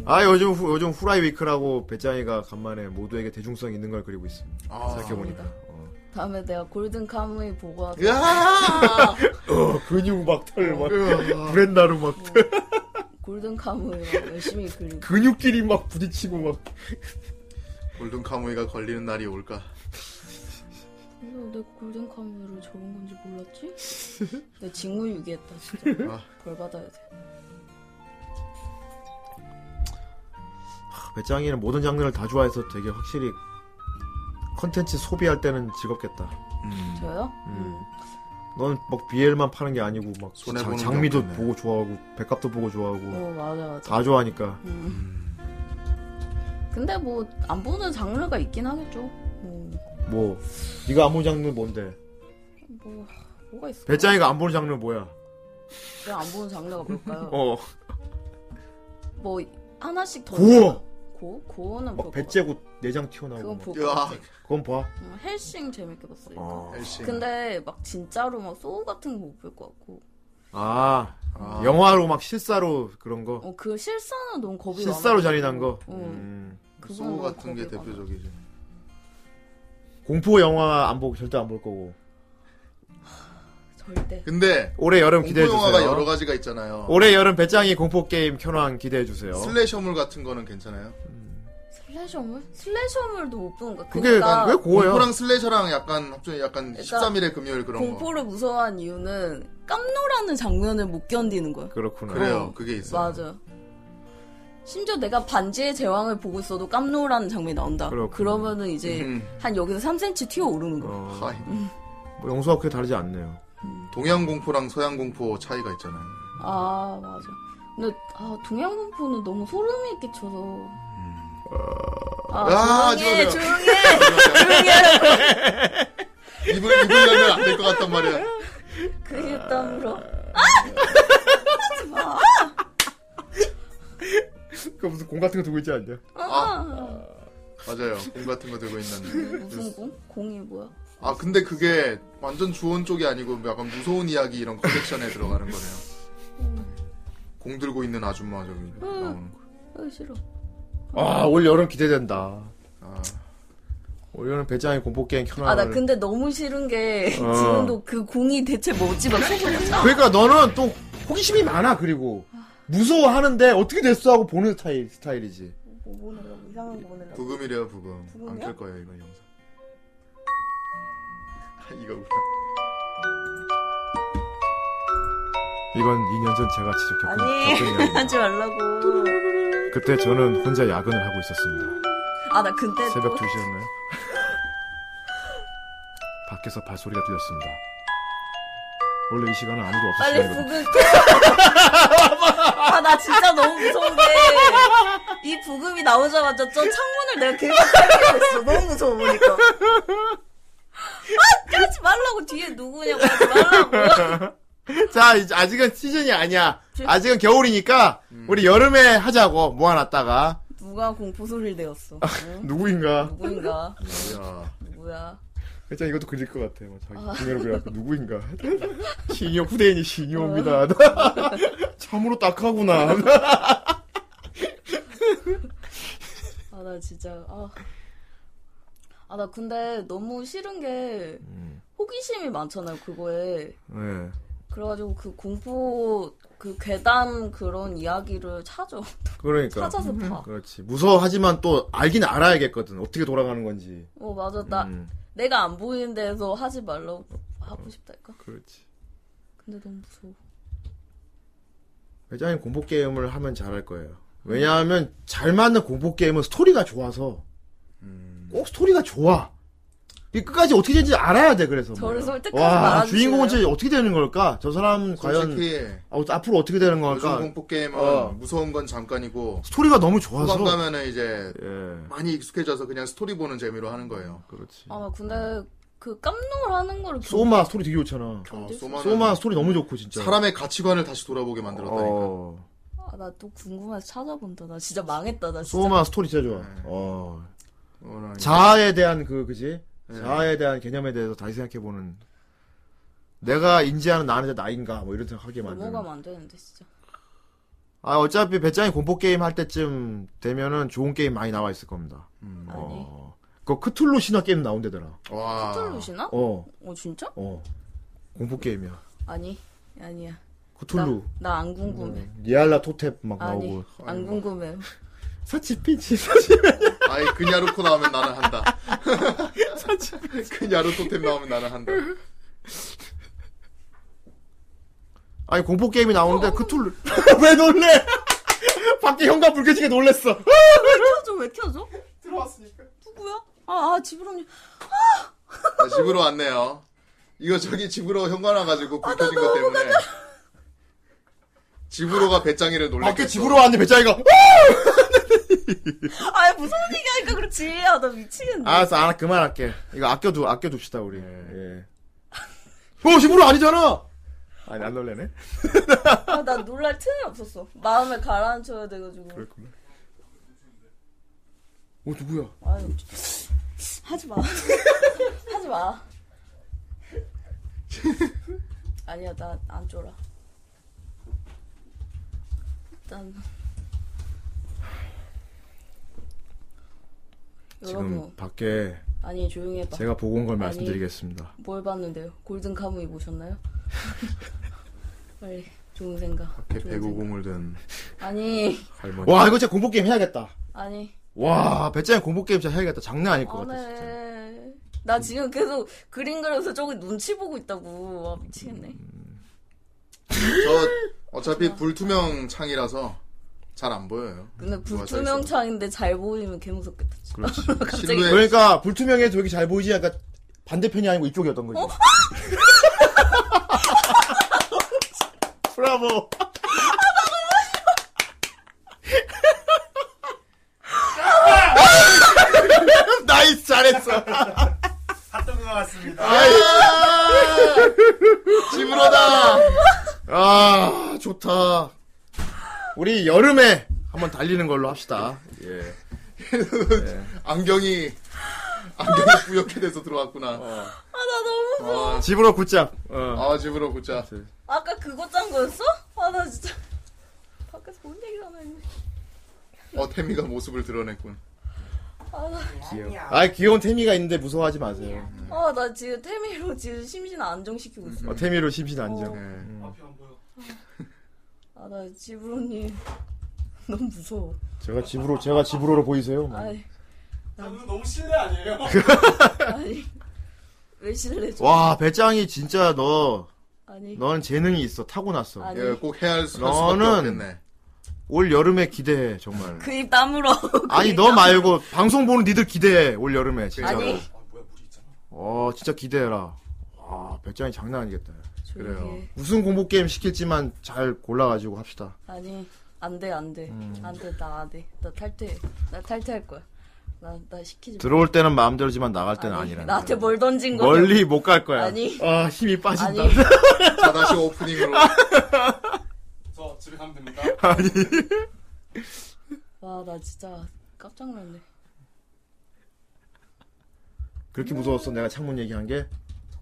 [SPEAKER 1] 아 요즘 후, 요즘 후라이 위크라고 배짱이가 간만에 모두에게 대중성 있는 걸 그리고 있습니다.
[SPEAKER 2] 아,
[SPEAKER 1] 생각해 보니까. 어.
[SPEAKER 3] 다음에 내가 골든 카무이 보고 와서
[SPEAKER 2] 야.
[SPEAKER 1] 어 근육 막털막
[SPEAKER 2] 으아.
[SPEAKER 1] 브랜다로 막
[SPEAKER 3] 골든 카무이 막 열심히 그리고
[SPEAKER 1] 근육끼리 막 부딪히고 막.
[SPEAKER 2] 골든 카무이가 걸리는 날이 올까?
[SPEAKER 3] 근데 내 골든 카무이를 적은 건지 몰랐지? 내 징후유기했다 진짜.
[SPEAKER 2] 아.
[SPEAKER 3] 벌 받아야 돼.
[SPEAKER 1] 그 배짱이는 모든 장르를 다 좋아해서 되게 확실히 컨텐츠 소비할 때는 즐겁겠다.
[SPEAKER 3] 저요?
[SPEAKER 1] 음. 넌막 BL만 파는 게 아니고 막
[SPEAKER 2] 손해
[SPEAKER 1] 장-
[SPEAKER 2] 보는 게
[SPEAKER 1] 장미도
[SPEAKER 2] 없겠네.
[SPEAKER 1] 보고 좋아하고 백합도 보고
[SPEAKER 3] 음.
[SPEAKER 1] 좋아하고
[SPEAKER 3] 어 맞아 맞아.
[SPEAKER 1] 다 좋아하니까.
[SPEAKER 3] 음. 근데 뭐 안 보는 장르가 있긴 하겠죠. 뭐,
[SPEAKER 1] 뭐 네가 안 보는 장르 뭔데?
[SPEAKER 3] 뭐 뭐가 있을까?
[SPEAKER 1] 배짱이가 안 보는 장르 뭐야?
[SPEAKER 3] 내가 안 보는 장르가 뭘까요?
[SPEAKER 1] 어.
[SPEAKER 3] 뭐 하나씩 더
[SPEAKER 1] 고어.
[SPEAKER 3] 고 고어는
[SPEAKER 1] 막
[SPEAKER 3] 볼것
[SPEAKER 1] 배
[SPEAKER 3] 같아.
[SPEAKER 1] 째고 내장 튀어나오고.
[SPEAKER 3] 그건
[SPEAKER 1] 막.
[SPEAKER 3] 보고
[SPEAKER 2] 야,
[SPEAKER 1] 그건 봐.
[SPEAKER 3] 음, 헬싱 재밌게 봤으니까.
[SPEAKER 2] 엘씨.
[SPEAKER 3] 근데 막 진짜로 막 소우 같은 거 못 볼 것 같고.
[SPEAKER 1] 아,
[SPEAKER 2] 아.
[SPEAKER 1] 영화로 막 실사로 그런 거.
[SPEAKER 3] 어 그 실사는 너무 겁이 어, 많아.
[SPEAKER 1] 실사로 잔인한 거.
[SPEAKER 3] 응.
[SPEAKER 1] 음.
[SPEAKER 2] 소우 같은 게 대표적이지.
[SPEAKER 1] 공포 영화 안 보고 절대 안 볼 거고.
[SPEAKER 3] 절대.
[SPEAKER 2] 근데
[SPEAKER 1] 올해 여름
[SPEAKER 2] 공포
[SPEAKER 1] 기대해
[SPEAKER 2] 영화가 여러
[SPEAKER 1] 주세요.
[SPEAKER 2] 가지가 있잖아요.
[SPEAKER 1] 올해 여름 배짱이 공포 게임 켜놓은 기대해 주세요.
[SPEAKER 2] 슬래셔물 같은 거는 괜찮아요.
[SPEAKER 3] 슬래셔물? 슬래셔물도 못 보는 거야.
[SPEAKER 1] 그게
[SPEAKER 3] 그러니까
[SPEAKER 1] 난왜 고어야?
[SPEAKER 2] 공포랑 슬래셔랑 약간 합쳐진 약간
[SPEAKER 3] 그러니까
[SPEAKER 2] 13일의 금요일 그런 거.
[SPEAKER 3] 공포를 무서워한 이유는 깜놀하는 장면을 못 견디는 거야.
[SPEAKER 1] 그렇구나.
[SPEAKER 2] 그래요.
[SPEAKER 3] 어.
[SPEAKER 2] 그게 있어요.
[SPEAKER 3] 맞아. 심지어 내가 반지의 제왕을 보고 있어도 깜놀하는 장면이 나온다.
[SPEAKER 1] 그렇구나.
[SPEAKER 3] 그러면은 이제
[SPEAKER 2] 음.
[SPEAKER 3] 한 여기서 3cm 튀어 오르는 거야.
[SPEAKER 1] 어,
[SPEAKER 2] 하이.
[SPEAKER 1] 뭐 영수와 크게 다르지 않네요.
[SPEAKER 2] 동양 공포랑 서양 공포 차이가 있잖아요.
[SPEAKER 3] 아 맞아. 근데 아 동양공포는 너무 소름이 끼쳐서. 아,
[SPEAKER 2] 음. 아,
[SPEAKER 3] 조용해,
[SPEAKER 2] 죄송해요.
[SPEAKER 3] 조용해.
[SPEAKER 2] 입을 입을 열면 안 될 것 같단 말이야.
[SPEAKER 3] 어. 그게 땀으로.
[SPEAKER 1] 그 무슨 공 같은 거 두고 있지 않냐?
[SPEAKER 3] 아,
[SPEAKER 2] 맞아요. 공 같은 거 들고
[SPEAKER 3] 무슨
[SPEAKER 2] 있는.
[SPEAKER 3] 공? 공이 뭐야?
[SPEAKER 2] 아 근데 그게 완전 주원 쪽이 아니고 약간 무서운 이야기 이런 컬렉션에 들어가는 거네요. 공 들고 있는 아줌마 저기
[SPEAKER 3] 음.
[SPEAKER 2] 나오는 거.
[SPEAKER 3] 아 싫어.
[SPEAKER 1] 아, 올 여름 기대된다.
[SPEAKER 2] 아,
[SPEAKER 1] 올 여름 배짱이 공포 게임 켜놔.
[SPEAKER 3] 아
[SPEAKER 2] 네.
[SPEAKER 3] 나 근데 너무 싫은 게
[SPEAKER 1] 어.
[SPEAKER 3] 지금도 그 공이 대체 뭐지 막 쳐버렸다.
[SPEAKER 1] 그러니까 너는 또 호기심이 많아 그리고 무서워하는데 어떻게 됐어 하고 보는 스타일 스타일이지.
[SPEAKER 7] 뭐 보느라고 이상한 거 보느라고
[SPEAKER 2] 부금이래요 부금. 안
[SPEAKER 7] 부금이요?
[SPEAKER 2] 켤 거예요 이번 영상. 아, 이거 웃겨.
[SPEAKER 1] 이건 2년 전 제가 직접 겪은
[SPEAKER 7] 아니.
[SPEAKER 1] 겪은 이야기입니다.
[SPEAKER 3] 하지 말라고.
[SPEAKER 1] 그때 저는 혼자 야근을 하고 있었습니다.
[SPEAKER 3] 아 나 근데
[SPEAKER 1] 새벽
[SPEAKER 3] 또
[SPEAKER 1] 2시였나요? 밖에서 발소리가 들렸습니다. 원래 이 시간은 아무도
[SPEAKER 3] 빨리
[SPEAKER 1] 없었어요.
[SPEAKER 3] 부근 아나 진짜 너무 무서운데 이 부금이 나오자마자 저 창문을 내가 계속
[SPEAKER 7] 그랬어 너무 무서워 보니까
[SPEAKER 3] 하지 아, 말라고 뒤에 누구냐고 하지 말라고
[SPEAKER 1] 자, 이제 아직은 시즌이 아니야. 아직은 겨울이니까 우리 여름에 하자고 모아놨다가
[SPEAKER 3] 누가 공포 소리를 내었어 응?
[SPEAKER 1] 누구인가?
[SPEAKER 3] 누구인가
[SPEAKER 2] 야,
[SPEAKER 3] 누구야
[SPEAKER 1] 일단 이것도 그릴 것 같아. 뭐
[SPEAKER 3] 어.
[SPEAKER 1] 자기 중요로 그래갖고 누구인가? 신요 후대인이
[SPEAKER 3] 어.
[SPEAKER 1] 신요입니다. 참으로 딱하구나.
[SPEAKER 3] 아 나 진짜 아아 나 근데 너무 싫은 게 호기심이 많잖아요 그거에
[SPEAKER 1] 네.
[SPEAKER 3] 그래가지고 그 공포 그 괴담 그런 이야기를 찾아
[SPEAKER 1] 그러니까.
[SPEAKER 3] 찾아서 봐.
[SPEAKER 1] 그렇지. 무서워하지만 또 알긴 알아야겠거든. 어떻게 돌아가는 건지.
[SPEAKER 3] 어 맞아 나
[SPEAKER 1] 음,
[SPEAKER 3] 내가 안 보이는 데서 하지 말라고 하고 싶다니까.
[SPEAKER 1] 그렇지.
[SPEAKER 3] 근데 너무 무서워.
[SPEAKER 1] 회장님 공포 게임을 하면 잘할 거예요. 왜냐하면 잘 맞는 공포 게임은 스토리가 좋아서
[SPEAKER 2] 음.
[SPEAKER 1] 꼭 스토리가 좋아. 이 끝까지 어떻게 되는지 알아야 돼 그래서.
[SPEAKER 3] 저를 솔직하게
[SPEAKER 1] 와
[SPEAKER 3] 말아주시네요.
[SPEAKER 1] 주인공은 진짜 어떻게 되는 걸까? 저 사람 과연
[SPEAKER 2] 솔직히
[SPEAKER 1] 어, 앞으로 어떻게 되는
[SPEAKER 2] 요즘
[SPEAKER 1] 걸까?
[SPEAKER 2] 공포 게임은
[SPEAKER 1] 어.
[SPEAKER 2] 무서운 건 잠깐이고
[SPEAKER 1] 스토리가 너무
[SPEAKER 2] 후반
[SPEAKER 1] 좋아서.
[SPEAKER 2] 가면은 이제
[SPEAKER 1] 예.
[SPEAKER 2] 많이 익숙해져서 그냥 스토리 보는 재미로 하는 거예요. 어,
[SPEAKER 1] 그렇지.
[SPEAKER 3] 아 근데 그 깜놀 하는 거를
[SPEAKER 1] 음. 소마 스토리 되게 좋잖아.
[SPEAKER 2] 어, 소마는
[SPEAKER 1] 소마 스토리 너무 좋고 진짜.
[SPEAKER 2] 사람의 가치관을 다시 돌아보게 만들었다니까.
[SPEAKER 1] 어,
[SPEAKER 3] 아, 나 또 궁금해서 찾아본다. 나 진짜 망했다. 나 진짜.
[SPEAKER 1] 소마 스토리 진짜 좋아.
[SPEAKER 2] 네.
[SPEAKER 1] 어.
[SPEAKER 2] 어머나, 이거.
[SPEAKER 1] 자아에 대한 그 그지
[SPEAKER 2] 네.
[SPEAKER 1] 자아에 대한 개념에 대해서 다시 생각해 보는 내가 인지하는 나는 이제 나인가 뭐 이런 생각하게 만드는
[SPEAKER 3] 넘어가면 안 되는데 진짜.
[SPEAKER 1] 아 어차피 배짱이 공포 게임 할 때쯤 되면은 좋은 게임 많이 나와 있을 겁니다
[SPEAKER 2] 음.
[SPEAKER 3] 아니. 아.
[SPEAKER 1] 어. 그 크툴루 신화 게임 나온대더라
[SPEAKER 2] 와.
[SPEAKER 3] 크툴루시나?
[SPEAKER 1] 어 어
[SPEAKER 3] 어 진짜?
[SPEAKER 1] 공포 게임이야
[SPEAKER 3] 아니 아니야.
[SPEAKER 1] 크툴루
[SPEAKER 3] 나 안 궁금해.
[SPEAKER 1] 니알라 토탭 막
[SPEAKER 3] 아니
[SPEAKER 1] 나오고
[SPEAKER 3] 안 궁금해.
[SPEAKER 1] 사치 피치 사치
[SPEAKER 2] 아이 그냐루코 나오면 나는 한다. 그냐루 토템 나오면 나는 한다.
[SPEAKER 1] 아니 공포 게임이 나오는데 크툴루 왜 놀래 밖에 현관 불켜지게 놀랬어
[SPEAKER 3] 켜줘 왜 켜줘?
[SPEAKER 2] 들어왔으니까.
[SPEAKER 3] 누구야? 아아 지브로님.
[SPEAKER 2] 나 아, 집으로 왔네요. 이거 저기 집으로 현관 와가지고 불 켜진 것 때문에. 집으로가 배짱이를 놀래.
[SPEAKER 1] 밖에 집으로 왔는데 배짱이가
[SPEAKER 3] 아 무슨 얘기하니까 그렇지. 아 나 미치겠네.
[SPEAKER 1] 알았어, 알아, 그만할게. 이거 아껴두, 아껴둡시다, 우리. 예. 어, 집으로 아니잖아! 아니, 안 놀래네?
[SPEAKER 3] 아, 나 놀랄 틈이 없었어. 마음을 가라앉혀야 돼가지고.
[SPEAKER 1] 그렇구나. 어, 누구야?
[SPEAKER 3] 아유, 하지 마. 하지 마. 아니야, 나 안 쫄아. 일단. 여러분,
[SPEAKER 1] 지금 밖에
[SPEAKER 3] 아니, 조용히 해봐.
[SPEAKER 1] 제가 보고 온 걸
[SPEAKER 3] 아니.
[SPEAKER 1] 말씀드리겠습니다.
[SPEAKER 3] 뭘 봤는데요? 골든 카무이 보셨나요? 빨리, 좋은 생각.
[SPEAKER 2] 이렇게
[SPEAKER 3] 좋은
[SPEAKER 2] 배구공을 든
[SPEAKER 3] 생각. 아니,
[SPEAKER 2] 할머니.
[SPEAKER 1] 와, 이거 진짜 공포게임 해야겠다.
[SPEAKER 3] 아니.
[SPEAKER 1] 와, 배짱이 공포게임 진짜 해야겠다. 장난 아닐 그 것
[SPEAKER 3] 안
[SPEAKER 1] 같아, 진짜.
[SPEAKER 3] 해. 네. 나 지금 계속 그림 그려서 저기 눈치 보고 있다고. 아, 미치겠네.
[SPEAKER 2] 저 어차피 불투명 창이라서 잘 안 보여요.
[SPEAKER 3] 근데
[SPEAKER 2] 누가 서
[SPEAKER 3] 불투명 창인데 잘 보이면 개무섭겠다. 진짜.
[SPEAKER 2] 있어도. 실루엣.
[SPEAKER 1] 그러니까, 불투명해 저기 잘 보이지? 약간 반대편이 아니고 이쪽이었던 거지. 브라보. 나이스, 잘했어.
[SPEAKER 8] 갔던 것 같습니다.
[SPEAKER 1] 아이. 집으로다. 아, 좋다. 우리 여름에 한번 달리는 걸로 합시다. 예.
[SPEAKER 2] 안경이 안경이 뿌옇게 돼서 들어왔구나.
[SPEAKER 3] 아, 나 너무.
[SPEAKER 2] 아,
[SPEAKER 1] 집으로 굿잡. 어.
[SPEAKER 2] 아 집으로 굳자.
[SPEAKER 3] 아까 그거 짠 거였어? 아, 나 진짜. 밖에서 뭔 얘기를 하나 했네.
[SPEAKER 2] 어 태미가 모습을 드러냈군.
[SPEAKER 3] 아, 나,
[SPEAKER 7] 아니야.
[SPEAKER 1] 아, 귀여운 태미가 있는데 무서워하지 마세요.
[SPEAKER 3] 아, 나 지금 태미로 지금 심신 안정시키고 있어.
[SPEAKER 1] 어, 태미로 심신 안정.
[SPEAKER 2] 네.
[SPEAKER 3] 아, 나 지브로님. 너무 무서워.
[SPEAKER 1] 제가 집으로, 제가 집으로로 보이세요? 뭐.
[SPEAKER 3] 아니,
[SPEAKER 8] 저는 너무 실례 아니에요?
[SPEAKER 3] 아니. 왜 실례죠?
[SPEAKER 1] 와, 배짱이 진짜 너,
[SPEAKER 3] 아니.
[SPEAKER 1] 넌 재능이 있어. 타고났어.
[SPEAKER 3] 아니. 네.
[SPEAKER 2] 예, 꼭 해야 할 수- 할 수밖에
[SPEAKER 1] 너는-
[SPEAKER 2] 없겠네.
[SPEAKER 1] 올 여름에 기대해, 정말.
[SPEAKER 3] 그 입 다물어.
[SPEAKER 1] 아니, 너 말고, 방송 보는 니들 기대해, 올 여름에, 진짜로.
[SPEAKER 3] 아니.
[SPEAKER 1] 어, 진짜 기대해라. 와, 배짱이 장난 아니겠다.
[SPEAKER 3] 조용히
[SPEAKER 2] 그래요.
[SPEAKER 3] 해.
[SPEAKER 1] 무슨 공포 게임 시킬지만 잘 골라가지고 합시다.
[SPEAKER 3] 아니 안 돼 안 돼
[SPEAKER 1] 음.
[SPEAKER 3] 안 돼 나 안 돼 나 탈퇴 나 탈퇴할 거야 나 나 시키지
[SPEAKER 1] 들어올 때는 마음대로지만 나갈 때는
[SPEAKER 3] 마. 아니,
[SPEAKER 1] 아니라.
[SPEAKER 3] 나한테 뭘 던진 거야
[SPEAKER 1] 멀리 못 갈 거야.
[SPEAKER 3] 아니.
[SPEAKER 1] 아, 힘이
[SPEAKER 3] 아니
[SPEAKER 1] 빠진다.
[SPEAKER 2] 자 다시 오프닝으로
[SPEAKER 8] 저 집에 가면 됩니다.
[SPEAKER 3] 와 나 진짜 깜짝 놀랐네
[SPEAKER 1] 그렇게 무서웠어, 내가 창문 얘기한 게.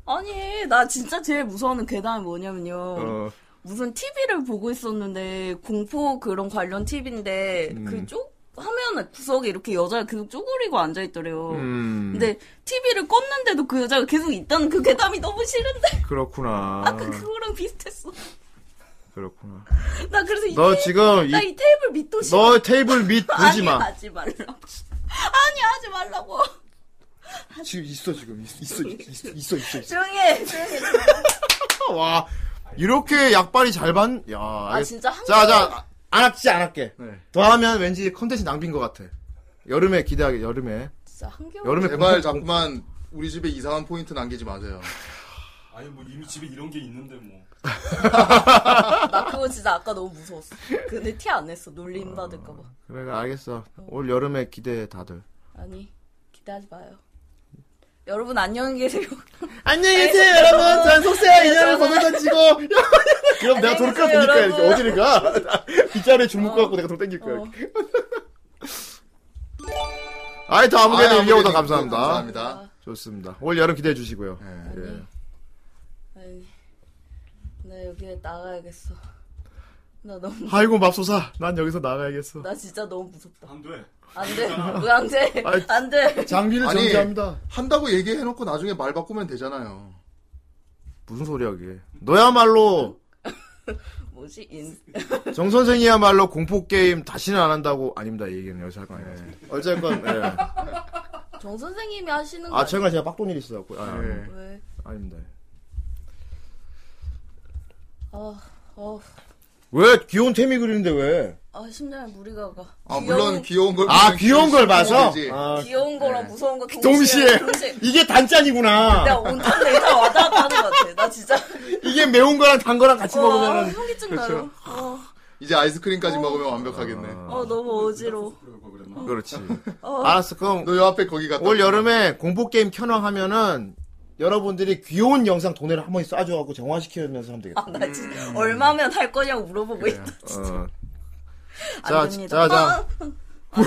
[SPEAKER 3] 아니 나 진짜 제일 무서워하는 괴담이 뭐냐면요
[SPEAKER 1] 어,
[SPEAKER 3] 무슨 TV를 보고 있었는데 공포 그런 관련 TV인데
[SPEAKER 1] 음.
[SPEAKER 3] 그쪽 화면 구석에 이렇게 여자가 계속 쪼그리고 앉아 있더래요
[SPEAKER 1] 음.
[SPEAKER 3] 근데 TV를 껐는데도 그 여자가 계속 있다는 그 괴담이 너무 싫은데
[SPEAKER 1] 그렇구나.
[SPEAKER 3] 아까 그거랑 비슷했어
[SPEAKER 1] 그렇구나.
[SPEAKER 3] 나 그래서 이
[SPEAKER 1] 너
[SPEAKER 3] 테이블-
[SPEAKER 1] 지금,
[SPEAKER 3] 나
[SPEAKER 1] 이,
[SPEAKER 3] 이 테이블 밑도 싫어
[SPEAKER 1] 너 테이블 밑 보지
[SPEAKER 3] 아니,
[SPEAKER 1] 마.
[SPEAKER 3] 하지 말라고. 아니, 하지 말라고.
[SPEAKER 1] 지금 있어, 지금. 있- 있어, 있어, 있어, 있어. 있어.
[SPEAKER 3] 조용히 해, 조용히 해.
[SPEAKER 1] 와, 이렇게 약발이 잘 반, 야,
[SPEAKER 3] 아, 진짜 한
[SPEAKER 1] 자,
[SPEAKER 3] 번-
[SPEAKER 1] 자, 안 할지 안 할게.
[SPEAKER 2] 네.
[SPEAKER 1] 더 하면 왠지 컨텐츠 낭비인 것 같아. 여름에 기대하게 여름에
[SPEAKER 3] 진짜 한겨울
[SPEAKER 1] 여름에 공포-
[SPEAKER 2] 제발 자꾸만 우리 집에 이상한 포인트 남기지 마세요.
[SPEAKER 8] 아니 뭐 이미 집에 이런 게 있는데 뭐.
[SPEAKER 3] 나 그거 진짜 아까 너무 무서웠어. 근데 티 안 냈어. 놀림 받을까봐.
[SPEAKER 1] 그래 알겠어. 올 여름에 기대해 다들.
[SPEAKER 3] 아니 기대하지 마요. 여러분 안녕히 계세요.
[SPEAKER 1] 안녕히 계세요 여러분. 전 속세와 인연을 범을 던지고. 그럼 내가 돌
[SPEAKER 3] 안녕히 계세요,
[SPEAKER 1] 끌어당길 거야. 이렇게.
[SPEAKER 3] 여러분.
[SPEAKER 1] 어디를 가? 빗자루에 줄 묶어
[SPEAKER 3] 어.
[SPEAKER 1] 갖고 내가 돌 당길 거야.
[SPEAKER 3] 어.
[SPEAKER 1] 아이 더 아무개나
[SPEAKER 2] 네, 아이,
[SPEAKER 1] 이겨오다
[SPEAKER 2] 아무개나
[SPEAKER 1] 네. 감사합니다.
[SPEAKER 2] 감사합니다.
[SPEAKER 1] 좋습니다. 올 여름 기대해 주시고요. 예.
[SPEAKER 2] 네.
[SPEAKER 3] 아니, 아니, 나 여기에 나가야겠어. 나 너무,
[SPEAKER 1] 아이고 맙소사. 난 여기서 나가야겠어.
[SPEAKER 3] 나 진짜 너무 무섭다.
[SPEAKER 8] 안 돼.
[SPEAKER 3] 안 돼, 왜 안 돼,
[SPEAKER 1] 아이,
[SPEAKER 3] 안 돼.
[SPEAKER 1] 장비를
[SPEAKER 2] 아니.
[SPEAKER 1] 정지합니다.
[SPEAKER 2] 한다고 얘기해놓고 나중에 말 바꾸면 되잖아요.
[SPEAKER 1] 무슨 소리야 그게. 너야말로
[SPEAKER 3] 뭐지, 인,
[SPEAKER 1] 정 선생이야말로 공포 게임 다시는 안 한다고 아닙니다. 이 얘기는 여기서 할거 아니에요. 어쨌건 예.
[SPEAKER 3] 정 선생님이 하시는 거.
[SPEAKER 1] 아
[SPEAKER 3] 아,
[SPEAKER 1] 최근에 제가 빡돈 일이 있어갖고 아,
[SPEAKER 2] 네.
[SPEAKER 3] 왜?
[SPEAKER 1] 아닙니다.
[SPEAKER 3] 아, 어,
[SPEAKER 1] 왜 귀여운 템이 그리는데 왜?
[SPEAKER 3] 아, 심장에 무리가 가.
[SPEAKER 2] 아
[SPEAKER 3] 귀여운-
[SPEAKER 2] 물론 귀여운 걸
[SPEAKER 1] 아
[SPEAKER 2] 보면
[SPEAKER 1] 귀여운 걸 봐서
[SPEAKER 2] 되지.
[SPEAKER 1] 아,
[SPEAKER 3] 귀여운 거랑 무서운 거
[SPEAKER 1] 동시에.
[SPEAKER 3] 동시에. 동시에.
[SPEAKER 1] 이게 단짠이구나.
[SPEAKER 3] 내가 온통 내가 와닿았다 하는 것 같아. 나 진짜.
[SPEAKER 1] 이게 매운 거랑 단 거랑 같이
[SPEAKER 3] 어,
[SPEAKER 1] 먹으면은 그렇죠.
[SPEAKER 3] 현기증 나요. 어,
[SPEAKER 2] 이제 아이스크림까지 먹으면 완벽하겠네.
[SPEAKER 3] 어, 너무 어지러워.
[SPEAKER 8] 그럴 걸 그랬나?
[SPEAKER 1] 그렇지. 알았어 그럼
[SPEAKER 2] 너 요 앞에 거기 갔다.
[SPEAKER 1] 올
[SPEAKER 2] 오고.
[SPEAKER 1] 여름에 공포 게임 켜놔하면은 여러분들이 귀여운 영상 도네를 한 번 쏴줘갖고 정화시키면서 하면 되겠다.
[SPEAKER 3] 아, 나 진짜 얼마면 할 거냐고 물어보고 있다.
[SPEAKER 1] 음. 어.
[SPEAKER 3] 안
[SPEAKER 1] 자,
[SPEAKER 3] 됩니다.
[SPEAKER 1] 자, 어, 자.
[SPEAKER 3] 어,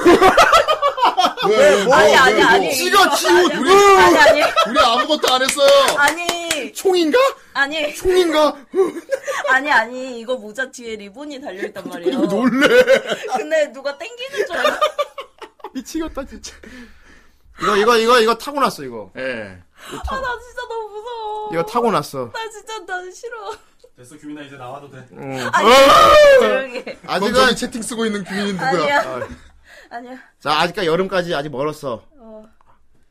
[SPEAKER 2] 왜, 왜, 뭐,
[SPEAKER 3] 아니,
[SPEAKER 2] 왜,
[SPEAKER 3] 아니,
[SPEAKER 2] 뭐.
[SPEAKER 3] 아니. 어.
[SPEAKER 1] 지가 지우
[SPEAKER 2] 우리
[SPEAKER 3] 아니, 아니.
[SPEAKER 2] 우리 아무것도 안 했어요.
[SPEAKER 3] 아니,
[SPEAKER 1] 총인가?
[SPEAKER 3] 아니,
[SPEAKER 1] 총인가?
[SPEAKER 3] 아니, 아니, 이거 모자 뒤에 리본이 달려있단 말이에요.
[SPEAKER 1] 놀래.
[SPEAKER 3] 근데 누가 땡기는 줄 알았어.
[SPEAKER 1] 미치겠다 진짜. 이거 이거 이거 이거 타고 났어 이거.
[SPEAKER 2] 예.
[SPEAKER 3] 아, 나 진짜 너무 무서워.
[SPEAKER 1] 이거 타고 났어.
[SPEAKER 3] 나 진짜, 나 싫어.
[SPEAKER 8] 됐어 규민아 이제 나와도 돼.
[SPEAKER 3] 조용히 해.
[SPEAKER 2] 아직은
[SPEAKER 1] 아직은
[SPEAKER 2] 채팅 쓰고 있는 규민이 누구야? 음,
[SPEAKER 3] 아니야. 아니야.
[SPEAKER 1] 자 아직까 여름까지 아직 멀었어.
[SPEAKER 3] 어,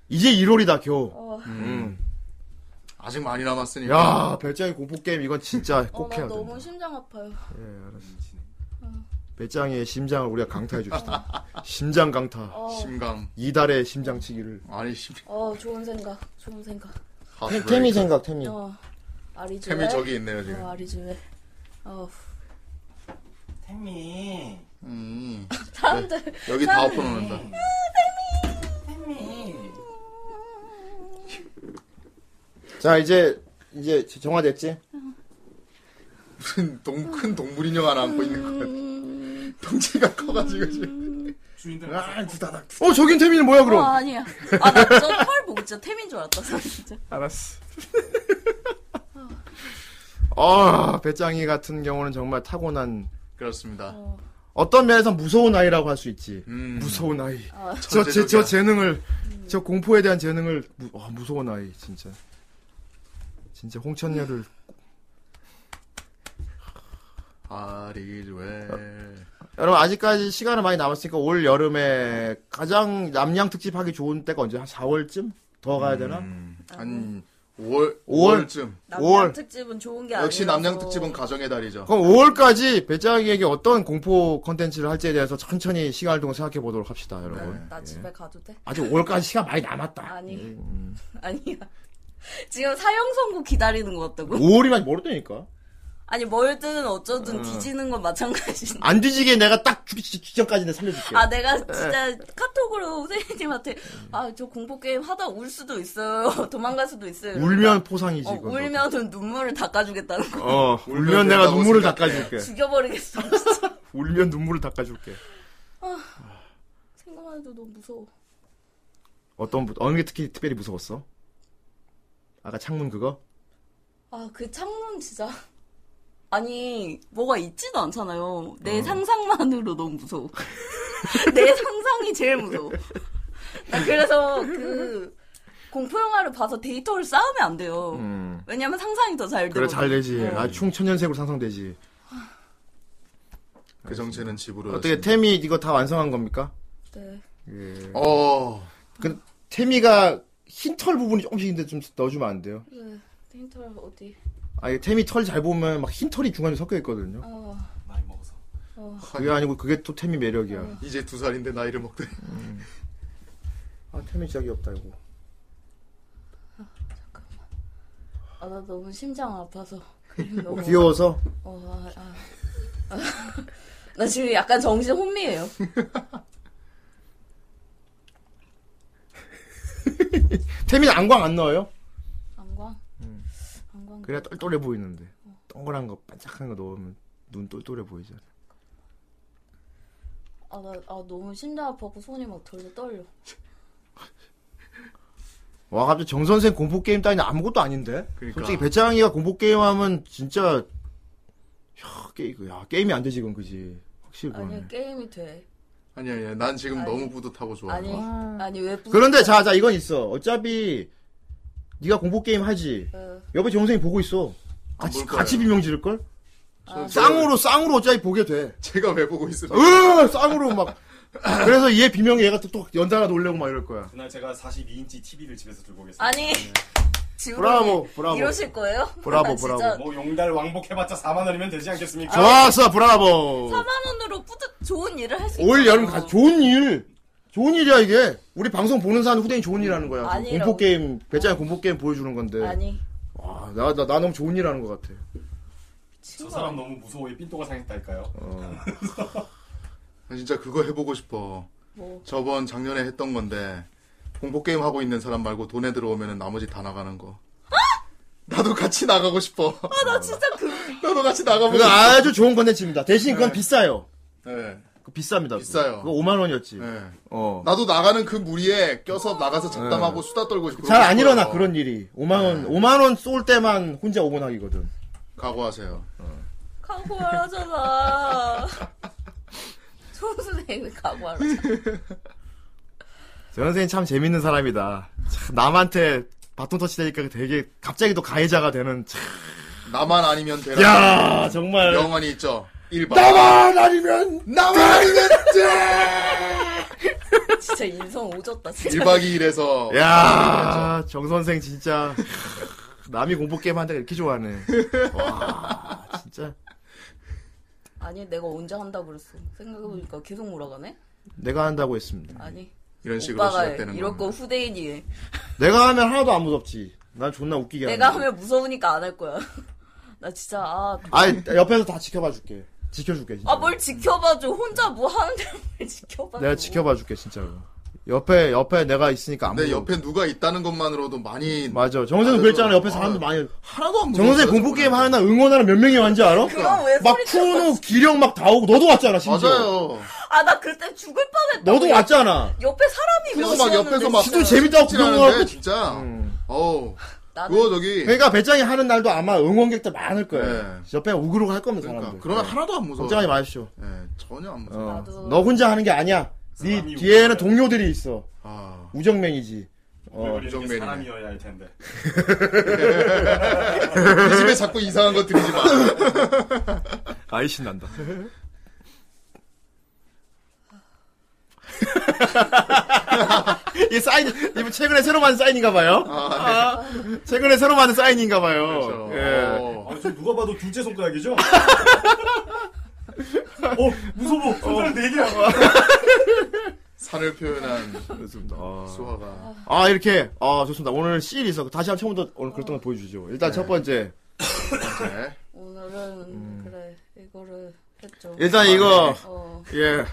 [SPEAKER 1] 이제 1월이다 겨우. 음.
[SPEAKER 3] 어.
[SPEAKER 2] 아직 많이 남았으니까.
[SPEAKER 1] 야 별장의 공포 게임 이건 진짜
[SPEAKER 3] 어,
[SPEAKER 1] 꼭
[SPEAKER 3] 나
[SPEAKER 1] 해야 돼.
[SPEAKER 3] 너무 어. 심장 아파요.
[SPEAKER 1] 배짱의 심장을 우리가 강타해 줍시다. 심장 강타.
[SPEAKER 3] 어,
[SPEAKER 2] 심감.
[SPEAKER 1] 이달의 심장치기를.
[SPEAKER 2] 아니 심. 아,
[SPEAKER 3] 어, 좋은 생각. 좋은 생각.
[SPEAKER 1] 템이 생각 템이.
[SPEAKER 3] 어, 아리즈웨.
[SPEAKER 2] 템이 저기 있네요 지금.
[SPEAKER 3] 어, 아리즈웨. 어,
[SPEAKER 8] 템미.
[SPEAKER 2] 음.
[SPEAKER 3] 사람들.
[SPEAKER 2] 여기 다 엎어놓는다.
[SPEAKER 8] 템미.
[SPEAKER 1] 자 이제 이제 정화됐지?
[SPEAKER 2] 무슨 동, 큰 동물 인형 하나 안고 있는 것 같아. 덩치가 커가지고 지금.
[SPEAKER 8] 주인들
[SPEAKER 2] 아, 두다닥.
[SPEAKER 1] 어 저긴 템이는 뭐야
[SPEAKER 3] 어,
[SPEAKER 1] 그럼?
[SPEAKER 3] 아니야. 아, 나 저 털 보고 진짜 템인 줄 알았다. 진짜.
[SPEAKER 1] 알았어. 아 배짱이 같은 경우는 정말 타고난
[SPEAKER 2] 그렇습니다.
[SPEAKER 1] 어떤 면에서 무서운 아이라고 할 수 있지.
[SPEAKER 2] 음.
[SPEAKER 1] 무서운 아이.
[SPEAKER 3] 어.
[SPEAKER 1] 저,
[SPEAKER 2] 천재적이야.
[SPEAKER 1] 제, 저 재능을,
[SPEAKER 3] 음.
[SPEAKER 1] 저 공포에 대한 재능을, 무, 와, 무서운 아이, 진짜. 진짜
[SPEAKER 3] 음.
[SPEAKER 1] 홍천녀를,
[SPEAKER 2] 아리즈웨.
[SPEAKER 1] 여러분, 아직까지 시간은 많이 남았으니까 올 여름에 가장 남양 특집 하기 좋은 때가 언제? 한 4월쯤? 더 가야 되나?
[SPEAKER 2] 음,
[SPEAKER 3] 아.
[SPEAKER 2] 한 5월,
[SPEAKER 1] 오월.
[SPEAKER 2] 5월쯤.
[SPEAKER 1] 오월.
[SPEAKER 3] 남양 특집은 좋은 게 네, 아니라.
[SPEAKER 2] 역시 남양 특집은 가정의
[SPEAKER 3] 어.
[SPEAKER 2] 달이죠.
[SPEAKER 1] 그럼 5월까지 배짱이에게 어떤 공포 컨텐츠를 할지에 대해서 천천히 시간을 두고 생각해 보도록 합시다, 여러분.
[SPEAKER 2] 네. 예.
[SPEAKER 3] 나 집에 가도 돼?
[SPEAKER 1] 아직 5월까지 시간 많이 남았다.
[SPEAKER 3] 아니. 아니야. 지금 사형 선고 기다리는 것 같다고?
[SPEAKER 1] 5월이면 모르다니까.
[SPEAKER 3] 아니, 뭘든
[SPEAKER 2] 음.
[SPEAKER 3] 어쩌든 뒤지는 건 마찬가지인데.
[SPEAKER 1] 안 뒤지게 내가 딱 죽기 직- 직전까지 내가 살려줄게. 네.
[SPEAKER 3] 아, 내가 진짜 카톡으로 선생님한테, 아, 저 공포게임 하다 울 수도 있어요. 도망갈 수도 있어요.
[SPEAKER 1] 울면 포상이지,
[SPEAKER 3] 어,
[SPEAKER 1] 이건.
[SPEAKER 3] 울면은 눈물을 닦아주겠다는 거.
[SPEAKER 1] 어, 울면
[SPEAKER 2] 울면
[SPEAKER 1] 내가
[SPEAKER 2] 된다고
[SPEAKER 1] 눈물을
[SPEAKER 2] 생각해.
[SPEAKER 1] 닦아줄게.
[SPEAKER 3] 죽여버리겠어. 진짜.
[SPEAKER 1] 울면 눈물을 닦아줄게.
[SPEAKER 3] 생각만 해도 너무 무서워.
[SPEAKER 1] 어떤 부- 어느 게 특히 특별히 무서웠어? 아까 창문 그거?
[SPEAKER 3] 아, 그 창문 진짜. 아니, 뭐가 있지도 않잖아요.
[SPEAKER 1] 어.
[SPEAKER 3] 내 상상만으로 너무 무서워. 내 상상이 제일 무서워. 나 그래서 그 공포영화를 봐서 데이터를 쌓으면 안 돼요.
[SPEAKER 1] 음.
[SPEAKER 3] 왜냐면 상상이 더 잘 어.
[SPEAKER 1] 그래
[SPEAKER 3] 되거든.
[SPEAKER 1] 잘 되지. 아 충천연색으로 상상되지.
[SPEAKER 2] 그 정체는 집으로.
[SPEAKER 1] 어떻게
[SPEAKER 2] 왔습니다.
[SPEAKER 1] 태미 이거 다 완성한 겁니까?
[SPEAKER 3] 네.
[SPEAKER 1] 예.
[SPEAKER 2] 어.
[SPEAKER 1] 그 태미가 흰 털 부분이 조금씩 있는데 좀 넣어주면 안 돼요?
[SPEAKER 3] 네. 데이터를 어디?
[SPEAKER 1] 아 이게 태미 털 잘 보면 막 흰 털이 중간에 섞여 있거든요.
[SPEAKER 3] 어,
[SPEAKER 8] 나이 먹어서.
[SPEAKER 1] 그게 아니고 네. 그게 또 템이 매력이야.
[SPEAKER 2] 이제 두 살인데 나이를 먹더니
[SPEAKER 1] 아 템이 진짜 귀엽다 이거.
[SPEAKER 3] 아, 나 너무 심장 아파서. 그림
[SPEAKER 1] 음.
[SPEAKER 3] 너무-
[SPEAKER 1] 귀여워서
[SPEAKER 3] 어, 아, 아. 나 지금 약간 정신 혼미해요.
[SPEAKER 1] 템이 안광 안 넣어요?
[SPEAKER 3] 안광? 안광.
[SPEAKER 1] 음. 그래야 똘똘해 보이는데
[SPEAKER 3] 어.
[SPEAKER 1] 동그란 거 반짝한 거 넣으면 눈 똘똘해 보이잖아.
[SPEAKER 3] 아, 나, 아, 너무 심장 아파고 손이 막 돌려 떨려.
[SPEAKER 1] 와 갑자기 정 선생 공포 게임 따위는 아무것도 아닌데.
[SPEAKER 2] 그러니까.
[SPEAKER 1] 솔직히 배짱이가 공포 게임 하면 진짜 야, 게, 야 게임이 안 되지 이건 그지. 확실히 그러네.
[SPEAKER 3] 아니, 게임이 돼.
[SPEAKER 2] 아니 아니 난 지금
[SPEAKER 3] 아니.
[SPEAKER 2] 너무 뿌듯하고 좋아.
[SPEAKER 3] 아니, 아니, 왜 부...
[SPEAKER 1] 그런데 자자 이건 있어. 어차피 네가 공포 게임 하지.
[SPEAKER 3] 어,
[SPEAKER 1] 옆에 정선생이 보고 있어.
[SPEAKER 2] 안
[SPEAKER 1] 같이
[SPEAKER 2] 볼 거야.
[SPEAKER 1] 같이 비명 지를 걸?
[SPEAKER 2] 저- 저-
[SPEAKER 1] 쌍으로 쌍으로 어차피 보게 돼.
[SPEAKER 2] 제가 왜 보고 있습니까?
[SPEAKER 1] 으 쌍으로 막 그래서 얘 비명이 얘가 또, 또 연달아 놀려고 막 이럴 거야
[SPEAKER 8] 그날 제가 42인치 TV를 집에서 들고 오겠습니다.
[SPEAKER 3] 아니, 지금
[SPEAKER 1] 네. 브라보, 브라보.
[SPEAKER 3] 이러실 거예요?
[SPEAKER 1] 브라보,
[SPEAKER 3] 나 진짜
[SPEAKER 1] 브라보.
[SPEAKER 8] 뭐 용달 왕복해봤자 4만 원이면 되지
[SPEAKER 2] 아,
[SPEAKER 8] 않겠습니까?
[SPEAKER 1] 좋았어 브라보
[SPEAKER 3] 4만 원으로 뿌듯 좋은 일을 할 수 있어.
[SPEAKER 1] 올 여름 가 좋은 일 좋은 일이야 이게 우리 방송 보는 사람 후대인 좋은 일 하는 거야 지금
[SPEAKER 3] 아니라고.
[SPEAKER 1] 공포 게임 배짱이 공포 게임 보여주는 건데
[SPEAKER 3] 아니,
[SPEAKER 1] 와나나 나, 나 너무 좋은 일 하는 것 같아
[SPEAKER 8] 저 사람 너무 무서워. 삔또가 상했달까요?
[SPEAKER 2] 나 아, 진짜 그거 해보고 싶어.
[SPEAKER 3] 뭐.
[SPEAKER 2] 저번 작년에 했던 건데 공포 게임 하고 있는 사람 말고 돈에 들어오면 나머지 다 나가는 거. 나도 같이 나가고 싶어.
[SPEAKER 3] 나 진짜 그,
[SPEAKER 2] 나도 같이 나가보고.
[SPEAKER 1] 그거
[SPEAKER 2] 싶어.
[SPEAKER 1] 아주 좋은 컨텐츠입니다 대신 그건
[SPEAKER 2] 네.
[SPEAKER 1] 비싸요
[SPEAKER 2] 네.
[SPEAKER 1] 그거 비쌉니다
[SPEAKER 2] 비싸요.
[SPEAKER 1] 그거 5만 원이었지
[SPEAKER 2] 네.
[SPEAKER 1] 어.
[SPEAKER 2] 나도 나가는 그 무리에 껴서 나가서 잡담하고 수다 떨고 싶고.
[SPEAKER 1] 네. 잘 안
[SPEAKER 2] 싶어요.
[SPEAKER 1] 일어나 그런 일이 5만 원 5만 원 쏠 때만 혼자 오곤하기거든
[SPEAKER 2] 각오하세요.
[SPEAKER 3] 각오를 하잖아. 총수생이 각오하라.
[SPEAKER 1] 저 선생님 참 재밌는 사람이다. 참, 남한테 바톤 터치 되니까 되게 갑자기 또 가해자가 되는. 참.
[SPEAKER 2] 나만 아니면 되라.
[SPEAKER 1] 야 정말.
[SPEAKER 2] 영원히 있죠. 1번.
[SPEAKER 1] 나만 아니면
[SPEAKER 2] 나만 아니면 돼!
[SPEAKER 3] 진짜 인성 오졌다, 진짜.
[SPEAKER 2] 1박 2일에서
[SPEAKER 1] 야, 어, 정 선생 진짜 남이 공포 게임 한다고 이렇게 좋아하네. 와, 진짜
[SPEAKER 3] 아니, 내가 언제 한다 그랬어. 생각해보니까 계속 몰아가네?
[SPEAKER 1] 내가 한다고 했습니다.
[SPEAKER 3] 아니,
[SPEAKER 2] 이런 식으로
[SPEAKER 3] 오빠가
[SPEAKER 2] 시작되는
[SPEAKER 3] 이럴
[SPEAKER 2] 거.
[SPEAKER 3] 거 후대인이 해.
[SPEAKER 1] 내가 하면 하나도 안 무섭지. 난 존나 웃기게.
[SPEAKER 3] 내가
[SPEAKER 1] 하는데.
[SPEAKER 3] 하면 무서우니까 안 할 거야. 나 진짜, 아,
[SPEAKER 1] 아니 옆에서 다 지켜봐 줄게. 지켜줄게 진짜.
[SPEAKER 3] 아, 뭘 지켜봐줘. 혼자 뭐 하는데 뭘 지켜봐줘.
[SPEAKER 1] 내가 지켜봐 줄게 진짜로. 옆에 옆에 내가 있으니까 안
[SPEAKER 2] 근데
[SPEAKER 1] 무서워.
[SPEAKER 2] 옆에 누가 있다는 것만으로도 많이
[SPEAKER 1] 맞아. 정 선생 그랬잖아. 옆에 사람도 많이.
[SPEAKER 2] 하나도 안
[SPEAKER 1] 정선생
[SPEAKER 2] 무서워요,
[SPEAKER 1] 공포 게임
[SPEAKER 2] 저번에.
[SPEAKER 1] 하나 응원하는 몇 명이 왔는지 알아?
[SPEAKER 3] 그럼 왜
[SPEAKER 1] 막
[SPEAKER 3] 소리
[SPEAKER 1] 쿠노 기령 막 다 오고 너도 왔잖아 심지어.
[SPEAKER 2] 맞아요.
[SPEAKER 3] 아, 나 그때 죽을 뻔했다. 뭐
[SPEAKER 1] 너도 왔잖아.
[SPEAKER 3] 옆에 사람이
[SPEAKER 2] 그래서
[SPEAKER 3] 몇이
[SPEAKER 2] 막 옆에서
[SPEAKER 3] 왔는데
[SPEAKER 2] 막
[SPEAKER 1] 지도
[SPEAKER 3] 진짜.
[SPEAKER 1] 재밌다고 음.
[SPEAKER 2] 찌라는데
[SPEAKER 1] 구경하고.
[SPEAKER 2] 진짜. 어우.
[SPEAKER 3] 나는-
[SPEAKER 2] 그거 저기
[SPEAKER 1] 그러니까 배짱이 하는 날도 아마 응원객들 많을 거예요.
[SPEAKER 2] 네.
[SPEAKER 1] 옆에 우그르고 할 겁니다
[SPEAKER 2] 그러니까
[SPEAKER 1] 사람들.
[SPEAKER 2] 그러면
[SPEAKER 1] 네.
[SPEAKER 2] 하나도 안 무서워.
[SPEAKER 1] 걱정하지 마십시오.
[SPEAKER 2] 예, 전혀 안 무서워.
[SPEAKER 1] 어.
[SPEAKER 3] 나도.
[SPEAKER 1] 너 혼자 하는 게 아니야. 네
[SPEAKER 8] 사람이
[SPEAKER 1] 뒤에는
[SPEAKER 8] 우글거려.
[SPEAKER 1] 동료들이 있어.
[SPEAKER 2] 아.
[SPEAKER 1] 우정맨이지.
[SPEAKER 8] 어,
[SPEAKER 2] 정면이네.
[SPEAKER 8] 정맨이 사람이어야 할 텐데.
[SPEAKER 2] 우리 아, 집에 자꾸 이상한 거 들이지 마.
[SPEAKER 1] 아이 신난다. 이 사인, 이 최근에 새로 만든 사인인가 봐요. 아, 최근에 새로 만든 사인인가 봐요.
[SPEAKER 2] 그렇죠.
[SPEAKER 1] 예.
[SPEAKER 2] 어.
[SPEAKER 8] 아, 저 누가 봐도 둘째 손가락이죠? 어, 무서워. 손가락 네 개야.
[SPEAKER 2] 산을 표현한
[SPEAKER 1] 그렇습니다.
[SPEAKER 2] 수화가
[SPEAKER 1] 아 이렇게 아 좋습니다. 오늘 시일이 있어. 다시 한번 처음부터 오늘 글동을 보여주죠. 일단 첫 번째.
[SPEAKER 2] 이제
[SPEAKER 3] 오늘은,
[SPEAKER 2] 음.
[SPEAKER 3] 그래, 이거를 했죠.
[SPEAKER 2] 예.
[SPEAKER 1] 일단 이거
[SPEAKER 3] 어.
[SPEAKER 1] 예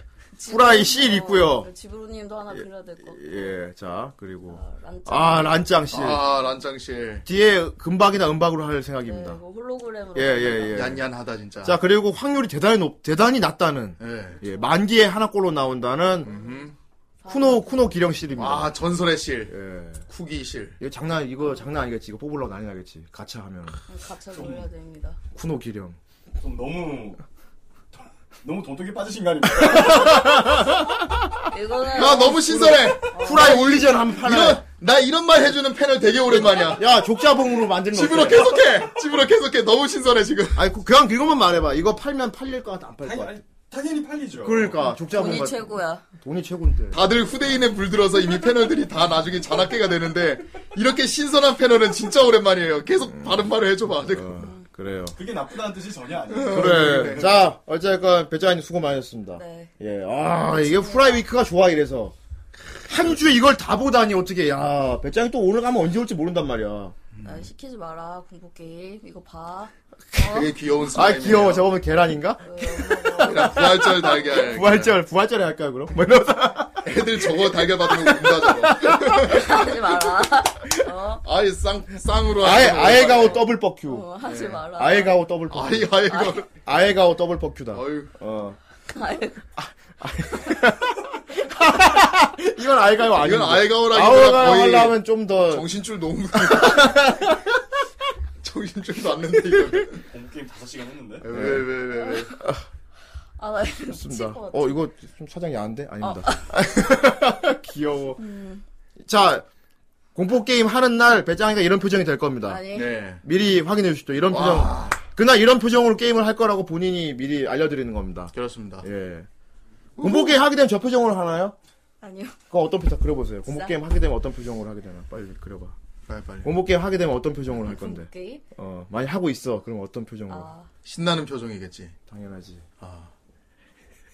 [SPEAKER 1] 후라이 씰
[SPEAKER 3] 어,
[SPEAKER 1] 있고요.
[SPEAKER 3] 지브로님도 하나 그려야 될 것 같고.
[SPEAKER 1] 예. 자 그리고
[SPEAKER 3] 아, 란짱.
[SPEAKER 1] 아 란짱 씨
[SPEAKER 2] 아 란짱실
[SPEAKER 1] 뒤에 금박이나 음박으로 할
[SPEAKER 3] 네,
[SPEAKER 1] 생각입니다.
[SPEAKER 3] 이거 홀로그램으로.
[SPEAKER 1] 예 예, 예.
[SPEAKER 2] 얀얀하다 진짜.
[SPEAKER 1] 자 그리고 확률이 대단히 높 대단히 낮다는
[SPEAKER 2] 예.
[SPEAKER 1] 예, 만기에 하나꼴로 나온다는 쿠노 쿠노 기령 실입니다.
[SPEAKER 2] 아 전설의 실,
[SPEAKER 1] 예.
[SPEAKER 2] 쿠기 실.
[SPEAKER 1] 이거 장난 이거 장난 아니겠지. 이거 뽑으려고 난리 나겠지. 가차 하면
[SPEAKER 3] 같이 그려야 됩니다.
[SPEAKER 1] 쿠노 기령.
[SPEAKER 8] 좀 너무 너무 돈독에 빠지신 거 아닙니까?
[SPEAKER 3] 이거는.
[SPEAKER 2] 아 너무 신선해.
[SPEAKER 1] 후라이 올리전 한번 팔아.
[SPEAKER 2] 이런 나 이런 말 해주는 패널 되게 오랜만이야.
[SPEAKER 1] 야 족자봉으로 만든 거.
[SPEAKER 2] 집으로
[SPEAKER 1] 어때?
[SPEAKER 2] 계속해. 집으로 계속해. 너무 신선해 지금.
[SPEAKER 1] 아니 그- 그냥 그것만 말해봐. 이거 팔면 팔릴 것 같아 안 팔릴 것 같아.
[SPEAKER 8] 아니, 당연히 팔리죠.
[SPEAKER 1] 그러니까 족자봉
[SPEAKER 3] 돈이
[SPEAKER 1] 같-
[SPEAKER 3] 최고야.
[SPEAKER 1] 돈이 최고인데.
[SPEAKER 2] 다들 후대인에 물들어서 이미 패널들이 다 나중에
[SPEAKER 1] 어.
[SPEAKER 2] 자나깨가 되는데 이렇게 신선한 패널은 진짜 오랜만이에요. 계속 바른 말을 해줘봐. 내가.
[SPEAKER 1] 그래요.
[SPEAKER 8] 그게 나쁘다는 뜻이 전혀 아니에요.
[SPEAKER 1] 그래. 자, 어쨌건 배짱님 수고 많으셨습니다.
[SPEAKER 3] 네.
[SPEAKER 1] 예, 아 이게 후라이 위크가 좋아 이래서 한 주 이걸 다 보다니 어떻게? 야, 배짱이 또 오늘 가면 언제 올지 모른단 말이야.
[SPEAKER 3] 나 아, 시키지 마라 공포 게임 이거 봐.
[SPEAKER 2] 되게 귀여운
[SPEAKER 1] 아
[SPEAKER 2] 슬라임이네요.
[SPEAKER 1] 귀여워. 저거 보면 계란인가?
[SPEAKER 2] 그냥 부활절 달걀.
[SPEAKER 1] 부활절, 부활절에 할까요 그럼? 뭐 이러면서
[SPEAKER 2] 애들 저거 달걀 받으면 운다 저거.
[SPEAKER 3] 하지 마라.
[SPEAKER 2] 아예 쌍 쌍으로.
[SPEAKER 1] 아예
[SPEAKER 2] 하는 거.
[SPEAKER 1] 아예 가오 더블 버큐.
[SPEAKER 3] 어, 하지 마라.
[SPEAKER 1] 아예 가오 더블 버큐.
[SPEAKER 2] 아예 아예 거.
[SPEAKER 1] 아예 가오 더블 버큐다.
[SPEAKER 2] 어유.
[SPEAKER 1] 어.
[SPEAKER 3] 아예
[SPEAKER 1] 이건 아예 가오 아니야.
[SPEAKER 2] 이건 아예
[SPEAKER 1] 아예 가오
[SPEAKER 2] 가오라기보다 거의
[SPEAKER 1] 하려면 좀더
[SPEAKER 2] 정신줄 놓은 거. 정신줄 놨는데 이거.
[SPEAKER 8] 공포 게임 5시간 했는데.
[SPEAKER 2] 왜왜 왜 왜. 왜, 왜.
[SPEAKER 3] 아, 나 이거
[SPEAKER 1] 좋습니다.
[SPEAKER 3] 미칠 것 같아.
[SPEAKER 1] 어, 이거 좀 사장이 안 돼? 아닙니다. 어. 귀여워.
[SPEAKER 3] 음.
[SPEAKER 1] 자, 공포게임 하는 날 배짱이가 이런 표정이 될 겁니다.
[SPEAKER 3] 아니
[SPEAKER 2] 네.
[SPEAKER 1] 미리 확인해 주십시오. 이런 표정.
[SPEAKER 2] 와.
[SPEAKER 1] 그날 이런 표정으로 게임을 할 거라고 본인이 미리 알려드리는 겁니다.
[SPEAKER 2] 그렇습니다.
[SPEAKER 1] 예. 공포게임 하게 되면 저 표정으로 하나요?
[SPEAKER 3] 아니요.
[SPEAKER 1] 그거 어떤 표정 그려보세요. 공포게임 하게 되면 어떤 표정으로 하게 되나? 빨리 그려봐.
[SPEAKER 2] 빨리 빨리.
[SPEAKER 1] 공포게임 하게 되면 어떤 표정으로 할 건데?
[SPEAKER 3] 공포 게임.
[SPEAKER 1] 어, 많이 하고 있어. 그럼 어떤 표정으로?
[SPEAKER 3] 아
[SPEAKER 2] 신나는 표정이겠지.
[SPEAKER 1] 당연하지.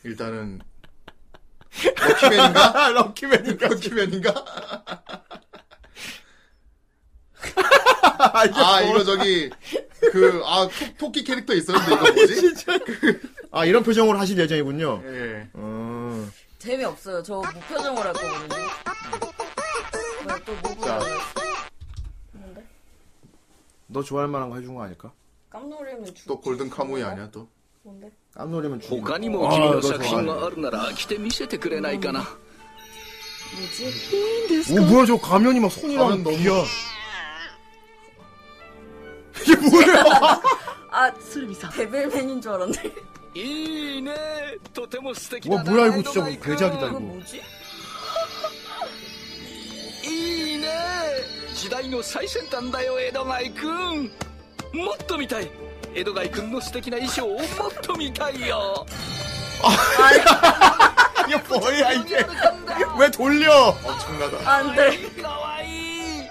[SPEAKER 2] 일단은 럭키맨인가?
[SPEAKER 1] 아, 럭키맨인가?
[SPEAKER 2] 럭키맨인가?
[SPEAKER 1] 아, 이게
[SPEAKER 2] 아
[SPEAKER 1] 뭐-
[SPEAKER 2] 이거 저기 그 아 토끼 캐릭터 있었는데 이거 뭐지?
[SPEAKER 1] 아, 이런 표정으로 하실 예정이군요.
[SPEAKER 2] 예.
[SPEAKER 1] 음.
[SPEAKER 3] 재미 없어요. 저 무표정으로 할 거거든요. 뭐야, 또 뭐,
[SPEAKER 2] 자
[SPEAKER 7] 뭔데?
[SPEAKER 1] 너 좋아할 만한 거 해준 거 아닐까?
[SPEAKER 3] 깜놀이면 죽.
[SPEAKER 2] 또 골든 카무이 아니야 또?
[SPEAKER 7] 뭔데?
[SPEAKER 1] 깜놀이면 죽.
[SPEAKER 4] 他にも
[SPEAKER 1] あー
[SPEAKER 4] 君
[SPEAKER 1] ど
[SPEAKER 4] の
[SPEAKER 1] うぞ
[SPEAKER 4] 作品があるなら来て見せてくれないかな
[SPEAKER 3] 뭐지?
[SPEAKER 1] 오 뭐야 저 가면이 막 손이랑 아,
[SPEAKER 2] 가면 아, 너무-
[SPEAKER 1] 귀야. 이게 뭐야?
[SPEAKER 3] 아 슬미사. 데빌맨인 줄 알았네.
[SPEAKER 4] いいねとても素敵
[SPEAKER 1] 와
[SPEAKER 4] だな
[SPEAKER 1] 뭐야 이거 진짜
[SPEAKER 4] ライドバイク
[SPEAKER 1] 대작이다
[SPEAKER 3] 이거
[SPEAKER 1] 이거.
[SPEAKER 3] 뭐지?
[SPEAKER 4] いいね時代の最先端だよ江戸貝くんもっと見たい江戸貝くんの素敵な衣装をもっと見たいよ
[SPEAKER 1] 이게 뭐야
[SPEAKER 4] 似合
[SPEAKER 1] 이게?
[SPEAKER 4] うかんだ
[SPEAKER 1] 왜 돌려?
[SPEAKER 2] 엄청나다.
[SPEAKER 3] 안돼.
[SPEAKER 4] かわいい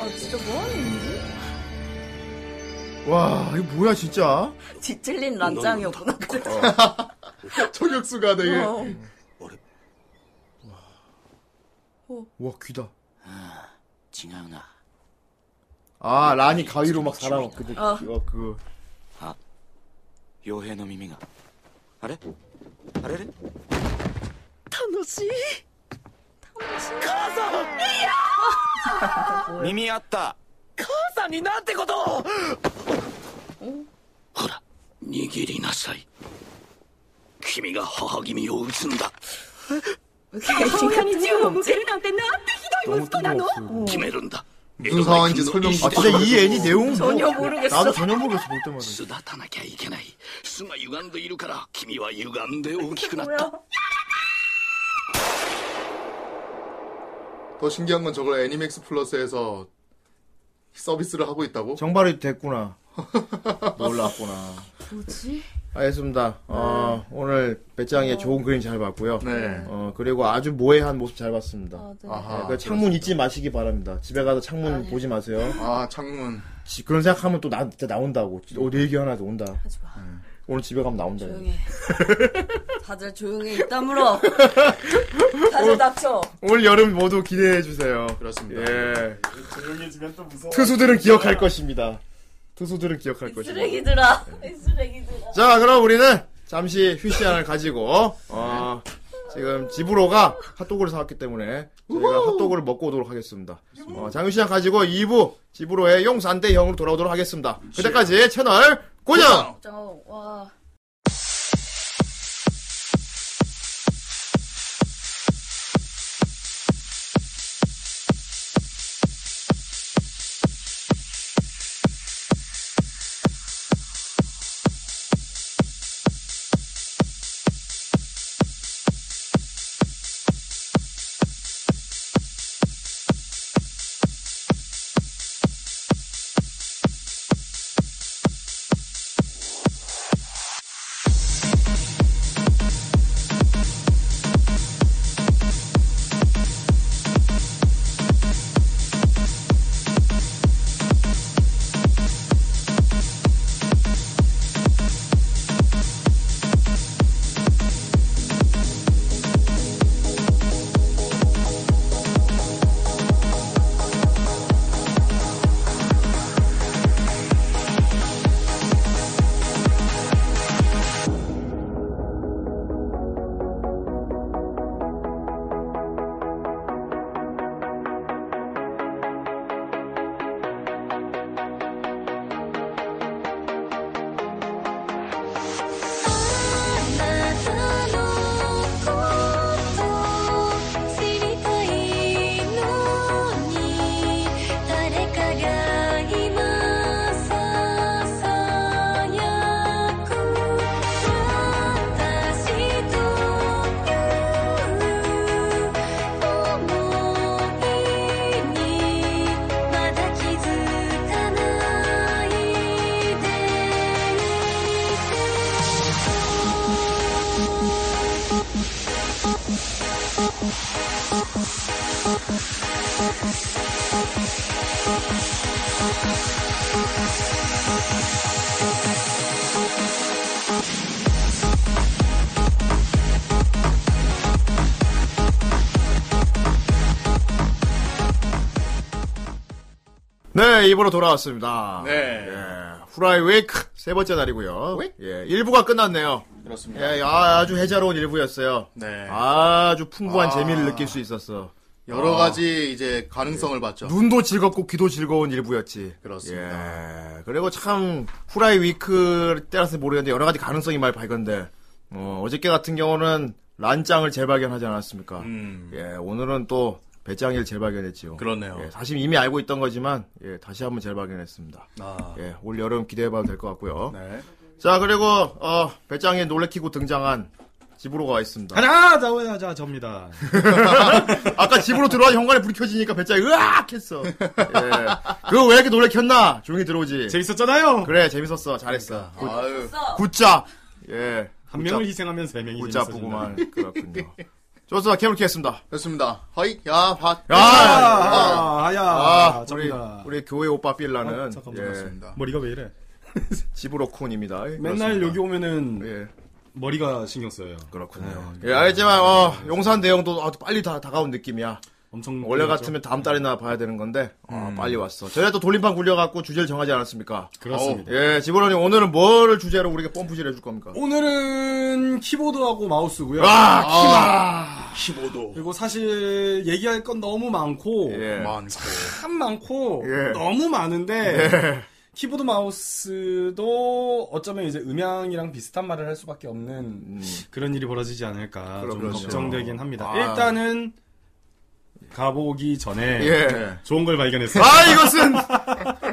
[SPEAKER 3] 아 진짜 뭐하는
[SPEAKER 1] 와 이거 뭐야 진짜?
[SPEAKER 3] 거지? 뒤틀린 란짱이었구나. 그래서.
[SPEAKER 2] 초격수가 되게
[SPEAKER 3] 어.
[SPEAKER 1] 와 귀다.
[SPEAKER 4] 違うな
[SPEAKER 1] 아 란이 가위로 막 살아 그 어, 그
[SPEAKER 4] 傭兵の耳があれあれれ
[SPEAKER 3] 楽しい。
[SPEAKER 4] 耳あった母さんになんてことをほら握りなさい君が母君を撃つんだ
[SPEAKER 3] 중간이 지금 없지?
[SPEAKER 4] 決めるんだ
[SPEAKER 2] 무슨 상황인지 설명
[SPEAKER 1] 아 진짜 이 애니 내용
[SPEAKER 3] 전혀
[SPEAKER 1] 뭐-
[SPEAKER 3] 모르겠어.
[SPEAKER 1] 나도 전혀 모르겠어 볼 때마다.
[SPEAKER 4] 巣立たなきゃいけない巣が歪んでいるから君は歪んで大きくなった
[SPEAKER 2] 더 신기한 건 저걸 애니맥스 플러스에서 서비스를 하고 있다고?
[SPEAKER 1] 정발이 됐구나. 놀랐구나.
[SPEAKER 3] 뭐지? 음. 어.
[SPEAKER 1] 알겠습니다. 어, 오늘 배짱이의 좋은 그림 잘 봤고요.
[SPEAKER 2] 네.
[SPEAKER 1] 어, 그리고 아주 모해한 모습 잘 봤습니다.
[SPEAKER 3] 아, 네.
[SPEAKER 2] 아하.
[SPEAKER 1] 그 창문 잊지 마시기 바랍니다. 집에 가서 창문 보지 마세요.
[SPEAKER 2] 아 창문.
[SPEAKER 1] 지- 그런 생각하면 또 나, 진짜 나온다고. 어, 내 얘기 하나 해도 온다.
[SPEAKER 3] 하지 마.
[SPEAKER 1] 오늘 집에 가면 나온다.
[SPEAKER 3] 조용해. 다들 조용해. 입 다물어. 다들 닥쳐.
[SPEAKER 1] 올 여름 모두 기대해주세요.
[SPEAKER 2] 그렇습니다.
[SPEAKER 1] 예.
[SPEAKER 8] 조용해지면 또 무서워.
[SPEAKER 1] 투수들은 기억할 것입니다. 투수들은 기억할
[SPEAKER 3] 이
[SPEAKER 1] 것입니다.
[SPEAKER 3] 쓰레기들아. 이 쓰레기들아.
[SPEAKER 1] 자, 그럼 우리는 잠시 휴식 시간을 가지고, 어, 지금 집으로가 핫도그를 사왔기 때문에 저희가 핫도그를 먹고 오도록 하겠습니다. 어, 장유 시간 가지고 2부 집으로의 용산대형으로 돌아오도록 하겠습니다. 그때까지 채널 고정!
[SPEAKER 3] 정, 와.
[SPEAKER 1] 네, 입으로 돌아왔습니다.
[SPEAKER 2] 네.
[SPEAKER 1] 예, 후라이 웨이크 세 번째 날이고요. 예, 1부가 끝났네요.
[SPEAKER 2] 그렇습니다.
[SPEAKER 1] 예, 아, 주 해자로운 1부였어요.
[SPEAKER 2] 네.
[SPEAKER 1] 아주 풍부한
[SPEAKER 2] 아.
[SPEAKER 1] 재미를 느낄 수 있었어.
[SPEAKER 2] 여러
[SPEAKER 1] 아.
[SPEAKER 2] 가지 이제 가능성을 봤죠.
[SPEAKER 1] 눈도 즐겁고 귀도 즐거운 일부였지.
[SPEAKER 2] 그렇습니다.
[SPEAKER 1] 예. 그리고 참 후라이 위크 때라서 모르겠는데 여러 가지 가능성이 많이 발견돼. 어, 어저께 같은 경우는 란짱을 재발견하지 않았습니까?
[SPEAKER 2] 음.
[SPEAKER 1] 예, 오늘은 또 배짱이를 재발견했지요.
[SPEAKER 2] 그렇네요.
[SPEAKER 1] 예, 사실 이미 알고 있던 거지만 예, 다시 한번 재발견했습니다.
[SPEAKER 2] 아.
[SPEAKER 1] 예, 올 여름 기대해봐도 될 것 같고요.
[SPEAKER 2] 네.
[SPEAKER 1] 자 그리고 어, 배짱이 놀래키고 등장한 집으로 가 있습니다.
[SPEAKER 9] 하나 자원하자 접니다.
[SPEAKER 1] 아까 집으로 들어와 현관에 불이 켜지니까 배짱이 으악 했어. 예. 그거 왜 이렇게 놀래켰나? 조용히 들어오지.
[SPEAKER 9] 재밌었잖아요.
[SPEAKER 1] 그래 재밌었어 잘했어
[SPEAKER 2] 아유.
[SPEAKER 1] 굿자 예
[SPEAKER 9] 한 명을 희생하면 세 명이
[SPEAKER 1] 굿자
[SPEAKER 9] 재밌어진다.
[SPEAKER 1] 부구만 그렇군요 좋습니다 캐롤키였습니다
[SPEAKER 2] 됐습니다. 허이, 야, 밭.
[SPEAKER 1] 야!
[SPEAKER 9] 아, 아야,
[SPEAKER 1] 아 우리
[SPEAKER 9] 접니다.
[SPEAKER 1] 우리 교회 오빠 빌라는
[SPEAKER 9] 어, 잠깐만,
[SPEAKER 1] 예,
[SPEAKER 2] 그렇습니다.
[SPEAKER 9] 머리가 왜 이래?
[SPEAKER 1] 집으로 쿤입니다 예,
[SPEAKER 9] 맨날
[SPEAKER 1] 그렇습니다.
[SPEAKER 9] 여기 오면은
[SPEAKER 1] 예
[SPEAKER 9] 머리가 신경 써요. 아,
[SPEAKER 1] 그렇군요
[SPEAKER 9] 네.
[SPEAKER 1] 예 알지만 어 용산 내용도 아주 빨리 다 다가온 느낌이야
[SPEAKER 9] 엄청
[SPEAKER 1] 뭐
[SPEAKER 9] 그렇죠?
[SPEAKER 1] 원래
[SPEAKER 9] 끌렸죠? 음.
[SPEAKER 1] 같으면 다음 달이나 봐야 되는 건데 어, 빨리 왔어 저희가 또 돌림판 굴려갖고 주제를 정하지 않았습니까
[SPEAKER 9] 그렇습니다.
[SPEAKER 1] 예 지브로님 오늘은 뭐를 주제로 우리가 펌프질 해줄 겁니까
[SPEAKER 9] 오늘은 키보드하고 마우스고요.
[SPEAKER 1] 예. 아
[SPEAKER 2] 키보드.
[SPEAKER 9] 그리고 사실 얘기할 건 너무 많고
[SPEAKER 1] 예.
[SPEAKER 2] 많고.
[SPEAKER 9] 참 많고
[SPEAKER 1] 예.
[SPEAKER 9] 너무 많은데 키보드 마우스도 어쩌면 이제 음향이랑 비슷한 말을 할 수밖에 없는 그런 일이 벌어지지 않을까 좀
[SPEAKER 1] 음. 그렇죠.
[SPEAKER 9] 걱정되긴 합니다.
[SPEAKER 1] 아.
[SPEAKER 9] 일단은 가보기 전에
[SPEAKER 1] 예.
[SPEAKER 9] 좋은 걸 발견했어요.
[SPEAKER 1] 아 이것은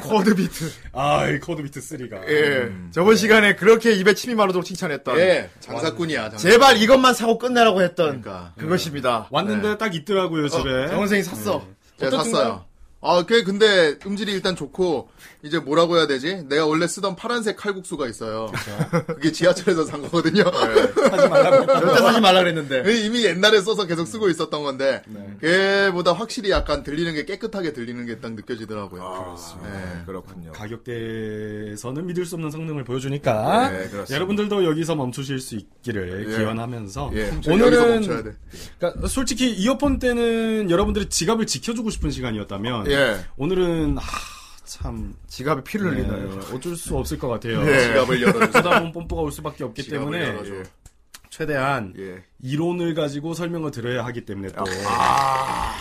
[SPEAKER 1] 코드 비트
[SPEAKER 9] 아, 이 코드 비트 3가
[SPEAKER 1] 예. 저번 시간에 그렇게 입에 침이 마르도록 칭찬했던.
[SPEAKER 2] 예, 장사꾼이야, 장사.
[SPEAKER 1] 제발 이것만 사고 끝내라고 했던
[SPEAKER 2] 그러니까.
[SPEAKER 1] 그것입니다
[SPEAKER 9] 왔는데 딱 있더라고요 집에.
[SPEAKER 1] 정 선생이 네. 샀어.
[SPEAKER 2] 제가 예. 샀어요. 아, 꽤 근데 음질이 일단 좋고 이제 뭐라고 해야 되지? 내가 원래 쓰던 파란색 칼국수가 있어요. 그게 지하철에서 산 거거든요.
[SPEAKER 1] 예. 절대 사지 말라 그랬는데.
[SPEAKER 2] 이미 옛날에 써서 계속 쓰고 있었던 건데
[SPEAKER 1] 네.
[SPEAKER 2] 걔보다 확실히 약간 들리는 게 깨끗하게 들리는 게 딱 느껴지더라고요. 예.
[SPEAKER 1] 네, 그렇군요.
[SPEAKER 9] 가격대에서는 믿을 수 없는 성능을 보여주니까
[SPEAKER 1] 네, 그렇습니다.
[SPEAKER 9] 여러분들도 여기서 멈추실 수 있기를
[SPEAKER 1] 예.
[SPEAKER 9] 기원하면서
[SPEAKER 1] 예.
[SPEAKER 2] 여기서 멈춰야
[SPEAKER 9] 오늘은
[SPEAKER 2] 돼.
[SPEAKER 9] 그러니까 솔직히 이어폰 때는 여러분들의 지갑을 지켜주고 싶은 시간이었다면
[SPEAKER 1] 예.
[SPEAKER 9] 오늘은 아, 참
[SPEAKER 1] 지갑에 피를
[SPEAKER 9] 네,
[SPEAKER 1] 흘리나요.
[SPEAKER 9] 어쩔 수 없을 것 같아요.
[SPEAKER 1] 예.
[SPEAKER 2] 지갑을 열어줘.
[SPEAKER 9] 쓰다 보면 뽐뿌가 올 수밖에 없기
[SPEAKER 2] 지갑을
[SPEAKER 9] 때문에
[SPEAKER 2] 열어줘.
[SPEAKER 9] 최대한
[SPEAKER 1] 예.
[SPEAKER 9] 이론을 가지고 설명을 드려야 하기 때문에 또. 그러니까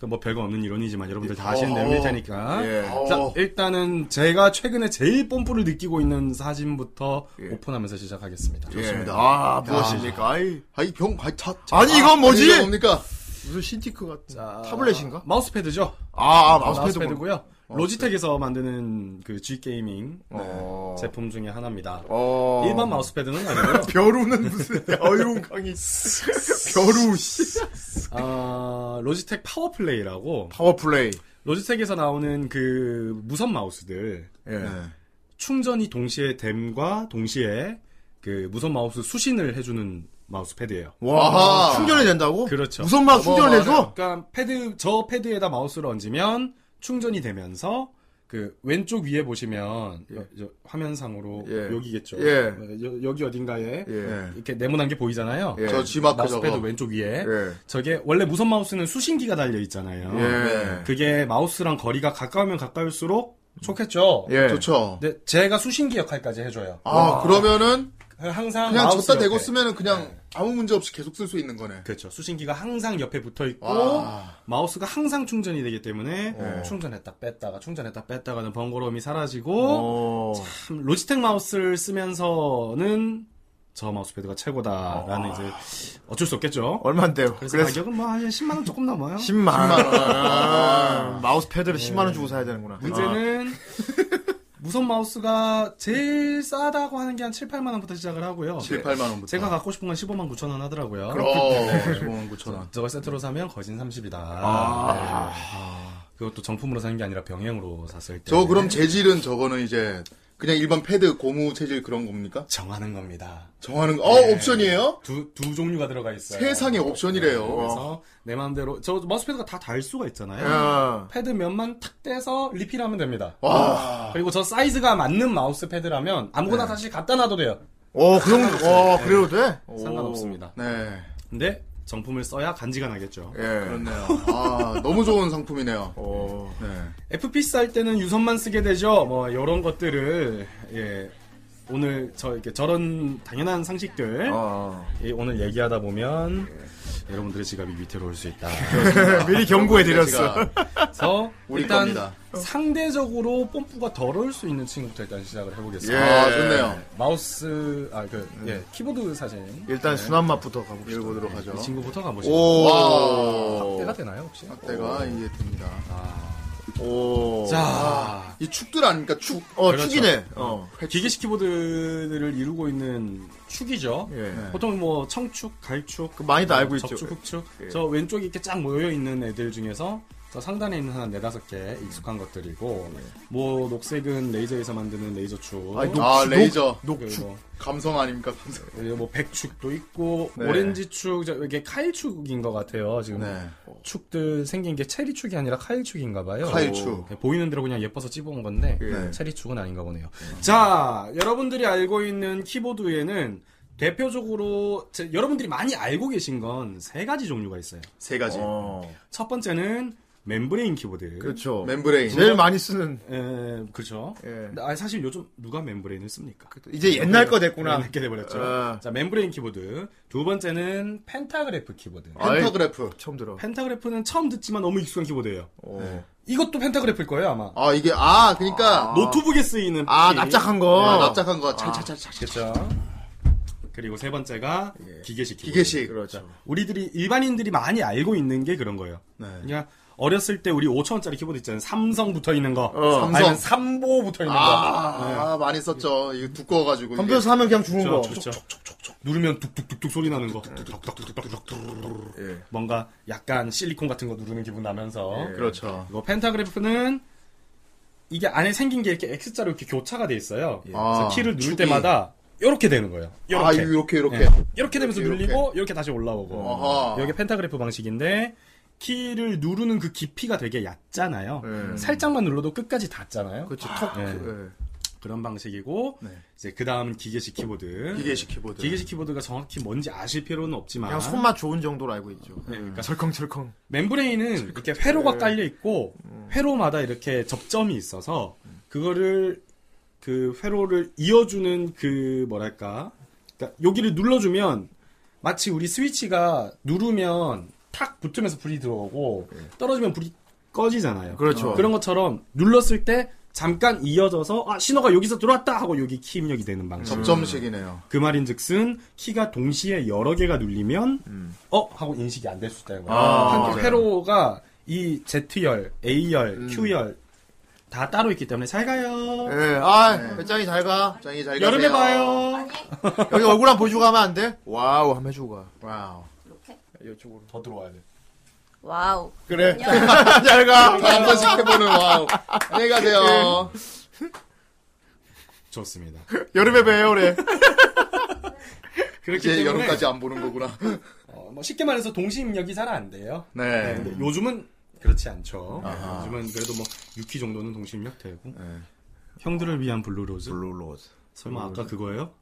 [SPEAKER 9] 그뭐 별거 없는 이론이지만 여러분들 다 아시는
[SPEAKER 2] 아. 어.
[SPEAKER 9] 내용일 테니까.
[SPEAKER 1] 예.
[SPEAKER 9] 자,
[SPEAKER 2] 어.
[SPEAKER 9] 일단은 제가 최근에 제일 뽐뿌를 느끼고 있는 사진부터
[SPEAKER 1] 예.
[SPEAKER 9] 오픈하면서 시작하겠습니다.
[SPEAKER 1] 좋습니다. 아, 무엇입니까? 아이,
[SPEAKER 2] 아이 병, 아이 차, 차.
[SPEAKER 1] 아니, 이건 뭐지?
[SPEAKER 2] 이게 뭡니까?
[SPEAKER 1] 무슨 신티크 같은
[SPEAKER 9] 자,
[SPEAKER 1] 타블렛인가?
[SPEAKER 9] 마우스패드죠.
[SPEAKER 1] 아, 아 마우스패드. 고
[SPEAKER 9] 마우스패드고요. 로지텍에서 만드는 그 G 게이밍 네,
[SPEAKER 1] 어.
[SPEAKER 9] 제품 중에 하나입니다.
[SPEAKER 1] 어.
[SPEAKER 9] 일반 마우스패드는 아니고요.
[SPEAKER 1] 벼루는 무슨 어이운 강이 벼루 씨.
[SPEAKER 9] 아, 로지텍 파워플레이라고
[SPEAKER 1] 파워 플레이.
[SPEAKER 9] 로지텍에서 나오는 그 무선 마우스들
[SPEAKER 1] 예.
[SPEAKER 9] 충전이 동시에 됨과 동시에 그 무선 마우스 수신을 해주는 마우스 패드예요.
[SPEAKER 1] 와,
[SPEAKER 2] 아하.
[SPEAKER 1] 충전이 된다고?
[SPEAKER 9] 그렇죠.
[SPEAKER 1] 무선만 충전해 줘.
[SPEAKER 9] 그러니까 패드 저 패드에다 마우스를 얹으면 충전이 되면서 그 왼쪽 위에 보시면 여- 저 화면상으로
[SPEAKER 1] 예.
[SPEAKER 9] 여기겠죠.
[SPEAKER 1] 예.
[SPEAKER 9] 여, 기 어딘가에
[SPEAKER 1] 예.
[SPEAKER 9] 이렇게 네모난 게 보이잖아요.
[SPEAKER 1] 예.
[SPEAKER 2] 저 지마크
[SPEAKER 9] 마우스 패드
[SPEAKER 2] 저거.
[SPEAKER 9] 왼쪽 위에
[SPEAKER 1] 예.
[SPEAKER 9] 저게 원래 무선 마우스는 수신기가 달려 있잖아요.
[SPEAKER 1] 예.
[SPEAKER 9] 그게 마우스랑 거리가 가까우면 가까울수록 좋겠죠.
[SPEAKER 1] 예.
[SPEAKER 2] 좋죠.
[SPEAKER 9] 근데 제가 수신기 역할까지 해줘요.
[SPEAKER 2] 아, 그러면은
[SPEAKER 9] 항상
[SPEAKER 2] 그냥
[SPEAKER 9] 마우스
[SPEAKER 2] 줬다 대고
[SPEAKER 9] 옆에.
[SPEAKER 2] 쓰면은 그냥 아무 문제 없이 계속 쓸 수 있는 거네.
[SPEAKER 9] 그렇죠. 수신기가 항상 옆에 붙어 있고
[SPEAKER 2] 와.
[SPEAKER 9] 마우스가 항상 충전이 되기 때문에 충전했다 뺐다가 충전했다 뺐다가는 번거로움이 사라지고
[SPEAKER 1] 어.
[SPEAKER 9] 참 로지텍 마우스를 쓰면서는 저 마우스패드가 최고다라는 이제 어쩔 수 없겠죠.
[SPEAKER 1] 얼마인데요?
[SPEAKER 9] 아. 그래서, 가격은 뭐 한 10만 원 조금 넘어요.
[SPEAKER 1] 10만 원. 아, 마우스 패드를 10만 원 주고 사야 되는구나.
[SPEAKER 9] 네.
[SPEAKER 1] 아.
[SPEAKER 9] 문제는 무선 마우스가 제일 싸다고 하는 게 한 7, 8만 원부터 시작을 하고요. 네.
[SPEAKER 2] 7, 8만 원부터.
[SPEAKER 9] 제가 갖고 싶은 건 15만 9천 원 하더라고요.
[SPEAKER 2] 어, 15만 9천 원.
[SPEAKER 9] 저걸 세트로 사면 거진 30이다. 아. 네. 그것도 정품으로 산 게 아니라 병행으로 샀을 때.
[SPEAKER 2] 저 그럼 재질은 저거는 이제 그냥 일반 패드 고무 체질 그런 겁니까?
[SPEAKER 9] 정하는 겁니다.
[SPEAKER 2] 정하는 거. 어,
[SPEAKER 9] 네.
[SPEAKER 2] 옵션이에요?
[SPEAKER 9] 두, 두 종류가 들어가 있어요. 네.
[SPEAKER 2] 세상에 옵션이래요.
[SPEAKER 9] 그래서 내 마음대로 저 마우스패드가 다 달 수가 있잖아요.
[SPEAKER 1] 야.
[SPEAKER 9] 패드 몇만 탁 떼서 리필하면 됩니다.
[SPEAKER 2] 와. 네.
[SPEAKER 9] 그리고 저 사이즈가 맞는 마우스패드라면 아무거나 사실 갖다 놔도 돼요.
[SPEAKER 1] 오, 그 정도, 와, 그래도 돼? 오.
[SPEAKER 9] 상관없습니다.
[SPEAKER 2] 네.
[SPEAKER 9] 근데 정품을 써야 간지가 나겠죠.
[SPEAKER 1] 예.
[SPEAKER 2] 그렇네요. 아, 너무 좋은 상품이네요.
[SPEAKER 1] 오.
[SPEAKER 2] 네.
[SPEAKER 9] FPS 할 때는 유선만 쓰게 되죠. 뭐 이런 것들을 예, 오늘 저 이렇게 저런 당연한 상식들
[SPEAKER 1] 어.
[SPEAKER 9] 예, 오늘 얘기하다 보면
[SPEAKER 2] 예.
[SPEAKER 9] 여러분들의 지갑이 위태로울 수 있다.
[SPEAKER 1] 미리 경고해드렸어.
[SPEAKER 2] 제가
[SPEAKER 9] 그래서
[SPEAKER 2] 우리
[SPEAKER 9] 일단
[SPEAKER 2] 겁니다.
[SPEAKER 9] 상대적으로 뽐뿌가 덜어올 수 있는 친구부터 일단 시작을 해보겠습니다.
[SPEAKER 2] 아, 좋네요.
[SPEAKER 9] 마우스 아 그 예, 키보드 사진
[SPEAKER 1] 일단 순한 맛부터 가봅시다.
[SPEAKER 2] 네. 읽어보도록 하죠.
[SPEAKER 9] 이 친구부터 가보시죠.
[SPEAKER 1] 예. 오.
[SPEAKER 2] 와.
[SPEAKER 9] 때가 되나요 혹시?
[SPEAKER 2] 확대가 이게 됩니다.
[SPEAKER 1] 오.
[SPEAKER 9] 자
[SPEAKER 2] 이 축들 아닙니까? 축.
[SPEAKER 1] 어,
[SPEAKER 9] 그렇죠.
[SPEAKER 1] 축이네. 어.
[SPEAKER 9] 기계식 키보드를 이루고 있는 축이죠.
[SPEAKER 1] 예.
[SPEAKER 9] 보통 뭐 청축, 갈축,
[SPEAKER 1] 그 많이들 알고 있죠.
[SPEAKER 9] 접축, 흑축. 저 왼쪽에 이렇게 쫙 모여 있는 애들 중에서 저 상단에 있는 한 네다섯 개 익숙한 것들이고 뭐 녹색은 레이저에서 만드는 레이저 축.
[SPEAKER 1] 아니, 녹-
[SPEAKER 2] 아,
[SPEAKER 1] 녹-
[SPEAKER 2] 레이저.
[SPEAKER 9] 녹축.
[SPEAKER 2] 감성 아닙니까? 감성.
[SPEAKER 9] 그리고 뭐 백축도 있고
[SPEAKER 1] 네.
[SPEAKER 9] 오렌지축 저 이게 카일축인 것 같아요 지금
[SPEAKER 2] 네.
[SPEAKER 9] 축들 생긴 게 체리축이 아니라 카일축인가 봐요
[SPEAKER 2] 카일축.
[SPEAKER 9] 네, 보이는 대로 그냥 예뻐서 찝어온 건데
[SPEAKER 2] 네.
[SPEAKER 9] 체리축은 아닌가 보네요 자 여러분들이 알고 있는 키보드에는 대표적으로 제- 여러분들이 많이 알고 계신 건 세 가지 종류가 있어요
[SPEAKER 2] 세 가지.
[SPEAKER 1] 어.
[SPEAKER 9] 첫 번째는 멤브레인 키보드
[SPEAKER 1] 그렇죠.
[SPEAKER 2] 멤브레인.
[SPEAKER 1] 제일 많이 쓰는.
[SPEAKER 9] 에, 그렇죠
[SPEAKER 1] 예. 그렇죠.
[SPEAKER 9] 근데 아, 사실 요즘 누가 멤브레인을 씁니까
[SPEAKER 1] 이제 옛날 거 됐구나.
[SPEAKER 9] 이렇게 돼버렸죠.
[SPEAKER 1] 아.
[SPEAKER 9] 자, 멤브레인 키보드. 두 번째는 펜타그래프 키보드.
[SPEAKER 2] 어.
[SPEAKER 1] 아이.
[SPEAKER 2] 펜타그래프.
[SPEAKER 1] 처음 들어.
[SPEAKER 9] 펜타그래프는 처음 듣지만 너무 익숙한 키보드예요. 네.
[SPEAKER 1] 오.
[SPEAKER 9] 이것도 펜타그래프일 거예요, 아마.
[SPEAKER 2] 아, 이게, 아, 그니까.
[SPEAKER 9] 노트북에 쓰이는.
[SPEAKER 1] 아,
[SPEAKER 9] PC.
[SPEAKER 1] 네, 납작한 거.
[SPEAKER 2] 아, 납작한 거. 찰찰찰찰.
[SPEAKER 9] 그렇죠. 그리고 세 번째가 기계식 키보드.
[SPEAKER 2] 기계식.
[SPEAKER 1] 그렇죠.
[SPEAKER 9] 우리들이, 일반인들이 많이 알고 있는 게 그런 거예요.
[SPEAKER 2] 네.
[SPEAKER 9] 그냥 어렸을 때 우리 5천원짜리 키보드 있잖아요. 삼성 붙어 있는 거.
[SPEAKER 2] 삼성.
[SPEAKER 9] 아니면 삼보 붙어 있는 거.
[SPEAKER 2] 아, 아, 많이 썼죠. 이거 두꺼워가지고.
[SPEAKER 1] 컴퓨터 사면 그냥 주는 거.
[SPEAKER 9] 그렇죠. 누르면 뚝뚝뚝뚝 소리 나는 거.
[SPEAKER 2] 네. 예.
[SPEAKER 9] 뭔가 약간 실리콘 같은 거 누르는 기분 나면서.
[SPEAKER 2] 이게. 그렇죠.
[SPEAKER 9] 이거 펜타그래프는 이게 안에 생긴 게 이렇게 X자로 이렇게 교차가 돼 있어요.
[SPEAKER 2] 아,
[SPEAKER 9] 그래서 키를 누를
[SPEAKER 2] 축이.
[SPEAKER 9] 때마다 이렇게 되는 거예요. 이렇게. 네.
[SPEAKER 2] 아, 이렇게, 이렇게.
[SPEAKER 9] 이렇게 되면서
[SPEAKER 2] 이렇게,
[SPEAKER 9] 눌리고 이렇게 다시 올라오고.
[SPEAKER 2] 어허.
[SPEAKER 9] 이게 펜타그래프 방식인데 키를 누르는 그 깊이가 되게 얕잖아요.
[SPEAKER 1] 예.
[SPEAKER 9] 살짝만 눌러도 끝까지 닿잖아요.
[SPEAKER 1] 그렇지. 턱.
[SPEAKER 9] 예.
[SPEAKER 1] 예.
[SPEAKER 9] 그런 방식이고
[SPEAKER 2] 네.
[SPEAKER 9] 이제 그 다음 기계식 키보드.
[SPEAKER 2] 기계식 키보드.
[SPEAKER 9] 기계식 키보드가 정확히 뭔지 아실 필요는 없지만
[SPEAKER 1] 그냥 손맛 좋은 정도로 알고 있죠.
[SPEAKER 9] 네, 그러니까
[SPEAKER 1] 철컹철컹.
[SPEAKER 9] 멤브레인은 이렇게 회로가 깔려 있고 회로마다 이렇게 접점이 있어서 그거를 그 회로를 이어주는 그 뭐랄까 그러니까 여기를 눌러주면 마치 우리 스위치가 누르면 탁 붙으면서 불이 들어오고 떨어지면 불이 꺼지잖아요.
[SPEAKER 1] 그렇죠.
[SPEAKER 9] 그런 것처럼 눌렀을 때 잠깐 이어져서 아 신호가 여기서 들어왔다 하고 여기 키 입력이 되는
[SPEAKER 2] 음.
[SPEAKER 9] 방식.
[SPEAKER 2] 접점식이네요.
[SPEAKER 9] 그 말인즉슨 키가 동시에 여러 개가 눌리면 어 하고 인식이 안 될 수 있다는 거예요.
[SPEAKER 1] 아,
[SPEAKER 9] 한
[SPEAKER 1] 맞아요.
[SPEAKER 9] 회로가 이 Z열, A열, Q열 다 따로 있기 때문에 잘 가요.
[SPEAKER 1] 예. 아, 짱이 잘 가.
[SPEAKER 2] 짱이 잘 가세요. 네.
[SPEAKER 9] 여름에 봐요.
[SPEAKER 3] 아니
[SPEAKER 1] 여기 얼굴 한 번 보여주고 가면 안 돼? 와우, 한번 해주고 가.
[SPEAKER 2] 와우. 네,
[SPEAKER 3] 이렇게
[SPEAKER 9] 이쪽으로 더 들어와야 돼.
[SPEAKER 3] 와우
[SPEAKER 1] 그래.
[SPEAKER 3] 안녕
[SPEAKER 1] 아, 잘 가.
[SPEAKER 2] 한 번씩 해보는 와우. 안녕히 가세요.
[SPEAKER 9] 네. 좋습니다.
[SPEAKER 1] 여름에 봬요, 그래.
[SPEAKER 9] 그렇기
[SPEAKER 2] 이제
[SPEAKER 9] 때문에
[SPEAKER 2] 여름까지 안 보는 거구나.
[SPEAKER 9] 어, 뭐 쉽게 말해서 동시 입력이 잘 안 돼요.
[SPEAKER 2] 네.
[SPEAKER 9] 근데 요즘은 그렇지 않죠.
[SPEAKER 2] 아하.
[SPEAKER 9] 요즘은 그래도 뭐 6키 정도는 동시 입력되고 형들을 위한 블루로즈.
[SPEAKER 1] 블루로즈.
[SPEAKER 9] 설마 아까 그거예요?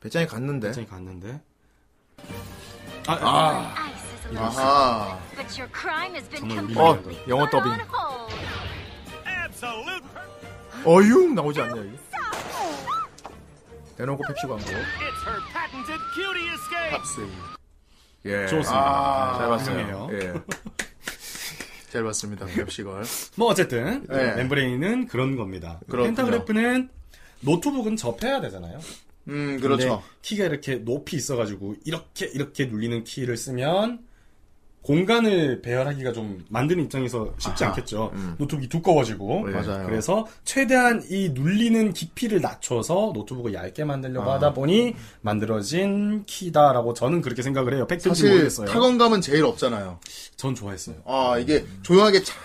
[SPEAKER 1] 배짱이 갔는데.
[SPEAKER 9] 갑자기 갔는데. 아,
[SPEAKER 2] 아하.
[SPEAKER 9] 정말 우리
[SPEAKER 1] 어,
[SPEAKER 9] 말인 것 같아요.
[SPEAKER 1] 영어 더빙. 어융 나오지 않냐, 이게?
[SPEAKER 3] 아,
[SPEAKER 1] 대놓고 펩시 광고.
[SPEAKER 2] 탑승.
[SPEAKER 1] 예.
[SPEAKER 9] 좋습니다.
[SPEAKER 1] 잘 봤어요.
[SPEAKER 9] 훌륭해요.
[SPEAKER 1] 예.
[SPEAKER 2] 잘 봤습니다. 맵시걸.
[SPEAKER 9] 뭐 어쨌든
[SPEAKER 2] 네.
[SPEAKER 9] 멤브레인은 그런 겁니다.
[SPEAKER 2] 그렇군요.
[SPEAKER 9] 펜타그래프는 노트북은 접해야 되잖아요.
[SPEAKER 2] 음,
[SPEAKER 9] 근데
[SPEAKER 2] 그렇죠.
[SPEAKER 9] 키가 이렇게 높이 있어가지고 이렇게 이렇게 눌리는 키를 쓰면 공간을 배열하기가 좀 만드는 입장에서 쉽지
[SPEAKER 2] 아하. 음.
[SPEAKER 9] 않겠죠. 노트북이 두꺼워지고
[SPEAKER 1] 네.
[SPEAKER 2] 맞아요.
[SPEAKER 9] 그래서 최대한 이 눌리는 깊이를 낮춰서 노트북을 얇게
[SPEAKER 2] 아.
[SPEAKER 9] 만들려고 하다 보니 만들어진 키다라고 저는 그렇게 생각을 해요. 팩트인지
[SPEAKER 2] 사실
[SPEAKER 9] 모르겠어요.
[SPEAKER 2] 타건감은 제일 없잖아요.
[SPEAKER 9] 전 좋아했어요.
[SPEAKER 2] 아, 이게 조용하게 착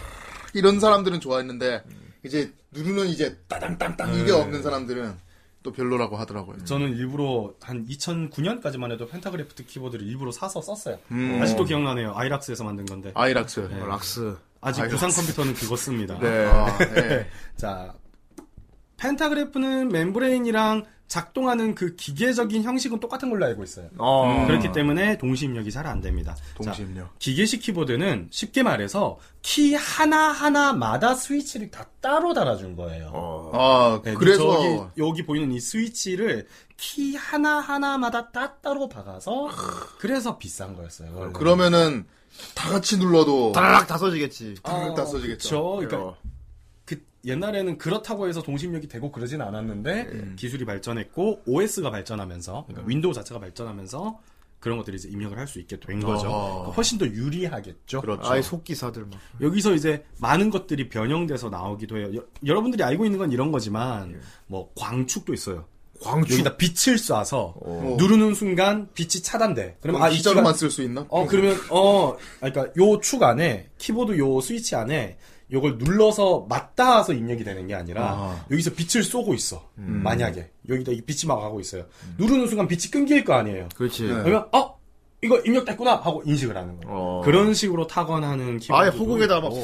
[SPEAKER 2] 이런 사람들은 좋아했는데 이제 누르는 이제 따당땅땅 이게 없는 사람들은 또 별로라고 하더라고요.
[SPEAKER 9] 저는 일부러 한 2009년까지만 해도 펜타그래프트 키보드를 일부러 사서 썼어요.
[SPEAKER 2] 음.
[SPEAKER 9] 아직도 기억나네요. 아이락스에서 만든 건데.
[SPEAKER 2] 아이락스. 네.
[SPEAKER 1] 락스.
[SPEAKER 9] 아직
[SPEAKER 2] 아이락스.
[SPEAKER 9] 부상 컴퓨터는 그거 씁니다.
[SPEAKER 1] 네.
[SPEAKER 2] 아, 네.
[SPEAKER 9] 자, 펜타그래프는 멤브레인이랑 작동하는 그 기계적인 형식은 똑같은 걸로 알고 있어요. 음.
[SPEAKER 1] 어.
[SPEAKER 9] 그렇기 때문에 동시 입력이 잘 안 됩니다. 자,
[SPEAKER 2] 동시입력.
[SPEAKER 9] 기계식 키보드는 쉽게 말해서 키 하나하나마다 스위치를 다 따로 달아준 거예요.
[SPEAKER 2] 아,
[SPEAKER 9] 네,
[SPEAKER 2] 그래서
[SPEAKER 9] 저기, 여기 보이는 이 스위치를 키 하나하나마다 따따로 박아서 그래서 비싼 거였어요. 원래.
[SPEAKER 2] 아, 그러면은 다 같이 눌러도
[SPEAKER 1] 다락 다 써지겠지.
[SPEAKER 2] 다다 써지겠죠.
[SPEAKER 9] 그쵸. 그러니까 그 옛날에는 그렇다고 해서 동심력이 되고 그러진 않았는데
[SPEAKER 2] 네.
[SPEAKER 9] 기술이 발전했고 OS가 발전하면서
[SPEAKER 2] 음.
[SPEAKER 9] 그러니까 윈도우 자체가 발전하면서 그런 것들이 이제 입력을 할 수 있게 된 거죠.
[SPEAKER 2] 어허.
[SPEAKER 9] 그러니까 훨씬 더 유리하겠죠.
[SPEAKER 2] 아. 그렇죠.
[SPEAKER 1] 아예 속기사들 막.
[SPEAKER 9] 여기서 이제 많은 것들이 변형돼서 나오기도 해요. 여, 러분들이 알고 있는 건 이런
[SPEAKER 2] 예.
[SPEAKER 9] 거지만 뭐 광축도 있어요.
[SPEAKER 1] 광주.
[SPEAKER 9] 여기다 빛을 쏴서
[SPEAKER 2] 어.
[SPEAKER 9] 누르는 순간 빛이 차단돼. 그럼
[SPEAKER 2] 그럼
[SPEAKER 9] 아이
[SPEAKER 2] 기자로만
[SPEAKER 9] 키가-
[SPEAKER 2] 쓸 수 있나?
[SPEAKER 9] 어 그러면 어 아, 그러니까 요 축 안에 키보드 요 스위치 안에 요걸 눌러서 맞닿아서 입력이 되는 게 아니라
[SPEAKER 2] 아.
[SPEAKER 9] 여기서 빛을 쏘고 있어. 만약에 여기다 이 빛이 막 가고 있어요. 누르는 순간 빛이 끊길 거 아니에요.
[SPEAKER 1] 그렇지.
[SPEAKER 2] 네.
[SPEAKER 9] 그러면 어 이거 입력됐구나 하고 인식을 하는 거예요.
[SPEAKER 1] 어.
[SPEAKER 9] 그런 식으로 타건하는 키보드.
[SPEAKER 1] 아예 호국에다 막.
[SPEAKER 2] 오,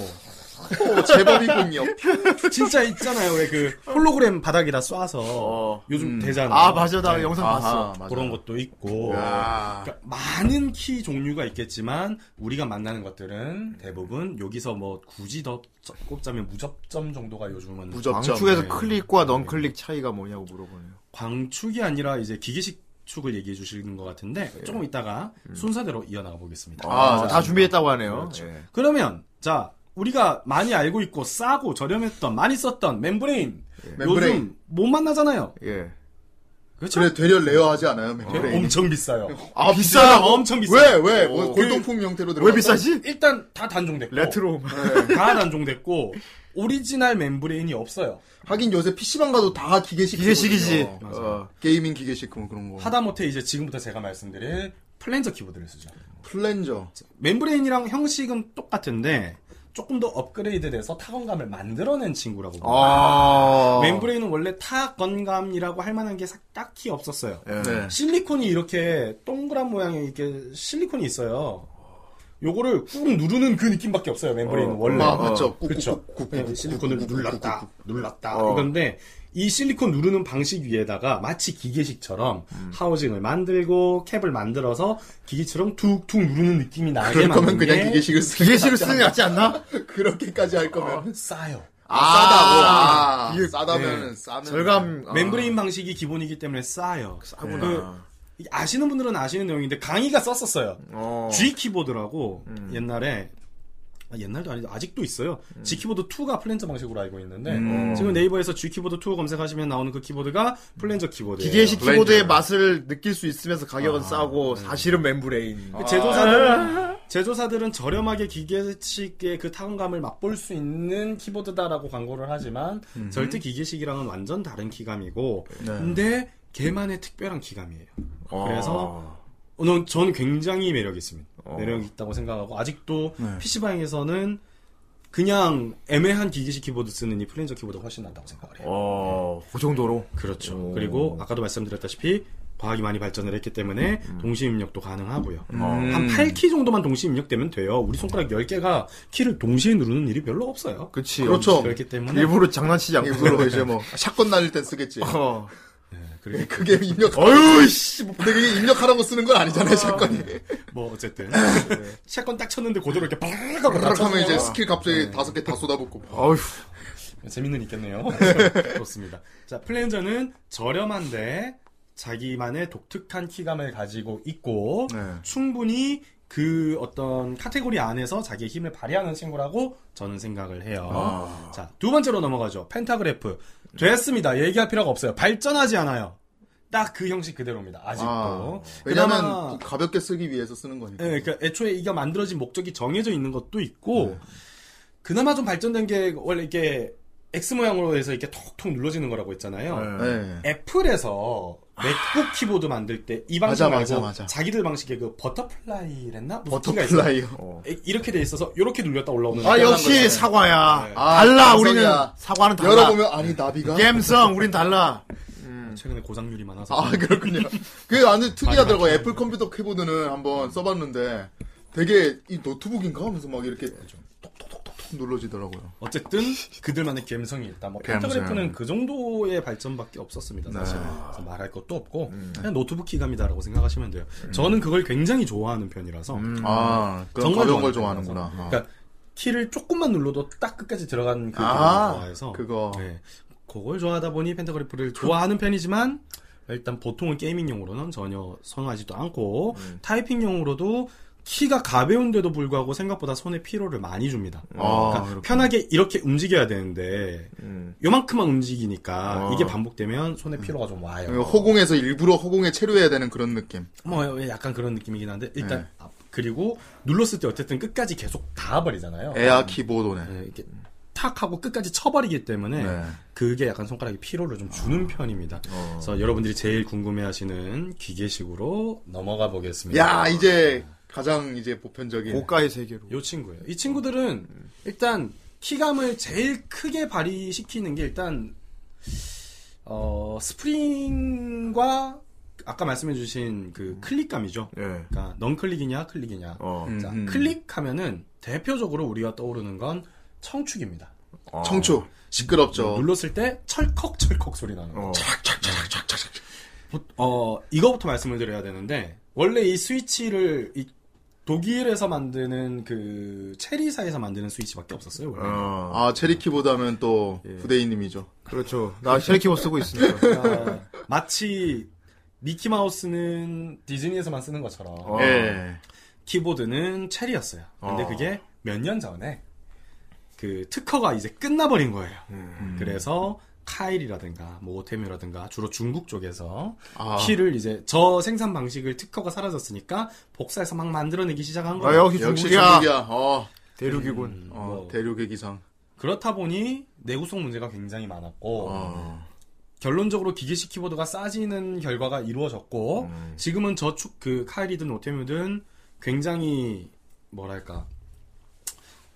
[SPEAKER 2] 제법이군요.
[SPEAKER 9] 진짜 있잖아요. 왜 그 홀로그램 바닥에다 쏴서
[SPEAKER 1] 어.
[SPEAKER 9] 요즘
[SPEAKER 2] 음.
[SPEAKER 9] 되잖아요.
[SPEAKER 1] 아 맞아 나 영상 봤어.
[SPEAKER 2] 아하, 맞아.
[SPEAKER 9] 네. 그런 것도 있고.
[SPEAKER 2] 야.
[SPEAKER 9] 그러니까 많은 키 종류가 있겠지만 우리가 만나는 것들은 대부분 여기서 뭐 굳이 더 저- 꼽자면 무접점 정도가 요즘은
[SPEAKER 2] 무접점.
[SPEAKER 1] 광축에서
[SPEAKER 9] 네.
[SPEAKER 1] 클릭과 넌 클릭 차이가 뭐냐고 물어보네요.
[SPEAKER 9] 광축이 아니라 이제 기계식 축을 얘기해 주시는 것 같은데 조금 이따가 순서대로 이어나가 보겠습니다.
[SPEAKER 2] 예. 음. 아,
[SPEAKER 1] 아, 다
[SPEAKER 2] 자.
[SPEAKER 1] 준비했다고 하네요. 예.
[SPEAKER 9] 그러면 자 우리가 많이 알고 있고 싸고 저렴했던 많이 썼던 멤브레인
[SPEAKER 2] 예. 멤브레인.
[SPEAKER 9] 요즘 못 만나잖아요.
[SPEAKER 1] 예.
[SPEAKER 9] 그렇죠? 예,
[SPEAKER 2] 그래 되려 레어하지 않아요, 멤브레인.
[SPEAKER 9] 엄청 비싸요.
[SPEAKER 1] 아
[SPEAKER 9] 비싸요? 엄청
[SPEAKER 2] 왜
[SPEAKER 9] 비싸요. 그
[SPEAKER 2] 왜?
[SPEAKER 1] 어.
[SPEAKER 2] 뭐 골동품 형태로 들어.
[SPEAKER 1] 왜 비싸지?
[SPEAKER 9] 일단 다 단종됐고
[SPEAKER 1] 레트로.
[SPEAKER 9] 다 단종됐고 오리지널 멤브레인이 없어요.
[SPEAKER 2] 하긴 요새 PC방 가도 다 기계식
[SPEAKER 1] 기계식이지.
[SPEAKER 2] 키보드거든요.
[SPEAKER 1] 어.
[SPEAKER 2] 게이밍 기계식 뭐 그런 그런 거.
[SPEAKER 9] 하다못해 이제 지금부터 제가 말씀드릴 플랜저 키보드를 쓰죠.
[SPEAKER 2] 플랜저.
[SPEAKER 9] 멤브레인이랑 형식은 똑같은데 조금 더 업그레이드돼서 타건감을 만들어낸 친구라고 봅니다.
[SPEAKER 1] 아.
[SPEAKER 9] 멤브레인은 원래 타건감이라고 할 만한 게 사- 딱히 없었어요.
[SPEAKER 1] 예.
[SPEAKER 2] 네.
[SPEAKER 9] 실리콘이 이렇게 동그란 모양의 이렇게 실리콘이 있어요. 요거를 꾹 누르는 그 느낌밖에 없어요. 멤브레인은 원래.
[SPEAKER 2] 아, 맞죠.
[SPEAKER 9] 그렇죠.
[SPEAKER 2] 꾹꾹꾹꾹꾹.
[SPEAKER 9] 실리콘을 눌렀다, 눌렀다
[SPEAKER 1] 어.
[SPEAKER 9] 이건데 이 실리콘 누르는 방식 위에다가 마치 기계식처럼 하우징을 만들고 캡을 만들어서 기계처럼 툭툭 누르는 느낌이 나게
[SPEAKER 2] 그럴 거면
[SPEAKER 9] 만든
[SPEAKER 2] 그냥
[SPEAKER 9] 게
[SPEAKER 2] 기계식을 쓰.
[SPEAKER 1] 기계식을 쓰는 게 낫지 않나?
[SPEAKER 2] 그렇게까지 할
[SPEAKER 9] 어.
[SPEAKER 2] 거면 아,
[SPEAKER 9] 싸요. 아.
[SPEAKER 2] 싸다고.
[SPEAKER 9] 네.
[SPEAKER 2] 싸다면은 싸면.
[SPEAKER 1] 절감. 아.
[SPEAKER 9] 멤브레인 방식이 기본이기 때문에 싸요.
[SPEAKER 1] 싸구나.
[SPEAKER 9] 그 아시는 분들은 아시는 내용인데 강의가 썼었어요.
[SPEAKER 1] 어.
[SPEAKER 9] G 키보드라고 옛날에 아, 옛날도 아니죠 아직도 있어요. G 키보드 2가 플랜저 방식으로 알고 있는데
[SPEAKER 2] 음.
[SPEAKER 9] 지금 네이버에서 G 키보드 2 검색하시면 나오는 그 키보드가 플랜저 키보드예요.
[SPEAKER 1] 기계식
[SPEAKER 2] 블렌저.
[SPEAKER 1] 키보드의 맛을 느낄 수 있으면서 가격은 싸고 사실은 멤브레인.
[SPEAKER 9] 그 제조사들은 제조사들은 저렴하게 기계식의 그 타건감을 맛볼 수 있는 키보드다라고 광고를 하지만 절대 기계식이랑은 완전 다른 키감이고 근데 걔만의 특별한 키감이에요. 그래서 어, 넌- 저는 굉장히 매력 있습니다. 매력 있다고 생각하고 아직도 PC방에서는 그냥 애매한 기계식 키보드 쓰는 이 플랜저 키보드가 훨씬 낫다고 생각을 해요.
[SPEAKER 1] 어, 그 정도로.
[SPEAKER 9] 그렇죠. 그리고 아까도 말씀드렸다시피 과학이 많이 발전을 했기 때문에
[SPEAKER 2] 음,
[SPEAKER 9] 동시 입력도 가능하고요.
[SPEAKER 2] 어.
[SPEAKER 9] 한 8키 정도만 동시 입력되면 돼요. 우리 손가락 10개가 키를 동시에 누르는 일이 별로 없어요.
[SPEAKER 1] 그치.
[SPEAKER 2] 그렇죠.
[SPEAKER 9] 그렇기 때문에
[SPEAKER 1] 일부러 장난치지 않고.
[SPEAKER 2] 일부러 이제 뭐 샷건 날릴 땐 쓰겠지.
[SPEAKER 1] 어.
[SPEAKER 9] 그리고
[SPEAKER 2] 그게 입력. 어유 씨. 근데 그게 입력하라고 쓰는 건 아니잖아요, 샷건이.
[SPEAKER 9] 뭐 어쨌든 샷건 딱 쳤는데 고도로 이렇게 빠르르 하고
[SPEAKER 2] 네. 그렇게 하면 이제
[SPEAKER 9] 낮춰서 네.
[SPEAKER 2] 스킬 갑자기 다섯 개 다 쏟아붓고.
[SPEAKER 1] 어휴.
[SPEAKER 9] 재미는 있겠네요. 아, 좋습니다. 자, 플랜저는 저렴한데 자기만의 독특한 키감을 가지고 있고
[SPEAKER 2] 네.
[SPEAKER 9] 충분히 그 어떤 카테고리 안에서 자기의 힘을 발휘하는 친구라고 저는 생각을 해요.
[SPEAKER 2] 아.
[SPEAKER 9] 자, 두 번째로 넘어가죠. 펜타그래프. 됐습니다. 얘기할 필요가 없어요. 발전하지 않아요. 딱 그 형식 그대로입니다. 아직도.
[SPEAKER 2] 왜냐면
[SPEAKER 9] 그나마-
[SPEAKER 2] 가볍게 쓰기 위해서 쓰는 거니까.
[SPEAKER 9] 예, 그러니까 애초에 이게 만들어진 목적이 정해져 있는 것도 있고 그나마 좀 발전된 게 원래 이게 X 모양으로 해서 이렇게 톡톡 눌러지는 거라고 했잖아요.
[SPEAKER 2] 네.
[SPEAKER 9] 애플에서 맥북 키보드 만들 때 이
[SPEAKER 2] 맞아, 맞아,
[SPEAKER 9] 방식 말고
[SPEAKER 2] 맞아.
[SPEAKER 9] 자기들 방식의 그 버터플라이랬나? 무슨 키가 있어요.
[SPEAKER 2] 버터플라이요.
[SPEAKER 9] 에, 이렇게 돼 있어서 이렇게 눌렸다 올라오는
[SPEAKER 1] 아
[SPEAKER 9] 거.
[SPEAKER 1] 역시 사과야.
[SPEAKER 9] 네.
[SPEAKER 2] 아,
[SPEAKER 1] 달라
[SPEAKER 2] 감성이야.
[SPEAKER 1] 우리는 사과는 달라.
[SPEAKER 2] 열어보면 아니 나비가.
[SPEAKER 9] 예.
[SPEAKER 1] 갬성 우린 달라.
[SPEAKER 9] 최근에 고장률이 많아서
[SPEAKER 2] 아 그렇군요. 그게 완전 특이하더라고. 요 애플 컴퓨터 키보드는 한번 써봤는데 되게 이 노트북인가 하면서 막 이렇게 톡톡톡톡 눌러지더라고요.
[SPEAKER 9] 어쨌든 그들만의 감성이 있다. 뭐
[SPEAKER 2] 감성. 네.
[SPEAKER 9] 펜타그래프는 그 정도의 발전밖에 없었습니다. 사실 그래서 말할 것도 없고
[SPEAKER 2] 음.
[SPEAKER 9] 그냥 노트북 키감이다라고 생각하시면 돼요. 저는 그걸 굉장히 좋아하는 편이라서
[SPEAKER 2] 아 그런
[SPEAKER 9] 음. 정말
[SPEAKER 2] 가벼운 걸
[SPEAKER 9] 좋아하는
[SPEAKER 2] 좋아하는구나.
[SPEAKER 9] 거라서.
[SPEAKER 2] 어.
[SPEAKER 9] 그러니까 키를 조금만 눌러도 딱 끝까지 들어가는 그
[SPEAKER 2] 아,
[SPEAKER 9] 아, 좋아해서
[SPEAKER 2] 그거.
[SPEAKER 9] 네. 그걸 좋아하다 보니 펜타그래프를 좋아하는 편이지만 일단 보통은 게이밍용으로는 전혀 선호하지도 않고
[SPEAKER 2] 음.
[SPEAKER 9] 타이핑용으로도 키가 가벼운데도 불구하고 생각보다 손에 피로를 많이 줍니다.
[SPEAKER 2] 아,
[SPEAKER 9] 그러니까
[SPEAKER 2] 그렇구나.
[SPEAKER 9] 편하게 이렇게 움직여야 되는데
[SPEAKER 1] 음.
[SPEAKER 9] 요만큼만 움직이니까
[SPEAKER 2] 아. 음.
[SPEAKER 9] 이게 반복되면 손에 피로가 좀 와요.
[SPEAKER 2] 허공에서 일부러 허공에 체류해야 되는 그런 느낌.
[SPEAKER 9] 뭐 약간 그런 느낌이긴 한데 일단
[SPEAKER 2] 네.
[SPEAKER 9] 아, 그리고 눌렀을 때 어쨌든 끝까지 계속 닿아버리잖아요.
[SPEAKER 2] 에아 키보드네.
[SPEAKER 9] 네, 이렇게 탁 하고 끝까지 쳐버리기 때문에
[SPEAKER 2] 네.
[SPEAKER 9] 그게 약간 손가락에 피로를 좀
[SPEAKER 2] 아.
[SPEAKER 9] 주는 편입니다.
[SPEAKER 2] 어.
[SPEAKER 9] 그래서 여러분들이 제일 궁금해하시는 기계식으로 넘어가 보겠습니다.
[SPEAKER 2] 야 이제 가장 이제 보편적인.
[SPEAKER 1] 고가의 세계로.
[SPEAKER 9] 요 친구예요. 이 친구들은 일단 키감을 제일 크게 발휘시키는 게 일단 어, 스프링과 아까 말씀해주신 그 클릭감이죠.
[SPEAKER 1] 예.
[SPEAKER 9] 그러니까 넌클릭이냐 클릭이냐.
[SPEAKER 1] 어.
[SPEAKER 2] 음,
[SPEAKER 9] 자,
[SPEAKER 2] 음.
[SPEAKER 9] 클릭하면은 대표적으로 우리가 떠오르는 건 청축입니다.
[SPEAKER 1] 어.
[SPEAKER 2] 청초 시끄럽죠.
[SPEAKER 9] 네, 눌렀을 때 철컥철컥 소리 나는 거.
[SPEAKER 1] 어.
[SPEAKER 9] 보- 어, 이거부터 말씀을 드려야 되는데, 원래 이 스위치를 이 독일에서 만드는 그 체리사에서 만드는 스위치밖에 없었어요, 원래.
[SPEAKER 1] 어.
[SPEAKER 2] 아 체리 키보드 하면 또
[SPEAKER 1] 예.
[SPEAKER 2] 후대인님이죠.
[SPEAKER 1] 그렇죠. 나 쉐리키보 쓰고 있으니까.
[SPEAKER 9] 그러니까 마치 미키마우스는 디즈니에서만 쓰는 것처럼
[SPEAKER 1] 어.
[SPEAKER 2] 예.
[SPEAKER 9] 키보드는 체리였어요. 근데
[SPEAKER 1] 어.
[SPEAKER 9] 그게 몇 년 전에 그 특허가 이제 끝나버린 거예요. 음. 그래서 카일이라든가 뭐 오테뮤라든가 주로 중국 쪽에서
[SPEAKER 2] 아.
[SPEAKER 9] 키를 이제 저 생산 방식을 특허가 사라졌으니까 복사해서 막 만들어내기 시작한
[SPEAKER 1] 아,
[SPEAKER 9] 거예요.
[SPEAKER 1] 역시
[SPEAKER 2] 역시
[SPEAKER 1] 중국이야.
[SPEAKER 2] 중국이야. 어,
[SPEAKER 1] 대륙이군.
[SPEAKER 9] 음,
[SPEAKER 2] 어,
[SPEAKER 9] 뭐
[SPEAKER 2] 대륙의 기상.
[SPEAKER 9] 그렇다 보니 내구성 문제가 굉장히 많았고
[SPEAKER 2] 어.
[SPEAKER 9] 결론적으로 기계식 키보드가 싸지는 결과가 이루어졌고
[SPEAKER 2] 음.
[SPEAKER 9] 지금은 저축 그 카일이든 오테뮤든 굉장히 뭐랄까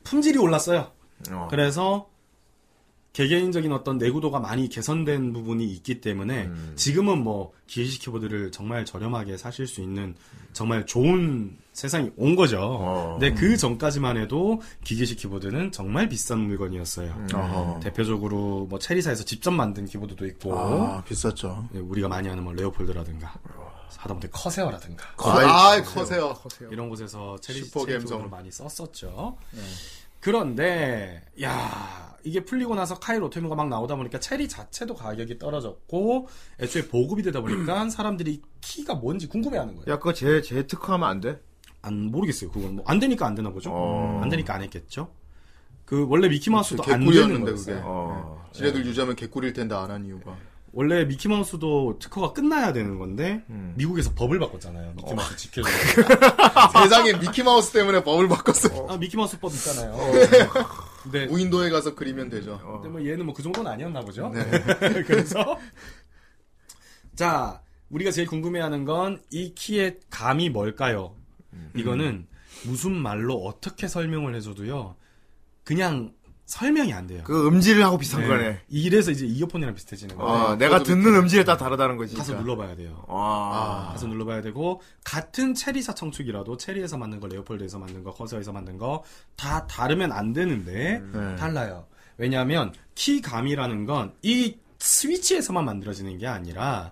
[SPEAKER 9] 품질이 올랐어요.
[SPEAKER 1] 어.
[SPEAKER 9] 그래서 개개인적인 어떤 내구도가 많이 개선된 부분이 있기 때문에
[SPEAKER 2] 음.
[SPEAKER 9] 지금은 뭐 기계식 키보드를 정말 저렴하게 사실 수 있는 정말 좋은 세상이 온 거죠.
[SPEAKER 1] 어.
[SPEAKER 9] 근데 그 전까지만 해도 기계식 키보드는 정말 비싼 물건이었어요.
[SPEAKER 2] 음. 어허.
[SPEAKER 9] 대표적으로 뭐 체리사에서 직접 만든 키보드도 있고
[SPEAKER 2] 아, 비쌌죠.
[SPEAKER 9] 예, 우리가 많이 아는 뭐 레오폴드라든가 하다못해 커세어라든가
[SPEAKER 2] 아, 커세요.
[SPEAKER 9] 이런 곳에서 체리
[SPEAKER 2] 슈퍼
[SPEAKER 9] 체리
[SPEAKER 2] 감성. 네.
[SPEAKER 9] 쪽으로 많이 썼었죠. 그런데 야 이게 풀리고 나서 카일 오토미가 막 나오다 보니까 체리 자체도 가격이 떨어졌고 애초에 보급이 되다 보니까 사람들이 키가 뭔지 궁금해하는 거예요.
[SPEAKER 1] 야, 그거 제, 제 특허하면 안 돼?
[SPEAKER 9] 안 모르겠어요. 그건 뭐안 되니까 안 되나 보죠.
[SPEAKER 1] 어.
[SPEAKER 9] 안 되니까 안 했겠죠. 그 원래 미키마우스도 안 되는
[SPEAKER 2] 개꿀이었는데,
[SPEAKER 9] 거였어요.
[SPEAKER 2] 그게.
[SPEAKER 1] 어.
[SPEAKER 2] 지네들 유지하면 개꿀일 텐데 안 한 이유가.
[SPEAKER 9] 원래 미키마우스도 특허가 끝나야 되는 건데
[SPEAKER 1] 음.
[SPEAKER 9] 미국에서 법을 바꿨잖아요.
[SPEAKER 2] 어.
[SPEAKER 9] 미키마우스 지켜줘.
[SPEAKER 2] 세상에 미키마우스 때문에 법을 바꿨어요.
[SPEAKER 9] 아 미키마우스 법 있잖아요.
[SPEAKER 2] 어.
[SPEAKER 9] 근데
[SPEAKER 2] 무인도에 가서 그리면 되죠.
[SPEAKER 9] 근데 뭐 얘는 뭐 그 정도는 아니었나 보죠. 그래서 자 우리가 제일 궁금해하는 건 이 키의 감이 뭘까요? 이거는 무슨 말로 어떻게 설명을 해줘도요, 그냥 설명이 안 돼요.
[SPEAKER 1] 그 음질을 하고 비슷한
[SPEAKER 9] 네.
[SPEAKER 1] 거네.
[SPEAKER 9] 이래서 이제 이어폰이랑 비슷해지는 거예요.
[SPEAKER 1] 어, 내가 듣는 음질에 따라 다르다는 거지.
[SPEAKER 9] 가서
[SPEAKER 1] 진짜.
[SPEAKER 9] 눌러봐야 돼요.
[SPEAKER 1] 아.
[SPEAKER 9] 가서 눌러봐야 되고 같은 체리사 청축이라도 체리에서 만든 거 레오폴드에서 만든 거 커서에서 만든 거 다 다르면 안 되는데
[SPEAKER 2] 네.
[SPEAKER 9] 달라요. 왜냐하면 키감이라는 건 이 스위치에서만 만들어지는 게 아니라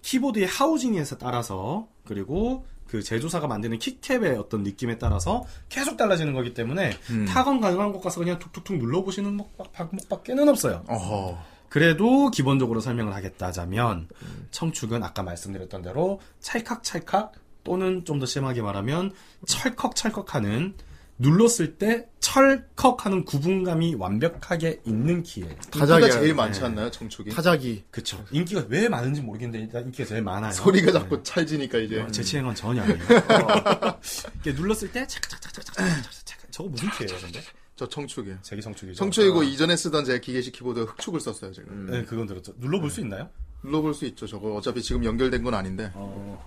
[SPEAKER 9] 키보드의 하우징에서 따라서 그리고 그 제조사가 만드는 키캡의 어떤 느낌에 따라서 계속 달라지는 거기 때문에 타건 가능한 곳 가서 그냥 툭툭툭 눌러보시는 뭐 것 방법밖에는 없어요.
[SPEAKER 2] 어허.
[SPEAKER 9] 그래도 기본적으로 설명을 하겠다자면 청축은 아까 말씀드렸던 대로 찰칵찰칵 또는 좀 더 심하게 말하면 철컥철컥하는 눌렀을 때 철컥하는 구분감이 완벽하게 있는 키예요.
[SPEAKER 2] 인기가
[SPEAKER 1] 타작이야.
[SPEAKER 2] 제일 많지 않나요, 청축이?
[SPEAKER 1] 타자기.
[SPEAKER 9] 그쵸. 인기가 왜 많은지 모르겠는데 일단 인기가 제일 많아요. 네. 어,
[SPEAKER 2] 소리가 자꾸 음. 찰지니까 이제.
[SPEAKER 9] 제 취향은 전혀 아니에요. 어. 이렇게 눌렀을 때 착착착착착착착착 저거 무슨 키예요, 근데?
[SPEAKER 2] 저 청축이에요.
[SPEAKER 9] 제기 청축이죠. 음.
[SPEAKER 2] 청축이고 이전에 쓰던 제 기계식 키보드 흑축을 썼어요, 제가.
[SPEAKER 9] 네, 그건 들었죠. 눌러볼 수 있나요?
[SPEAKER 2] 눌러볼 수 있죠. 저거 어차피 지금 연결된 건 아닌데.
[SPEAKER 9] 어,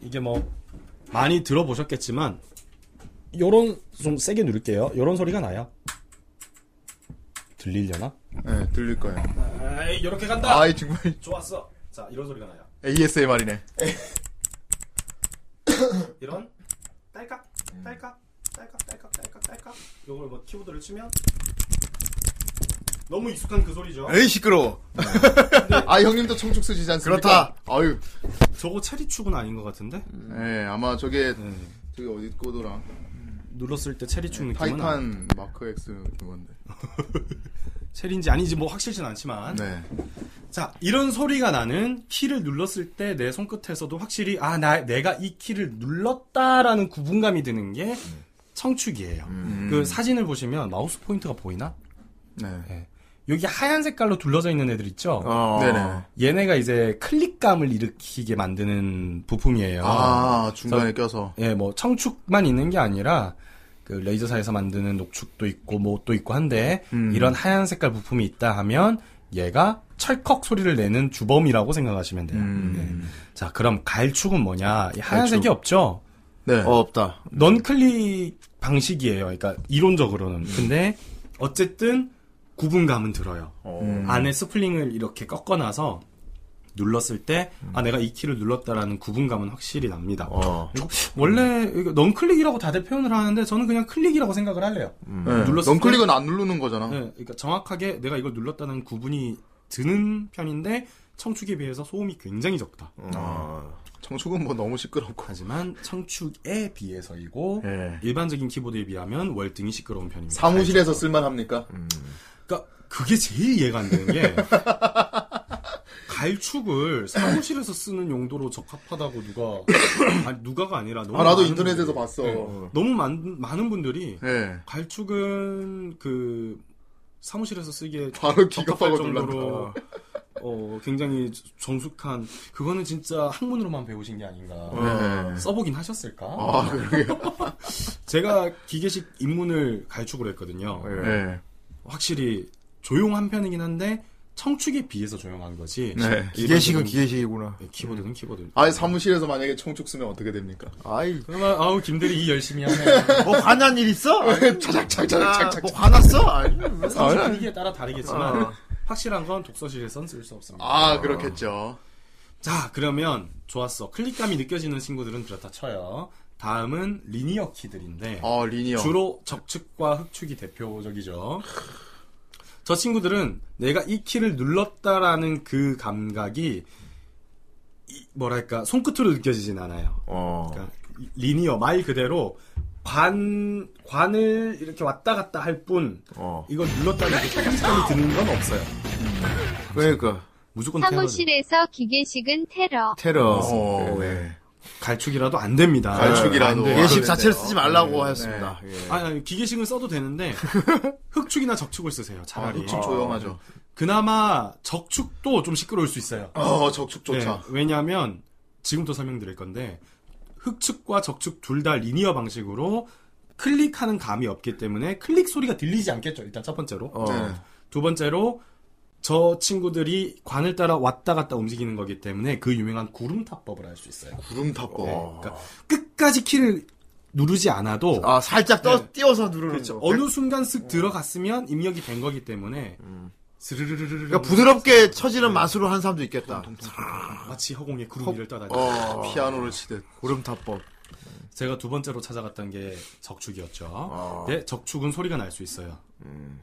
[SPEAKER 9] 이게 뭐 많이 들어보셨겠지만 요런 좀 세게 누를게요. 요런 소리가 나요. 들리려나?
[SPEAKER 2] 네, 들릴 거예요.
[SPEAKER 9] 에이, 요렇게 간다.
[SPEAKER 2] 아이 정말
[SPEAKER 9] 좋았어. 자, 이런 소리가 나요.
[SPEAKER 2] ASMR이네.
[SPEAKER 9] 이런 딸깍, 딸깍, 딸깍, 딸깍, 딸깍, 딸깍. 요걸 뭐 키보드를 치면 너무 익숙한 그 소리죠.
[SPEAKER 2] 에이 시끄러워. 아 형님도 청축 쓰시지 않습니까? 그렇다. 아유.
[SPEAKER 9] 저거 체리 축은 아닌 것 같은데?
[SPEAKER 2] 네, 아마 저게 저기 어디 거더라.
[SPEAKER 9] 눌렀을 때 체리 축 느낌은 안-
[SPEAKER 2] 타이탄 마크 X 그건데.
[SPEAKER 9] 체리인지 아닌지 뭐 확실진 않지만
[SPEAKER 2] 네.
[SPEAKER 9] 자, 이런 소리가 나는 키를 눌렀을 때 내 손끝에서도 확실히 아, 나 내가 이 키를 눌렀다라는 구분감이 드는 게 청축이에요. 그 사진을 보시면 마우스 포인트가 보이나?
[SPEAKER 2] 음.
[SPEAKER 9] 예.
[SPEAKER 2] 네.
[SPEAKER 9] 여기 하얀 색깔로 둘러져 있는 애들 있죠?
[SPEAKER 1] 어.
[SPEAKER 2] 네네.
[SPEAKER 9] 얘네가 이제 클릭감을 일으키게 만드는 부품이에요.
[SPEAKER 2] 아 중간에 껴서.
[SPEAKER 9] 예, 뭐 청축만 있는 게 아니라 그 레이저사에서 만드는 녹축도 있고 뭐 또 있고 한데
[SPEAKER 2] 음.
[SPEAKER 9] 이런 하얀 색깔 부품이 있다 하면 얘가 철컥 소리를 내는 주범이라고 생각하시면 돼요.
[SPEAKER 2] 음.
[SPEAKER 9] 네. 자, 그럼 갈축은 뭐냐? 이 하얀색이
[SPEAKER 2] 갈축.
[SPEAKER 9] 없죠.
[SPEAKER 2] 네.
[SPEAKER 1] 어, 없다.
[SPEAKER 9] 넌 클릭 방식이에요. 그러니까 이론적으로는.
[SPEAKER 2] 음.
[SPEAKER 9] 근데 어쨌든 구분감은 들어요.
[SPEAKER 2] 음.
[SPEAKER 9] 안에 스플링을 이렇게 꺾어놔서 눌렀을 때,
[SPEAKER 2] 음.
[SPEAKER 9] 아, 내가 이 키를 눌렀다라는 구분감은 확실히 납니다.
[SPEAKER 1] 어.
[SPEAKER 9] 그리고 원래 이거 넌클릭이라고 다들 표현을 하는데 저는 그냥 클릭이라고 생각을 할래요.
[SPEAKER 2] 네.
[SPEAKER 9] 음. 눌렀을
[SPEAKER 2] 넌클릭은 안 누르는 거잖아.
[SPEAKER 9] 네, 그러니까 정확하게 내가 이걸 눌렀다는 구분이 드는 편인데 청축에 비해서 소음이 굉장히 적다.
[SPEAKER 1] 어.
[SPEAKER 2] 청축은 뭐 너무 시끄럽고.
[SPEAKER 9] 하지만 청축에 비해서이고
[SPEAKER 2] 예.
[SPEAKER 9] 일반적인 키보드에 비하면 월등히 시끄러운 편입니다.
[SPEAKER 2] 사무실에서 쓸만합니까?
[SPEAKER 9] 그러니까 그게 제일 이해가 안 되는 게 갈축을 사무실에서 쓰는 용도로 적합하다고 누가 아니, 누가가 아니라 너무
[SPEAKER 2] 아 나도
[SPEAKER 9] 많은
[SPEAKER 2] 인터넷에서
[SPEAKER 9] 분들이-
[SPEAKER 2] 봤어.
[SPEAKER 9] 네, 너무 많, 많은 분들이
[SPEAKER 2] 음. 네.
[SPEAKER 9] 갈축은 그 사무실에서 쓰기에
[SPEAKER 2] 바로
[SPEAKER 9] 적합할
[SPEAKER 2] 기겁하고
[SPEAKER 9] 정도로
[SPEAKER 2] 놀란다.
[SPEAKER 9] 어, 굉장히 정숙한 그거는 진짜 학문으로만 배우신 게 아닌가
[SPEAKER 2] 네.
[SPEAKER 9] 써보긴 하셨을까?
[SPEAKER 2] 아 그러게.
[SPEAKER 9] 제가 기계식 입문을 갈축을 했거든요.
[SPEAKER 1] 예.
[SPEAKER 2] 네.
[SPEAKER 9] 확실히 조용한 편이긴 한데 청축에 비해서 조용한 거지.
[SPEAKER 2] 네.
[SPEAKER 1] 기계식은 기계식이구나.
[SPEAKER 9] 네, 키보드는 키보드.
[SPEAKER 2] 아예 사무실에서 만약에 청축 쓰면 어떻게 됩니까?
[SPEAKER 1] 아이.
[SPEAKER 9] 정말 아우 김대리 이 열심히 하네.
[SPEAKER 1] 뭐 화난 일 있어?
[SPEAKER 2] 네. 차작차작차작.
[SPEAKER 1] 뭐 화났어? 아니,
[SPEAKER 9] 사실 분위기에 따라 다르겠지만
[SPEAKER 1] 어.
[SPEAKER 9] 확실한 건 독서실에선 쓸 수 없습니다.
[SPEAKER 2] 아 그렇겠죠.
[SPEAKER 9] 자, 그러면 좋았어. 클릭감이 느껴지는 친구들은 그렇다 쳐요. 다음은 리니어 키들인데
[SPEAKER 2] 아 리니어.
[SPEAKER 9] 주로 적축과 흑축이 대표적이죠. 저 친구들은 내가 이 키를 눌렀다라는 그 감각이 이- 뭐랄까 손끝으로 느껴지진 않아요.
[SPEAKER 1] 어.
[SPEAKER 9] 그러니까 이- 리니어 말 그대로 관 관을 이렇게 왔다 갔다 할 뿐
[SPEAKER 1] 어.
[SPEAKER 9] 이걸 눌렀다는 그 손끝감이 드는 건 없어요.
[SPEAKER 1] 그러니까.
[SPEAKER 9] 무조건 테러
[SPEAKER 10] 사무실에서 기계식은 테러.
[SPEAKER 1] 테러.
[SPEAKER 2] 어,
[SPEAKER 1] 예.
[SPEAKER 2] 네.
[SPEAKER 9] 갈축이라도 안 됩니다.
[SPEAKER 2] 갈축이라도.
[SPEAKER 9] 안 돼요.
[SPEAKER 1] 기계식
[SPEAKER 2] 그러네요.
[SPEAKER 1] 자체를 쓰지 말라고
[SPEAKER 2] 네.
[SPEAKER 1] 했습니다. 예.
[SPEAKER 9] 아, 아니, 기계식은 써도 되는데 흑축이나 적축을 쓰세요.
[SPEAKER 2] 아,
[SPEAKER 9] 차라리.
[SPEAKER 2] 흑축 조용하죠.
[SPEAKER 9] 그나마 적축도 좀 시끄러울 수 있어요.
[SPEAKER 2] 어 적축조차.
[SPEAKER 9] 네, 왜냐하면 지금부터 설명드릴 건데 흑축과 적축 둘 다 리니어 방식으로 클릭하는 감이 없기 때문에 클릭 소리가 들리지 않겠죠. 일단 첫 번째로.
[SPEAKER 1] 어.
[SPEAKER 2] 네.
[SPEAKER 9] 두 번째로 저 친구들이 관을 따라 왔다 갔다 움직이는 거기 때문에 그 유명한 구름타법을 할 수 있어요.
[SPEAKER 2] 구름 타법.
[SPEAKER 9] 네, 그러니까 끝까지 키를 누르지 않아도
[SPEAKER 1] 아, 살짝 떠,
[SPEAKER 9] 네.
[SPEAKER 1] 띄워서 누르는
[SPEAKER 9] 그렇죠.
[SPEAKER 1] 거.
[SPEAKER 9] 어느 순간 쓱 들어갔으면 입력이 된 거기 때문에 스르르르르
[SPEAKER 1] 음. 그러니까 부드럽게 쳐지는 맛으로 한 사람도 있겠다.
[SPEAKER 9] 마치 허공에 구름 위를 떠다니.
[SPEAKER 2] 어 피아노를 치듯.
[SPEAKER 1] 구름타법.
[SPEAKER 9] 제가 두 번째로 찾아갔던 게 적축이었죠. 근데 적축은 소리가 날 수 있어요.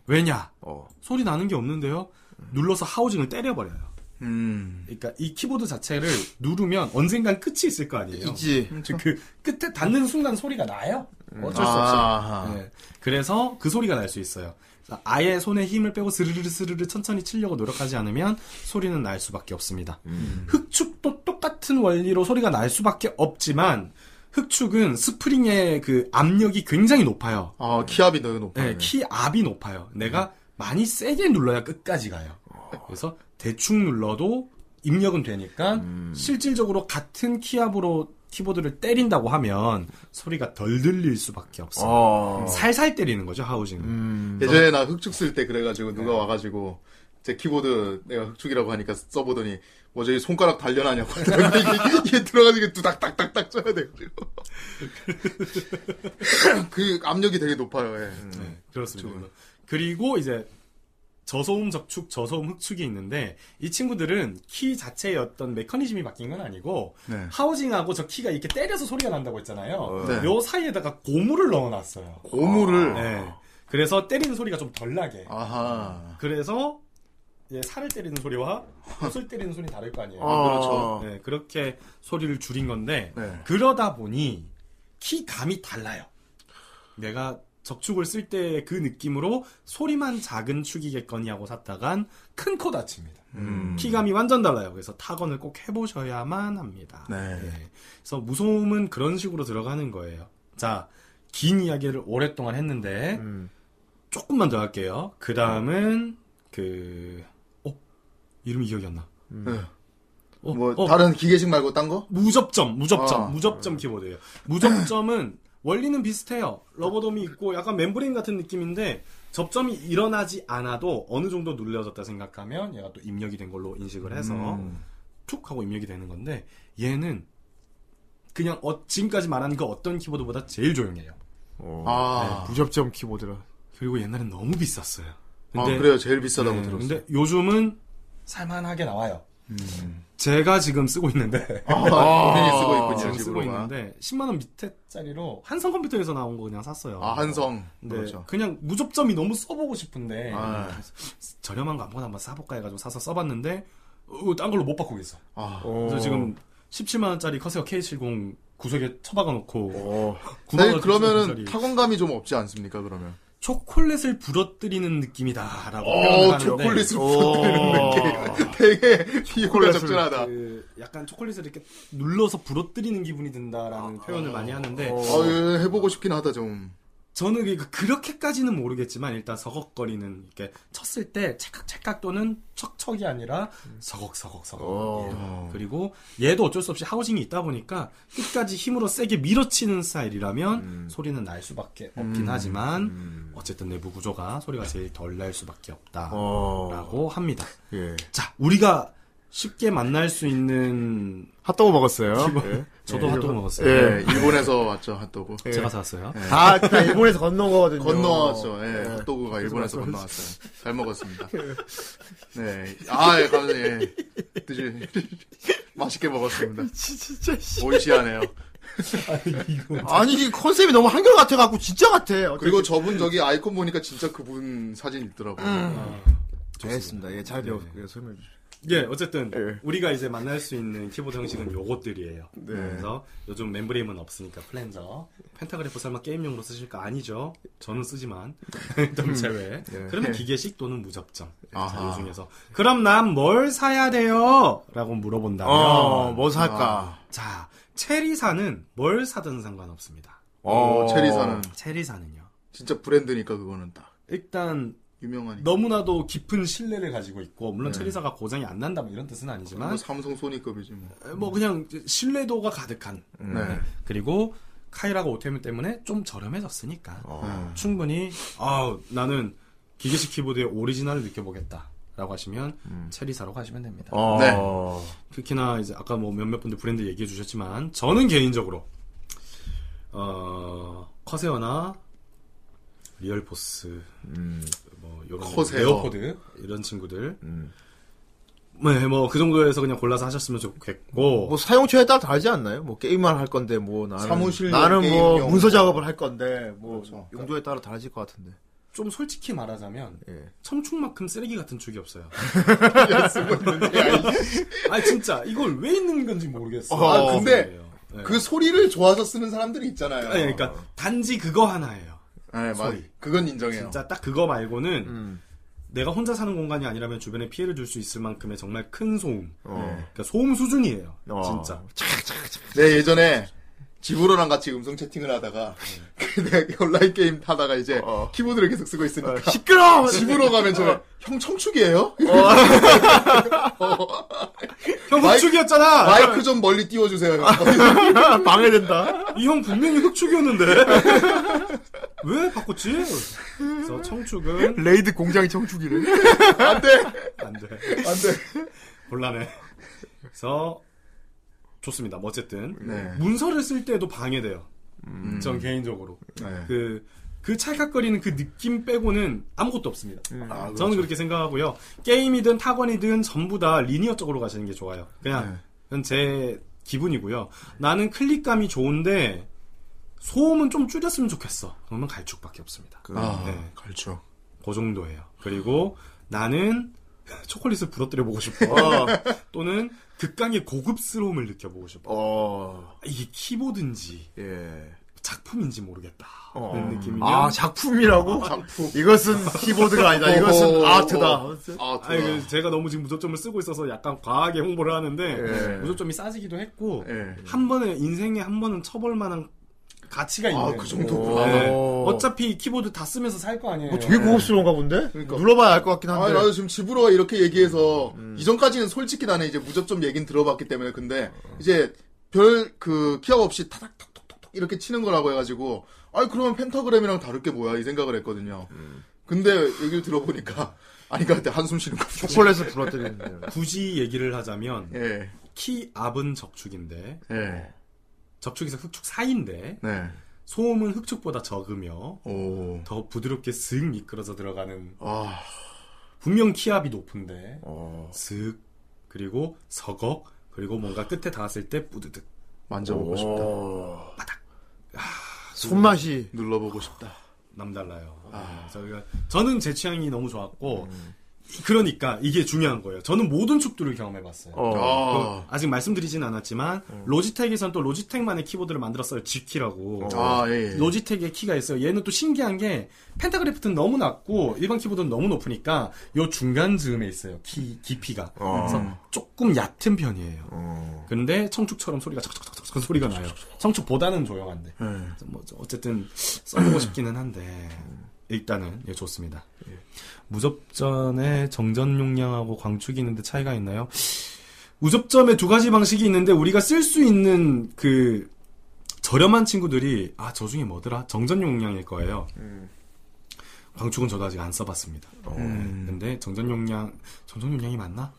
[SPEAKER 9] 왜냐?
[SPEAKER 1] 어. 음.
[SPEAKER 9] 소리 나는 게 없는데요. 눌러서 하우징을 때려버려요.
[SPEAKER 2] 음.
[SPEAKER 9] 그러니까 이 키보드 자체를 누르면 언젠간 끝이 있을 거 아니에요.
[SPEAKER 1] 있지.
[SPEAKER 9] 즉, 그 끝에 닿는 순간 소리가 나요.
[SPEAKER 1] 음.
[SPEAKER 9] 어쩔 수 없이.
[SPEAKER 2] 아하.
[SPEAKER 9] 네. 그래서 그 소리가 날 수 있어요. 그래서 아예 손에 힘을 빼고 스르르 스르르 천천히 치려고 노력하지 않으면 소리는 날 수밖에 없습니다.
[SPEAKER 2] 음.
[SPEAKER 9] 흑축도 똑같은 원리로 소리가 날 수밖에 없지만 흑축은 스프링의 그 압력이 굉장히 높아요.
[SPEAKER 2] 아 키압이 너무 높아. 음.
[SPEAKER 9] 네, 키 압이 높아요. 내가 많이 세게 눌러야 끝까지 가요.
[SPEAKER 2] 어.
[SPEAKER 9] 그래서 대충 눌러도 입력은 되니까
[SPEAKER 2] 음.
[SPEAKER 9] 실질적으로 같은 키압으로 키보드를 때린다고 하면 소리가 덜 들릴 수밖에 없어요.
[SPEAKER 1] 어.
[SPEAKER 2] 음.
[SPEAKER 9] 살살 때리는 거죠 하우징은. 네.
[SPEAKER 2] 예전에 나 흑축 쓸 때 그래가지고 누가 와가지고 제 키보드 내가 흑축이라고 하니까 써보더니 뭐 저기 손가락 단련하냐고 이게 들어가지고 두닥닥닥닥 쳐야 돼가지고 그 압력이 되게 높아요. 예.
[SPEAKER 9] 네, 그렇습니다. 그리고 이제 저소음 적축, 저소음 흡축이 있는데 이 친구들은 키 자체의 어떤 메커니즘이 바뀐 건 아니고
[SPEAKER 2] 네.
[SPEAKER 9] 하우징하고 저 키가 이렇게 때려서 소리가 난다고 했잖아요.
[SPEAKER 2] 네.
[SPEAKER 9] 요 사이에다가 고무를 넣어놨어요.
[SPEAKER 2] 고무를
[SPEAKER 9] 네. 그래서 때리는 소리가 좀 덜 나게.
[SPEAKER 2] 아하
[SPEAKER 9] 그래서 이제 살을 때리는 소리와 옷을 때리는 소리 다를 거 아니에요.
[SPEAKER 1] 아,
[SPEAKER 2] 그렇죠.
[SPEAKER 9] 네, 그렇게 소리를 줄인 건데
[SPEAKER 2] 네.
[SPEAKER 9] 그러다 보니 키감이 달라요. 내가 적축을 쓸 때 그 느낌으로 소리만 작은 축이겠거니 하고 샀다간 큰 코 다칩니다.
[SPEAKER 2] 음.
[SPEAKER 9] 키감이 완전 달라요. 그래서 타건을 꼭 해보셔야만 합니다.
[SPEAKER 2] 네.
[SPEAKER 9] 그래서 무소음은 그런 식으로 들어가는 거예요. 자, 긴 이야기를 오랫동안 했는데
[SPEAKER 1] 음.
[SPEAKER 9] 조금만 더 할게요. 그 다음은 그 어? 이름이 기억이 안 나. 어,
[SPEAKER 2] 음. 뭐
[SPEAKER 9] 어,
[SPEAKER 2] 다른 기계식 말고 딴 거?
[SPEAKER 9] 무접점, 무접점,
[SPEAKER 2] 아.
[SPEAKER 9] 무접점 키보드예요. 무접점은 원리는 비슷해요. 러버돔이 있고 약간 멤브레인 같은 느낌인데 접점이 일어나지 않아도 어느 정도 눌려졌다 생각하면 얘가 또 입력이 된 걸로 인식을 해서
[SPEAKER 2] 음.
[SPEAKER 9] 툭 하고 입력이 되는 건데 얘는 그냥 어, 지금까지 말한 그 어떤 키보드보다 제일 조용해요. 어,
[SPEAKER 2] 아,
[SPEAKER 1] 무접점 키보드라.
[SPEAKER 2] 어.
[SPEAKER 9] 그리고 옛날엔 너무 비쌌어요.
[SPEAKER 2] 아,
[SPEAKER 9] 네. 근데
[SPEAKER 2] 그래요 제일 비싸다고
[SPEAKER 9] 네,
[SPEAKER 2] 들었어요.
[SPEAKER 9] 근데 요즘은 살만하게 나와요. 제가 지금 쓰고 있는데
[SPEAKER 2] 아, 본인이 쓰고
[SPEAKER 9] 지금
[SPEAKER 2] 있군요
[SPEAKER 9] 쓰고
[SPEAKER 2] 지금으로만.
[SPEAKER 9] 있는데 10만 원 밑에짜리로 한성 컴퓨터에서 나온 거 그냥 샀어요.
[SPEAKER 2] 아 한성
[SPEAKER 9] 근데
[SPEAKER 2] 그렇죠.
[SPEAKER 9] 그냥 무접점이 너무 써보고 싶은데
[SPEAKER 2] 아.
[SPEAKER 9] 그래서 저렴한 거 아무거나 한번 사볼까 해가지고 사서 써봤는데 어, 딴 걸로 못 바꾸고 있어.
[SPEAKER 2] 아.
[SPEAKER 9] 그래서 지금 17만 원짜리 커세어 K70 구석에 처박아놓고
[SPEAKER 1] 어.
[SPEAKER 9] 9만
[SPEAKER 2] 사실
[SPEAKER 9] 원
[SPEAKER 2] 네, 그러면은 타건감이 좀 없지 않습니까 그러면?
[SPEAKER 9] 초콜릿을 부러뜨리는 느낌이다라고
[SPEAKER 2] 어,
[SPEAKER 9] 표현하는데
[SPEAKER 2] 초콜릿을
[SPEAKER 1] 오.
[SPEAKER 2] 부러뜨리는 느낌. 되게 비교가 적절하다.
[SPEAKER 9] 그 약간 초콜릿을 이렇게 눌러서 부러뜨리는 기분이 든다라는 표현을 많이 하는데
[SPEAKER 2] 아. 어, 예, 해보고 싶긴 하다 좀.
[SPEAKER 9] 저는 그러니까 그렇게까지는 모르겠지만 일단 서걱거리는 이렇게 쳤을 때 찰칵찰칵 또는 척척이 아니라 서걱서걱서걱
[SPEAKER 1] 어.
[SPEAKER 9] 예. 그리고 얘도 어쩔 수 없이 하우징이 있다 보니까 끝까지 힘으로 세게 밀어치는 스타일이라면
[SPEAKER 2] 음.
[SPEAKER 9] 소리는 날 수밖에 없긴 하지만 어쨌든 내부 구조가 소리가 제일 덜 날 수밖에 없다라고
[SPEAKER 1] 어.
[SPEAKER 9] 합니다.
[SPEAKER 1] 예.
[SPEAKER 9] 자 우리가 쉽게 만날 수 있는
[SPEAKER 1] 핫도그 먹었어요. 예.
[SPEAKER 9] 저도
[SPEAKER 1] 예.
[SPEAKER 9] 핫도그 먹었어요. 네.
[SPEAKER 1] 예.
[SPEAKER 2] 네, 일본에서 왔죠 핫도그.
[SPEAKER 1] 예.
[SPEAKER 9] 제가 사왔어요.
[SPEAKER 1] 다, 다 아, 일본에서 건너온 거거든요.
[SPEAKER 2] 건너왔죠. 예, 핫도그가 일본에서 건너왔어요. 잘 먹었습니다. 네, 아, 예, 감사해요. 예. 드실 맛있게 먹었습니다.
[SPEAKER 1] 진짜 씨.
[SPEAKER 2] 오이시하네요.
[SPEAKER 1] 아니 이게 컨셉이 너무 한결 같아 갖고 진짜 같아.
[SPEAKER 2] 그리고 저분 저기 아이콘 보니까 진짜 그분 사진 있더라고요.
[SPEAKER 1] 잘했습니다. 예, 잘 배웠고 요 설명해 주시.
[SPEAKER 9] 예, 어쨌든
[SPEAKER 1] 예.
[SPEAKER 9] 우리가 이제 만날 수 있는 키보드 형식은 요것들이에요. 그래서 요즘 멤브레임은 없으니까 플랜저, 펜타그래프 설마 게임용으로 쓰실 거 아니죠? 저는 쓰지만 일단 제외. 그러면 기계식 또는 무접점.
[SPEAKER 2] 아하.
[SPEAKER 9] 자유 중에서 그럼 난 뭘 사야 돼요? 라고 물어본다면
[SPEAKER 2] 아.
[SPEAKER 1] 어, 뭐 살까?
[SPEAKER 9] 자, 체리사는 뭘 사든 상관없습니다.
[SPEAKER 2] 어,
[SPEAKER 1] 음.
[SPEAKER 2] 체리사는
[SPEAKER 9] 체리사는요.
[SPEAKER 2] 진짜 브랜드니까 그거는 딱
[SPEAKER 9] 일단
[SPEAKER 2] 유명하니까.
[SPEAKER 9] 너무나도 깊은 신뢰를 가지고 있고 물론 체리사가 고장이 안 난다 뭐 이런 뜻은
[SPEAKER 2] 뭐
[SPEAKER 9] 아니지만
[SPEAKER 2] 삼성 소니급이지 뭐.
[SPEAKER 9] 뭐 그냥 신뢰도가 가득한
[SPEAKER 1] 음.
[SPEAKER 2] 네.
[SPEAKER 9] 그리고 카이라가 오테무 때문에 좀 저렴해졌으니까 충분히 아 나는 기계식 키보드의 오리지널을 느껴보겠다. 라고 하시면 체리사로 가시면 됩니다.
[SPEAKER 1] 어.
[SPEAKER 2] 네.
[SPEAKER 9] 특히나 이제 아까 뭐 몇몇 분들 브랜드 얘기해 주셨지만 저는 개인적으로 어 커세어나 리얼포스 뭐 요런
[SPEAKER 2] 커세어.
[SPEAKER 9] 에어포드 이런 친구들 네뭐 그 정도에서 그냥 골라서 하셨으면 좋겠고
[SPEAKER 1] 뭐 사용처에 따라 다르지 않나요? 뭐 게임만 할 건데 뭐 나는
[SPEAKER 2] 사무실용
[SPEAKER 1] 나는 뭐
[SPEAKER 2] 게임용.
[SPEAKER 1] 문서 작업을 할 건데 뭐
[SPEAKER 2] 그렇죠.
[SPEAKER 1] 용도에 따라 다르질 것 같은데.
[SPEAKER 9] 좀 솔직히 말하자면
[SPEAKER 2] 네.
[SPEAKER 1] 예.
[SPEAKER 9] 청축만큼 쓰레기 같은 축이 없어요.
[SPEAKER 2] 야, 쓰고 있는데. 야, 이
[SPEAKER 9] 아 진짜 이걸 왜 있는 건지 모르겠어.
[SPEAKER 2] 아, 근데
[SPEAKER 9] 네.
[SPEAKER 2] 그 소리를 좋아서 쓰는 사람들이 있잖아요.
[SPEAKER 9] 아니, 그러니까 단지 그거 하나예요.
[SPEAKER 2] 네, 맞.
[SPEAKER 9] 소리.
[SPEAKER 2] 그건 인정해요. 음.
[SPEAKER 9] 진짜 딱 그거 말고는 내가 혼자 사는 공간이 아니라면 주변에 피해를 줄 수 있을 만큼의 정말 큰 소음.
[SPEAKER 2] 어.
[SPEAKER 9] 그러니까 소음 수준이에요.
[SPEAKER 1] 어.
[SPEAKER 9] 진짜.
[SPEAKER 2] 내 네, 예전에 지브로랑 같이 음성 채팅을 하다가 그 내가 온라인 게임 하다가 이제 키보드를 계속 쓰고 있으니까
[SPEAKER 1] 시끄러.
[SPEAKER 2] 집으로 가면 저, 형 청축이에요? 어.
[SPEAKER 9] 형
[SPEAKER 2] 마이-
[SPEAKER 9] 흑축이었잖아.
[SPEAKER 2] 마이크 좀 멀리 아, 띄워주세요. 형.
[SPEAKER 1] 방해된다.
[SPEAKER 9] 이 형 분명히 흑축이었는데 왜 바꿨지? 그래서 청축은
[SPEAKER 2] 레이드 공장이 청축이래.
[SPEAKER 9] 안 돼. 안 돼. 곤란해. 그래서 좋습니다. 뭐 어쨌든
[SPEAKER 2] 네.
[SPEAKER 9] 문서를 쓸 때도 방해돼요.
[SPEAKER 2] 음.
[SPEAKER 9] 전 개인적으로
[SPEAKER 2] 네.
[SPEAKER 9] 그. 그 찰칵거리는 그 느낌 빼고는 아무것도 없습니다.
[SPEAKER 2] 아, 그렇죠.
[SPEAKER 9] 저는 그렇게 생각하고요. 게임이든 타건이든 전부 다 리니어 쪽으로 가시는 게 좋아요. 그냥
[SPEAKER 2] 네.
[SPEAKER 9] 그건 제 기분이고요. 나는 클릭감이 좋은데 소음은 좀 줄였으면 좋겠어. 그러면 갈축밖에 없습니다.
[SPEAKER 2] 아,
[SPEAKER 9] 네.
[SPEAKER 2] 그렇죠.
[SPEAKER 9] 그 정도예요. 그리고 나는 초콜릿을 부러뜨려 보고 싶어. 또는 극강의 고급스러움을 느껴보고 싶어.
[SPEAKER 2] 어,
[SPEAKER 9] 이게 키보드인지
[SPEAKER 2] 예.
[SPEAKER 9] 작품인지 모르겠다.
[SPEAKER 1] 어.
[SPEAKER 9] 그런 느낌이면
[SPEAKER 1] 아 작품이라고?
[SPEAKER 2] 작품.
[SPEAKER 1] 이것은 키보드가 아니다. 이것은
[SPEAKER 2] 어허.
[SPEAKER 1] 아트다.
[SPEAKER 2] 아,
[SPEAKER 9] 아니, 그 제가 너무 지금 무조점을 쓰고 있어서 약간 과하게 홍보를 하는데
[SPEAKER 2] 예.
[SPEAKER 9] 무조점이 싸지기도 했고
[SPEAKER 2] 예.
[SPEAKER 9] 한 번에 인생에 한 번은 쳐볼 만한 가치가 있는
[SPEAKER 2] 아, 그 정도구나.
[SPEAKER 9] 네.
[SPEAKER 1] 어.
[SPEAKER 9] 어차피 키보드 다 쓰면서 살 거 아니에요.
[SPEAKER 1] 뭐 되게 고급스러운가 본데?
[SPEAKER 2] 그러니까.
[SPEAKER 1] 눌러봐야 알 것 같긴
[SPEAKER 2] 아니,
[SPEAKER 1] 한데.
[SPEAKER 2] 나도 지금 집으로가 이렇게 얘기해서, 이전까지는 솔직히 나는 이제 무접점 얘긴 들어봤기 때문에, 근데, 이제, 별, 그, 기합 없이 타닥, 톡, 톡, 톡, 톡, 이렇게 치는 거라고 해가지고, 아니, 그러면 펜타그램이랑 다를 게 뭐야, 이 생각을 했거든요. 근데, 얘기를 들어보니까, 아니, 그때 한숨 쉬는 거.
[SPEAKER 1] 초콜릿을 부러뜨리는데요.
[SPEAKER 9] 굳이 얘기를 하자면
[SPEAKER 2] 예,
[SPEAKER 9] 키압은 적축인데
[SPEAKER 2] 예,
[SPEAKER 9] 적축에서 흑축 사이인데
[SPEAKER 2] 네.
[SPEAKER 9] 소음은 흑축보다 적으며
[SPEAKER 2] 오.
[SPEAKER 9] 더 부드럽게 슥 미끄러져 들어가는
[SPEAKER 2] 아,
[SPEAKER 9] 분명 키압이 높은데
[SPEAKER 2] 어.
[SPEAKER 9] 슥 그리고 서걱 그리고 뭔가 끝에 닿았을 때 뿌드득
[SPEAKER 2] 만져보고 싶다.
[SPEAKER 1] 어. 손맛이
[SPEAKER 2] 눌러보고 싶다.
[SPEAKER 9] 남달라요. 그래서 그러니까 저는 제 취향이 너무 좋았고 이- 그러니까 이게 중요한 거예요. 저는 모든 축두를 경험해봤어요. 그 음.
[SPEAKER 2] 아,
[SPEAKER 9] 아직 말씀드리진 않았지만 로지텍에선 또 로지텍만의 키보드를 만들었어요. G키라고.
[SPEAKER 2] 아, 예. 예.
[SPEAKER 9] 로지텍의 키가 있어요. 얘는 또 신기한 게 펜타그래프트는 너무 낮고 일반 키보드는 너무 높으니까 요 중간 즈음에 있어요. 키 깊이가. 그래서 조금 얕은 편이에요. 근데 청축처럼 소리가 척척척척 소리가 나요. 청축보다는 조용한데. 그래서 뭐 어쨌든 써보고 싶기는 한데 일단은 예, 좋습니다. 무접전에 정전 용량하고 광축이 있는데 차이가 있나요? 무접점에 두 가지 방식이 있는데 우리가 쓸 수 있는 그 저렴한 친구들이 아 저 중에 뭐더라 정전 용량일 거예요. 광축은 저도 아직 안 써봤습니다. 네, 근데 정전 용량 정전 용량이 맞나?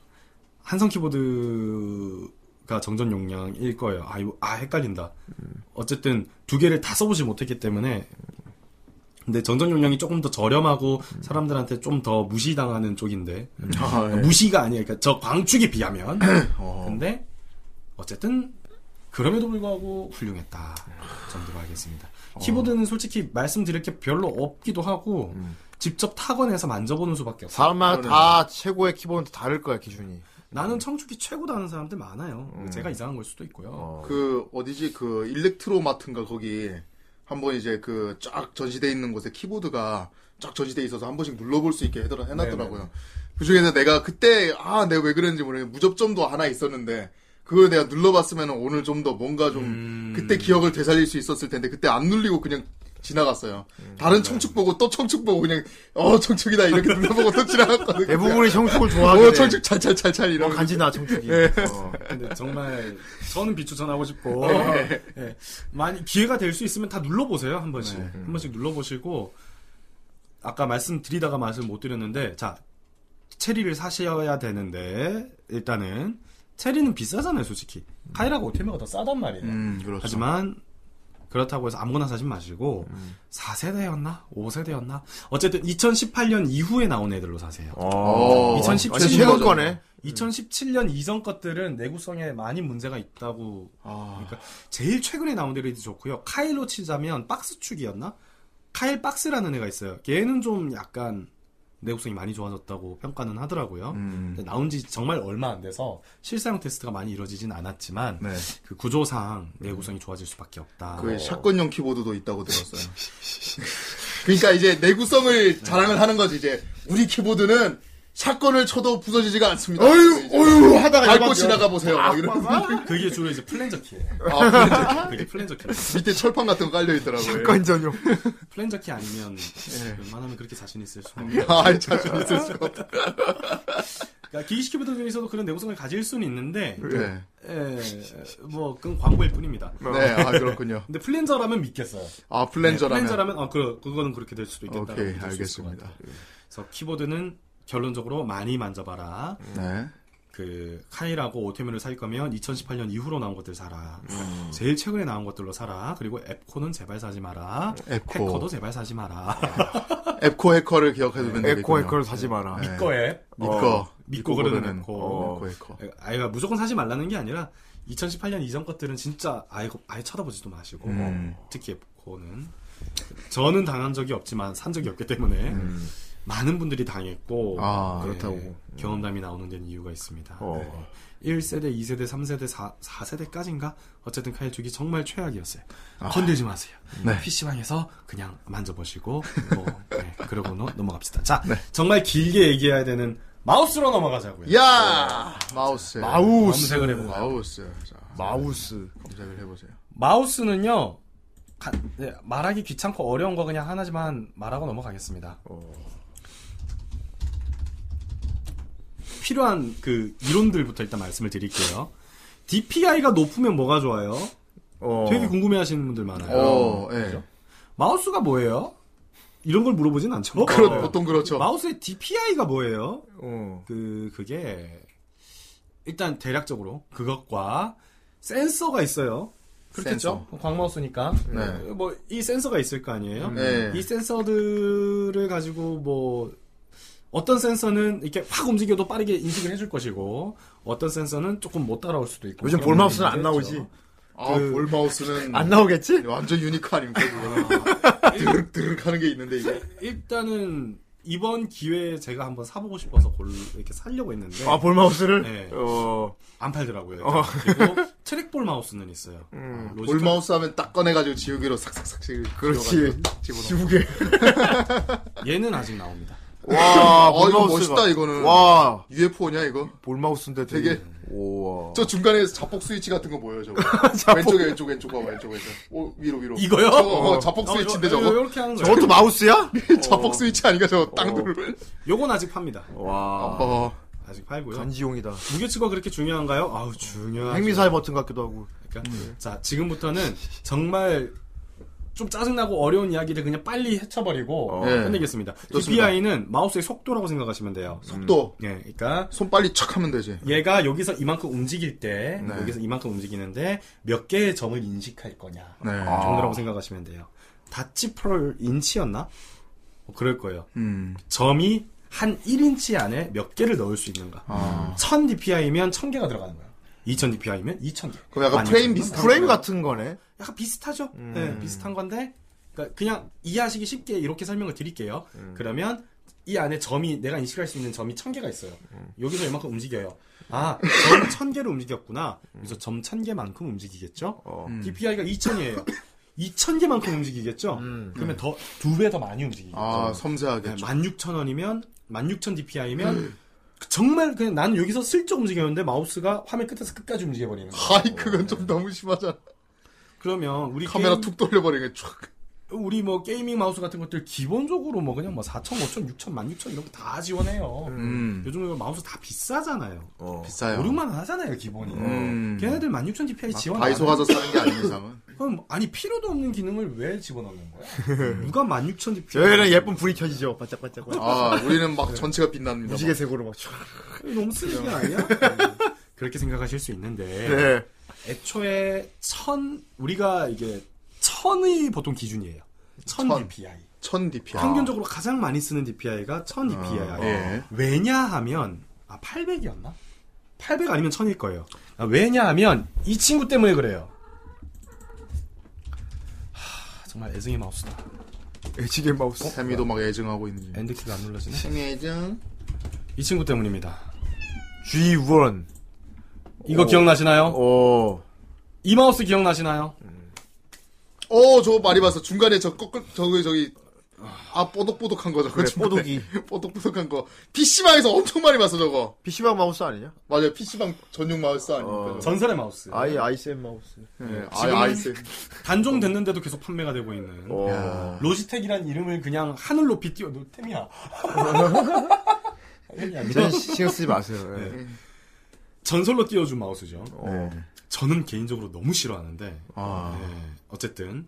[SPEAKER 9] 한성 키보드가 정전 용량일 거예요. 아 이거 아 헷갈린다. 어쨌든 두 개를 다 써보지 못했기 때문에 근데 정전 용량이 조금 더 저렴하고 사람들한테 좀 더 무시당하는 쪽인데
[SPEAKER 2] 아, 예.
[SPEAKER 9] 무시가 아니에요. 그러니까 저 광축에 비하면
[SPEAKER 2] 어.
[SPEAKER 9] 근데 어쨌든 그럼에도 불구하고 훌륭했다 정도로 하겠습니다. 키보드는 솔직히 말씀드릴 게 별로 없기도 하고 직접 타건해서 만져보는 수밖에 없어요.
[SPEAKER 1] 사람마다 다 최고의 키보드 다를 거야 기준이.
[SPEAKER 9] 나는 청축이 최고다 하는 사람들 많아요. 제가 이상한 걸 수도 있고요.
[SPEAKER 2] 그 어디지 그 일렉트로마트인가 거기 한번 이제 그 쫙 전시돼 있는 곳에 키보드가 쫙 전시돼 있어서 한 번씩 눌러볼 수 있게 해더라,
[SPEAKER 1] 네,
[SPEAKER 2] 해놨더라고요. 그 중에서 내가 그때 아 내가 왜 그랬는지 모르겠는데 무접점도 하나 있었는데 그걸 내가 눌러봤으면 오늘 좀 더 뭔가 좀
[SPEAKER 1] 음.
[SPEAKER 2] 그때 기억을 되살릴 수 있었을 텐데 그때 안 눌리고 그냥 지나갔어요.
[SPEAKER 1] 음. 네.
[SPEAKER 2] 다른 청축 보고 또 청축 보고 그냥 어 청축이다 이렇게 눌러보고 또 지나갔거든요.
[SPEAKER 1] 대부분이 네. 청축을 좋아하긴
[SPEAKER 2] 어
[SPEAKER 1] 해.
[SPEAKER 2] 청축 찰찰찰찰 이러면
[SPEAKER 1] 간지나 그러니까 청축이. 어.
[SPEAKER 9] 근데 정말 저는 비추천하고 싶고 예. 많이 기회가 될 수 있으면 다 눌러보세요 한 번씩 한 번씩 눌러보시고 아까 말씀드리다가 말씀 못 드렸는데 자 체리를 사셔야 되는데 일단은 체리는 비싸잖아요 솔직히 카이라가 오테메가 더 싸단 말이에요
[SPEAKER 2] 음 그렇죠.
[SPEAKER 9] 하지만 그렇다고 해서 아무거나 사지 마시고 4세대였나 5세대였나 어쨌든 2018년 이후에 나온 애들로 사세요
[SPEAKER 1] 어.
[SPEAKER 9] 2017
[SPEAKER 1] 아니, 최근 거네.
[SPEAKER 9] 2017년 이전 것들은 내구성에 많이 문제가 있다고. 그러니까 제일 최근에 나온 데레이드 좋고요. 카일로 치자면 박스축이었나? 카일 박스라는 애가 있어요. 얘는 좀 약간 내구성이 많이 좋아졌다고 평가는 하더라고요. 근데 나온 지 정말 얼마 안 돼서 실사용 테스트가 많이 이루어지진 않았지만
[SPEAKER 2] 네.
[SPEAKER 9] 그 구조상 내구성이 좋아질 수밖에 없다.
[SPEAKER 2] 그 샷건용 키보드도 있다고 들었어요. 그러니까 이제 내구성을 자랑을 하는 거지 이제 우리 키보드는 샷건을 쳐도 부서지지가 않습니다.
[SPEAKER 1] 어휴,
[SPEAKER 2] 이제
[SPEAKER 1] 어휴, 하다가
[SPEAKER 2] 밟고
[SPEAKER 1] 일반-
[SPEAKER 2] 지나가 보세요.
[SPEAKER 1] 아,
[SPEAKER 2] 막 이런
[SPEAKER 9] 그게 주로 이제 플랜저키예요.
[SPEAKER 2] 아,
[SPEAKER 9] 그게 플랜저키.
[SPEAKER 2] 밑에 철판 같은 거 깔려 있더라고요.
[SPEAKER 1] 건 전용.
[SPEAKER 9] 플랜저키 아니면 웬만하면 그렇게 자신 있을 수가 없는.
[SPEAKER 2] 아, 자주 있을 수가 없다.
[SPEAKER 9] 그러니까 기기시큐브터 중에서도 그런 내구성을 가질 수는 있는데,
[SPEAKER 2] 네,
[SPEAKER 9] 예, 뭐 그건 광고일 뿐입니다.
[SPEAKER 2] 네, 아 그렇군요.
[SPEAKER 9] 근데 플랜저라면 믿겠어요.
[SPEAKER 2] 아
[SPEAKER 9] 네,
[SPEAKER 2] 플랜저라면.
[SPEAKER 9] 플랜저라면 어, 그 그거는 그렇게 될 수도 있겠다.
[SPEAKER 2] 오케이, 알겠습니다.
[SPEAKER 9] 그래서 키보드는 결론적으로 많이 만져봐라.
[SPEAKER 2] 네.
[SPEAKER 9] 그 카이라고 오테미를 살 거면 2018년 이후로 나온 것들 사라. 그러니까
[SPEAKER 2] 음.
[SPEAKER 9] 제일 최근에 나온 것들로 사라. 그리고 앱코는 제발 사지 마라.
[SPEAKER 2] 에코.
[SPEAKER 9] 해커도 제발 사지 마라.
[SPEAKER 2] 에코 해커를 기억해두면 되겠군요.
[SPEAKER 1] 에코 에코를 사지 마라.
[SPEAKER 2] 네.
[SPEAKER 9] 믿거 그 앱.
[SPEAKER 2] 믿고. 어.
[SPEAKER 9] 믿고 그러는 에코.
[SPEAKER 2] 에코 에코.
[SPEAKER 9] 아이 무조건 사지 말라는 게 아니라 2018년 이전 것들은 진짜 아예 아예 쳐다보지도 마시고
[SPEAKER 2] 음.
[SPEAKER 9] 특히 에코는 저는 당한 적이 없지만 산 적이 없기 때문에
[SPEAKER 2] 음.
[SPEAKER 9] 많은 분들이 당했고
[SPEAKER 2] 아,
[SPEAKER 9] 네,
[SPEAKER 2] 그렇다고.
[SPEAKER 9] 경험담이 나오는 데는 이유가 있습니다.
[SPEAKER 1] 어.
[SPEAKER 9] 네. 1세대, 2세대, 3세대, 4, 4세대까지인가? 어쨌든 카이 쪽이 정말 최악이었어요. 건들지 마세요.
[SPEAKER 2] 아. 네.
[SPEAKER 9] PC방에서 그냥 만져보시고 뭐, 네, 그러고 넘- 넘어갑시다. 자,
[SPEAKER 2] 네.
[SPEAKER 9] 정말 길게 얘기해야 되는 마우스로 넘어가자고요.
[SPEAKER 2] 야 마우스.
[SPEAKER 1] 마우스.
[SPEAKER 9] 검색을 해보고
[SPEAKER 2] 마우스. 자,
[SPEAKER 1] 마우스.
[SPEAKER 2] 검색을 해보세요.
[SPEAKER 9] 마우스는요 가- 네, 말하기 귀찮고 어려운 거 그냥 하나지만 말하고 넘어가겠습니다. 필요한 그 이론들부터 일단 말씀을 드릴게요. DPI가 높으면 뭐가 좋아요?
[SPEAKER 1] 어.
[SPEAKER 9] 되게 궁금해하시는 분들 많아요.
[SPEAKER 2] 어, 예.
[SPEAKER 9] 마우스가 뭐예요? 이런 걸 물어보진 않죠. 네.
[SPEAKER 2] 그렇, 보통 그렇죠.
[SPEAKER 9] 마우스의 DPI가 뭐예요?
[SPEAKER 1] 어.
[SPEAKER 9] 그 그게 일단 대략적으로 그것과 센서가 있어요. 그렇겠죠? 광마우스니까.
[SPEAKER 2] 네.
[SPEAKER 9] 뭐 이 센서가 있을 거 아니에요?
[SPEAKER 1] 음.
[SPEAKER 2] 네.
[SPEAKER 9] 이 센서들을 가지고 뭐 어떤 센서는 이렇게 확 움직여도 빠르게 인식을 해줄 것이고 어떤 센서는 조금 못 따라올 수도 있고.
[SPEAKER 1] 요즘
[SPEAKER 9] 그런
[SPEAKER 1] 볼마우스는 안
[SPEAKER 9] 문제겠죠.
[SPEAKER 1] 나오지.
[SPEAKER 2] 아,
[SPEAKER 9] 그-
[SPEAKER 2] 볼 마우스는
[SPEAKER 1] 안 나오겠지?
[SPEAKER 2] 완전 유니크 아닙니까 그거. 드륵 드륵 하는 게 있는데 이게.
[SPEAKER 9] 일단은 이번 기회에 제가 한번 사보고 싶어서 골 이렇게 살려고 했는데
[SPEAKER 1] 아, 볼마우스를?
[SPEAKER 9] 네.
[SPEAKER 1] 어.
[SPEAKER 9] 안 팔더라고요.
[SPEAKER 1] 어. 음.
[SPEAKER 9] 그리고 트랙볼 마우스는 있어요. 아, 로지컬-
[SPEAKER 2] 볼 마우스 하면 딱 꺼내가지고 지우개로 삭삭삭 지
[SPEAKER 1] 그렇지. 지우개.
[SPEAKER 9] 얘는 아직 나옵니다.
[SPEAKER 1] 와,
[SPEAKER 2] 어, 이거
[SPEAKER 1] 아, 볼마우스가-
[SPEAKER 2] 멋있다, 이거는.
[SPEAKER 1] 와,
[SPEAKER 2] UFO냐 이거?
[SPEAKER 1] 볼마우스인데 되게.
[SPEAKER 2] 되게
[SPEAKER 1] 우와.
[SPEAKER 2] 저 중간에 자폭 스위치 같은 거 보여요 저거 왼쪽에 왼쪽 왼쪽 봐봐 왼쪽 왼쪽 오 위로 위로
[SPEAKER 9] 이거요?
[SPEAKER 2] 저거 어, 자폭 스위치인데 저거
[SPEAKER 9] 이렇게 하는 거예요.
[SPEAKER 1] 저것도 마우스야?
[SPEAKER 2] 자폭 스위치 아닌가 저거 땅 누르면
[SPEAKER 9] 요건 아직 팝니다.
[SPEAKER 1] 와.
[SPEAKER 2] 어.
[SPEAKER 9] 아직 팔고요.
[SPEAKER 1] 간지용이다.
[SPEAKER 9] 무게추가 그렇게 중요한가요? 아우 중요하죠.
[SPEAKER 1] 핵미사일 버튼 같기도 하고.
[SPEAKER 9] 그러니까 자 지금부터는 정말 좀 짜증나고 어려운 이야기를 그냥 빨리 헤쳐버리고
[SPEAKER 1] 어.
[SPEAKER 2] 네.
[SPEAKER 9] 끝내겠습니다.
[SPEAKER 2] 좋습니다.
[SPEAKER 9] DPI는 마우스의 속도라고 생각하시면 돼요.
[SPEAKER 2] 속도
[SPEAKER 9] 예, 그러니까
[SPEAKER 2] 손 빨리 척 하면 되지
[SPEAKER 9] 얘가 여기서 이만큼 움직일 때
[SPEAKER 2] 네.
[SPEAKER 9] 여기서 이만큼 움직이는데 몇 개의 점을 인식할 거냐
[SPEAKER 2] 네
[SPEAKER 9] 정도라고 생각하시면 돼요. 다치 프롤 인치였나? 뭐 그럴 거예요.
[SPEAKER 2] 음.
[SPEAKER 9] 점이 한 1인치 안에 몇 개를 넣을 수 있는가?
[SPEAKER 2] 아.
[SPEAKER 9] 1000 DPI면 1000개가 들어가는 거예요. 2000 DPI면 2000개.
[SPEAKER 2] 그럼 약간 프레임 비슷한
[SPEAKER 1] 프레임
[SPEAKER 2] 거야? 음.
[SPEAKER 1] 같은 거네.
[SPEAKER 9] 약간 비슷하죠? 네, 비슷한 건데 그러니까 그냥 이해하시기 쉽게 이렇게 설명을 드릴게요.
[SPEAKER 2] 음.
[SPEAKER 9] 그러면 이 안에 점이 내가 인식할 수 있는 점이 1000개가 있어요.
[SPEAKER 2] 음.
[SPEAKER 9] 여기서 이만큼 움직여요. 아, 점 1000개로 움직였구나.
[SPEAKER 2] 음.
[SPEAKER 9] 그래서 점 1000개만큼 움직이겠죠?
[SPEAKER 2] 어.
[SPEAKER 9] DPI가 2000이에요. 2000개만큼 움직이겠죠? 그러면 더 두 배 더 많이 움직이겠죠.
[SPEAKER 2] 음. 아 섬세하게
[SPEAKER 9] 네, 16,000원이면
[SPEAKER 2] 네.
[SPEAKER 9] 16,000dpi면 정말 그냥 나는 여기서 슬쩍 움직였는데 마우스가 화면 끝에서 끝까지 움직여 버리는 거야.
[SPEAKER 2] 하이 그건 좀 너무 심하잖아
[SPEAKER 9] 그러면 우리
[SPEAKER 2] 카메라
[SPEAKER 9] 게임-
[SPEAKER 2] 툭 돌려버리게 촥
[SPEAKER 9] 우리 뭐 게이밍 마우스 같은 것들 기본적으로 뭐 그냥 뭐 4천, 5천, 6천, 16,000 이런 거 다 지원해요.
[SPEAKER 2] 음.
[SPEAKER 9] 요즘 이거 마우스 다 비싸잖아요.
[SPEAKER 2] 비싸요
[SPEAKER 9] 5, 6만 원 하잖아요, 기본이.
[SPEAKER 2] 음.
[SPEAKER 9] 걔네들 16,000dpi 지원 안
[SPEAKER 2] 다이소
[SPEAKER 9] 해요.
[SPEAKER 2] 가서 사는 게 아닌 이상은
[SPEAKER 9] 그럼 아니 필요도 없는 기능을 왜 집어넣는 거야? 누가 16,000dpi?
[SPEAKER 1] 저희는 예쁜 불이 켜지죠. 반짝반짝.
[SPEAKER 2] 아 우리는 막 전체가 빛납니다
[SPEAKER 1] 무지개 색으로 막. 촤.
[SPEAKER 9] 너무 쓰레기 아니야? 그렇게 생각하실 수 있는데
[SPEAKER 1] 네.
[SPEAKER 9] 애초에 천 우리가 이게 천이 보통 기준이에요. 천, 아.
[SPEAKER 2] 천.
[SPEAKER 9] DPI.
[SPEAKER 2] 1000 dpi
[SPEAKER 9] 평균적으로 가장 많이 쓰는 DPI가 천 DPI.
[SPEAKER 2] 아, 예.
[SPEAKER 9] 왜냐하면 아 800이었나? 800 아니면 천일 거예요. 아, 왜냐하면 이 친구 때문에 그래요. 하, 정말 애증의 마우스다.
[SPEAKER 1] 애지게 마우스.
[SPEAKER 2] 세미도 막 애증하고 있는지
[SPEAKER 9] 엔드키가 안 눌러지네.
[SPEAKER 2] 애증
[SPEAKER 9] 이 친구 때문입니다.
[SPEAKER 1] G1.
[SPEAKER 9] 이거
[SPEAKER 1] 오.
[SPEAKER 9] 기억나시나요?
[SPEAKER 1] 어.
[SPEAKER 9] 이 마우스 기억나시나요?
[SPEAKER 2] 어, 저거 많이 봤어. 중간에 저 꺾을, 저기, 저기, 아 뽀독뽀독한 거죠.
[SPEAKER 1] 그래,
[SPEAKER 2] 중간에.
[SPEAKER 1] 뽀독이.
[SPEAKER 2] 뽀독뽀독한 거. PC방에서 엄청 많이 봤어 저거.
[SPEAKER 1] PC방 마우스 아니냐?
[SPEAKER 2] 맞아요. PC방 전용 마우스 아닙니까? 저거?
[SPEAKER 9] 전설의 마우스.
[SPEAKER 1] 아이, 아이센 마우스.
[SPEAKER 2] 예,
[SPEAKER 9] 어, 지금은-
[SPEAKER 2] 아, 아이스.
[SPEAKER 9] 단종 됐는데도 계속 판매가 되고 있는.
[SPEAKER 1] 어.
[SPEAKER 9] 로지텍이란 이름을 그냥 하늘 높이 띄워 놓 템이야. 템이야.
[SPEAKER 2] 네.
[SPEAKER 1] 이런 시- 신경 쓰지 마세요. 예.
[SPEAKER 9] 전설로 띄워준 마우스죠.
[SPEAKER 1] 어.
[SPEAKER 9] 저는 개인적으로 너무 싫어하는데
[SPEAKER 2] 아,
[SPEAKER 9] 네, 어쨌든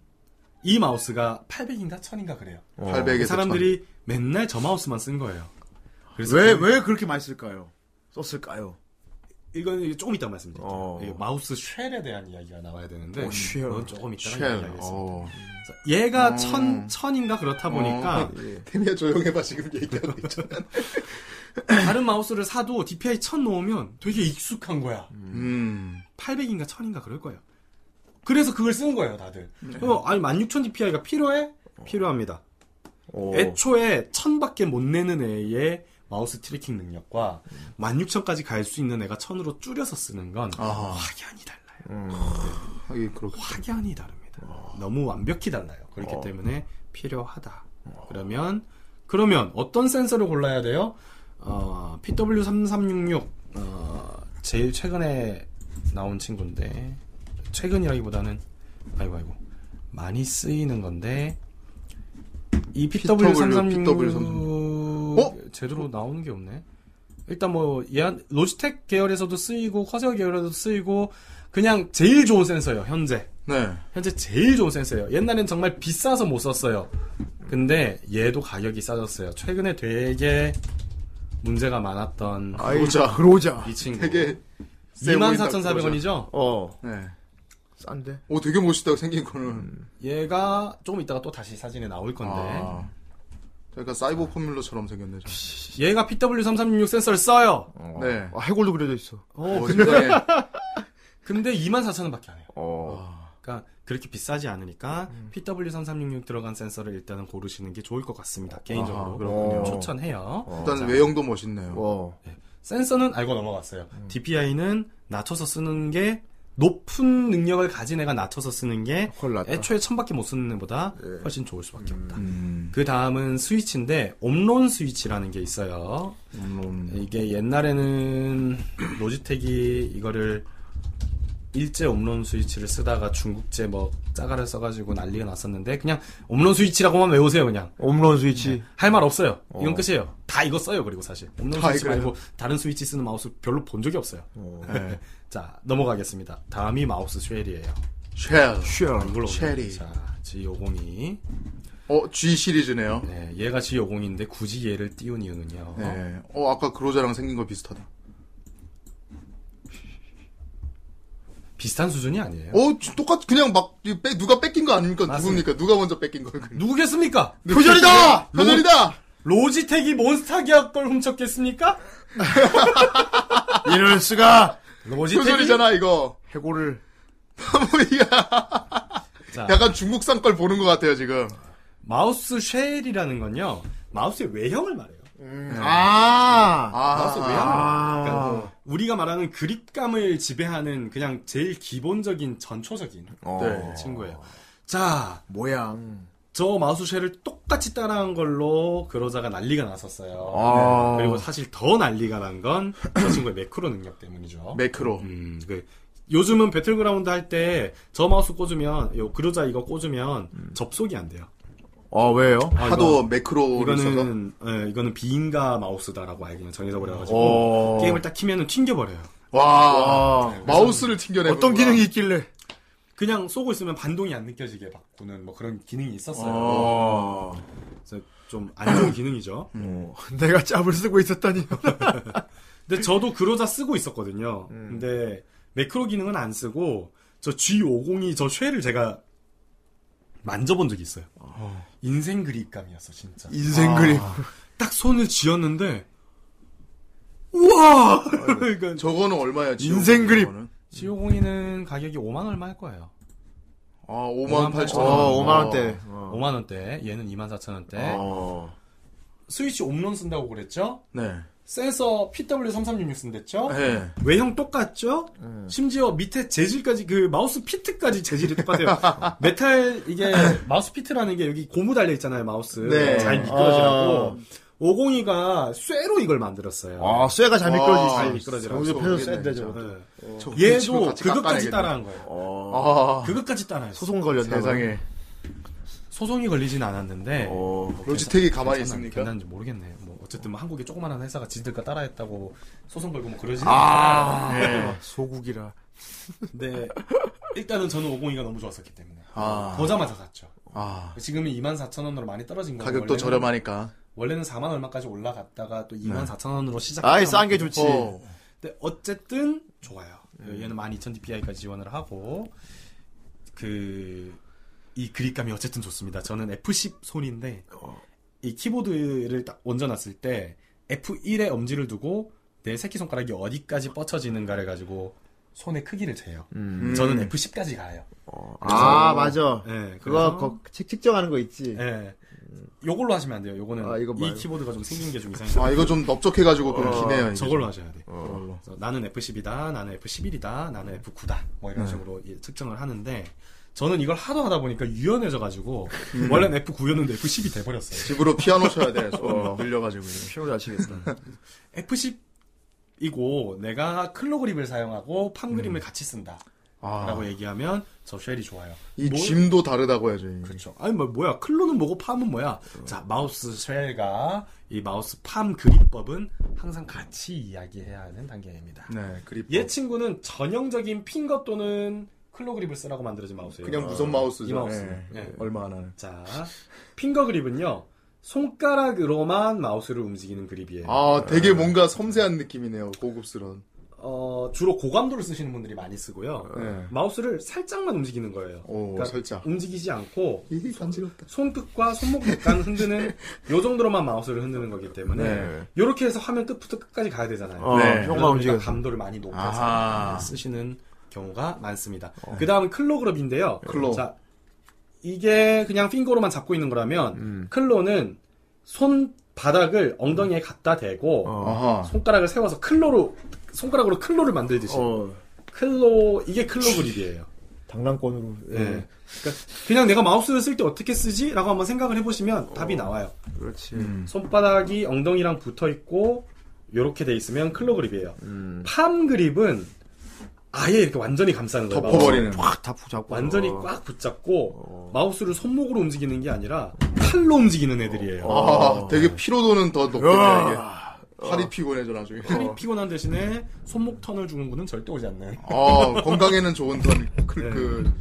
[SPEAKER 9] 이 마우스가 800인가 1000인가 그래요.
[SPEAKER 2] 800에서
[SPEAKER 9] 사람들이 맨날 저 마우스만 쓴 거예요. 그래서
[SPEAKER 1] 왜,
[SPEAKER 9] 그-
[SPEAKER 1] 왜 그렇게 많이 쓸까요? 썼을까요?
[SPEAKER 9] 이건 조금 이따 말씀드릴게요.
[SPEAKER 1] 어.
[SPEAKER 9] 이게 마우스 쉘에 대한 이야기가 나와야 되는데
[SPEAKER 1] 어, 쉘.
[SPEAKER 9] 그건 조금 이따가
[SPEAKER 2] 쉘.
[SPEAKER 9] 이야기하겠습니다.
[SPEAKER 2] 어.
[SPEAKER 9] 그래서 얘가
[SPEAKER 2] 음. 어.
[SPEAKER 9] 천, 천인가 그렇다 보니까
[SPEAKER 2] 태미야 조용해봐 지금 얘기하고 있잖아.
[SPEAKER 9] 다른 마우스를 사도 DPI 1000 넣으면 되게 익숙한 거야.
[SPEAKER 2] 음.
[SPEAKER 9] 800인가 1000인가 그럴 거예요. 그래서 그걸 쓰는 거예요, 다들. 어, 아니, 16000 DPI가 필요해? 필요합니다.
[SPEAKER 1] 어.
[SPEAKER 9] 애초에 1000밖에 못 내는 애의 마우스 트래킹 능력과 16000까지 갈 수 있는 애가 1000으로 줄여서 쓰는 건
[SPEAKER 2] 아.
[SPEAKER 9] 확연히 달라요.
[SPEAKER 2] 하긴 그렇게.
[SPEAKER 9] 확연히 다릅니다. 너무 완벽히 달라요. 그렇기 때문에 필요하다. 그러면 그러면 어떤 센서를 골라야 돼요? 어, PW3366 어, 제일 최근에 나온 친구인데 최근이라기보다는 아이고 아이고 많이 쓰이는 건데 이 PW3366
[SPEAKER 2] 어?
[SPEAKER 9] 제대로 나오는 게 없네. 일단 뭐 얘한- 로지텍 계열에서도 쓰이고 커세어 계열에서도 쓰이고 그냥 제일 좋은 센서예요 현재.
[SPEAKER 2] 네.
[SPEAKER 9] 현재 제일 좋은 센서예요. 옛날엔 정말 비싸서 못 썼어요. 근데 얘도 가격이 싸졌어요. 최근에 되게 문제가 많았던
[SPEAKER 2] 그러자.
[SPEAKER 1] 그러자.
[SPEAKER 9] 이 친구.
[SPEAKER 2] 아, 되게 세 보인다,
[SPEAKER 9] 24,400원이죠?
[SPEAKER 1] 어.
[SPEAKER 2] 네.
[SPEAKER 1] 싼데?
[SPEAKER 2] 오 되게 멋있다 생긴 거는.
[SPEAKER 9] 음, 얘가 조금 있다가 또 다시 사진에 나올 건데
[SPEAKER 2] 아. 그러니까 사이버 포뮬러처럼 생겼네. 좀.
[SPEAKER 9] 얘가 PW3366 센서를 써요.
[SPEAKER 1] 어.
[SPEAKER 2] 네.
[SPEAKER 1] 아, 해골도 그려져 있어.
[SPEAKER 2] 오, 세상에.
[SPEAKER 9] 근데 24,000원밖에 안 해요.
[SPEAKER 1] 어.
[SPEAKER 9] 그러니까 그렇게 비싸지 않으니까
[SPEAKER 2] 음.
[SPEAKER 9] PW3366 들어간 센서를 일단은 고르시는 게 좋을 것 같습니다. 개인적으로
[SPEAKER 2] 아하, 어.
[SPEAKER 1] 그렇군요.
[SPEAKER 9] 추천해요.
[SPEAKER 2] 일단 외형도 멋있네요.
[SPEAKER 1] 어.
[SPEAKER 9] 센서는 알고 넘어갔어요. DPI는 낮춰서 쓰는 게 높은 능력을 가진 애가 낮춰서 쓰는 게
[SPEAKER 1] 헐 낫다.
[SPEAKER 9] 애초에 천밖에 못 쓰는 애보다 훨씬 좋을 수밖에 없다.
[SPEAKER 2] 음.
[SPEAKER 9] 그 다음은 스위치인데 옴론 스위치라는 게 있어요.
[SPEAKER 2] 음.
[SPEAKER 9] 이게 옛날에는 로지텍이 이거를 일제 옴론 스위치를 쓰다가 중국제 뭐 짜가를 써가지고 난리가 났었는데 그냥 옴론 스위치라고만 외우세요 그냥
[SPEAKER 1] 홈런 스위치.
[SPEAKER 9] 할 말 없어요 이건 끝이에요 다 이거 써요 그리고 사실 옴론
[SPEAKER 2] 다
[SPEAKER 9] 스위치
[SPEAKER 2] 이거예요?
[SPEAKER 9] 말고 다른 스위치 쓰는 마우스 별로 본 적이 없어요
[SPEAKER 2] 네.
[SPEAKER 9] 자 넘어가겠습니다 다음이 마우스 쉘이에요
[SPEAKER 2] 쉘.
[SPEAKER 1] 쉘.
[SPEAKER 9] 이걸로
[SPEAKER 2] 쉘이.
[SPEAKER 9] 자 G50이
[SPEAKER 2] 어, G 시리즈네요.
[SPEAKER 9] 네, 얘가 G50인데 굳이 얘를 띄운 이유는요
[SPEAKER 2] 네. 어, 아까 그로자랑 생긴 거 비슷하다.
[SPEAKER 9] 비슷한 수준이
[SPEAKER 1] 네.
[SPEAKER 9] 아니에요
[SPEAKER 2] 어, 지- 똑같, 그냥 막, 이 빼, 누가 뺏긴 거 아닙니까?
[SPEAKER 9] 맞습니다.
[SPEAKER 2] 누굽니까? 누가 먼저 뺏긴 거. 요
[SPEAKER 9] 누구겠습니까
[SPEAKER 2] 표절이다! 표절이다!
[SPEAKER 9] 로지텍이 몬스타 기업 걸 훔쳤겠습니까?
[SPEAKER 1] 이럴 수가!
[SPEAKER 2] 그
[SPEAKER 9] 로지텍이
[SPEAKER 2] 표절이잖아, 이거.
[SPEAKER 1] 해골을. 아.
[SPEAKER 2] 뭐야.
[SPEAKER 9] 자,
[SPEAKER 2] 약간 중국산 걸 보는 것 같아요, 지금.
[SPEAKER 9] 마우스 쉘이라는 건요 마우스의 외형을 말해요.
[SPEAKER 1] 네. 아!
[SPEAKER 2] 네. 아,
[SPEAKER 9] 마우스 외형을 말해요. 그러니까 우리가 말하는 그립감을 지배하는 그냥 제일 기본적인 전초적인
[SPEAKER 1] 어.
[SPEAKER 2] 네.
[SPEAKER 9] 친구예요. 자,
[SPEAKER 1] 모양.
[SPEAKER 9] 저 마우스 쉘을 똑같이 따라한 걸로 그러자가 난리가 났었어요.
[SPEAKER 1] 아.
[SPEAKER 9] 네. 그리고 사실 더 난리가 난 건 저 친구의 매크로 능력 때문이죠.
[SPEAKER 2] 매크로.
[SPEAKER 9] 음, 그 요즘은 배틀그라운드 할 때 저 마우스 꽂으면 요 그러자 이거 꽂으면 접속이 안 돼요.
[SPEAKER 1] 아, 왜요?
[SPEAKER 2] 하도 매크로를 써서.
[SPEAKER 9] 이거는 예, 이거는 비인가 마우스다라고 알기는 정해져버려가지고
[SPEAKER 1] 어.
[SPEAKER 9] 게임을 딱 키면은 튕겨버려요.
[SPEAKER 2] 와,
[SPEAKER 1] 아.
[SPEAKER 2] 마우스를 튕겨내고.
[SPEAKER 1] 어떤 기능이 있길래?
[SPEAKER 9] 그냥 쏘고 있으면 반동이 안 느껴지게 바꾸는 뭐 그런 기능이 있었어요.
[SPEAKER 1] 어.
[SPEAKER 9] 그래서 좀 안 좋은 기능이죠.
[SPEAKER 1] 음. 내가 짭을 쓰고 있었다니.
[SPEAKER 9] 근데 저도 그러자 쓰고 있었거든요. 근데 매크로 기능은 안 쓰고 저 G50이 저 쉐를 제가 만져본 적이 있어요. 인생 아. 그립감이었어 진짜.
[SPEAKER 1] 인생 그림.
[SPEAKER 9] 딱 손을 쥐었는데 우와. 그러니까
[SPEAKER 2] 저거는 얼마야, 지금?
[SPEAKER 1] 인생 그립.
[SPEAKER 2] 저거는?
[SPEAKER 9] G50이는 가격이 5만 얼마 할 거예요.
[SPEAKER 2] 아, 5만 8천 원.
[SPEAKER 1] 어, 5만원대. 어.
[SPEAKER 9] 5만 원대, 얘는 2만 4천 원대.
[SPEAKER 1] 어.
[SPEAKER 9] 스위치 홈런 쓴다고 그랬죠?
[SPEAKER 2] 네.
[SPEAKER 9] 센서 PW3366 쓴댔죠?
[SPEAKER 2] 네.
[SPEAKER 9] 외형 똑같죠?
[SPEAKER 2] 음.
[SPEAKER 9] 심지어 밑에 재질까지 그 마우스 피트까지 재질이 똑같아요. 메탈 이게 마우스 피트라는 게 여기 고무 달려 있잖아요, 마우스.
[SPEAKER 2] 네.
[SPEAKER 9] 잘 미끄러지라고. 502가 쇠로 이걸 만들었어요.
[SPEAKER 1] 아, 쇠가 잘
[SPEAKER 2] 와,
[SPEAKER 1] 미끄러지지.
[SPEAKER 2] 잘
[SPEAKER 9] 미끄러지라고.
[SPEAKER 1] 저기 패드 센데,
[SPEAKER 9] 네.
[SPEAKER 1] 저거.
[SPEAKER 2] 저 미치고
[SPEAKER 9] 얘도
[SPEAKER 2] 어, 같이
[SPEAKER 9] 그것까지
[SPEAKER 2] 깎아내겠네.
[SPEAKER 9] 따라한 거예요.
[SPEAKER 1] 어,
[SPEAKER 2] 아,
[SPEAKER 9] 그것까지 따라했어.
[SPEAKER 1] 소송 걸렸나 봐요.
[SPEAKER 2] 세상에.
[SPEAKER 9] 소송이 걸리진 않았는데. 뭐
[SPEAKER 1] 어,
[SPEAKER 2] 로지텍이 가만히
[SPEAKER 9] 괜찮-
[SPEAKER 2] 있습니까?
[SPEAKER 9] 괜찮은지 모르겠네. 뭐 어쨌든 뭐 한국의 조그마한 회사가 지들 거 따라했다고 소송 걸고 뭐 그러지.
[SPEAKER 1] 아,
[SPEAKER 2] 예.
[SPEAKER 1] 소국이라.
[SPEAKER 9] 근데 일단은 저는 502가 너무 좋았었기 때문에
[SPEAKER 2] 아.
[SPEAKER 9] 보자마자 샀죠.
[SPEAKER 2] 아,
[SPEAKER 9] 지금은 24,000원으로 많이 떨어진 거예요.
[SPEAKER 2] 가격도
[SPEAKER 9] 원래는-
[SPEAKER 2] 저렴하니까.
[SPEAKER 9] 원래는 4만 얼마까지 올라갔다가 또 24,000원으로 시작.
[SPEAKER 1] 네. 아이, 싼 게 좋지. 네.
[SPEAKER 2] 어.
[SPEAKER 9] 근데 어쨌든 좋아요. 얘는 12,000dpi까지 지원을 하고 그 이 그립감이 어쨌든 좋습니다. 저는 F10 손인데
[SPEAKER 1] 어.
[SPEAKER 9] 이 키보드를 딱 얹어놨을 때 F1에 엄지를 두고 내 새끼 손가락이 어디까지 뻗쳐지는가를 가지고 손의 크기를 재요.
[SPEAKER 1] 음.
[SPEAKER 9] 저는 F10까지 가요.
[SPEAKER 1] 아, 네. 맞아.
[SPEAKER 9] 예,
[SPEAKER 1] 그거,
[SPEAKER 9] 그래서-
[SPEAKER 1] 거, 측- 측정하는 거 있지.
[SPEAKER 9] 예. 요걸로 하시면 안 돼요. 요거는
[SPEAKER 1] 아, 이거
[SPEAKER 9] 이
[SPEAKER 1] 말고.
[SPEAKER 9] 키보드가 좀 생긴 게 좀 이상해요.
[SPEAKER 2] 아, 이거 좀 넓적해가지고 좀 기네요. 이게.
[SPEAKER 9] 어. 저걸로 하셔야 돼.
[SPEAKER 1] 어.
[SPEAKER 9] 그래서 나는 F10이다, 나는 F11이다, 나는 F9다. 뭐 이런 식으로 예, 측정을 하는데 저는 이걸 하도 하다 보니까 유연해져 가지고 원래는 F9였는데 F10이 돼 버렸어요.
[SPEAKER 2] 집으로 피아노 쳐야 돼. 손 늘려가지고.
[SPEAKER 1] 피로를 아시겠다.
[SPEAKER 9] F10이고 내가 클로 그립을 사용하고 판 그림을 같이 쓴다라고
[SPEAKER 2] 아,
[SPEAKER 9] 얘기하면 저 쉘이 좋아요.
[SPEAKER 2] 이
[SPEAKER 9] 뭐-
[SPEAKER 2] 짐도 다르다고 해야죠. 이게.
[SPEAKER 9] 그렇죠. 아니 뭐 뭐야 클로는 뭐고 팜은 뭐야?
[SPEAKER 2] 어.
[SPEAKER 9] 자 마우스 쉘과 이 마우스 팜 그립법은 항상 같이 이야기해야 하는 단계입니다.
[SPEAKER 2] 네, 그립.
[SPEAKER 9] 얘 친구는 전형적인 핑거 또는 클로 그립을 쓰라고 만들어진 마우스예요.
[SPEAKER 2] 그냥 무선 마우스죠.
[SPEAKER 9] 이 마우스.
[SPEAKER 2] 네.
[SPEAKER 9] 네.
[SPEAKER 2] 얼마 안 하는.
[SPEAKER 9] 자 핑거 그립은요 손가락으로만 마우스를 움직이는 그립이에요.
[SPEAKER 2] 아, 되게 뭔가 섬세한 느낌이네요. 고급스러운.
[SPEAKER 9] 어, 주로 고감도를 쓰시는 분들이 많이 쓰고요.
[SPEAKER 2] 네.
[SPEAKER 9] 마우스를 살짝만 움직이는 거예요.
[SPEAKER 2] 오,
[SPEAKER 9] 그러니까
[SPEAKER 2] 살짝.
[SPEAKER 9] 움직이지 않고
[SPEAKER 2] 이게 간지럽다.
[SPEAKER 9] 손끝과 손목 약간 흔드는 요 정도로만 마우스를 흔드는 거기 때문에
[SPEAKER 2] 네.
[SPEAKER 9] 이렇게 해서 화면 끝부터 끝까지 가야 되잖아요.
[SPEAKER 1] 어,
[SPEAKER 2] 네.
[SPEAKER 9] 그러다
[SPEAKER 1] 형만
[SPEAKER 9] 보니까
[SPEAKER 1] 움직여서.
[SPEAKER 9] 감도를 많이 높여서
[SPEAKER 2] 아하.
[SPEAKER 9] 쓰시는 경우가 많습니다.
[SPEAKER 1] 어.
[SPEAKER 9] 그 다음은 클로 그룹인데요.
[SPEAKER 2] 클로.
[SPEAKER 9] 자, 이게 그냥 핑거로만 잡고 있는 거라면
[SPEAKER 1] 음.
[SPEAKER 9] 클로는 손바닥을 엉덩이에 갖다 대고
[SPEAKER 1] 어.
[SPEAKER 2] 아하.
[SPEAKER 9] 손가락을 세워서 클로로 손가락으로 클로를 만들듯이
[SPEAKER 1] 어,
[SPEAKER 9] 클로 이게 클로 그립이에요.
[SPEAKER 1] 당랑권으로. 예.
[SPEAKER 9] 예. 그러니까 그냥 내가 마우스를 쓸 때 어떻게 쓰지라고 한번 생각을 해보시면 답이 나와요.
[SPEAKER 1] 그렇지.
[SPEAKER 2] 어. 음.
[SPEAKER 9] 손바닥이 엉덩이랑 붙어 있고 요렇게 돼 있으면 클로 그립이에요.
[SPEAKER 1] 음.
[SPEAKER 9] 팜 그립은 아예 이렇게 완전히 감싸는 거예요. 마우스를.
[SPEAKER 2] 덮어버리는.
[SPEAKER 1] 꽉다 붙잡고.
[SPEAKER 9] 완전히
[SPEAKER 1] 어.
[SPEAKER 9] 꽉 붙잡고
[SPEAKER 1] 어.
[SPEAKER 9] 마우스를 손목으로 움직이는 게 아니라 팔로 움직이는 애들이에요.
[SPEAKER 2] 아, 되게 피로도는 더 높겠네, 이게.
[SPEAKER 1] 야.
[SPEAKER 2] 팔이 피곤해져, 나중에.
[SPEAKER 9] 팔이 피곤한 대신에 손목 턴을 주는 분은 절대 오지 않는.
[SPEAKER 2] 아, 건강에는 좋은 던, 그,
[SPEAKER 9] 네.
[SPEAKER 2] 그,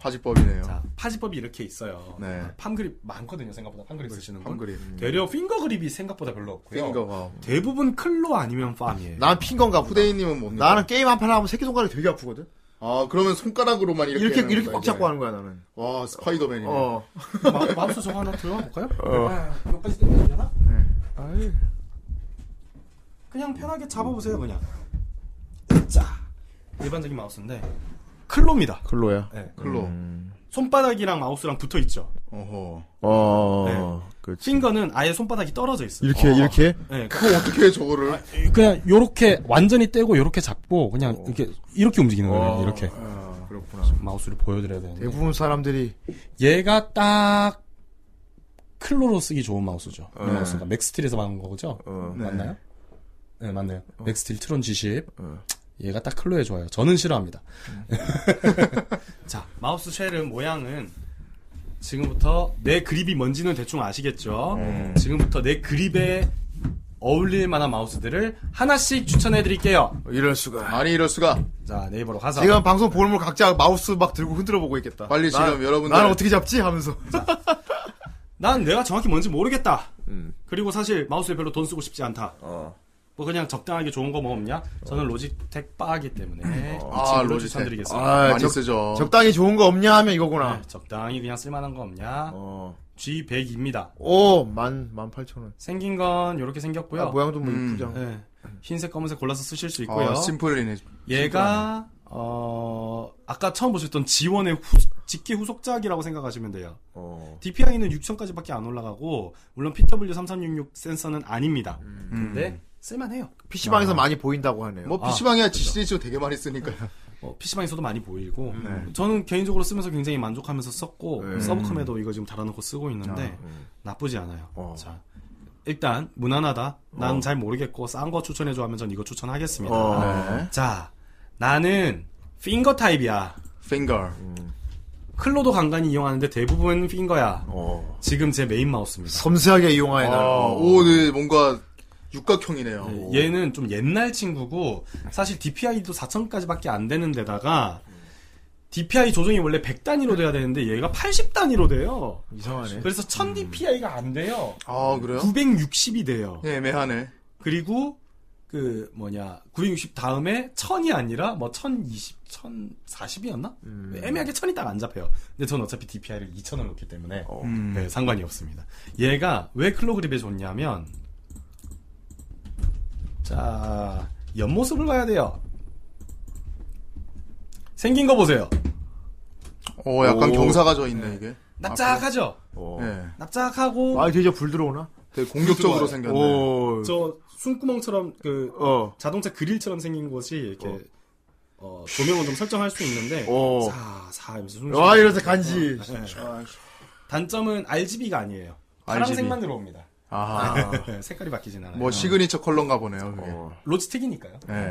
[SPEAKER 2] 파지법이네요.
[SPEAKER 9] 자, 파지법이 이렇게 있어요.
[SPEAKER 2] 네.
[SPEAKER 9] 팜 그립 많거든요, 생각보다. 팜 그립 쓰시는 분.
[SPEAKER 2] 한그림.
[SPEAKER 9] 되려 핑거 그립이 생각보다 별로 없고요.
[SPEAKER 2] 핑거가.
[SPEAKER 9] 대부분 클로 아니면 팜이에요.
[SPEAKER 1] 난 핑건가 보다.
[SPEAKER 2] 후대인님은 뭡니까?
[SPEAKER 1] 나는 게임 한 판 하면 새끼손가락이 되게 아프거든?
[SPEAKER 2] 아, 그러면 손가락으로만 이렇게.
[SPEAKER 1] 이렇게,
[SPEAKER 2] 하는
[SPEAKER 1] 이렇게 꽉
[SPEAKER 2] 거다,
[SPEAKER 1] 잡고 하는 거야, 나는.
[SPEAKER 2] 이게. 와, 스파이더맨이네.
[SPEAKER 1] 어.
[SPEAKER 9] 마, 마우스 저거 하나 들어가 볼까요? 아, 여기까지 되려나
[SPEAKER 1] 네.
[SPEAKER 9] 그냥 편하게 잡아보세요, 그냥. 자, 일반적인 마우스인데 클로입니다.
[SPEAKER 1] 글로야.
[SPEAKER 9] 네.
[SPEAKER 2] 클로.
[SPEAKER 9] 손바닥이랑 마우스랑 붙어 있죠.
[SPEAKER 2] 어허.
[SPEAKER 1] 어, 그렇지.
[SPEAKER 9] 핑거는 아예 손바닥이 떨어져 있어요.
[SPEAKER 1] 이렇게, 이렇게?
[SPEAKER 9] 네,
[SPEAKER 2] 그거 어떻게 해, 저거를?
[SPEAKER 9] 그냥 어. 요렇게 완전히 떼고 요렇게 잡고 그냥 이렇게 이렇게 움직이는 거예요. 이렇게 어,
[SPEAKER 1] 아, 그렇구나.
[SPEAKER 9] 마우스를 보여드려야 되는데
[SPEAKER 1] 대부분 사람들이
[SPEAKER 9] 얘가 딱 클로로 쓰기 좋은 마우스죠. 이 마우스가 맥스틸에서 만든 거죠? 맞나요? 네, 맞네요. 맥스틸 트론 G10. 얘가 딱 클로에 좋아요. 저는 싫어합니다. 자, 마우스 쉘은 모양은 지금부터 내 그립이 뭔지는 대충 아시겠죠? 지금부터 내 그립에 어울릴 만한 마우스들을 하나씩 추천해 드릴게요.
[SPEAKER 1] 이럴 수가.
[SPEAKER 2] 아니, 이럴 수가.
[SPEAKER 9] 자, 네이버로 가서
[SPEAKER 1] 지금 방송 볼물 각자 마우스 막 들고 흔들어 보고 있겠다.
[SPEAKER 2] 빨리
[SPEAKER 1] 난-
[SPEAKER 2] 지금 여러분들.
[SPEAKER 1] 난 어떻게 잡지? 하면서.
[SPEAKER 9] 난 내가 정확히 뭔지 모르겠다.
[SPEAKER 2] 음.
[SPEAKER 9] 그리고 사실 마우스에 별로 돈 쓰고 싶지 않다.
[SPEAKER 2] 어.
[SPEAKER 9] 뭐 그냥 적당하게 좋은 거 뭐 없냐? 저는 로지텍 바기 때문에
[SPEAKER 2] 아,
[SPEAKER 9] 이 친구를
[SPEAKER 2] 로지텍.
[SPEAKER 9] 추천드리겠습니다.
[SPEAKER 1] 아,
[SPEAKER 2] 많이
[SPEAKER 1] 적-
[SPEAKER 2] 쓰죠.
[SPEAKER 1] 적당히 좋은 거 없냐 하면 이거구나.
[SPEAKER 9] 네, 적당히 그냥 쓸만한 거 없냐?
[SPEAKER 1] 어.
[SPEAKER 9] G100입니다.
[SPEAKER 1] 오, 만, 만 팔천 원.
[SPEAKER 9] 생긴 건 이렇게 생겼고요.
[SPEAKER 1] 아, 모양도 뭐
[SPEAKER 2] 음.
[SPEAKER 1] 이쁘장.
[SPEAKER 9] 네, 흰색, 검은색 골라서 쓰실 수 있고요.
[SPEAKER 2] 아, 심플이네.
[SPEAKER 9] 얘가 어, 아까 처음 보셨던 G1의 직계 후속작이라고 생각하시면 돼요.
[SPEAKER 1] 어.
[SPEAKER 2] 음.
[SPEAKER 9] DPI는 6000까지밖에 안 올라가고 물론 PW3366 센서는 아닙니다. 근데 쓸만해요.
[SPEAKER 1] PC방에서 많이 보인다고 하네요.
[SPEAKER 2] 뭐
[SPEAKER 9] 아,
[SPEAKER 2] PC방이야 시리즈 되게 많이 쓰니까요.
[SPEAKER 9] 어, PC방에서도 많이 보이고 저는 개인적으로 쓰면서 굉장히 만족하면서 썼고
[SPEAKER 1] 네.
[SPEAKER 9] 서브컴에도 이거 지금 달아놓고 쓰고 있는데 나쁘지 않아요.
[SPEAKER 1] 어.
[SPEAKER 9] 자 일단 무난하다. 난 잘 모르겠고 싼 거 추천해줘 하면 전 이거 추천하겠습니다.
[SPEAKER 1] 어.
[SPEAKER 2] 네.
[SPEAKER 9] 자 나는 핑거 타입이야.
[SPEAKER 2] Finger.
[SPEAKER 9] 클로도 간간히 이용하는데 대부분 핑거야.
[SPEAKER 1] 어.
[SPEAKER 9] 지금 제 메인 마우스입니다.
[SPEAKER 1] 섬세하게 이용하에 어, 날.
[SPEAKER 2] 아, 오, 네, 뭔가 육각형이네요.
[SPEAKER 9] 네,
[SPEAKER 2] 오.
[SPEAKER 9] 얘는 좀 옛날 친구고 사실 DPI도 4000까지밖에 안 되는 데다가 DPI 조정이 원래 100 단위로 돼야 되는데 얘가 80 단위로 돼요.
[SPEAKER 1] 아, 이상하네.
[SPEAKER 9] 그래서 1000 DPI가 안 돼요.
[SPEAKER 2] 아, 그래요?
[SPEAKER 9] 960이 돼요.
[SPEAKER 2] 네, 애매하네.
[SPEAKER 9] 그리고 그 뭐냐 960 다음에 1000이 아니라 뭐 1020, 1040이었나? 애매하게 1000이 딱 안 잡혀요. 근데 전 어차피 DPI를 2000을 놓기 때문에
[SPEAKER 2] 음.
[SPEAKER 9] 네, 상관이 없습니다. 얘가 왜 클로그립에 좋냐면 자 옆모습을 봐야 돼요. 생긴 거 보세요.
[SPEAKER 2] 오, 어, 약간
[SPEAKER 1] 오.
[SPEAKER 2] 경사가 져 있네, 이게.
[SPEAKER 9] 납작하죠.
[SPEAKER 1] 어.
[SPEAKER 2] 네.
[SPEAKER 9] 납작하고
[SPEAKER 1] 아, 뒤에 저불 들어오나?
[SPEAKER 2] 되게 공격적으로 생겼네.
[SPEAKER 1] 오.
[SPEAKER 9] 저 숨구멍처럼 그
[SPEAKER 1] 어.
[SPEAKER 9] 자동차 그릴처럼 생긴 곳이 이렇게 어, 조명을 좀 설정할 수 있는데
[SPEAKER 2] 어.
[SPEAKER 1] 오.
[SPEAKER 9] 사사 하면서 숨
[SPEAKER 1] 와,
[SPEAKER 2] 아,
[SPEAKER 9] 쉬고. 네.
[SPEAKER 1] 이래서 간지.
[SPEAKER 2] 네.
[SPEAKER 9] 단점은 RGB가 아니에요. 파란색만 들어옵니다. 네,
[SPEAKER 2] 아,
[SPEAKER 9] 색깔이 바뀌진 않아요.
[SPEAKER 2] 뭐 시그니처 컬러인가 보네요, 그게.
[SPEAKER 9] 어. 로지텍이니까요.
[SPEAKER 2] 네.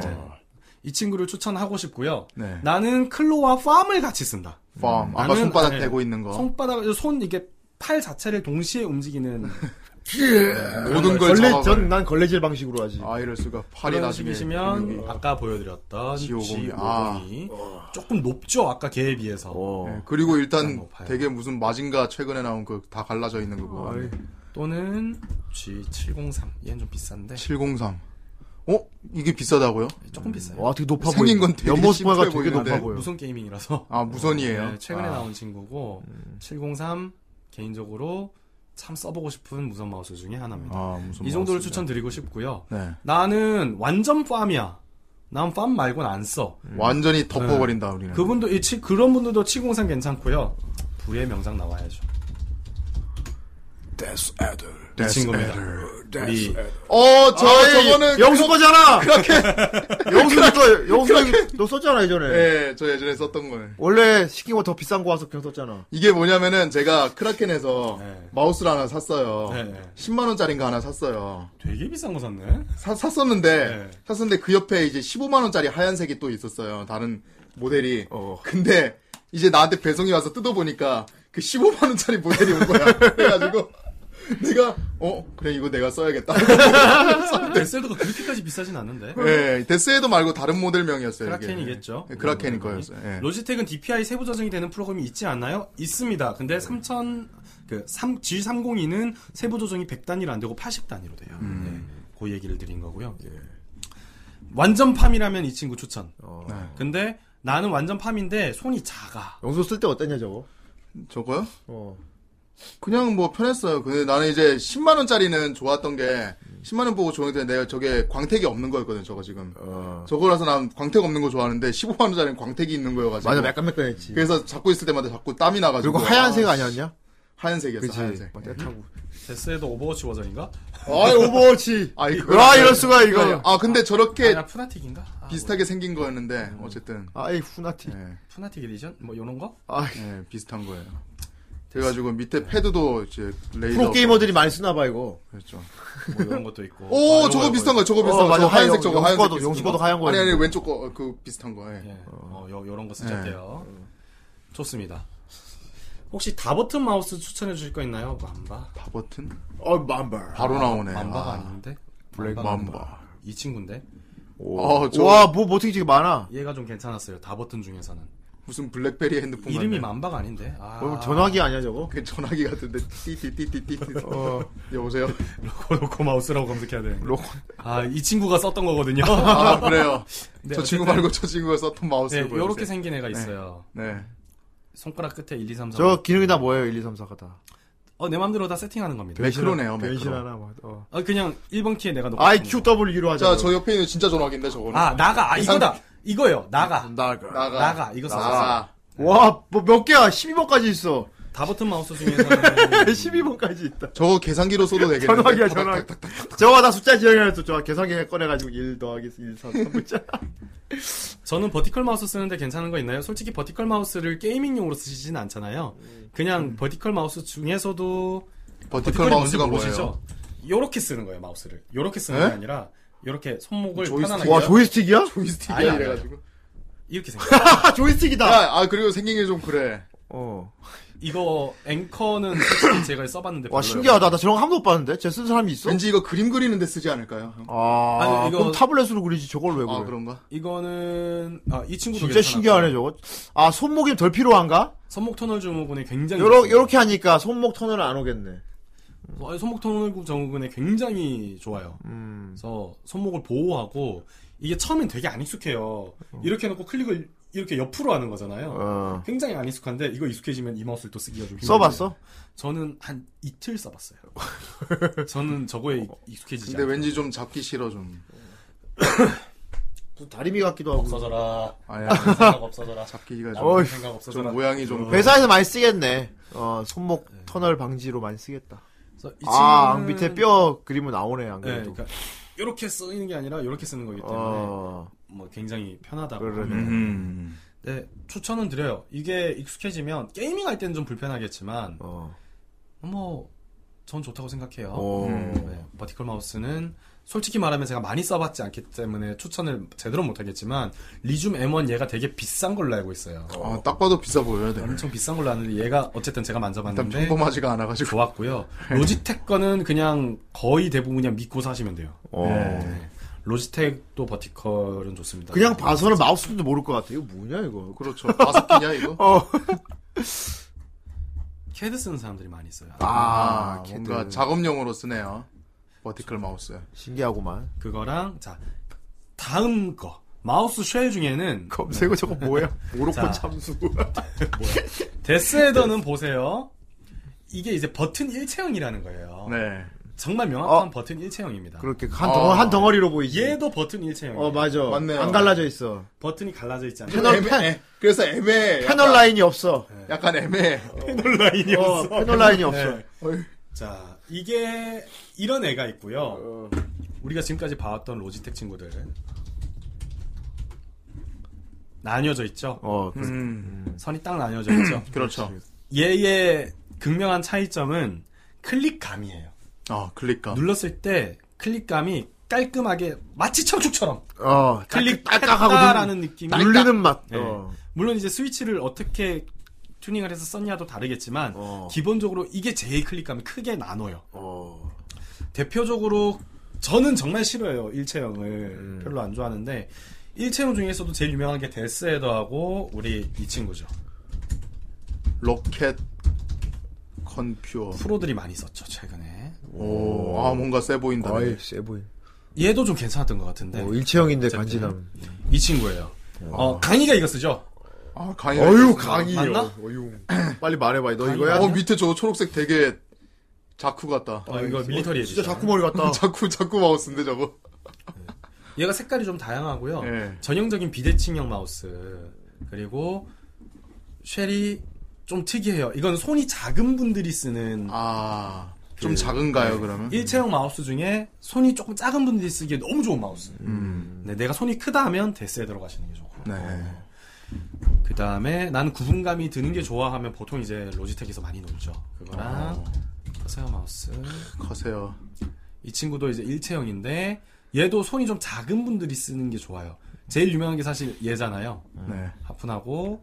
[SPEAKER 9] 이 친구를 추천하고 싶고요.
[SPEAKER 2] 네.
[SPEAKER 9] 나는 클로와 팜을 같이 쓴다.
[SPEAKER 2] 펌. 아까
[SPEAKER 9] 나는-
[SPEAKER 2] 손바닥
[SPEAKER 9] 네.
[SPEAKER 2] 대고 있는 거.
[SPEAKER 9] 손바닥, 손 이게 팔 자체를 동시에 움직이는
[SPEAKER 2] 네. 모든
[SPEAKER 1] 걸레,
[SPEAKER 2] 걸 잡아버려.
[SPEAKER 1] 전 난 걸레질 방식으로 하지.
[SPEAKER 2] 아, 이럴 수가. 팔이
[SPEAKER 9] 그런
[SPEAKER 2] 나중에.
[SPEAKER 9] 식이시면
[SPEAKER 2] 근육이.
[SPEAKER 9] 아까 보여드렸던
[SPEAKER 2] G50.
[SPEAKER 9] G50이
[SPEAKER 2] 아.
[SPEAKER 9] 조금 높죠. 아까 걔에 비해서.
[SPEAKER 2] 네, 그리고 일단
[SPEAKER 9] 일단 높아요.
[SPEAKER 2] 되게 무슨 마징가 최근에 나온 그 다 갈라져 있는 거 보고.
[SPEAKER 9] 또는 G703. 얘는 좀 비싼데
[SPEAKER 2] 703. 어? 이게 비싸다고요?
[SPEAKER 9] 조금 비싸요.
[SPEAKER 1] 와, 되게 높아 보여.
[SPEAKER 2] 생긴 건 되게
[SPEAKER 1] 연모습과가
[SPEAKER 2] 심플해
[SPEAKER 1] 되게
[SPEAKER 2] 보이는데.
[SPEAKER 1] 높아 보여.
[SPEAKER 9] 음. 무슨 게이밍이라서
[SPEAKER 2] 아, 무선이에요.
[SPEAKER 9] 네, 최근에
[SPEAKER 2] 아. 음.
[SPEAKER 9] 나온 친구고 703 개인적으로 참 써보고 싶은 무선 마우스 중에 하나입니다.
[SPEAKER 2] 아, 무슨
[SPEAKER 9] 이 정도를
[SPEAKER 2] 마우스인데.
[SPEAKER 9] 추천드리고 싶고요.
[SPEAKER 2] 네.
[SPEAKER 9] 나는 완전 팜이야. 난 팜 말고는 안 써.
[SPEAKER 2] 네. 완전히 덮어버린다 우리는.
[SPEAKER 9] 그분도 이 치- 그런 분들도 703 괜찮고요. 불의 명장 나와야죠. 이 친구입니다. 우리
[SPEAKER 2] 어, 저
[SPEAKER 1] 아,
[SPEAKER 2] 저거는
[SPEAKER 1] 영수 거잖아! 그렇게! 영수 거, 영수 너 썼잖아, 예전에.
[SPEAKER 9] 네.
[SPEAKER 2] 예, 저 예전에 썼던 거예요.
[SPEAKER 1] 원래 시킨 거 더 비싼 거 와서 그냥 썼잖아.
[SPEAKER 2] 이게 뭐냐면은 제가 크라켄에서
[SPEAKER 9] 네.
[SPEAKER 2] 마우스를 하나 샀어요.
[SPEAKER 9] 네, 네.
[SPEAKER 2] 10만 원짜리인가 하나 샀어요.
[SPEAKER 9] 되게 비싼 거 샀네.
[SPEAKER 2] 사- 샀었는데
[SPEAKER 9] 네.
[SPEAKER 2] 샀었는데 그 옆에 이제 15만 원짜리 하얀색이 또 있었어요. 다른 모델이.
[SPEAKER 1] 어.
[SPEAKER 2] 근데 이제 나한테 배송이 와서 뜯어보니까 그 15만 원짜리 모델이 온 거야. 그래가지고 내가 어 그래 이거 내가 써야겠다.
[SPEAKER 9] 셀도가 그렇게까지 비싸진 않는데.
[SPEAKER 2] 예, 데스에도 말고 다른 모델명이었어요. 이게.
[SPEAKER 9] 크라켄이겠죠. 네.
[SPEAKER 2] 예, 크라켄일 거였어요. 예.
[SPEAKER 9] 로지텍은 DPI 세부 저장이 되는 프로그램이 있지 않나요? 있습니다. 근데
[SPEAKER 2] 네.
[SPEAKER 9] 3000 그 3, G302는 세부 조정이 100단위로 안 되고 80단위로 돼요.
[SPEAKER 2] 음.
[SPEAKER 9] 네. 그 얘기를 드린 거고요.
[SPEAKER 2] 예.
[SPEAKER 9] 완전 팜이라면 이 친구 추천.
[SPEAKER 2] 어.
[SPEAKER 9] 네. 근데 나는 완전 팜인데 손이 작아.
[SPEAKER 1] 영수 쓸 때 어땠냐, 저거?
[SPEAKER 2] 저거요?
[SPEAKER 1] 어.
[SPEAKER 2] 그냥 뭐 편했어요. 근데 나는 이제 10만 원짜리는 좋았던 게 10만 원 보고 좋은데 내가 저게 광택이 없는 거였거든. 저거 지금.
[SPEAKER 1] 어.
[SPEAKER 2] 저거라서 난 광택 없는 거 좋아하는데 15만 원짜리는 광택이 있는 거여가지고.
[SPEAKER 1] 맞아, 매끈매끈했지.
[SPEAKER 2] 그래서 잡고 있을 때마다 자꾸 땀이 나가지고.
[SPEAKER 1] 그리고 하얀색
[SPEAKER 2] 아,
[SPEAKER 1] 아니었냐?
[SPEAKER 2] 하얀색이었어.
[SPEAKER 1] 그치.
[SPEAKER 2] 하얀색.
[SPEAKER 1] 맞아, 타고.
[SPEAKER 9] 데스에도 오버워치 버전인가?
[SPEAKER 2] 아 오버워치. 아 이거.
[SPEAKER 1] 와, 이럴 수가, 이거.
[SPEAKER 2] 아 근데 저렇게
[SPEAKER 9] 아니라 푸나틱인가? 아,
[SPEAKER 2] 비슷하게 생긴 거였는데 어쨌든.
[SPEAKER 1] 아이, 후나티.
[SPEAKER 2] 예,
[SPEAKER 9] 뭐, 푸나틱 에디션? 뭐 이런 거?
[SPEAKER 1] 아,
[SPEAKER 2] 예, 비슷한 거예요. 그래가지고 밑에 패드도 이제 레이저.
[SPEAKER 1] 프로게이머들이 많이 쓰나봐, 이거.
[SPEAKER 2] 그렇죠.
[SPEAKER 9] 뭐 이런 것도 있고. 아,
[SPEAKER 2] 오,
[SPEAKER 9] 이런
[SPEAKER 2] 저거
[SPEAKER 9] 거,
[SPEAKER 2] 비슷한 거, 저거
[SPEAKER 1] 어,
[SPEAKER 2] 비슷한 거.
[SPEAKER 1] 맞아.
[SPEAKER 2] 저거 하얀색
[SPEAKER 1] 하얀
[SPEAKER 2] 저거
[SPEAKER 1] 거,
[SPEAKER 2] 하얀색
[SPEAKER 1] 영수거도,
[SPEAKER 2] 비슷한
[SPEAKER 1] 영수거도
[SPEAKER 2] 거.
[SPEAKER 1] 하얀 거였는데.
[SPEAKER 2] 아니 아니 왼쪽 거 그 비슷한 거. 예.
[SPEAKER 9] 예. 어, 요, 요런 거
[SPEAKER 2] 예.
[SPEAKER 9] 쓰셨대요. 좋습니다. 혹시 다버튼 마우스 추천해 주실 거 있나요? 그 맘바?
[SPEAKER 2] 다 버튼
[SPEAKER 1] 어, 맘바.
[SPEAKER 2] 바로 나오네.
[SPEAKER 9] 맘바가
[SPEAKER 2] 아,
[SPEAKER 9] 아. 닌데
[SPEAKER 1] 블랙
[SPEAKER 2] 맘바.
[SPEAKER 9] 이 친구인데
[SPEAKER 2] 어, 저
[SPEAKER 1] 와, 뭐, 모팅이 되게 많아.
[SPEAKER 9] 얘가 좀 괜찮았어요. 다버튼 중에서는
[SPEAKER 2] 무슨 블랙베리 핸드폰 같네.
[SPEAKER 9] 이름이 맘바가 아닌데. 아,
[SPEAKER 1] 어, 전화기 아니야, 저거?
[SPEAKER 2] 그 전화기 같은데 띠띠띠띠띠. 어, 여보세요.
[SPEAKER 9] 로코 로코 마우스라고 검색해야 되는.
[SPEAKER 1] 로코.
[SPEAKER 9] 아, 이 친구가 썼던 거거든요.
[SPEAKER 2] 아 그래요.
[SPEAKER 9] 네,
[SPEAKER 2] 저 친구
[SPEAKER 9] 어쨌든-
[SPEAKER 2] 말고 저 친구가 썼던 마우스.
[SPEAKER 9] 네,
[SPEAKER 2] 를
[SPEAKER 9] 요렇게 생긴 애가 있어요.
[SPEAKER 2] 네.
[SPEAKER 9] 손가락 끝에 1, 2,
[SPEAKER 2] 그,
[SPEAKER 9] 3, 4.
[SPEAKER 1] 저 기능이 다 뭐예요, 1, 2, 3, 4가 다.
[SPEAKER 9] 어, 내 맘대로 다 세팅하는 겁니다.
[SPEAKER 2] 매크로네요.
[SPEAKER 1] 변신
[SPEAKER 2] 매크로.
[SPEAKER 1] 하나, 뭐, 어.
[SPEAKER 9] 어, 그냥 1번 키에 내가 넣고 싶은 거.
[SPEAKER 1] IQW로 하자.
[SPEAKER 2] 자, 저 옆에 있는 진짜 전화기인데 저거는.
[SPEAKER 9] 아, 나가. 아, 이거다. 이거예요. 나가.
[SPEAKER 1] 나가.
[SPEAKER 2] 나가.
[SPEAKER 9] 나가. 이거 썼어.
[SPEAKER 2] 나가.
[SPEAKER 1] 와, 뭐 몇 개야? 12번까지 있어.
[SPEAKER 9] 다 버튼 마우스 중에서
[SPEAKER 1] 음. 12번까지 있다.
[SPEAKER 2] 저거 계산기로 써도 되겠는데.
[SPEAKER 1] 전화기야, 전화기. 저거 나 숫자 기억해놨어. 저 계산기 꺼내가지고 1 더하기 1, 3, 3문자.
[SPEAKER 9] 저는 버티컬 마우스 쓰는데 괜찮은 거 있나요? 솔직히 버티컬 마우스를 게이밍용으로 쓰시진 않잖아요. 그냥 버티컬 마우스 중에서도
[SPEAKER 2] 버티컬 마우스가
[SPEAKER 9] 뭔지
[SPEAKER 2] 뭐예요?
[SPEAKER 9] 요렇게 쓰는 거예요, 마우스를. 요렇게 쓰는
[SPEAKER 2] 에?
[SPEAKER 9] 게 아니라 요렇게 손목을
[SPEAKER 2] 조이스틱.
[SPEAKER 9] 편안하게
[SPEAKER 1] 와, 조이스틱이야?
[SPEAKER 9] 아니,
[SPEAKER 2] 조이스틱이야
[SPEAKER 9] 아니,
[SPEAKER 2] 이래가지고.
[SPEAKER 9] 이렇게 생겨.
[SPEAKER 1] 아, 조이스틱이다!
[SPEAKER 2] 야, 아 그리고 생긴 게 좀 그래.
[SPEAKER 1] 어.
[SPEAKER 9] 이거 앵커는 솔직히 제가 써봤는데
[SPEAKER 1] 와,
[SPEAKER 9] 별로예요.
[SPEAKER 1] 신기하다. 나 저런 거 한 번도 못 봤는데? 쟤 쓴 사람이 있어?
[SPEAKER 2] 왠지 이거 그림 그리는데 쓰지 않을까요?
[SPEAKER 1] 아,
[SPEAKER 9] 아니, 이거-
[SPEAKER 1] 그럼 타블렛으로 그리지. 저걸 왜 그래?
[SPEAKER 2] 아 그런가?
[SPEAKER 9] 이거는 아, 이 친구도
[SPEAKER 1] 진짜
[SPEAKER 9] 괜찮았고.
[SPEAKER 1] 신기하네, 저거. 아, 손목이 덜 필요한가?
[SPEAKER 9] 손목 터널 증후군이 굉장히
[SPEAKER 1] 요러,
[SPEAKER 9] 좋아요.
[SPEAKER 1] 요렇게 하니까 손목 터널 안 오겠네.
[SPEAKER 9] 어, 손목 터널 증후군이 굉장히 좋아요.
[SPEAKER 1] 음.
[SPEAKER 9] 그래서 손목을 보호하고 이게 처음엔 되게 안 익숙해요. 이렇게 해놓고 클릭을 이렇게 옆으로 하는 거잖아요.
[SPEAKER 1] 어.
[SPEAKER 9] 굉장히 안 익숙한데 이거 익숙해지면 이 마우스를 또 쓰기가 좀 힘들어요.
[SPEAKER 1] 써봤어?
[SPEAKER 9] 저는 한 이틀 써봤어요. 저는 저거에
[SPEAKER 1] 어,
[SPEAKER 9] 익숙해지지
[SPEAKER 2] 근데
[SPEAKER 9] 않아요.
[SPEAKER 2] 왠지 좀 잡기 싫어 좀.
[SPEAKER 1] 또 다리미 같기도 하고.
[SPEAKER 9] 없어져라.
[SPEAKER 2] 아야
[SPEAKER 9] 생각 없어져라.
[SPEAKER 2] 잡기가 좀.
[SPEAKER 1] 어이.
[SPEAKER 9] 생각
[SPEAKER 2] 좀
[SPEAKER 9] 없어져라.
[SPEAKER 2] 모양이 좀.
[SPEAKER 1] 회사에서 많이 쓰겠네. 어, 손목 터널 방지로 많이 쓰겠다.
[SPEAKER 9] 그래서 이
[SPEAKER 1] 아,
[SPEAKER 9] 친구는-
[SPEAKER 1] 밑에 뼈 그림은 나오네, 안
[SPEAKER 9] 네,
[SPEAKER 1] 그래도.
[SPEAKER 9] 그러니까 이렇게 쓰이는 게 아니라 이렇게 쓰는 거기 때문에
[SPEAKER 1] 어.
[SPEAKER 9] 뭐 굉장히 편하다고.
[SPEAKER 1] 그러네.
[SPEAKER 9] 합니다.
[SPEAKER 2] 음.
[SPEAKER 9] 네, 추천은 드려요. 이게 익숙해지면 게이밍 할 때는 좀 불편하겠지만
[SPEAKER 1] 어.
[SPEAKER 9] 뭐 전 좋다고 생각해요.
[SPEAKER 1] 어.
[SPEAKER 2] 음.
[SPEAKER 9] 네, 버티컬 마우스는 솔직히 말하면 제가 많이 써봤지 않기 때문에 추천을 제대로 못하겠지만 리줌 M1 얘가 되게 비싼 걸로 알고 있어요.
[SPEAKER 2] 아, 딱 봐도 비싸 보여야 돼.
[SPEAKER 9] 엄청 비싼 걸로 아는데 얘가 어쨌든 제가
[SPEAKER 2] 일단
[SPEAKER 9] 만져봤는데
[SPEAKER 2] 평범하지가 않아가지고.
[SPEAKER 9] 좋았고요. 로지텍 거는 그냥 거의 대부분 그냥 믿고 사시면 돼요.
[SPEAKER 1] 어.
[SPEAKER 9] 로지텍도 버티컬은 좋습니다.
[SPEAKER 1] 그냥 봐서는 마우스도 모를 것 같아. 이거 뭐냐, 이거.
[SPEAKER 2] 그렇죠. 바스키냐 이거?
[SPEAKER 9] 캐드 쓰는 사람들이 많이 있어요.
[SPEAKER 2] 아,
[SPEAKER 1] 아,
[SPEAKER 2] 뭔가
[SPEAKER 1] 걔들.
[SPEAKER 2] 작업용으로 쓰네요. 버티컬 마우스.
[SPEAKER 1] 신기하구만.
[SPEAKER 9] 그거랑 자 다음 거 마우스 쉘 중에는 네.
[SPEAKER 1] 검색어 저거 뭐야?
[SPEAKER 9] 자.
[SPEAKER 1] 모로코 참수.
[SPEAKER 9] 데스헤더는 보세요. 이게 이제 버튼 일체형이라는 거예요.
[SPEAKER 2] 네.
[SPEAKER 9] 정말 명확한
[SPEAKER 1] 어.
[SPEAKER 9] 버튼 일체형입니다.
[SPEAKER 1] 그렇게 한, 덩어, 한 덩어리로 보이지.
[SPEAKER 9] 얘도 버튼 일체형이에요. 네,
[SPEAKER 1] 어, 맞아.
[SPEAKER 2] 맞네요.
[SPEAKER 1] 안 갈라져 있어. 어,
[SPEAKER 9] 버튼이 갈라져 있지 않아요.
[SPEAKER 1] 패널,
[SPEAKER 2] 애매- 애- 그래서
[SPEAKER 1] 패널
[SPEAKER 2] 애매해. 약간- 네.
[SPEAKER 1] 라인이 없어.
[SPEAKER 2] 약간 애매해.
[SPEAKER 9] 패널 라인이
[SPEAKER 1] 어, 패널 라인이 없어.
[SPEAKER 9] 네. 자, 이게 이런 애가
[SPEAKER 1] 어.
[SPEAKER 9] 있고요. 우리가 지금까지 봐왔던 로지텍 친구들 나뉘어져 있죠.
[SPEAKER 1] 어, 그,
[SPEAKER 2] 음.
[SPEAKER 9] 선이 딱 나뉘어져 있죠.
[SPEAKER 2] 그렇죠.
[SPEAKER 9] 얘의 극명한 차이점은 클릭감이에요.
[SPEAKER 2] 아, 클릭감.
[SPEAKER 9] 눌렀을 때 클릭감이 깔끔하게 마치 청축처럼
[SPEAKER 1] 어,
[SPEAKER 9] 클릭
[SPEAKER 1] 딱딱하고
[SPEAKER 9] 딱딱하라는 느낌이
[SPEAKER 1] 눌리는 맛.
[SPEAKER 9] 네.
[SPEAKER 1] 어.
[SPEAKER 9] 물론 이제 스위치를 어떻게 튜닝을 해서 썼냐도 다르겠지만
[SPEAKER 1] 어.
[SPEAKER 9] 기본적으로 이게 제일 클릭감이 크게 나눠요.
[SPEAKER 1] 어.
[SPEAKER 9] 대표적으로 저는 정말 싫어요 일체형을
[SPEAKER 1] 음.
[SPEAKER 9] 별로 안 좋아하는데 일체형 중에서도 제일 유명한 게 데스헤더하고 우리 이 친구죠
[SPEAKER 2] 로켓 컴퓨어.
[SPEAKER 9] 프로들이 많이 썼죠 최근에
[SPEAKER 2] 오, 아, 뭔가 세 보인다.
[SPEAKER 1] 아이, 세 보인.
[SPEAKER 9] 얘도 좀 괜찮았던 것 같은데
[SPEAKER 1] 네. 어, 일체형인데 간지남.
[SPEAKER 9] 이 친구예요 어, 강의가 이거 쓰죠
[SPEAKER 2] 아, 강의.
[SPEAKER 1] 어유, 강이요.
[SPEAKER 9] 맞나?
[SPEAKER 1] 어유. 빨리 말해봐. 너 이거야?
[SPEAKER 2] 어, 밑에 저거 초록색 되게 자쿠 같다.
[SPEAKER 9] 어, 이거 밀리터리
[SPEAKER 1] 진짜
[SPEAKER 9] 에디션
[SPEAKER 1] 아, 자꾸 머리 같다.
[SPEAKER 2] 자쿠, 자쿠 마우스인데 저거.
[SPEAKER 9] 얘가 색깔이 좀 다양하고요
[SPEAKER 1] 네.
[SPEAKER 2] 예.
[SPEAKER 9] 전형적인 비대칭형 마우스 그리고 쉘이 좀 특이해요 이건 손이 작은 분들이 쓰는
[SPEAKER 2] 아, 좀
[SPEAKER 1] 예.
[SPEAKER 9] 그-
[SPEAKER 2] 작은가요, 그러면?
[SPEAKER 9] 일체형 마우스 중에 손이 조금 작은 분들이 쓰기에 너무 좋은 마우스.
[SPEAKER 1] 음.
[SPEAKER 9] 네, 내가 손이 크다 하면 데스에 들어가시는 게 좋고.
[SPEAKER 2] 네.
[SPEAKER 9] 그 다음에 난 구분감이 드는 게 좋아 하면 보통 이제 로지텍에서 많이 놀죠. 그거랑 커세어 마우스.
[SPEAKER 2] 커세요.
[SPEAKER 9] 이 친구도 이제 일체형인데 얘도 손이 좀 작은 분들이 쓰는 게 좋아요. 제일 유명한 게 사실 얘잖아요.
[SPEAKER 2] 네.
[SPEAKER 9] 하푼하고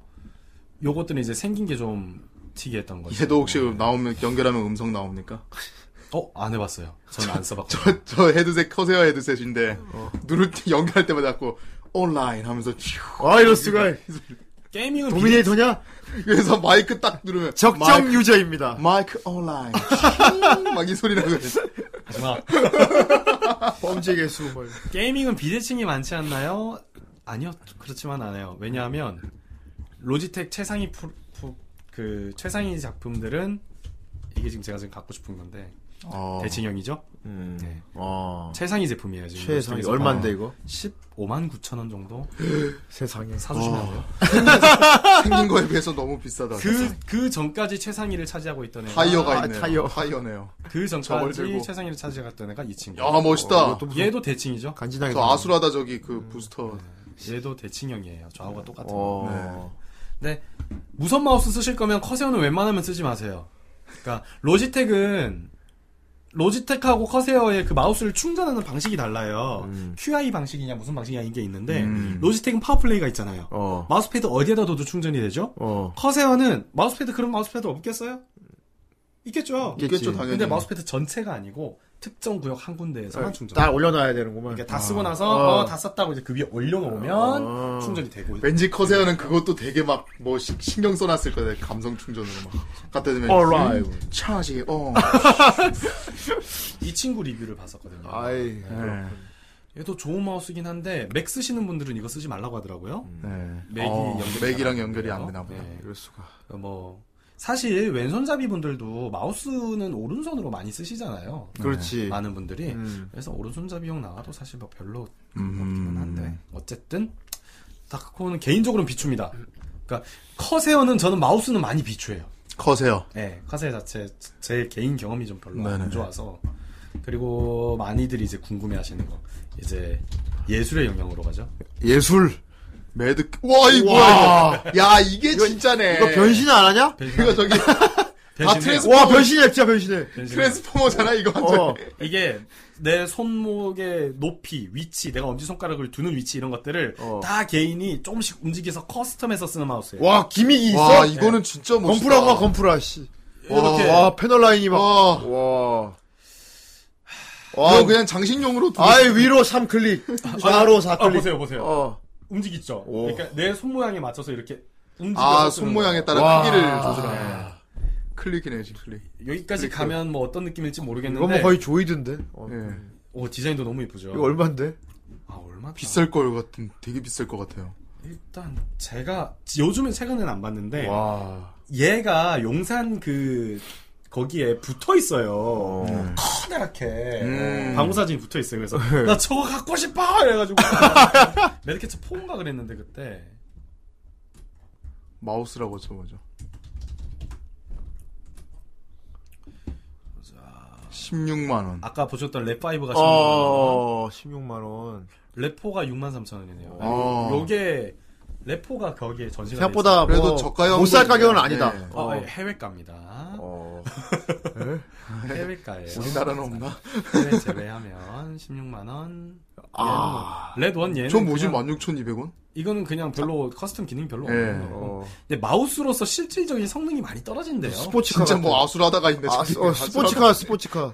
[SPEAKER 9] 요것들은 이제 생긴 게 좀 특이했던 거죠.
[SPEAKER 2] 얘도 혹시 나오면, 연결하면 음성 나옵니까?
[SPEAKER 9] 어? 안 해봤어요. 저는 안 써봤고.
[SPEAKER 2] 저, 저 헤드셋, 커세어 헤드셋인데, 누를 때, 연결할 때마다 자꾸, 온라인 하면서 쭉.
[SPEAKER 1] 아, 이럴 수가.
[SPEAKER 9] 게이밍은 비대-
[SPEAKER 1] 도미네이터냐?
[SPEAKER 2] 그래서 마이크 딱 누르면.
[SPEAKER 1] 적정
[SPEAKER 2] 마이크,
[SPEAKER 1] 유저입니다.
[SPEAKER 2] 마이크 온라인. 막 이 소리 나거든.
[SPEAKER 9] 하지 마.
[SPEAKER 1] 범죄 개수 뭐.
[SPEAKER 9] 게이밍은 비대칭이 많지 않나요? 아니요, 그렇지만 않아요. 왜냐하면 로지텍 최상위 프, 프- 그 최상위 작품들은 이게 이게 지금 제가 지금 갖고 싶은 건데
[SPEAKER 1] 어.
[SPEAKER 9] 대칭형이죠?
[SPEAKER 1] 음.
[SPEAKER 9] 네.
[SPEAKER 1] 어.
[SPEAKER 9] 최상위 제품이에요 지금.
[SPEAKER 1] 최상위
[SPEAKER 9] 스톡에서.
[SPEAKER 1] 얼마인데 이거?
[SPEAKER 9] 15만 9천 원 정도
[SPEAKER 1] 세상에.
[SPEAKER 9] 사주시면
[SPEAKER 2] 어.
[SPEAKER 9] 돼요.
[SPEAKER 2] 생긴 거에 비해서 너무 비싸다.
[SPEAKER 9] 그, 그 전까지 최상위를 차지하고 있던 애가
[SPEAKER 2] 타이어가
[SPEAKER 1] 아,
[SPEAKER 2] 있네요.
[SPEAKER 1] 타이어.
[SPEAKER 2] 타이어네요.
[SPEAKER 9] 그
[SPEAKER 2] 저걸
[SPEAKER 9] 전까지
[SPEAKER 2] 들고.
[SPEAKER 9] 최상위를 차지했던 애가 이 친구. 아,
[SPEAKER 2] 야 뭐. 멋있다.
[SPEAKER 1] 이것도 무슨
[SPEAKER 9] 얘도 대칭이죠?
[SPEAKER 1] 간지나게.
[SPEAKER 2] 저 아수라다 저기 그 부스터.
[SPEAKER 9] 얘도 대칭형이에요.
[SPEAKER 2] 네.
[SPEAKER 9] 좌우가 똑같은. 거.
[SPEAKER 1] 어.
[SPEAKER 9] 무선 마우스 쓰실 거면 커세어는 웬만하면 쓰지 마세요. 그러니까 로지텍은 로지텍하고 커세어의 그 마우스를 충전하는 방식이 달라요.
[SPEAKER 1] 음.
[SPEAKER 9] QI 방식이냐 무슨 방식이냐 이게 있는데
[SPEAKER 1] 음.
[SPEAKER 9] 로지텍은 파워플레이가 있잖아요.
[SPEAKER 1] 어.
[SPEAKER 9] 마우스패드 어디에다 둬도 충전이 되죠?
[SPEAKER 1] 어.
[SPEAKER 9] 커세어는 마우스패드 그런 마우스패드 없겠어요? 있겠죠.
[SPEAKER 1] 있겠지.
[SPEAKER 2] 있겠죠 당연히.
[SPEAKER 9] 근데 마우스패드 전체가 아니고 특정 구역 한 군데에서만 충전.
[SPEAKER 1] 네, 딱 올려놔야 되는구만.
[SPEAKER 9] 이렇게 다 쓰고 나서
[SPEAKER 1] 어.
[SPEAKER 9] 어, 다 썼다고 이제 그 위에 올려놓으면
[SPEAKER 1] 어.
[SPEAKER 9] 충전이 되고.
[SPEAKER 2] 왠지 커세어는 그것도 되게 막 뭐 신경 써놨을 거예요. 감성 충전으로 막 갖다 대면
[SPEAKER 1] Arrive.
[SPEAKER 2] 차지 어.
[SPEAKER 9] 이 친구 리뷰를 봤었거든요.
[SPEAKER 2] 예.
[SPEAKER 1] 아이.
[SPEAKER 2] 네,
[SPEAKER 9] 얘도 좋은 마우스긴 한데 맥 쓰시는 분들은 이거 쓰지 말라고 하더라고요.
[SPEAKER 1] 네.
[SPEAKER 9] 맥이
[SPEAKER 2] 어,
[SPEAKER 9] 연결이
[SPEAKER 2] 맥이랑
[SPEAKER 9] 잘안
[SPEAKER 2] 연결이 안
[SPEAKER 9] 돼요.
[SPEAKER 2] 되나 보다.
[SPEAKER 9] 네.
[SPEAKER 1] 이럴 수가.
[SPEAKER 9] 그러니까 뭐 사실 왼손잡이 분들도 마우스는 오른손으로 많이 쓰시잖아요.
[SPEAKER 1] 그렇지.
[SPEAKER 9] 많은 분들이
[SPEAKER 1] 네. 음.
[SPEAKER 9] 그래서 오른손잡이용 나와도 사실 뭐 별로
[SPEAKER 2] 음.
[SPEAKER 9] 없기는 한데 어쨌든 다크코어는 개인적으로는 비춥니다. 그러니까 커세어는 저는 마우스는 많이 비추해요.
[SPEAKER 2] 커세어.
[SPEAKER 9] 네, 카세 자체 제 개인 경험이 좀 별로
[SPEAKER 2] 네네네.
[SPEAKER 9] 안 좋아서 그리고 많이들이 이제 궁금해하시는 거 이제 예술의 영향으로 가죠.
[SPEAKER 1] 예술.
[SPEAKER 2] 매드. 와 이거 뭐야 이거. 야 이게 진짜네.
[SPEAKER 1] 이거 변신 안 하냐?
[SPEAKER 9] 아,
[SPEAKER 2] 이거 저기 아,
[SPEAKER 9] 변신해요.
[SPEAKER 2] 트랜스-
[SPEAKER 1] 와, 변신해, 진짜 변신해.
[SPEAKER 9] 변신해요.
[SPEAKER 2] 트랜스포머잖아 이거 완전.
[SPEAKER 1] 어.
[SPEAKER 9] 이게 내 손목의 높이, 위치, 내가 엄지 손가락을 두는 위치 이런 것들을
[SPEAKER 1] 어.
[SPEAKER 9] 다 개인이 조금씩 움직여서 커스텀해서 쓰는 마우스예요.
[SPEAKER 1] 와, 기믹이 있어? 네.
[SPEAKER 2] 와 이거는 진짜 멋있다.
[SPEAKER 1] 건프라구나, 건프라, 씨.
[SPEAKER 9] 이렇게
[SPEAKER 1] 와, 와, 패널 라인이 막.
[SPEAKER 2] 와.
[SPEAKER 1] 와.
[SPEAKER 2] 와 어. 그냥 장식용으로 두고
[SPEAKER 1] 아이, 위로 3클릭. 좌로
[SPEAKER 9] 아,
[SPEAKER 1] 4클릭.
[SPEAKER 9] 보세요, 보세요.
[SPEAKER 1] 어.
[SPEAKER 9] 움직이죠.
[SPEAKER 1] 오.
[SPEAKER 9] 그러니까 내 손 모양에 맞춰서 이렇게 움직여서
[SPEAKER 2] 아,
[SPEAKER 9] 쓰는
[SPEAKER 2] 손 모양에
[SPEAKER 9] 거예요.
[SPEAKER 2] 따라
[SPEAKER 1] 와. 아.
[SPEAKER 2] 크기를 조절하네. 클릭이네, 지금 클릭.
[SPEAKER 9] 여기까지 가면 뭐 어떤 느낌일지 모르겠는데
[SPEAKER 1] 이건 뭐 거의 조이든데. 어.
[SPEAKER 2] 예.
[SPEAKER 9] 오, 디자인도 너무 예쁘죠.
[SPEAKER 1] 이거 얼만데?
[SPEAKER 9] 아, 얼마?
[SPEAKER 2] 비쌀 걸 같은, 되게 비쌀 것 같아요.
[SPEAKER 9] 일단 제가 요즘은 최근엔 안 봤는데
[SPEAKER 1] 예. 와.
[SPEAKER 9] 얘가 용산 그 거기에 붙어 있어요.
[SPEAKER 1] 네.
[SPEAKER 9] 커다랗게
[SPEAKER 2] 음.
[SPEAKER 9] 방호 사진이 붙어 있어요. 그래서 나 저거 갖고 싶어 이래가지고 메디캐츠 포인가 그랬는데 그때
[SPEAKER 2] 마우스라고 쳐보죠. 16만원.
[SPEAKER 9] 아까 보셨던 랩 5가 16만 원,
[SPEAKER 1] 어, 16만원.
[SPEAKER 9] 랩 4가 6만 3천 원이네요.
[SPEAKER 2] 어.
[SPEAKER 9] 요게 랩 4가 거기에 전시가
[SPEAKER 1] 아. 생각보다
[SPEAKER 2] 그래도
[SPEAKER 1] 뭐
[SPEAKER 2] 저가형
[SPEAKER 1] 못살
[SPEAKER 2] 건데.
[SPEAKER 1] 가격은 아니다.
[SPEAKER 2] 네.
[SPEAKER 9] 어,
[SPEAKER 1] 어.
[SPEAKER 9] 해외가입니다.
[SPEAKER 1] 어.
[SPEAKER 9] 해외가예요.
[SPEAKER 2] 우리나라는 없나?
[SPEAKER 9] 해외 제외하면 16만 원.
[SPEAKER 1] 아.
[SPEAKER 9] 랩원 얘는
[SPEAKER 2] 예. 저 뭐지,
[SPEAKER 9] 그냥-
[SPEAKER 2] 16,200원?
[SPEAKER 9] 이거는 그냥 별로 커스텀 기능이 별로
[SPEAKER 1] 어.
[SPEAKER 2] 예.
[SPEAKER 9] 없는 거고 근데 마우스로서 실질적인 성능이 많이 떨어진대요.
[SPEAKER 1] 스포츠카.
[SPEAKER 2] 진짜
[SPEAKER 1] 같은-
[SPEAKER 2] 뭐 아수라다가 있네,
[SPEAKER 1] 아,
[SPEAKER 2] 저기.
[SPEAKER 1] 어, 스포츠카, 스포츠카.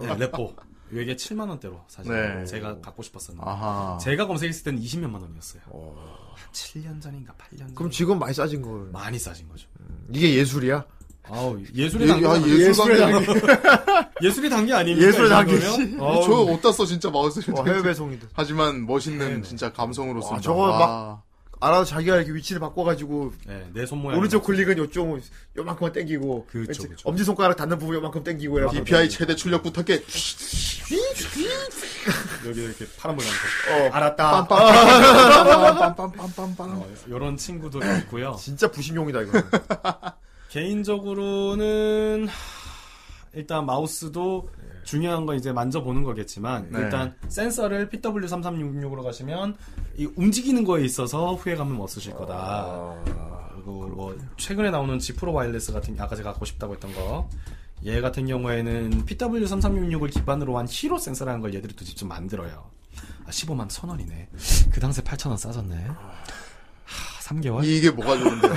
[SPEAKER 9] 네, 래포. 이게 7만 원대로 사실
[SPEAKER 2] 네.
[SPEAKER 9] 제가 갖고 싶었었는데
[SPEAKER 2] 아하.
[SPEAKER 9] 제가 검색했을 때는 20몇만 원이었어요. 7년 전인가 8년 전.
[SPEAKER 1] 그럼 지금 많이 싸진 걸.
[SPEAKER 9] 많이 싸진 거죠.
[SPEAKER 1] 이게 예술이야?
[SPEAKER 9] 아우
[SPEAKER 2] 예,
[SPEAKER 9] 예술의 단계
[SPEAKER 2] 야, 예술관계. 아니에요?
[SPEAKER 9] 예술의 단계 아닙니까?
[SPEAKER 1] 예술의
[SPEAKER 9] 이
[SPEAKER 1] 단계지.
[SPEAKER 9] 정도면?
[SPEAKER 2] 저
[SPEAKER 9] 어우,
[SPEAKER 2] 어디다 써, 진짜 마우스.
[SPEAKER 1] 와, 해외 배송이다.
[SPEAKER 2] 하지만 멋있는 진짜 감성으로
[SPEAKER 1] 와,
[SPEAKER 2] 쓴다.
[SPEAKER 1] 저거
[SPEAKER 2] 와.
[SPEAKER 1] 알아서 자기가 이렇게 위치를 바꿔가지고
[SPEAKER 9] 네, 내손 모양.
[SPEAKER 1] 오른쪽 클릭은 요쪽 요만큼만 땡기고
[SPEAKER 9] 그쵸,
[SPEAKER 1] 왼쪽-
[SPEAKER 9] 그쵸.
[SPEAKER 1] 엄지손가락 닿는 부분 요만큼 땡기고 이렇게
[SPEAKER 2] DPI 최대 출력 부탁해.
[SPEAKER 9] 여기 이렇게 파란 모양.
[SPEAKER 1] 어.
[SPEAKER 9] 알았다.
[SPEAKER 2] 빰빰빰빰빰빰빰빰.
[SPEAKER 9] 이런 친구도 있고요.
[SPEAKER 1] 진짜 부심용이다 이거
[SPEAKER 9] 개인적으로는 하, 일단 마우스도 중요한 건 이제 만져보는 거겠지만
[SPEAKER 2] 네.
[SPEAKER 9] 일단 센서를 PW3366으로 가시면 이 움직이는 거에 있어서 후회감은 없으실 거다.
[SPEAKER 2] 아,
[SPEAKER 9] 그리고 뭐 최근에 나오는 지프로 와일레스 같은 게 아까 제가 갖고 싶다고 했던 거. 얘 같은 경우에는 PW3366을 기반으로 한 히로 센서라는 걸 얘들이 또 직접 만들어요. 아, 15만 천 원이네. 그 당시에 8천 원 싸졌네. 하, 3개월?
[SPEAKER 2] 이게 뭐가 좋은데?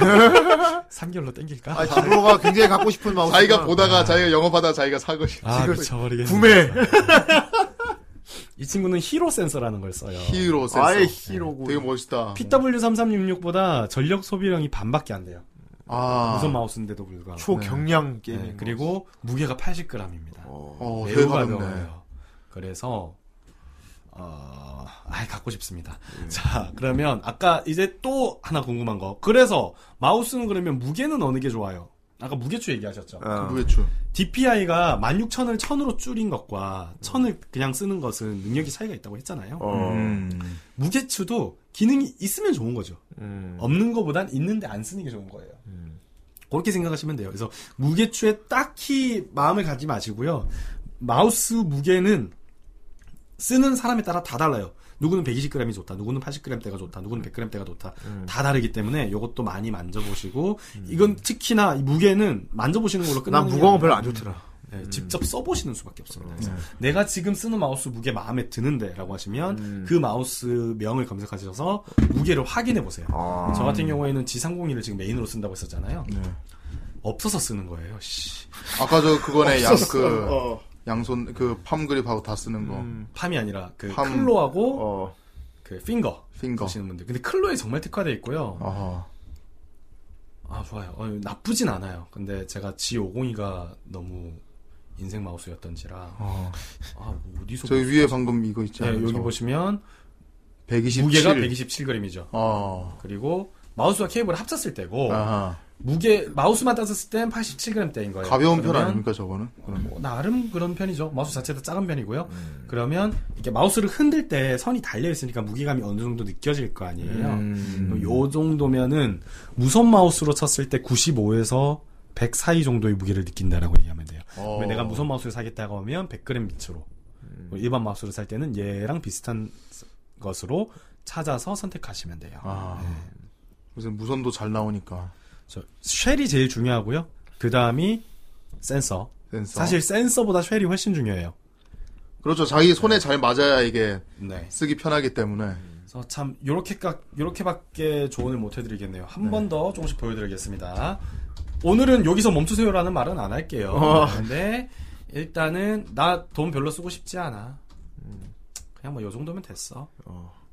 [SPEAKER 9] 3개월로 땡길까?
[SPEAKER 1] 아 지브로가 굉장히 갖고 싶은 마우스
[SPEAKER 2] 자기가 보다가 자기가 영업하다가 자기가 사고 싶
[SPEAKER 9] 아, 미쳐버리겠네.
[SPEAKER 1] 구매
[SPEAKER 9] 이 친구는 히로 센서라는 걸 써요.
[SPEAKER 2] 히로 센서.
[SPEAKER 1] 아예 히로고
[SPEAKER 2] 되게 멋있다.
[SPEAKER 9] PW3366보다 전력 소비량이 반밖에 안 돼요.
[SPEAKER 2] 아.
[SPEAKER 9] 무선 마우스인데도 불구하고.
[SPEAKER 1] 초경량
[SPEAKER 9] 네,
[SPEAKER 1] 게임
[SPEAKER 9] 그리고 무게가 80g입니다.
[SPEAKER 2] 어, 되게
[SPEAKER 9] 매우
[SPEAKER 2] 가볍네.
[SPEAKER 9] 가벼워요. 그래서 어, 아, 갖고 싶습니다. 자, 그러면 아까 이제 또 하나 궁금한 거. 그래서 마우스는 그러면 무게는 어느 게 좋아요? 아까 무게추 얘기하셨죠.
[SPEAKER 1] 어.
[SPEAKER 2] 무게추.
[SPEAKER 9] DPI가 16,000을 1000으로 줄인 것과 1000을 그냥 쓰는 것은 능력이 차이가 있다고 했잖아요.
[SPEAKER 1] 어.
[SPEAKER 2] 음.
[SPEAKER 9] 무게추도 기능이 있으면 좋은 거죠.
[SPEAKER 1] 음.
[SPEAKER 9] 없는 거보단 있는데 안 쓰는 게 좋은 거예요. 그렇게 생각하시면 돼요. 그래서 무게추에 딱히 마음을 가지 마시고요. 마우스 무게는 쓰는 사람에 따라 다 달라요. 누구는 120g이 좋다, 누구는 80g대가 좋다, 누구는 100g대가 좋다.
[SPEAKER 1] 음.
[SPEAKER 9] 다 다르기 때문에 이것도 많이 만져보시고, 이건 특히나 이 무게는 만져보시는 걸로
[SPEAKER 1] 난
[SPEAKER 9] 끝나는 게
[SPEAKER 1] 무거운 거
[SPEAKER 9] 아니라
[SPEAKER 1] 별로 안 좋더라.
[SPEAKER 9] 네,
[SPEAKER 2] 음.
[SPEAKER 9] 직접 써보시는 수밖에 없습니다. 그래서
[SPEAKER 2] 네.
[SPEAKER 9] 내가 지금 쓰는 마우스 무게 마음에 드는데라고 하시면
[SPEAKER 2] 음.
[SPEAKER 9] 그 마우스 명을 검색하셔서 무게를 확인해 보세요.
[SPEAKER 1] 아.
[SPEAKER 9] 저 같은 경우에는 G301을 지금 메인으로 쓴다고 했었잖아요.
[SPEAKER 2] 네.
[SPEAKER 9] 없어서 쓰는 거예요. 씨.
[SPEAKER 2] 아까 저 그거네 양그
[SPEAKER 1] 어.
[SPEAKER 2] 양손 그 팜 그립하고 다 쓰는 거.
[SPEAKER 9] 팜이 아니라 그
[SPEAKER 2] 팜.
[SPEAKER 9] 클로하고
[SPEAKER 1] 어.
[SPEAKER 9] 그 핑거
[SPEAKER 2] 핑거. 어.
[SPEAKER 9] 쓰시는 분들. 근데 클로에 정말 특화돼 있고요.
[SPEAKER 2] 아하.
[SPEAKER 9] 아 좋아요. 어, 나쁘진 않아요. 근데 제가 G502가 너무 인생 마우스였던지라
[SPEAKER 2] 어.
[SPEAKER 9] 아 어디서
[SPEAKER 2] 저기 위에 방금 이거
[SPEAKER 9] 네,
[SPEAKER 2] 있잖아요.
[SPEAKER 9] 여기
[SPEAKER 2] 저거.
[SPEAKER 9] 보시면
[SPEAKER 2] 127.
[SPEAKER 9] 무게가 127g이죠.
[SPEAKER 2] 어.
[SPEAKER 9] 그리고 마우스와 케이블을 합쳤을 때고
[SPEAKER 2] 아하.
[SPEAKER 9] 무게 마우스만 따졌을 땐 87g대인 거예요.
[SPEAKER 2] 가벼운 편
[SPEAKER 9] 그러면
[SPEAKER 2] 아닙니까 저거는? 그럼.
[SPEAKER 9] 뭐 나름 그런 편이죠. 마우스 자체도 작은 편이고요.
[SPEAKER 2] 음.
[SPEAKER 9] 그러면 이렇게 마우스를 흔들 때 선이 달려 있으니까 무게감이 어느 정도 느껴질 거 아니에요.
[SPEAKER 2] 음.
[SPEAKER 9] 요 정도면은 무선 마우스로 쳤을 때 95에서 100 사이 정도의 무게를 느낀다라고 얘기하면 돼요.
[SPEAKER 2] 어. 음.
[SPEAKER 9] 왜 내가 무선 마우스를 사겠다고 하면 100g 밑으로 뭐 일반 마우스를 살 때는 얘랑 비슷한 것으로 찾아서 선택하시면 돼요.
[SPEAKER 2] 아.
[SPEAKER 9] 네.
[SPEAKER 2] 요새 무선도 잘 나오니까.
[SPEAKER 9] 저 쉘이 제일 중요하고요. 그 다음이 센서.
[SPEAKER 2] 센서.
[SPEAKER 9] 사실 센서보다 쉘이 훨씬 중요해요.
[SPEAKER 2] 그렇죠. 자기 손에 잘 맞아야 이게
[SPEAKER 9] 네.
[SPEAKER 2] 쓰기 편하기 때문에.
[SPEAKER 9] 그래서 참 요렇게 깍 요렇게밖에 조언을 못 해드리겠네요. 한 번 더 조금씩 보여드리겠습니다. 오늘은 여기서 멈추세요라는 말은 안 할게요. 근데 일단은 나 돈 별로 쓰고 싶지 않아. 그냥 뭐 요 정도면 됐어.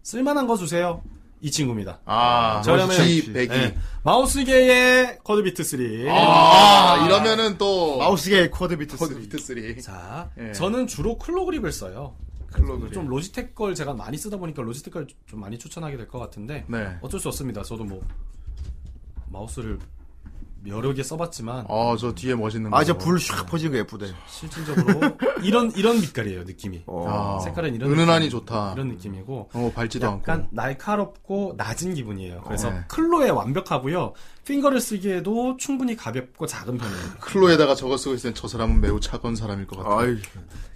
[SPEAKER 9] 쓸만한 거 주세요. 이 친구입니다.
[SPEAKER 2] 아,
[SPEAKER 9] 저렴해요.
[SPEAKER 2] G 102.
[SPEAKER 9] 네. 마우스계의 쿼드비트 3.
[SPEAKER 2] 아, 이러면은 또
[SPEAKER 1] 마우스계 쿼드 비트
[SPEAKER 2] 코드
[SPEAKER 1] 3.
[SPEAKER 2] 비트 3.
[SPEAKER 9] 네. 자,
[SPEAKER 2] 예.
[SPEAKER 9] 저는 주로 클로 그립을 써요.
[SPEAKER 2] 클로 그립.
[SPEAKER 9] 좀 로지텍 걸 제가 많이 쓰다 보니까 로지텍 걸 좀 많이 추천하게 될 것 같은데
[SPEAKER 2] 네.
[SPEAKER 9] 어쩔 수 없습니다. 저도 뭐 마우스를 여러 개 써봤지만
[SPEAKER 2] 아, 저 뒤에 멋있는 거.
[SPEAKER 1] 아, 저 불 샥 퍼지는 거 예쁘대.
[SPEAKER 9] 실질적으로 이런 이런 빛깔이에요 느낌이.
[SPEAKER 2] 아,
[SPEAKER 9] 어, 색깔은 이런
[SPEAKER 2] 은은하니
[SPEAKER 9] 느낌,
[SPEAKER 2] 좋다.
[SPEAKER 9] 이런 느낌이고
[SPEAKER 2] 어, 밝지도
[SPEAKER 9] 약간
[SPEAKER 2] 않고.
[SPEAKER 9] 날카롭고 낮은 기분이에요. 그래서
[SPEAKER 2] 어, 네.
[SPEAKER 9] 클로에 완벽하고요. 핑거를 쓰기에도 충분히 가볍고 작은 편이에요.
[SPEAKER 2] 클로에다가 저거 쓰고 있으면 저 사람은 매우 차가운 사람일 것 같아.
[SPEAKER 1] 아이,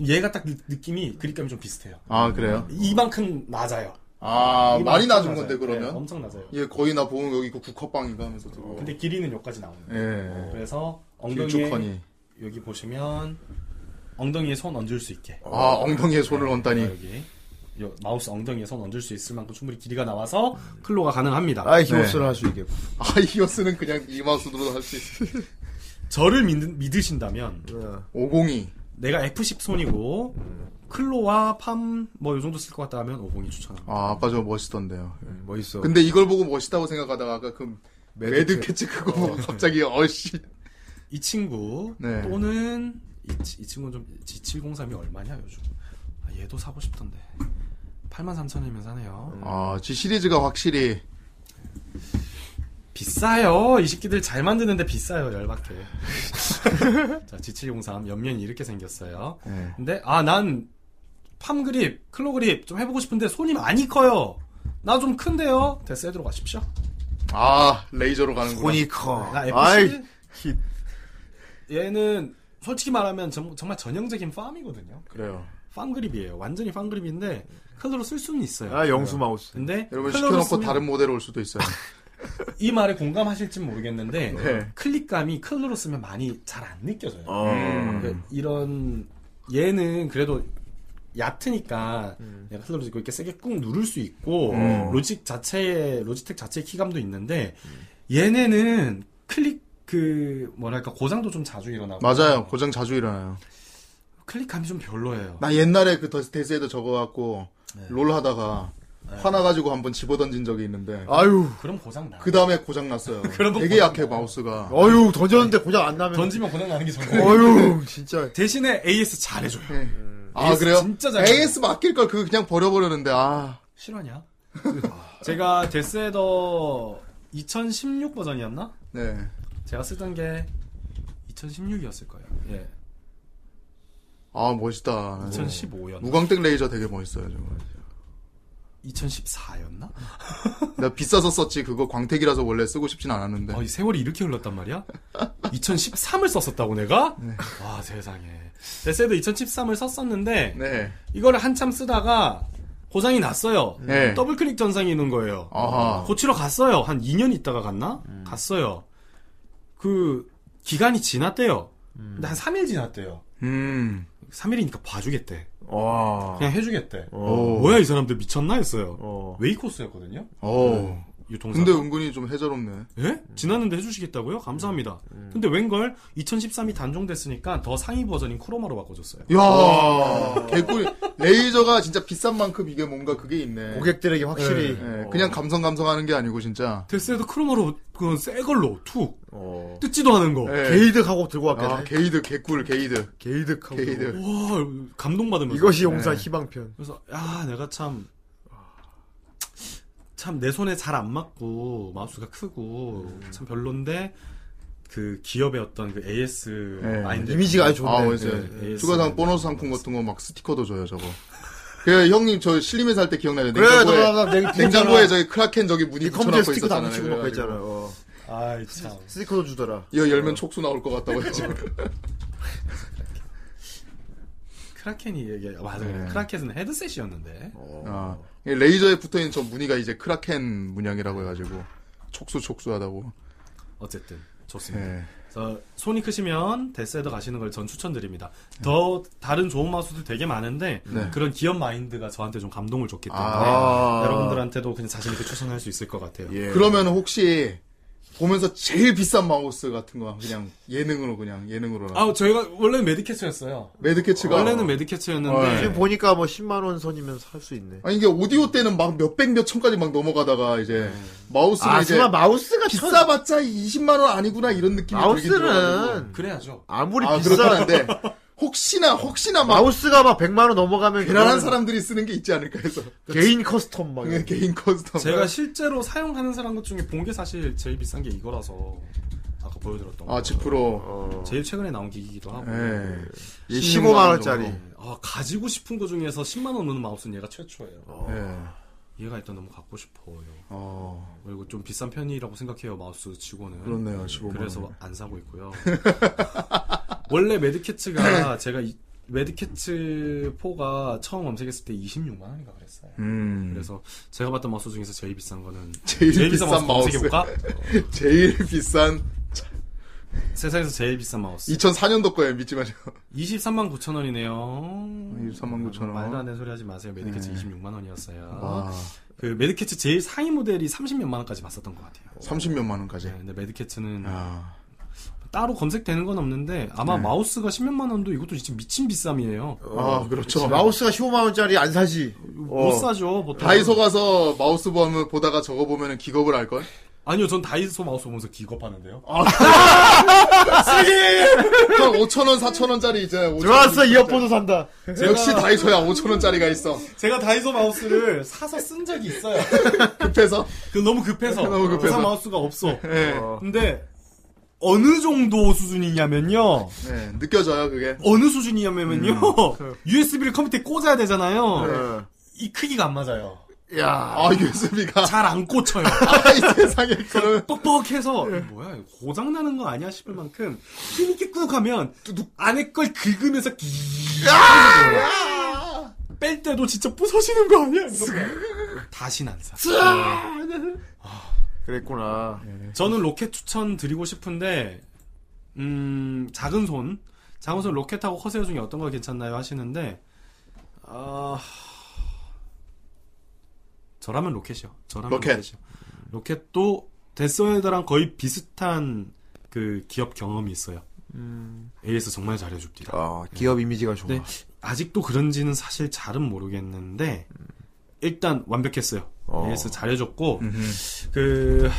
[SPEAKER 9] 얘가 딱 느- 느낌이 그립감이 좀 비슷해요.
[SPEAKER 2] 아, 그래요?
[SPEAKER 9] 이만큼 낮아요.
[SPEAKER 2] 아,
[SPEAKER 9] 이만큼
[SPEAKER 2] 많이 낮은
[SPEAKER 9] 낮아요.
[SPEAKER 2] 건데,
[SPEAKER 9] 네,
[SPEAKER 2] 그러면?
[SPEAKER 9] 엄청 낮아요.
[SPEAKER 2] 얘 거의 나 보면 여기 그 국화빵인가 하면서 들고.
[SPEAKER 9] 근데 길이는 여기까지 나오는 거예요.
[SPEAKER 2] 예.
[SPEAKER 9] 그래서 엉덩이에
[SPEAKER 2] 길쭉하니.
[SPEAKER 9] 여기 보시면 엉덩이에 손 얹을 수 있게
[SPEAKER 2] 아, 네. 엉덩이에 손을
[SPEAKER 9] 어,
[SPEAKER 2] 얹다니.
[SPEAKER 9] 여기 요 마우스 엉덩이에 손 얹을 수 있을 만큼 충분히 길이가 나와서 클로가 가능합니다.
[SPEAKER 1] 아이, 히오스를
[SPEAKER 2] 네.
[SPEAKER 1] 할 수 있게.
[SPEAKER 2] 아, 이어스는 그냥 이 마우스로 할 수 있어.
[SPEAKER 9] 저를 믿, 으신다면
[SPEAKER 1] 음,
[SPEAKER 2] 502.
[SPEAKER 9] 내가 F10 손이고
[SPEAKER 2] 음.
[SPEAKER 9] 클로와 팜 뭐 요 정도 쓸 것 같다 하면 50이 추천합니다.
[SPEAKER 2] 아, 아까 저거 멋있던데요.
[SPEAKER 1] 멋있어.
[SPEAKER 2] 근데 이걸 보고 멋있다고 생각하다가 아까 그 매드 캐치 어. 그거 보고 갑자기 어씨.
[SPEAKER 9] 이 친구
[SPEAKER 2] 네.
[SPEAKER 9] 또는 이, 치- 이 친구는 좀 G703이 얼마냐 요즘 아, 얘도 사고 싶던데 83,000원이면 사네요.
[SPEAKER 2] 아, G 시리즈가 확실히
[SPEAKER 9] 비싸요. 이 새끼들 잘 만드는데 비싸요. 열받게. 자, G703 옆면이 이렇게 생겼어요.
[SPEAKER 2] 네.
[SPEAKER 9] 근데 아 난 팜그립, 클로그립 좀 해보고 싶은데 손이 많이 커요. 나 좀 큰데요. 데스헤드로 가십시오.
[SPEAKER 2] 아, 레이저로 가는구나.
[SPEAKER 1] 혼이
[SPEAKER 2] 어,
[SPEAKER 1] 커.
[SPEAKER 9] 나 FC.
[SPEAKER 1] 아이, 히-
[SPEAKER 9] 얘는 솔직히 말하면 정, 말 전형적인 팜이거든요.
[SPEAKER 2] 그래요.
[SPEAKER 9] 팜그립이에요. 완전히 팜그립인데 클로로 쓸 수는 있어요.
[SPEAKER 1] 아, 영수 마우스.
[SPEAKER 9] 근데
[SPEAKER 2] 여러분
[SPEAKER 9] 클로로
[SPEAKER 2] 시켜놓고
[SPEAKER 9] 쓰면
[SPEAKER 2] 다른 모델 올 수도 있어요.
[SPEAKER 9] 이 말에 공감하실지 모르겠는데
[SPEAKER 2] 네.
[SPEAKER 9] 클릭감이 클로로 쓰면 많이 잘 안 느껴져요.
[SPEAKER 1] 어.
[SPEAKER 9] 그러니까 이런 얘는 그래도 얕으니까 내가 클로로 이렇게 세게 꾹 누를 수 있고 로직 자체의 로지텍 자체의 키감도 있는데 얘네는 클릭 그 뭐랄까 고장도 좀 자주 일어나고
[SPEAKER 2] 맞아요. 고장 자주 일어나요.
[SPEAKER 9] 클릭감이 좀 별로예요.
[SPEAKER 2] 나 옛날에 그 더스테이스에도 적어 갖고 롤 하다가 화나 가지고 한번 집어 던진 적이 있는데
[SPEAKER 1] 아유,
[SPEAKER 9] 그럼 고장 나.
[SPEAKER 2] 그다음에 고장 났어요.
[SPEAKER 9] 그런 거
[SPEAKER 2] 되게
[SPEAKER 9] 고장
[SPEAKER 2] 약해 마우스가.
[SPEAKER 1] 어유, 던졌는데 고장 안 나면.
[SPEAKER 9] 던지면 고장 나는 게 정말.
[SPEAKER 1] 어유, 진짜.
[SPEAKER 9] 대신에 AS 잘해줘요.
[SPEAKER 2] 예. 아,
[SPEAKER 9] AS
[SPEAKER 2] 그래요?
[SPEAKER 9] 음. 진짜 잘
[SPEAKER 2] AS 맡길 걸 그거 그냥 버려 버렸는데 아.
[SPEAKER 9] 실화냐? 제가 데스헤더 2016 버전이었나?
[SPEAKER 2] 네.
[SPEAKER 9] 제가 쓰던 게 2016이었을 거예요. 예.
[SPEAKER 2] 아 멋있다.
[SPEAKER 9] 2015였나?
[SPEAKER 2] 무광택 레이저 되게 멋있어요 정말.
[SPEAKER 9] 2014였나?
[SPEAKER 2] 나 비싸서 썼지 그거 광택이라서 원래 쓰고 싶진 않았는데.
[SPEAKER 9] 아, 이 세월이 이렇게 흘렀단 말이야? 2013을 썼었다고 내가?
[SPEAKER 2] 네.
[SPEAKER 9] 와, 세상에. 데세도 2013을 썼었는데
[SPEAKER 2] 네.
[SPEAKER 9] 이거를 한참 쓰다가 고장이 났어요.
[SPEAKER 2] 네.
[SPEAKER 9] 더블 클릭 전상이 있는 거예요.
[SPEAKER 2] 아하. 음.
[SPEAKER 9] 고치러 갔어요. 한 2년 있다가 갔나? 갔어요. 그 기간이 지났대요. 근데 한 3일 지났대요.
[SPEAKER 2] 음.
[SPEAKER 9] 3일이니까 봐주겠대.
[SPEAKER 1] 와.
[SPEAKER 9] 그냥 해주겠대.
[SPEAKER 2] 아. 오.
[SPEAKER 9] 뭐야 이 사람들 미쳤나 했어요. 웨이코스였거든요.
[SPEAKER 2] 오.
[SPEAKER 9] 네, 유통사.
[SPEAKER 2] 어. 근데 은근히 좀 해저롭네.
[SPEAKER 9] 예? 지났는데 해주시겠다고요? 감사합니다.
[SPEAKER 2] 음,
[SPEAKER 9] 근데 웬걸 2013이 단종됐으니까 더 상위 버전인 크로마로 바꿔줬어요.
[SPEAKER 2] 야 개꿀. 레이저가 진짜 비싼 만큼 이게 뭔가 그게 있네.
[SPEAKER 1] 고객들에게 확실히.
[SPEAKER 2] 예, 예. 그냥 감성 감성하는 게 아니고 진짜.
[SPEAKER 9] 데스에도 크로마로 그새 걸로 툭 뜯지도 않은 거.
[SPEAKER 2] 예.
[SPEAKER 1] 게이득하고 들고 왔겠네.
[SPEAKER 2] 어. 아, 게이드 개꿀 게이드.
[SPEAKER 1] 게이득하고.
[SPEAKER 2] 게이드.
[SPEAKER 9] 와 감동받으면서
[SPEAKER 1] 이것이 용사
[SPEAKER 9] 네.
[SPEAKER 1] 희망편.
[SPEAKER 9] 그래서 야 내가 참. 참 내 손에 잘 안 맞고 마우스가 크고
[SPEAKER 2] 음.
[SPEAKER 9] 참 별론데 그 기업의 어떤 그 AS
[SPEAKER 2] 예.
[SPEAKER 9] 마인드
[SPEAKER 2] 아, 맞아요.
[SPEAKER 9] 예,
[SPEAKER 2] 추가상 보너스 상품 같은 거 막 스티커도 줘요, 저거. 그 형님 저 실림에 살 때 기억나요?
[SPEAKER 1] 그래,
[SPEAKER 2] 냉장고에,
[SPEAKER 1] 나- 나- 나-
[SPEAKER 2] 냉장고에 저기 크라켄 저기
[SPEAKER 1] 이
[SPEAKER 2] 무늬
[SPEAKER 1] 컴퓨터
[SPEAKER 2] 붙여놓고
[SPEAKER 1] 스티커 다 붙이고
[SPEAKER 2] 있었잖아요.
[SPEAKER 1] 막
[SPEAKER 2] 그래가지고.
[SPEAKER 1] 했잖아. 어.
[SPEAKER 9] 아이 참.
[SPEAKER 1] 스티커도 주더라.
[SPEAKER 2] 이거 열면 촉수 나올 것 같다고 했죠.
[SPEAKER 9] 크라켄이 얘기 맞아요.
[SPEAKER 2] 네.
[SPEAKER 9] 크라켄은 헤드셋이었는데.
[SPEAKER 2] 아, 이 레이저에 붙어있는 저 무늬가 이제 크라켄 문양이라고 해가지고 촉수 촉수하다고.
[SPEAKER 9] 어쨌든 좋습니다.
[SPEAKER 2] 예.
[SPEAKER 9] 그래서 손이 크시면 데스헤더 가시는 걸 전 추천드립니다. 더 다른 좋은 마우스도 되게 많은데
[SPEAKER 2] 네.
[SPEAKER 9] 그런 기업 마인드가 저한테 좀 감동을 줬기 때문에
[SPEAKER 2] 아. 예.
[SPEAKER 9] 여러분들한테도 그냥 자신 있게 추천할 수 있을 것 같아요.
[SPEAKER 2] 그러면 혹시 보면서 제일 비싼 마우스 같은 거 그냥 예능으로 그냥 예능으로.
[SPEAKER 9] 아 저희가 원래는 매드캐처였어요.
[SPEAKER 2] 매드캐치가
[SPEAKER 9] 원래는
[SPEAKER 2] 어, 예.
[SPEAKER 9] 매드캐처였는데
[SPEAKER 2] 지금
[SPEAKER 1] 보니까 뭐 10만 원 선이면 살 수 있네.
[SPEAKER 2] 아니 이게 오디오 때는 막 몇백 몇천까지 막 넘어가다가 이제 마우스는
[SPEAKER 1] 아,
[SPEAKER 2] 이제
[SPEAKER 1] 정말 마우스가
[SPEAKER 2] 비싸봤자 20만 원 아니구나 이런 느낌이 들긴 들어가지고.
[SPEAKER 1] 마우스는
[SPEAKER 9] 그래야죠.
[SPEAKER 1] 아무리
[SPEAKER 2] 아,
[SPEAKER 1] 비싼
[SPEAKER 2] 그렇긴 한데 혹시나 혹시나 막
[SPEAKER 1] 마우스가 막 100만 원 넘어가면
[SPEAKER 2] 대단한
[SPEAKER 1] 그거는
[SPEAKER 2] 사람들이 쓰는 게 있지 않을까 해서
[SPEAKER 1] 개인 커스텀 막
[SPEAKER 2] 그냥 개인 커스텀
[SPEAKER 9] 제가 실제로 사용하는 사람 것 중에 본 게 사실 제일 비싼 게 이거라서 아까 보여드렸던 거.
[SPEAKER 2] 아 지프로
[SPEAKER 9] 제일 최근에 나온 기기이기도 하고.
[SPEAKER 2] 예.
[SPEAKER 1] 이 15만 원짜리.
[SPEAKER 9] 아, 가지고 싶은 거 중에서 10만 원 넣는 마우스는 얘가 최초예요.
[SPEAKER 2] 예.
[SPEAKER 9] 얘가 일단 너무 갖고 싶어요.
[SPEAKER 2] 어
[SPEAKER 9] 그리고 좀 비싼 편이라고 생각해요 마우스 치고는
[SPEAKER 2] 그렇네요 15만
[SPEAKER 9] 그래서
[SPEAKER 2] 원.
[SPEAKER 9] 안 사고 있고요 원래 매드캐츠가 제가 이- 매드캐츠 4가 처음 검색했을 때 26만 원인가 그랬어요
[SPEAKER 2] 음
[SPEAKER 9] 그래서 제가 봤던 마우스 중에서 제일 비싼 거는
[SPEAKER 2] 제일 비싼
[SPEAKER 9] 검색해볼까?
[SPEAKER 2] 제일 비싼
[SPEAKER 9] 세상에서 제일 비싼 마우스
[SPEAKER 2] 2004년도 거예요 믿지 마세요
[SPEAKER 9] 23만 9천 원이네요
[SPEAKER 2] 23만 9천 원. 네.
[SPEAKER 9] 말도 안 되는 소리 하지 마세요 매드캐츠 26만 원이었어요
[SPEAKER 2] 와
[SPEAKER 9] 그 매드캐츠 제일 상위 모델이 30몇만 원까지 봤었던 것 같아요
[SPEAKER 2] 30몇만
[SPEAKER 9] 네,
[SPEAKER 2] 원까지
[SPEAKER 9] 근데 매드캐츠는
[SPEAKER 2] 어, 아
[SPEAKER 9] 따로 검색되는 건 없는데 아마
[SPEAKER 2] 네.
[SPEAKER 9] 마우스가 10몇만 원도 이것도 진짜 미친 비쌈이에요.
[SPEAKER 2] 아, 그렇죠
[SPEAKER 1] 어, 마우스가 15만 원짜리 안 사지.
[SPEAKER 9] 어. 못 사죠. 보통.
[SPEAKER 2] 다이소 가서 마우스 보면 보다가 저거 보면은 기겁을 할걸?
[SPEAKER 9] 아니요, 전 다이소 마우스 보면서 기겁하는데요.
[SPEAKER 2] 아. 형 5천원 4천원짜리 이제 5천
[SPEAKER 1] 좋았어 이어폰도 산다.
[SPEAKER 2] 역시 다이소야 5천원짜리가 있어
[SPEAKER 9] 제가 다이소 마우스를 사서 쓴 적이 있어요.
[SPEAKER 2] 급해서
[SPEAKER 9] 그 너무 급해서
[SPEAKER 2] 너무 급해서.
[SPEAKER 9] 사 마우스가 없어.
[SPEAKER 2] 네.
[SPEAKER 9] 근데 어느 정도 수준이냐면요.
[SPEAKER 2] 네, 느껴져요 그게
[SPEAKER 9] 어느 수준이냐면요.
[SPEAKER 2] 음, 그.
[SPEAKER 9] USB를 컴퓨터에 꽂아야 되잖아요.
[SPEAKER 1] 네.
[SPEAKER 9] 이 크기가 안 맞아요.
[SPEAKER 1] 야.
[SPEAKER 2] 아 USB가
[SPEAKER 9] 잘 안 꽂혀요.
[SPEAKER 2] 아이 세상에 그런
[SPEAKER 9] 네. 뻑뻑해서 이거 뭐야 이거 고장 나는 거 아니야 싶을 만큼 힘있게 꾹하면 뚜둑 안에 걸 긁으면서 끼. 뺄 때도 진짜 부서지는 거 아니야? 다시 안 사. 네.
[SPEAKER 1] 아, 그랬구나.
[SPEAKER 9] 저는 로켓 추천 드리고 싶은데 음 작은 손 작은 손 로켓하고 커세어 중에 어떤 거 괜찮나요 하시는데 아 저라면 로켓이요. 저라면
[SPEAKER 2] 로켓.
[SPEAKER 9] 로켓이요. 로켓도 데스웨더랑 거의 비슷한 그 기업 경험이 있어요.
[SPEAKER 1] 음.
[SPEAKER 9] AS 정말 잘해줍니다.
[SPEAKER 1] 아 기업 이미지가 좋아.
[SPEAKER 9] 네. 아직도 그런지는 사실 잘은 모르겠는데 일단 완벽했어요.
[SPEAKER 1] 어.
[SPEAKER 9] AS 잘해줬고 그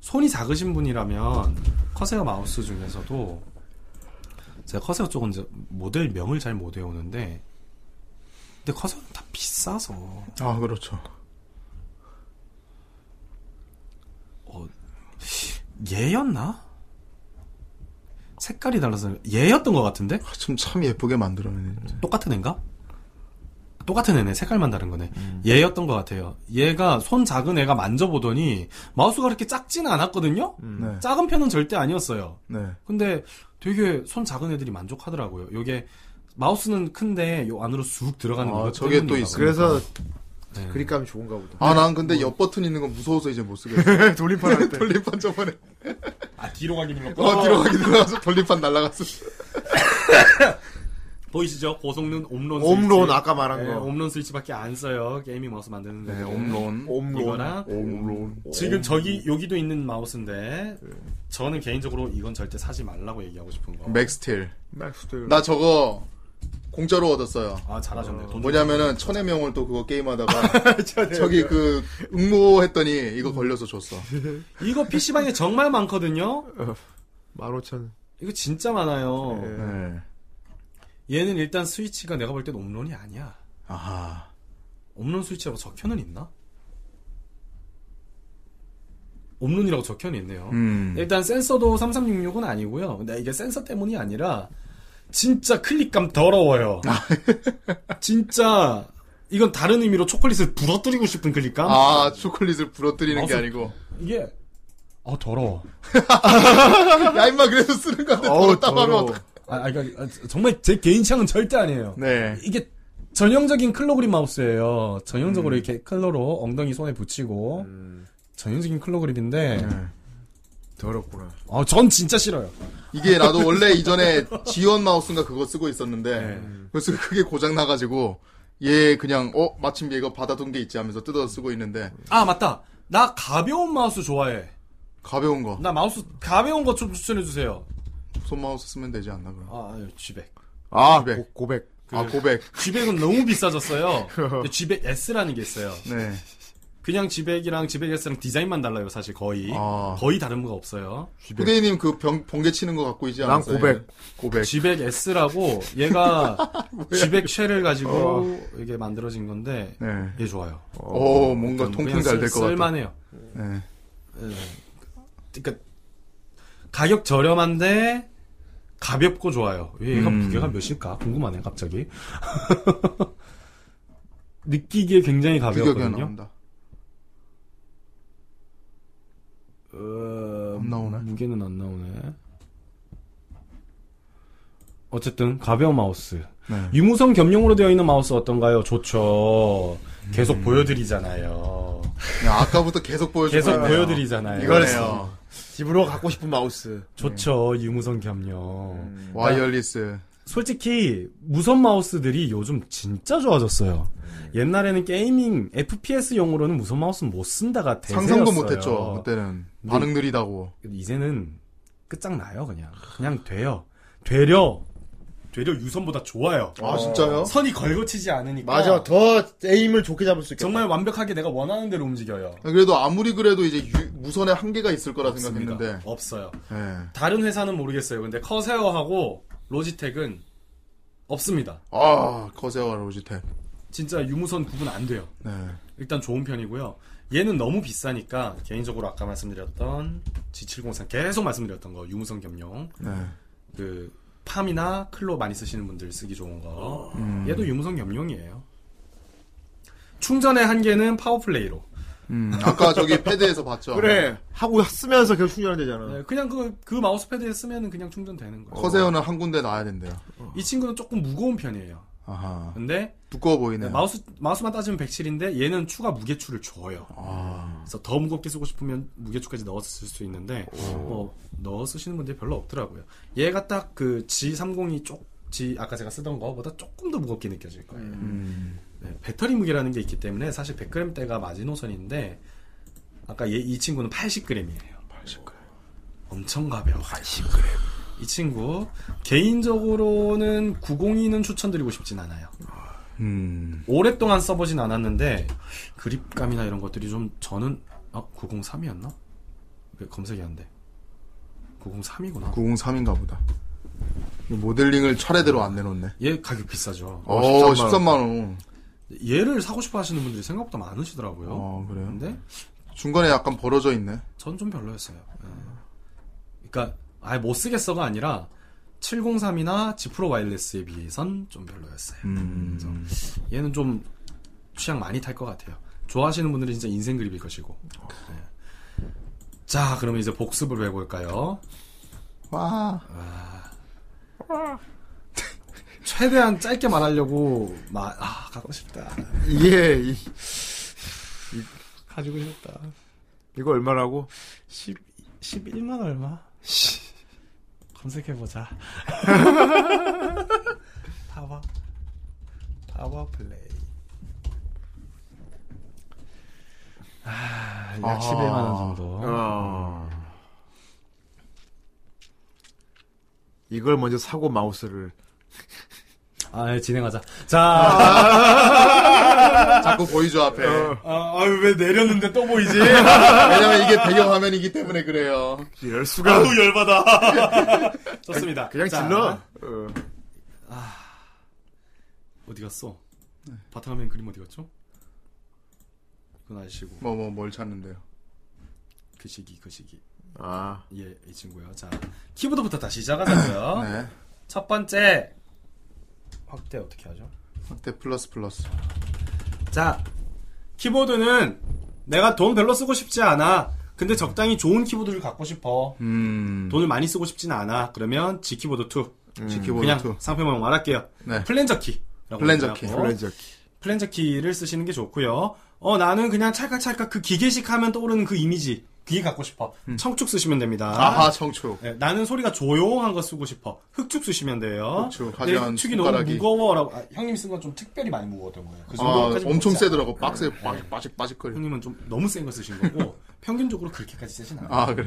[SPEAKER 9] 손이 작으신 분이라면 커세어 마우스 중에서도 제가 커세어 쪽은 이제 모델 명을 잘 못 외우는데 근데 커세어는 다 비싸서
[SPEAKER 2] 아 그렇죠
[SPEAKER 9] 어, 얘였나? 색깔이 달라서 얘였던 것 같은데?
[SPEAKER 2] 좀 참 예쁘게 만들어내네.
[SPEAKER 9] 똑같은 애인가? 똑같은 애네 색깔만 다른 거네 얘였던 것 같아요 얘가 손 작은 애가 만져보더니 마우스가 그렇게 작지는 않았거든요
[SPEAKER 2] 네.
[SPEAKER 9] 작은 편은 절대 아니었어요
[SPEAKER 2] 네.
[SPEAKER 9] 근데 되게 손 작은 애들이 만족하더라고요 요게 마우스는 큰데 요 안으로 쑥 들어가는
[SPEAKER 2] 아,
[SPEAKER 9] 거
[SPEAKER 2] 저게 또 있어요.
[SPEAKER 1] 그래서
[SPEAKER 9] 네.
[SPEAKER 1] 그립감이 좋은가 보다.
[SPEAKER 2] 아, 난 근데 옆 버튼 있는 건 무서워서 이제 못 쓰겠어. 네.
[SPEAKER 1] 돌림판 할 때.
[SPEAKER 2] 돌림판 저번에.
[SPEAKER 9] 아 뒤로 가기 눌렀고
[SPEAKER 2] 어, 뒤로 가기 눌러서 돌림판 날라갔어.
[SPEAKER 9] 보이시죠 고성능 옴론
[SPEAKER 1] 옴론, 아까 말한 거.
[SPEAKER 9] 네, 옴론 스위치밖에 안 써요 게이밍 마우스 만드는
[SPEAKER 2] 네,
[SPEAKER 9] 데들은.
[SPEAKER 2] 옴론.
[SPEAKER 9] 이거랑
[SPEAKER 2] 옴론. 네.
[SPEAKER 9] 지금 저기 여기도 있는 마우스인데 저는 개인적으로 이건 절대 사지 말라고 얘기하고 싶은 거.
[SPEAKER 2] 맥스틸.
[SPEAKER 1] 맥스틸.
[SPEAKER 2] 나 저거 공짜로 얻었어요.
[SPEAKER 9] 아 잘하셨네. 돈
[SPEAKER 2] 뭐냐면은 천의 명을 또 그거 게임하다가 저기 그 응모했더니 이거 걸려서 줬어.
[SPEAKER 9] 이거 PC방에 정말 많거든요.
[SPEAKER 1] 15,000.
[SPEAKER 9] 이거 진짜 많아요.
[SPEAKER 2] 네.
[SPEAKER 9] 얘는 일단 스위치가 내가 볼 땐 옴론이 아니야.
[SPEAKER 2] 아하.
[SPEAKER 9] 옴론 스위치라고 적혀는 있나? 옴론이라고 적혀는 있네요.
[SPEAKER 2] 음.
[SPEAKER 9] 일단 센서도 3366은 아니고요. 근데 이게 센서 때문이 아니라 진짜 클릭감 더러워요.
[SPEAKER 2] 아.
[SPEAKER 9] 진짜 이건 다른 의미로 초콜릿을 부러뜨리고 싶은 클릭감?
[SPEAKER 2] 아, 초콜릿을 부러뜨리는
[SPEAKER 9] 마우스-
[SPEAKER 2] 게 아니고.
[SPEAKER 9] 이게 아 더러워.
[SPEAKER 2] 야, 임마, 그래서 쓰는 건데, 더따하면 어떡해.
[SPEAKER 9] 아, 아, 그러니까, 아, 정말 제 개인 취향은 절대 아니에요.
[SPEAKER 2] 네.
[SPEAKER 9] 이게 전형적인 클로 그립 마우스예요. 전형적으로 이렇게 클로로 엉덩이 손에 붙이고 전형적인 클로 그립인데
[SPEAKER 1] 더럽구나.
[SPEAKER 9] 아, 전 진짜 싫어요.
[SPEAKER 2] 이게 나도 원래 이전에 지원 마우스인가 그거 쓰고 있었는데 그래서 그게 고장 나가지고 얘 그냥 어 마침 얘가 받아둔 게 있지 하면서 뜯어서 쓰고 있는데
[SPEAKER 9] 아 맞다. 나 가벼운 마우스 좋아해.
[SPEAKER 2] 가벼운 거
[SPEAKER 9] 나 마우스 가벼운 거 좀 추천해 주세요.
[SPEAKER 2] 손 마우스 쓰면 되지 않나 그럼
[SPEAKER 9] 아, 아유, G백.
[SPEAKER 1] 아,
[SPEAKER 2] 고백.
[SPEAKER 1] 고, 백
[SPEAKER 2] 아 고백
[SPEAKER 9] G백은 너무 비싸졌어요. 근데 G백 S라는 게 있어요.
[SPEAKER 2] 네
[SPEAKER 9] 그냥 G백이랑 G백 S랑 디자인만 달라요, 사실 거의.
[SPEAKER 2] 아.
[SPEAKER 9] 거의 다른 거가 없어요.
[SPEAKER 2] 후대인님 그 병, 번개 치는 거 갖고 있지
[SPEAKER 1] 난
[SPEAKER 2] 않았어요?
[SPEAKER 1] 고백.
[SPEAKER 2] 고백
[SPEAKER 9] G백 S라고 얘가 G백 쉘을 가지고 이게 만들어진 건데
[SPEAKER 2] 네오
[SPEAKER 9] 얘 좋아요.
[SPEAKER 2] 어, 뭔가
[SPEAKER 9] 그냥
[SPEAKER 2] 통풍 잘 될 것
[SPEAKER 9] 쓸-
[SPEAKER 2] 같아
[SPEAKER 9] 쓸만해요. 예.
[SPEAKER 2] 네.
[SPEAKER 9] 그러니까 가격 저렴한데 가볍고 좋아요. 얘가
[SPEAKER 2] 음.
[SPEAKER 9] 무게가 몇일까 궁금하네 갑자기. 느끼기에 굉장히
[SPEAKER 2] 규격이
[SPEAKER 9] 가벼웠거든요.
[SPEAKER 2] 나온다
[SPEAKER 9] 어,
[SPEAKER 2] 안 나오네.
[SPEAKER 9] 무게는 안 나오네. 어쨌든 가벼운 마우스.
[SPEAKER 2] 네.
[SPEAKER 9] 유무선 겸용으로 되어 있는 마우스 어떤가요? 좋죠. 계속 보여드리잖아요.
[SPEAKER 2] 야, 아까부터 음. 계속 보여주고
[SPEAKER 9] 계속
[SPEAKER 2] 있네요.
[SPEAKER 9] 보여드리잖아요.
[SPEAKER 2] 이거네요
[SPEAKER 1] 집으로 갖고 싶은 마우스.
[SPEAKER 9] 좋죠. 유무선 겸용.
[SPEAKER 2] 음. 와이어리스
[SPEAKER 9] 솔직히 무선 마우스들이 요즘 진짜 좋아졌어요.
[SPEAKER 2] 음.
[SPEAKER 9] 옛날에는 게이밍 FPS용으로는 무선 마우스는 못 쓴다가 대세였어요. 네.
[SPEAKER 2] 상상도 못했죠 그때는 반응 느리다고
[SPEAKER 9] 이제는 끝장나요 그냥. 그냥 돼요. 되려 되려 유선보다 좋아요.
[SPEAKER 2] 아 진짜요?
[SPEAKER 9] 선이 걸거치지 않으니까.
[SPEAKER 1] 맞아. 더 에임을 좋게 잡을 수 있겠다.
[SPEAKER 9] 어. 정말 완벽하게 내가 원하는 대로 움직여요.
[SPEAKER 2] 네, 그래도 아무리 그래도 이제 유- 무선의 한계가 있을 거라 생각했는데.
[SPEAKER 9] 없어요.
[SPEAKER 2] 예.
[SPEAKER 9] 다른 회사는 모르겠어요. 근데 커세어하고 로지텍은 없습니다.
[SPEAKER 2] 아, 커세와 로지텍.
[SPEAKER 9] 진짜 유무선 구분 안 돼요.
[SPEAKER 2] 네.
[SPEAKER 9] 일단 좋은 편이고요. 얘는 너무 비싸니까 개인적으로 아까 말씀드렸던 G703 계속 말씀드렸던 거 유무선 겸용
[SPEAKER 2] 네.
[SPEAKER 9] 그 팜이나 클로 많이 쓰시는 분들 쓰기 좋은 거
[SPEAKER 2] 음.
[SPEAKER 9] 얘도 유무선 겸용이에요. 충전의 한계는 파워플레이로
[SPEAKER 2] 음, 아까 저기 패드에서 봤죠.
[SPEAKER 1] 그래. 하고 쓰면서 계속 충전되잖아.
[SPEAKER 9] 네, 그냥 그, 그 마우스패드에 쓰면 그냥 충전되는 거예요.
[SPEAKER 2] 커세어는 한 군데 놔야 된대요.
[SPEAKER 9] 이 친구는 조금 무거운 편이에요.
[SPEAKER 2] 아하.
[SPEAKER 9] 근데
[SPEAKER 2] 두꺼워 보이네. 요
[SPEAKER 9] 마우스 마우스만 따지면 107인데 얘는 추가 무게추를 줘요.
[SPEAKER 2] 아.
[SPEAKER 9] 그래서 더 무겁게 쓰고 싶으면 무게추까지 넣어서 쓸 수 있는데 뭐 넣어 쓰시는 분들이 별로 없더라고요. 얘가 딱 그 G30이 쪽 G 아까 제가 쓰던 거보다 조금 더 무겁게 느껴질 거예요.
[SPEAKER 2] 음.
[SPEAKER 9] 네, 배터리 무게라는 게 있기 때문에 사실 100g대가 마지노선인데 아까 얘, 이 친구는 80g이에요. 80g. 엄청 가벼워. 80g. 이 친구 개인적으로는 902는 추천드리고 싶진 않아요.
[SPEAKER 2] 음.
[SPEAKER 9] 오랫동안 써보진 않았는데 그립감이나 이런 것들이 좀 저는 어 903이었나? 그 검색이 안 돼. 903이구나.
[SPEAKER 2] 903인가 보다. 모델링을 차례대로 안 내놓네.
[SPEAKER 9] 얘 가격 비싸죠.
[SPEAKER 2] 어, 13만
[SPEAKER 1] 13만
[SPEAKER 2] 원.
[SPEAKER 9] 얘를 사고 싶어 하시는 분들이 생각보다 많으시더라고요.
[SPEAKER 2] 어, 그래요?
[SPEAKER 9] 근데
[SPEAKER 2] 중간에 약간 벌어져 있네.
[SPEAKER 9] 전 좀 별로였어요. 예. 그러니까 아예 못 쓰겠어가 아니라 703이나 지프로 와일레스에 비해선 좀 별로였어요. 그래서 얘는 좀 취향 많이 탈 것 같아요. 좋아하시는 분들은 진짜 인생 그립일 것이고. 네. 자, 그러면 이제 복습을 해볼까요?
[SPEAKER 2] 와.
[SPEAKER 9] 최대한 짧게 말하려고 마, 아 가고 싶다.
[SPEAKER 1] 이게 이,
[SPEAKER 9] 가지고 싶다.
[SPEAKER 1] 이거 얼마라고?
[SPEAKER 9] 10, 11만 얼마? 검색해보자. 타봐. 타봐 플레이. 아, 약 11만 원 정도.
[SPEAKER 1] 어. 이걸 먼저 사고 마우스를
[SPEAKER 9] 아, 네, 진행하자. 아. 자.
[SPEAKER 2] 자꾸 보이죠 앞에.
[SPEAKER 9] 아, 아유, 왜 내렸는데 또 보이지?
[SPEAKER 2] 왜냐면 이게 배경 화면이기 때문에 그래요.
[SPEAKER 1] 이럴 수가. 아우,
[SPEAKER 9] 열받아. 좋습니다.
[SPEAKER 1] 그냥
[SPEAKER 9] 자.
[SPEAKER 1] 질러.
[SPEAKER 9] 어디 갔어? 바탕화면 그림 어디 갔죠? 그건 아시고.
[SPEAKER 2] 뭐 뭐 뭘 찾는데요?
[SPEAKER 9] 그 시기, 그 시기.
[SPEAKER 1] 아.
[SPEAKER 9] 예, 이 친구요. 자, 키보드부터 다시 시작하자고요.
[SPEAKER 2] 네.
[SPEAKER 9] 첫 번째. 확대 어떻게 하죠?
[SPEAKER 2] 확대 플러스 플러스.
[SPEAKER 9] 자, 키보드는 내가 돈 별로 쓰고 싶지 않아. 근데 적당히 좋은 키보드를 갖고 싶어.
[SPEAKER 2] 음.
[SPEAKER 9] 돈을 많이 쓰고 싶진 않아. 그러면 지키보드 2.
[SPEAKER 2] 음. 지키보드
[SPEAKER 9] 그냥
[SPEAKER 2] 2.
[SPEAKER 9] 상표명 말할게요.
[SPEAKER 2] 네.
[SPEAKER 9] 플랜저 뭐? 키라고
[SPEAKER 2] 플랜저 키.
[SPEAKER 1] 플랜저 키.
[SPEAKER 9] 플랜저 키를 쓰시는 게 좋고요. 어, 나는 그냥 찰칵찰칵 그 기계식 하면 떠오르는 그 이미지. 그게 갖고 싶어. 청축 쓰시면 됩니다.
[SPEAKER 2] 아하 청초.
[SPEAKER 9] 예, 나는 소리가 조용한 거 쓰고 싶어. 흑축 쓰시면 돼요.
[SPEAKER 2] 흑축,
[SPEAKER 9] 근데
[SPEAKER 2] 화려한
[SPEAKER 9] 흑축이 너무
[SPEAKER 2] 그렇죠. 손가락이.
[SPEAKER 9] 무거워라고. 아, 형님 쓴 건 좀 특별히 많이 무거웠던 거예요. 그
[SPEAKER 2] 아,
[SPEAKER 9] 정도까지
[SPEAKER 2] 엄청
[SPEAKER 9] 무겁지 않아요.
[SPEAKER 2] 세더라고. 박스에
[SPEAKER 9] 예,
[SPEAKER 2] 빠직 빠직 빠직거려.
[SPEAKER 9] 형님은 좀 너무 센 거 쓰신 거고 평균적으로 그렇게까지 세진 않아요.
[SPEAKER 2] 아 그래.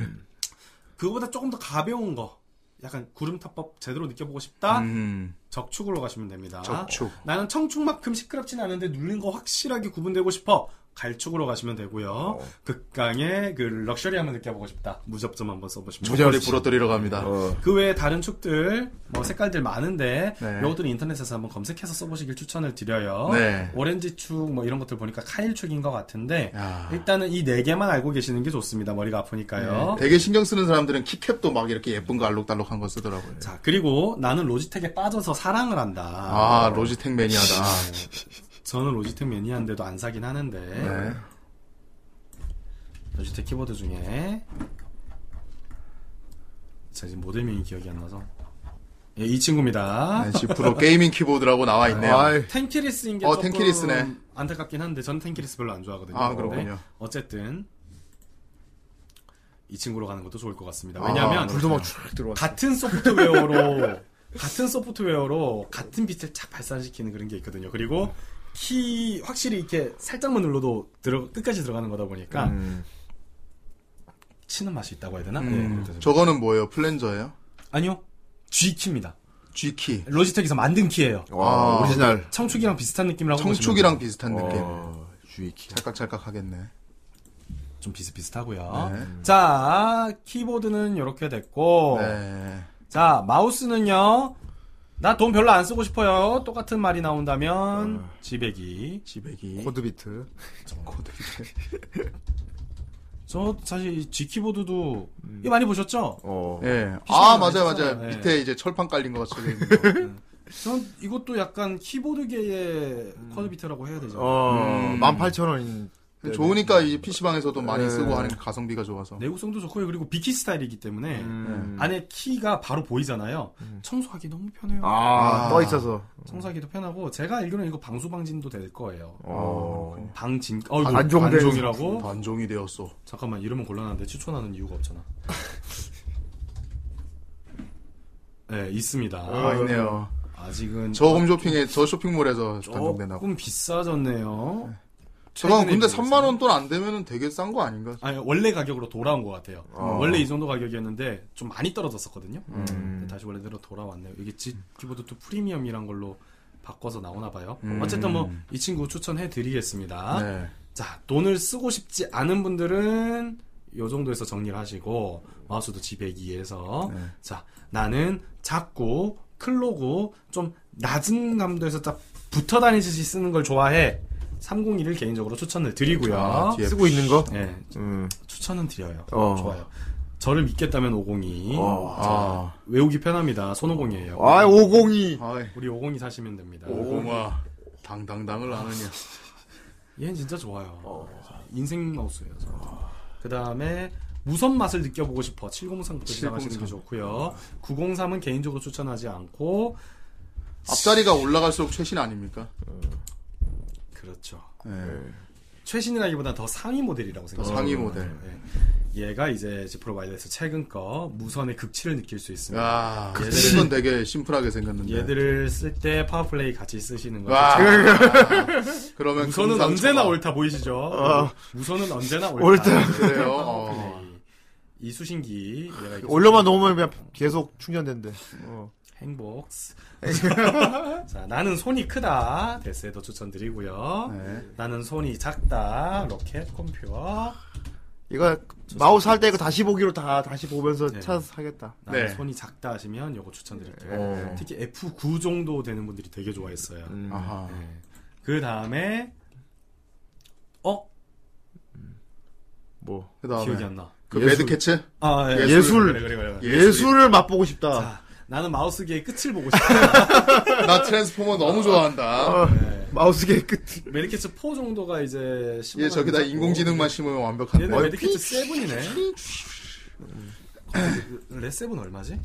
[SPEAKER 9] 그거보다 조금 더 가벼운 거. 약간 구름 타법 제대로 느껴보고 싶다.
[SPEAKER 2] 음.
[SPEAKER 9] 적축으로 가시면 됩니다.
[SPEAKER 2] 적축.
[SPEAKER 9] 나는 청축만큼 시끄럽진 않은데 눌린 거 확실하게 구분되고 싶어. 갈축으로 가시면 되고요.
[SPEAKER 2] 어.
[SPEAKER 9] 극강의 그 럭셔리함을 느껴보고 싶다. 무접점 한번 써보시면
[SPEAKER 2] 조절이 부러뜨리러 갑니다.
[SPEAKER 9] 그 외에 다른 축들, 뭐 색깔들 많은데
[SPEAKER 2] 네.
[SPEAKER 9] 이것들은 인터넷에서 한번 검색해서 써보시길 추천을 드려요.
[SPEAKER 2] 네.
[SPEAKER 9] 오렌지 축, 뭐 이런 것들 보니까 카일 축인 것 같은데
[SPEAKER 2] 야.
[SPEAKER 9] 일단은 이 네 개만 알고 계시는 게 좋습니다. 머리가 아프니까요.
[SPEAKER 2] 네. 되게 신경 쓰는 사람들은 키캡도 막 이렇게 예쁜 거 알록달록한 거 쓰더라고요.
[SPEAKER 9] 자, 그리고 나는 로지텍에 빠져서 사랑을 한다.
[SPEAKER 2] 아 로지텍 매니아다.
[SPEAKER 9] 저는 로지텍 매니아인데도 안 사긴 하는데
[SPEAKER 2] 네.
[SPEAKER 9] 로지텍 키보드 중에 자 지금 모델명이 기억이 안 나서 예, 이 친구입니다.
[SPEAKER 2] 네, 지프로 게이밍 키보드라고 나와 있네요.
[SPEAKER 9] 텐키리스인 게
[SPEAKER 2] 어,
[SPEAKER 9] 조금
[SPEAKER 2] 텐키리스네.
[SPEAKER 9] 안타깝긴 한데 저는 텐키리스 별로 안 좋아하거든요.
[SPEAKER 2] 아, 그렇군요.
[SPEAKER 9] 네. 어쨌든 이 친구로 가는 것도 좋을 것 같습니다.
[SPEAKER 1] 아,
[SPEAKER 9] 왜냐하면
[SPEAKER 1] 불도 막쭉 들어왔어.
[SPEAKER 9] 같은 소프트웨어로 같은 소프트웨어로 같은 빛을 착 발산시키는 그런 게 있거든요. 그리고 키 확실히 이렇게 살짝만 눌러도 들어 끝까지 들어가는 거다 보니까
[SPEAKER 1] 음.
[SPEAKER 9] 치는 맛이 있다고 해야 되나?
[SPEAKER 2] 음.
[SPEAKER 9] 네,
[SPEAKER 2] 저거는 뭐예요? 플랜저예요?
[SPEAKER 9] 아니요 G 키입니다.
[SPEAKER 2] G 키.
[SPEAKER 9] 로지텍에서 만든 키예요.
[SPEAKER 1] 와,
[SPEAKER 2] 아,
[SPEAKER 1] 오리지널.
[SPEAKER 9] 청축이랑 비슷한 느낌이라고
[SPEAKER 2] 청축이랑
[SPEAKER 9] 보시면 돼요.
[SPEAKER 2] 비슷한 느낌.
[SPEAKER 1] 어, 주의키.
[SPEAKER 2] 찰칵찰칵 하겠네.
[SPEAKER 9] 좀 비슷비슷하고요.
[SPEAKER 2] 네.
[SPEAKER 9] 자 키보드는 이렇게 됐고
[SPEAKER 2] 네.
[SPEAKER 9] 자 마우스는요. 나 돈 별로 안 쓰고 싶어요. 똑같은 말이
[SPEAKER 1] 어.
[SPEAKER 9] 나온다면 지배기.
[SPEAKER 2] 지배기.
[SPEAKER 1] 코드 비트.
[SPEAKER 2] 코드 비트.
[SPEAKER 9] 저 사실 이 G키보드도 이거 많이 보셨죠?
[SPEAKER 1] 음. 어.
[SPEAKER 2] 예.
[SPEAKER 9] PC방
[SPEAKER 2] 아,
[SPEAKER 9] 에
[SPEAKER 2] 맞아요,
[SPEAKER 9] 있었잖아요.
[SPEAKER 2] 맞아요.
[SPEAKER 9] 네.
[SPEAKER 2] 밑에 이제 철판 깔린 것 같이 있는
[SPEAKER 9] 전 이것도 약간 키보드계의 쿼드비트라고 해야 되죠.
[SPEAKER 1] 음. 어,
[SPEAKER 2] 음.
[SPEAKER 1] 18,000원인.
[SPEAKER 2] 거. 좋으니까 이 PC방에서도 많이
[SPEAKER 1] 네.
[SPEAKER 2] 쓰고 하는 가성비가 좋아서.
[SPEAKER 9] 내구성도 좋고요. 그리고 비키 스타일이기 때문에
[SPEAKER 1] 음.
[SPEAKER 9] 안에 키가 바로 보이잖아요. 청소하기 너무 편해요.
[SPEAKER 1] 아,
[SPEAKER 2] 아.
[SPEAKER 1] 떠 있어서.
[SPEAKER 9] 청소하기도 편하고 제가 알기로는 이거 방수방진도 될 거예요.
[SPEAKER 1] 어.
[SPEAKER 9] 방진, 어, 이거
[SPEAKER 1] 반종된-
[SPEAKER 9] 반종이라고?
[SPEAKER 2] 반종이 되었어.
[SPEAKER 9] 잠깐만 이러면 곤란한데 추천하는 이유가 없잖아. 네 있습니다.
[SPEAKER 2] 아, 있네요.
[SPEAKER 9] 아직은
[SPEAKER 2] 저홈 쇼핑에, 저 쇼핑몰에서 반종된다고.
[SPEAKER 9] 조금 비싸졌네요.
[SPEAKER 2] 잠깐
[SPEAKER 9] 최근에
[SPEAKER 2] 근데
[SPEAKER 9] 비해서.
[SPEAKER 2] 3만원 돈 안 되면은 되게 싼 거 아닌가?
[SPEAKER 9] 아니 원래 가격으로 돌아온 것 같아요. 원래 이 정도 가격이었는데 좀 많이 떨어졌었거든요.
[SPEAKER 2] 음.
[SPEAKER 9] 근데 다시 원래대로 돌아왔네요. 이게 지 키보드 2 프리미엄이란 걸로 바꿔서 나오나 봐요.
[SPEAKER 2] 음.
[SPEAKER 9] 어쨌든 뭐 이 친구 추천해 드리겠습니다.
[SPEAKER 2] 네.
[SPEAKER 9] 자 돈을 쓰고 싶지 않은 분들은 요 정도에서 정리를 하시고 마우스도 지배기에서
[SPEAKER 2] 네.
[SPEAKER 9] 자 나는 작고 클로고 좀 낮은 감도에서 딱 붙어 다니듯이 쓰는 걸 좋아해. 301을 개인적으로 추천을 드리고요.
[SPEAKER 2] 아, 뒤에
[SPEAKER 1] 쓰고 있는 거?
[SPEAKER 9] 예,
[SPEAKER 1] 예. 음.
[SPEAKER 9] 추천은 드려요.
[SPEAKER 1] 어.
[SPEAKER 9] 좋아요. 저를 믿겠다면 502. 자, 외우기 편합니다. 손오공이에요.
[SPEAKER 2] 아, 502.
[SPEAKER 9] 우리 502 사시면 됩니다.
[SPEAKER 2] 오공아. 당당당을 아느냐.
[SPEAKER 9] 얘는 진짜 좋아요.
[SPEAKER 2] 어.
[SPEAKER 9] 인생 마우스예요. 그 다음에 무선 맛을 느껴보고 싶어. 703까지 나가시는 게
[SPEAKER 2] 703.
[SPEAKER 9] 좋고요. 903은 개인적으로 추천하지 않고
[SPEAKER 2] 앞자리가 올라갈수록 최신 아닙니까? 네.
[SPEAKER 9] 그렇죠. 최신이라기보다 더 상위 모델이라고 생각해요.
[SPEAKER 2] 상위 모델.
[SPEAKER 9] 예. 얘가 이제 지프로 와이드에서 최근 거 무선의 극치를 느낄 수 있습니다.
[SPEAKER 2] 아, 극치는 되게 심플하게 생겼는데.
[SPEAKER 9] 얘들을 쓸 때 파워플레이 같이 쓰시는 거죠.
[SPEAKER 2] 와.
[SPEAKER 9] 제가-
[SPEAKER 2] 그러면
[SPEAKER 9] 무선은
[SPEAKER 2] 금상
[SPEAKER 9] 언제나
[SPEAKER 2] 쳐봐.
[SPEAKER 9] 옳다 보이시죠?
[SPEAKER 2] 어.
[SPEAKER 9] 무선은 언제나 옳다.
[SPEAKER 1] 옳다.
[SPEAKER 2] 그래요?
[SPEAKER 9] 파워플레이. 이 수신기 얘가 이렇게
[SPEAKER 1] 올려만 놓으면 그냥 계속 충전된대. 어.
[SPEAKER 9] 행복. 네. 자, 나는 손이 크다. 데스에도
[SPEAKER 2] 네.
[SPEAKER 9] 추천드리고요. 나는 손이 작다. 로켓 컴퓨어.
[SPEAKER 1] 이거 마우스 할 때 이거 다시 보기로 다 다시 보면서
[SPEAKER 9] 네.
[SPEAKER 1] 찾아서 하겠다.
[SPEAKER 9] 나는 손이 작다 하시면 이거 추천드릴게요.
[SPEAKER 2] 어.
[SPEAKER 1] 네.
[SPEAKER 9] 특히 F9 정도 되는 분들이 되게 좋아했어요.
[SPEAKER 2] 아하.
[SPEAKER 9] 그 다음에 어?
[SPEAKER 1] 뭐?
[SPEAKER 2] 그다음에
[SPEAKER 9] 기억이 안 나.
[SPEAKER 2] 그 예술. 매드캐치?
[SPEAKER 9] 아, 예.
[SPEAKER 1] 예술.
[SPEAKER 9] 그래, 그래, 그래, 그래.
[SPEAKER 1] 예술을 맛보고 싶다.
[SPEAKER 9] 나는 마우스계의 끝을 보고 싶다.
[SPEAKER 2] 나 트랜스포머 너무 좋아한다.
[SPEAKER 1] 마우스계의 끝.
[SPEAKER 9] 메리케츠 4 네. 정도가 이제
[SPEAKER 2] 얘 예, 저기다 인공지능만 심으면 완벽한데.
[SPEAKER 9] 얘는 메디케츠 7이네. 그 레7 얼마지?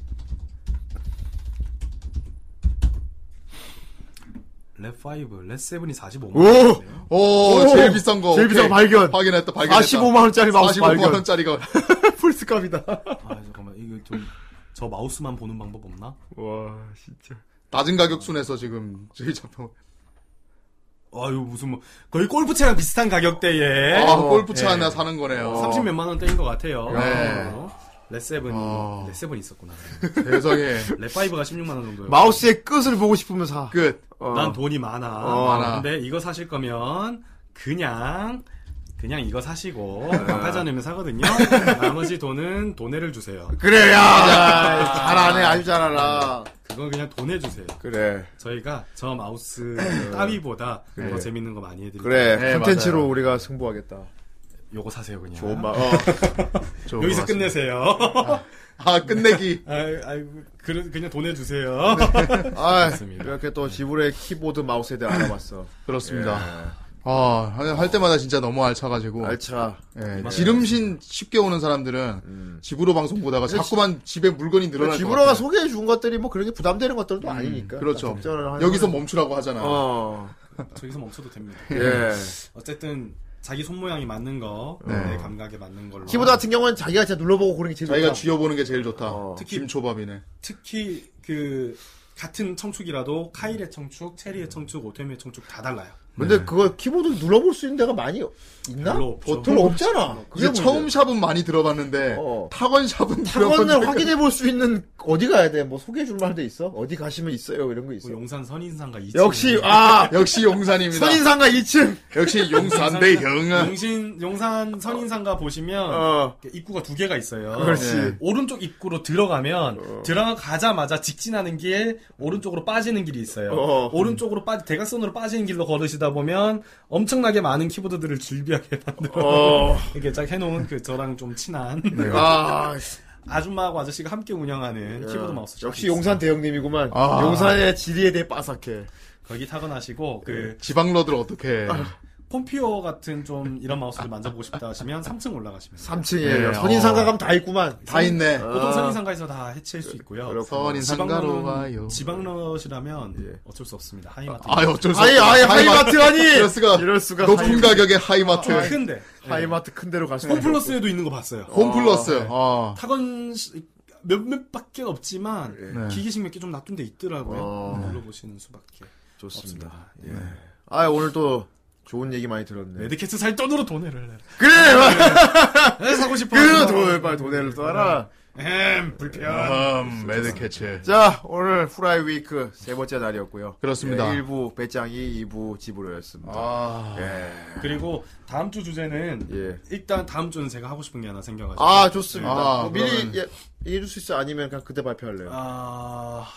[SPEAKER 9] 랩5, 랩7이 45만 원.
[SPEAKER 2] 오! 오! 제일 비싼 거.
[SPEAKER 1] 제일 비싼 거
[SPEAKER 2] 오케이.
[SPEAKER 1] 발견.
[SPEAKER 2] 확인했다, 발견했다.
[SPEAKER 1] 45만 원짜리 마우스
[SPEAKER 2] 45만
[SPEAKER 1] 발견.
[SPEAKER 2] 원짜리가.
[SPEAKER 1] 풀스값이다.
[SPEAKER 9] 아, 잠깐만. 이거 좀 저 마우스만 보는 방법 없나?
[SPEAKER 1] 와, 진짜.
[SPEAKER 2] 낮은 가격 순에서 지금 제일 잡혀.
[SPEAKER 9] 아유, 무슨 뭐 거의 골프채랑 비슷한 가격대에
[SPEAKER 2] 아, 골프차
[SPEAKER 9] 예.
[SPEAKER 2] 하나 사는 거네요.
[SPEAKER 9] 30 몇만 원대인 것 같아요.
[SPEAKER 2] 네.
[SPEAKER 9] 레세븐,
[SPEAKER 2] 어.
[SPEAKER 9] 레세븐 있었구나.
[SPEAKER 2] 세상에.
[SPEAKER 9] 레파이브가 16만 원 정도요.
[SPEAKER 1] 마우스의 끝을 보고 싶으면 사.
[SPEAKER 2] 끝.
[SPEAKER 1] 어.
[SPEAKER 9] 난 돈이 많아.
[SPEAKER 1] 어.
[SPEAKER 9] 많아. 근데 이거 사실 거면 그냥 그냥 이거 사시고
[SPEAKER 1] 네.
[SPEAKER 9] 방파자 내면 사거든요. 나머지 돈은 돈해를 주세요.
[SPEAKER 1] 그래, 야.
[SPEAKER 2] 아,
[SPEAKER 1] 아, 잘하네. 아주 잘하라.
[SPEAKER 9] 그건 그냥 돈해 주세요.
[SPEAKER 1] 그래.
[SPEAKER 9] 저희가 저 마우스 따위보다 더 재밌는 거 많이 해드릴게요.
[SPEAKER 1] 네. 그래.
[SPEAKER 2] 네,
[SPEAKER 1] 컨텐츠로
[SPEAKER 2] 맞아요.
[SPEAKER 1] 우리가 승부하겠다.
[SPEAKER 9] 요거 사세요 그냥.
[SPEAKER 1] 좋은 마. 어.
[SPEAKER 2] 좋은 것 같습니다.
[SPEAKER 9] 여기서 끝내세요.
[SPEAKER 2] 아, 끝내기.
[SPEAKER 9] 아, 아이고, 그래, 그냥 돈해 주세요.
[SPEAKER 1] 아,
[SPEAKER 9] 맞습니다.
[SPEAKER 1] 이렇게 또 지불의 키보드 마우스에 대해
[SPEAKER 2] 음.
[SPEAKER 1] 알아봤어.
[SPEAKER 2] 그렇습니다. 아, 할, 할 때마다 진짜 너무 알차가지고.
[SPEAKER 1] 예. 알차.
[SPEAKER 2] 예, 지름신 쉽게 오는 사람들은
[SPEAKER 1] 음.
[SPEAKER 2] 집으로 방송 보다가 자꾸만 집에 물건이 늘어날
[SPEAKER 1] 그러니까
[SPEAKER 2] 것
[SPEAKER 1] 지브로가
[SPEAKER 2] 같아요.
[SPEAKER 1] 소개해 준 것들이 뭐 그렇게 부담되는 것들도 아니니까. 그러니까
[SPEAKER 2] 그렇죠.
[SPEAKER 1] 적절한 한도.
[SPEAKER 2] 여기서 멈추라고 하잖아요.
[SPEAKER 1] 어.
[SPEAKER 9] 저기서 멈춰도 됩니다.
[SPEAKER 1] 예.
[SPEAKER 9] 어쨌든 자기 손 모양이 맞는 거, 내 감각에 맞는 걸로.
[SPEAKER 1] 네. 키보드 같은 경우는 자기가 진짜 눌러보고 고르는 게 제일
[SPEAKER 2] 자기가
[SPEAKER 1] 좋다.
[SPEAKER 2] 쥐어보는 게 제일 좋다.
[SPEAKER 1] 그러니까. 어.
[SPEAKER 9] 특히-
[SPEAKER 2] 김초밥이네.
[SPEAKER 9] 특히 그 같은 청축이라도 카일의 청축, 체리의 청축, 오테미의 청축 다 달라요. 뭐
[SPEAKER 1] 근데
[SPEAKER 2] 네.
[SPEAKER 1] 그거 키보드 눌러볼 수 있는 데가 많이 있나?
[SPEAKER 9] 별로 없죠.
[SPEAKER 1] 보통 없잖아.
[SPEAKER 2] 이제 처음 샵은 많이 들어봤는데
[SPEAKER 1] 어.
[SPEAKER 2] 타건
[SPEAKER 1] 학원을
[SPEAKER 2] 샵은 들어봤는데
[SPEAKER 1] 확인해 볼 수 있는 어디 가야 돼? 뭐 소개해 줄 만한 데 있어? 어디 가시면 있어요? 이런 거 있어.
[SPEAKER 9] 뭐 용산 선인상가 2층.
[SPEAKER 1] 역시 아
[SPEAKER 2] 역시 용산입니다.
[SPEAKER 1] 선인상가 2층.
[SPEAKER 2] 역시 용산대형은
[SPEAKER 9] 용신 용산 선인상가 보시면
[SPEAKER 1] 네. 어.
[SPEAKER 9] 이렇게 입구가 두 개가 있어요.
[SPEAKER 1] 그렇지.
[SPEAKER 9] 네. 오른쪽 입구로 들어가면 들어가자마자 직진하는 길, 오른쪽으로 빠지는 길이 있어요.
[SPEAKER 1] 어.
[SPEAKER 9] 오른쪽으로 빠 대각선으로 빠지는 길로 걸으시다 보면 엄청나게 많은 키보드들을 즐비하게 만들어
[SPEAKER 1] 어.
[SPEAKER 9] 이렇게 쫙 해놓은 그 저랑 좀 친한
[SPEAKER 1] 아 예.
[SPEAKER 9] 아줌마하고 아저씨가 함께 운영하는 키보드 마우스 샵이
[SPEAKER 1] 역시
[SPEAKER 9] 있어요.
[SPEAKER 1] 용산 대형님이구만.
[SPEAKER 2] 아.
[SPEAKER 1] 용산의 지리에 대해 빠삭해.
[SPEAKER 9] 거기 타건하시고
[SPEAKER 1] 네.
[SPEAKER 9] 그
[SPEAKER 2] 지방러들 어떻게
[SPEAKER 1] 아,
[SPEAKER 9] 폼피어 같은 좀 이런 마우스를 만져보고 싶다 하시면 3층 올라가시면 돼요.
[SPEAKER 1] 3층에
[SPEAKER 2] 네,
[SPEAKER 1] 선인상가
[SPEAKER 2] 어.
[SPEAKER 1] 가면 다 있구만.
[SPEAKER 2] 다 있네. 어.
[SPEAKER 9] 보통 선인상가에서 다 해체할 수 있고요. 네.
[SPEAKER 2] 선인 상가로 가요.
[SPEAKER 9] 지방럿이라면
[SPEAKER 1] 예.
[SPEAKER 9] 어쩔 수 없습니다. 하이마트.
[SPEAKER 2] 아유 어쩔 수
[SPEAKER 1] 아예
[SPEAKER 2] 없다.
[SPEAKER 1] 아예
[SPEAKER 2] 하이마트.
[SPEAKER 1] 하이마트 아니.
[SPEAKER 2] 이럴 수가.
[SPEAKER 1] 이럴 수가.
[SPEAKER 2] 높은
[SPEAKER 1] 하이마트.
[SPEAKER 2] 가격의
[SPEAKER 1] 아,
[SPEAKER 2] 하이마트.
[SPEAKER 1] 네.
[SPEAKER 9] 좀 큰데. 예.
[SPEAKER 1] 하이마트 큰 데로 갈수
[SPEAKER 9] 홈플러스에도 있는 거 봤어요.
[SPEAKER 1] 네.
[SPEAKER 2] 홈플러스. 아.
[SPEAKER 9] 타건 시- 몇몇 밖에 없지만
[SPEAKER 2] 네.
[SPEAKER 9] 기계식 몇 개 좀 놔둔 데 있더라고요. 네,
[SPEAKER 1] 어.
[SPEAKER 9] 눌러보시는 수밖에.
[SPEAKER 1] 좋습니다.
[SPEAKER 9] 없습니다. 예.
[SPEAKER 1] 아 오늘 또 좋은 얘기 많이 들었네.
[SPEAKER 9] 레드캐스 살 돈으로 돈을 내라.
[SPEAKER 1] 그래.
[SPEAKER 9] 에, 사고 싶어.
[SPEAKER 1] 그 돈을 빨리 돈을 써라.
[SPEAKER 9] 음, 불편.
[SPEAKER 2] 음, 매드캐치.
[SPEAKER 1] 자 오늘 후라이 위크 세 번째 날이었고요.
[SPEAKER 2] 그렇습니다.
[SPEAKER 1] 예, 1부 배짱이 2부 지브로였습니다.
[SPEAKER 2] 아.
[SPEAKER 1] 예.
[SPEAKER 9] 그리고 다음 주 주제는
[SPEAKER 1] 예.
[SPEAKER 9] 일단 다음 주는 제가 하고 싶은 게 하나 생겨가지고.
[SPEAKER 1] 아 좋습니다.
[SPEAKER 2] 아,
[SPEAKER 1] 뭐 미리
[SPEAKER 2] 그러면-
[SPEAKER 1] 예, 얘기해 줄 수 있어? 아니면 그냥 그때 발표할래요?
[SPEAKER 9] 아,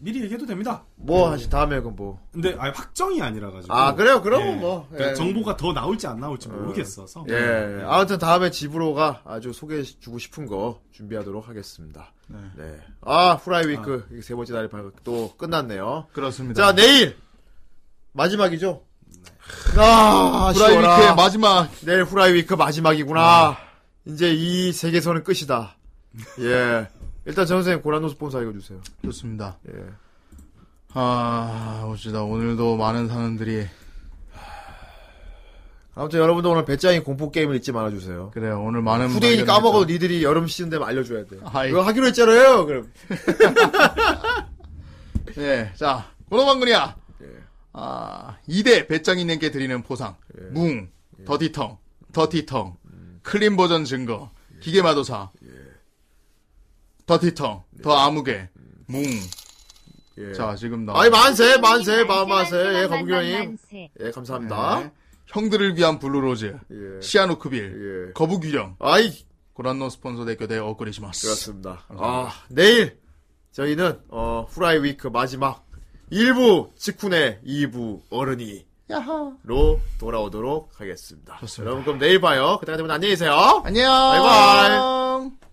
[SPEAKER 11] 미리 얘기해도 됩니다.
[SPEAKER 1] 뭐 하시 다음에 그럼 뭐.
[SPEAKER 11] 근데 아예 확정이 아니라 가지고.
[SPEAKER 1] 아, 그래요? 그러면
[SPEAKER 11] 예.
[SPEAKER 1] 뭐,
[SPEAKER 11] 그러니까
[SPEAKER 1] 예.
[SPEAKER 11] 정보가 더 나올지 안 나올지 모르겠어서.
[SPEAKER 1] 예. 아무튼 다음에 집으로가 아주 소개해 주고 싶은 거 준비하도록 하겠습니다. 네. 아, 후라이 위크. 이게 세 번째 날이 밝- 또 끝났네요.
[SPEAKER 2] 그렇습니다.
[SPEAKER 1] 자, 내일! 마지막이죠? 아,
[SPEAKER 2] 후라이
[SPEAKER 1] 아쉬워라.
[SPEAKER 2] 위크의 마지막.
[SPEAKER 1] 내일 후라이 위크 마지막이구나. 이제 이 세계선은 끝이다. 예. 일단 전 선생님 고란노 스폰서 읽어주세요.
[SPEAKER 2] 좋습니다.
[SPEAKER 1] 예.
[SPEAKER 2] 아, 봅시다. 오늘도 많은 사람들이
[SPEAKER 1] 아무튼 여러분도 오늘 배짱이 공포 게임을 잊지 말아주세요.
[SPEAKER 2] 그래 오늘 많은
[SPEAKER 1] 후대인이
[SPEAKER 2] 발견을
[SPEAKER 1] 까먹어도 니들이 여름 시즌 되면 알려줘야 돼.
[SPEAKER 2] 아이.
[SPEAKER 1] 이거 하기로 했잖아요. 그럼.
[SPEAKER 2] 했다. 예, 자 고노방군이야. 아 2대 배짱이님께 드리는 포상.
[SPEAKER 1] 예.
[SPEAKER 2] 뭉, 더티텅, 더티텅, 클린 버전 증거,
[SPEAKER 1] 예.
[SPEAKER 2] 기계마도사, 더티텅, 더 아무개, 뭉.
[SPEAKER 1] 음. 예.
[SPEAKER 2] 자 지금 나.
[SPEAKER 1] 아이 만세 만세 마마세
[SPEAKER 10] 만세,
[SPEAKER 1] 예 감독님.
[SPEAKER 10] 만세.
[SPEAKER 1] 예 감사합니다.
[SPEAKER 2] 네. 형들을 위한 블루로즈,
[SPEAKER 1] 예.
[SPEAKER 2] 시아노크빌,
[SPEAKER 1] 예.
[SPEAKER 2] 거북유령,
[SPEAKER 1] 아이
[SPEAKER 2] 고란노 스폰서 대교 대 어그리시마스.
[SPEAKER 1] 그렇습니다. 아 내일 저희는 어, 후라이 위크 마지막 1부 직후네 2부 어른이로 돌아오도록 하겠습니다.
[SPEAKER 2] 좋습니다.
[SPEAKER 1] 여러분 그럼 내일 봐요. 그때가 되면 안녕히 계세요.
[SPEAKER 2] 안녕.
[SPEAKER 1] 바이바이.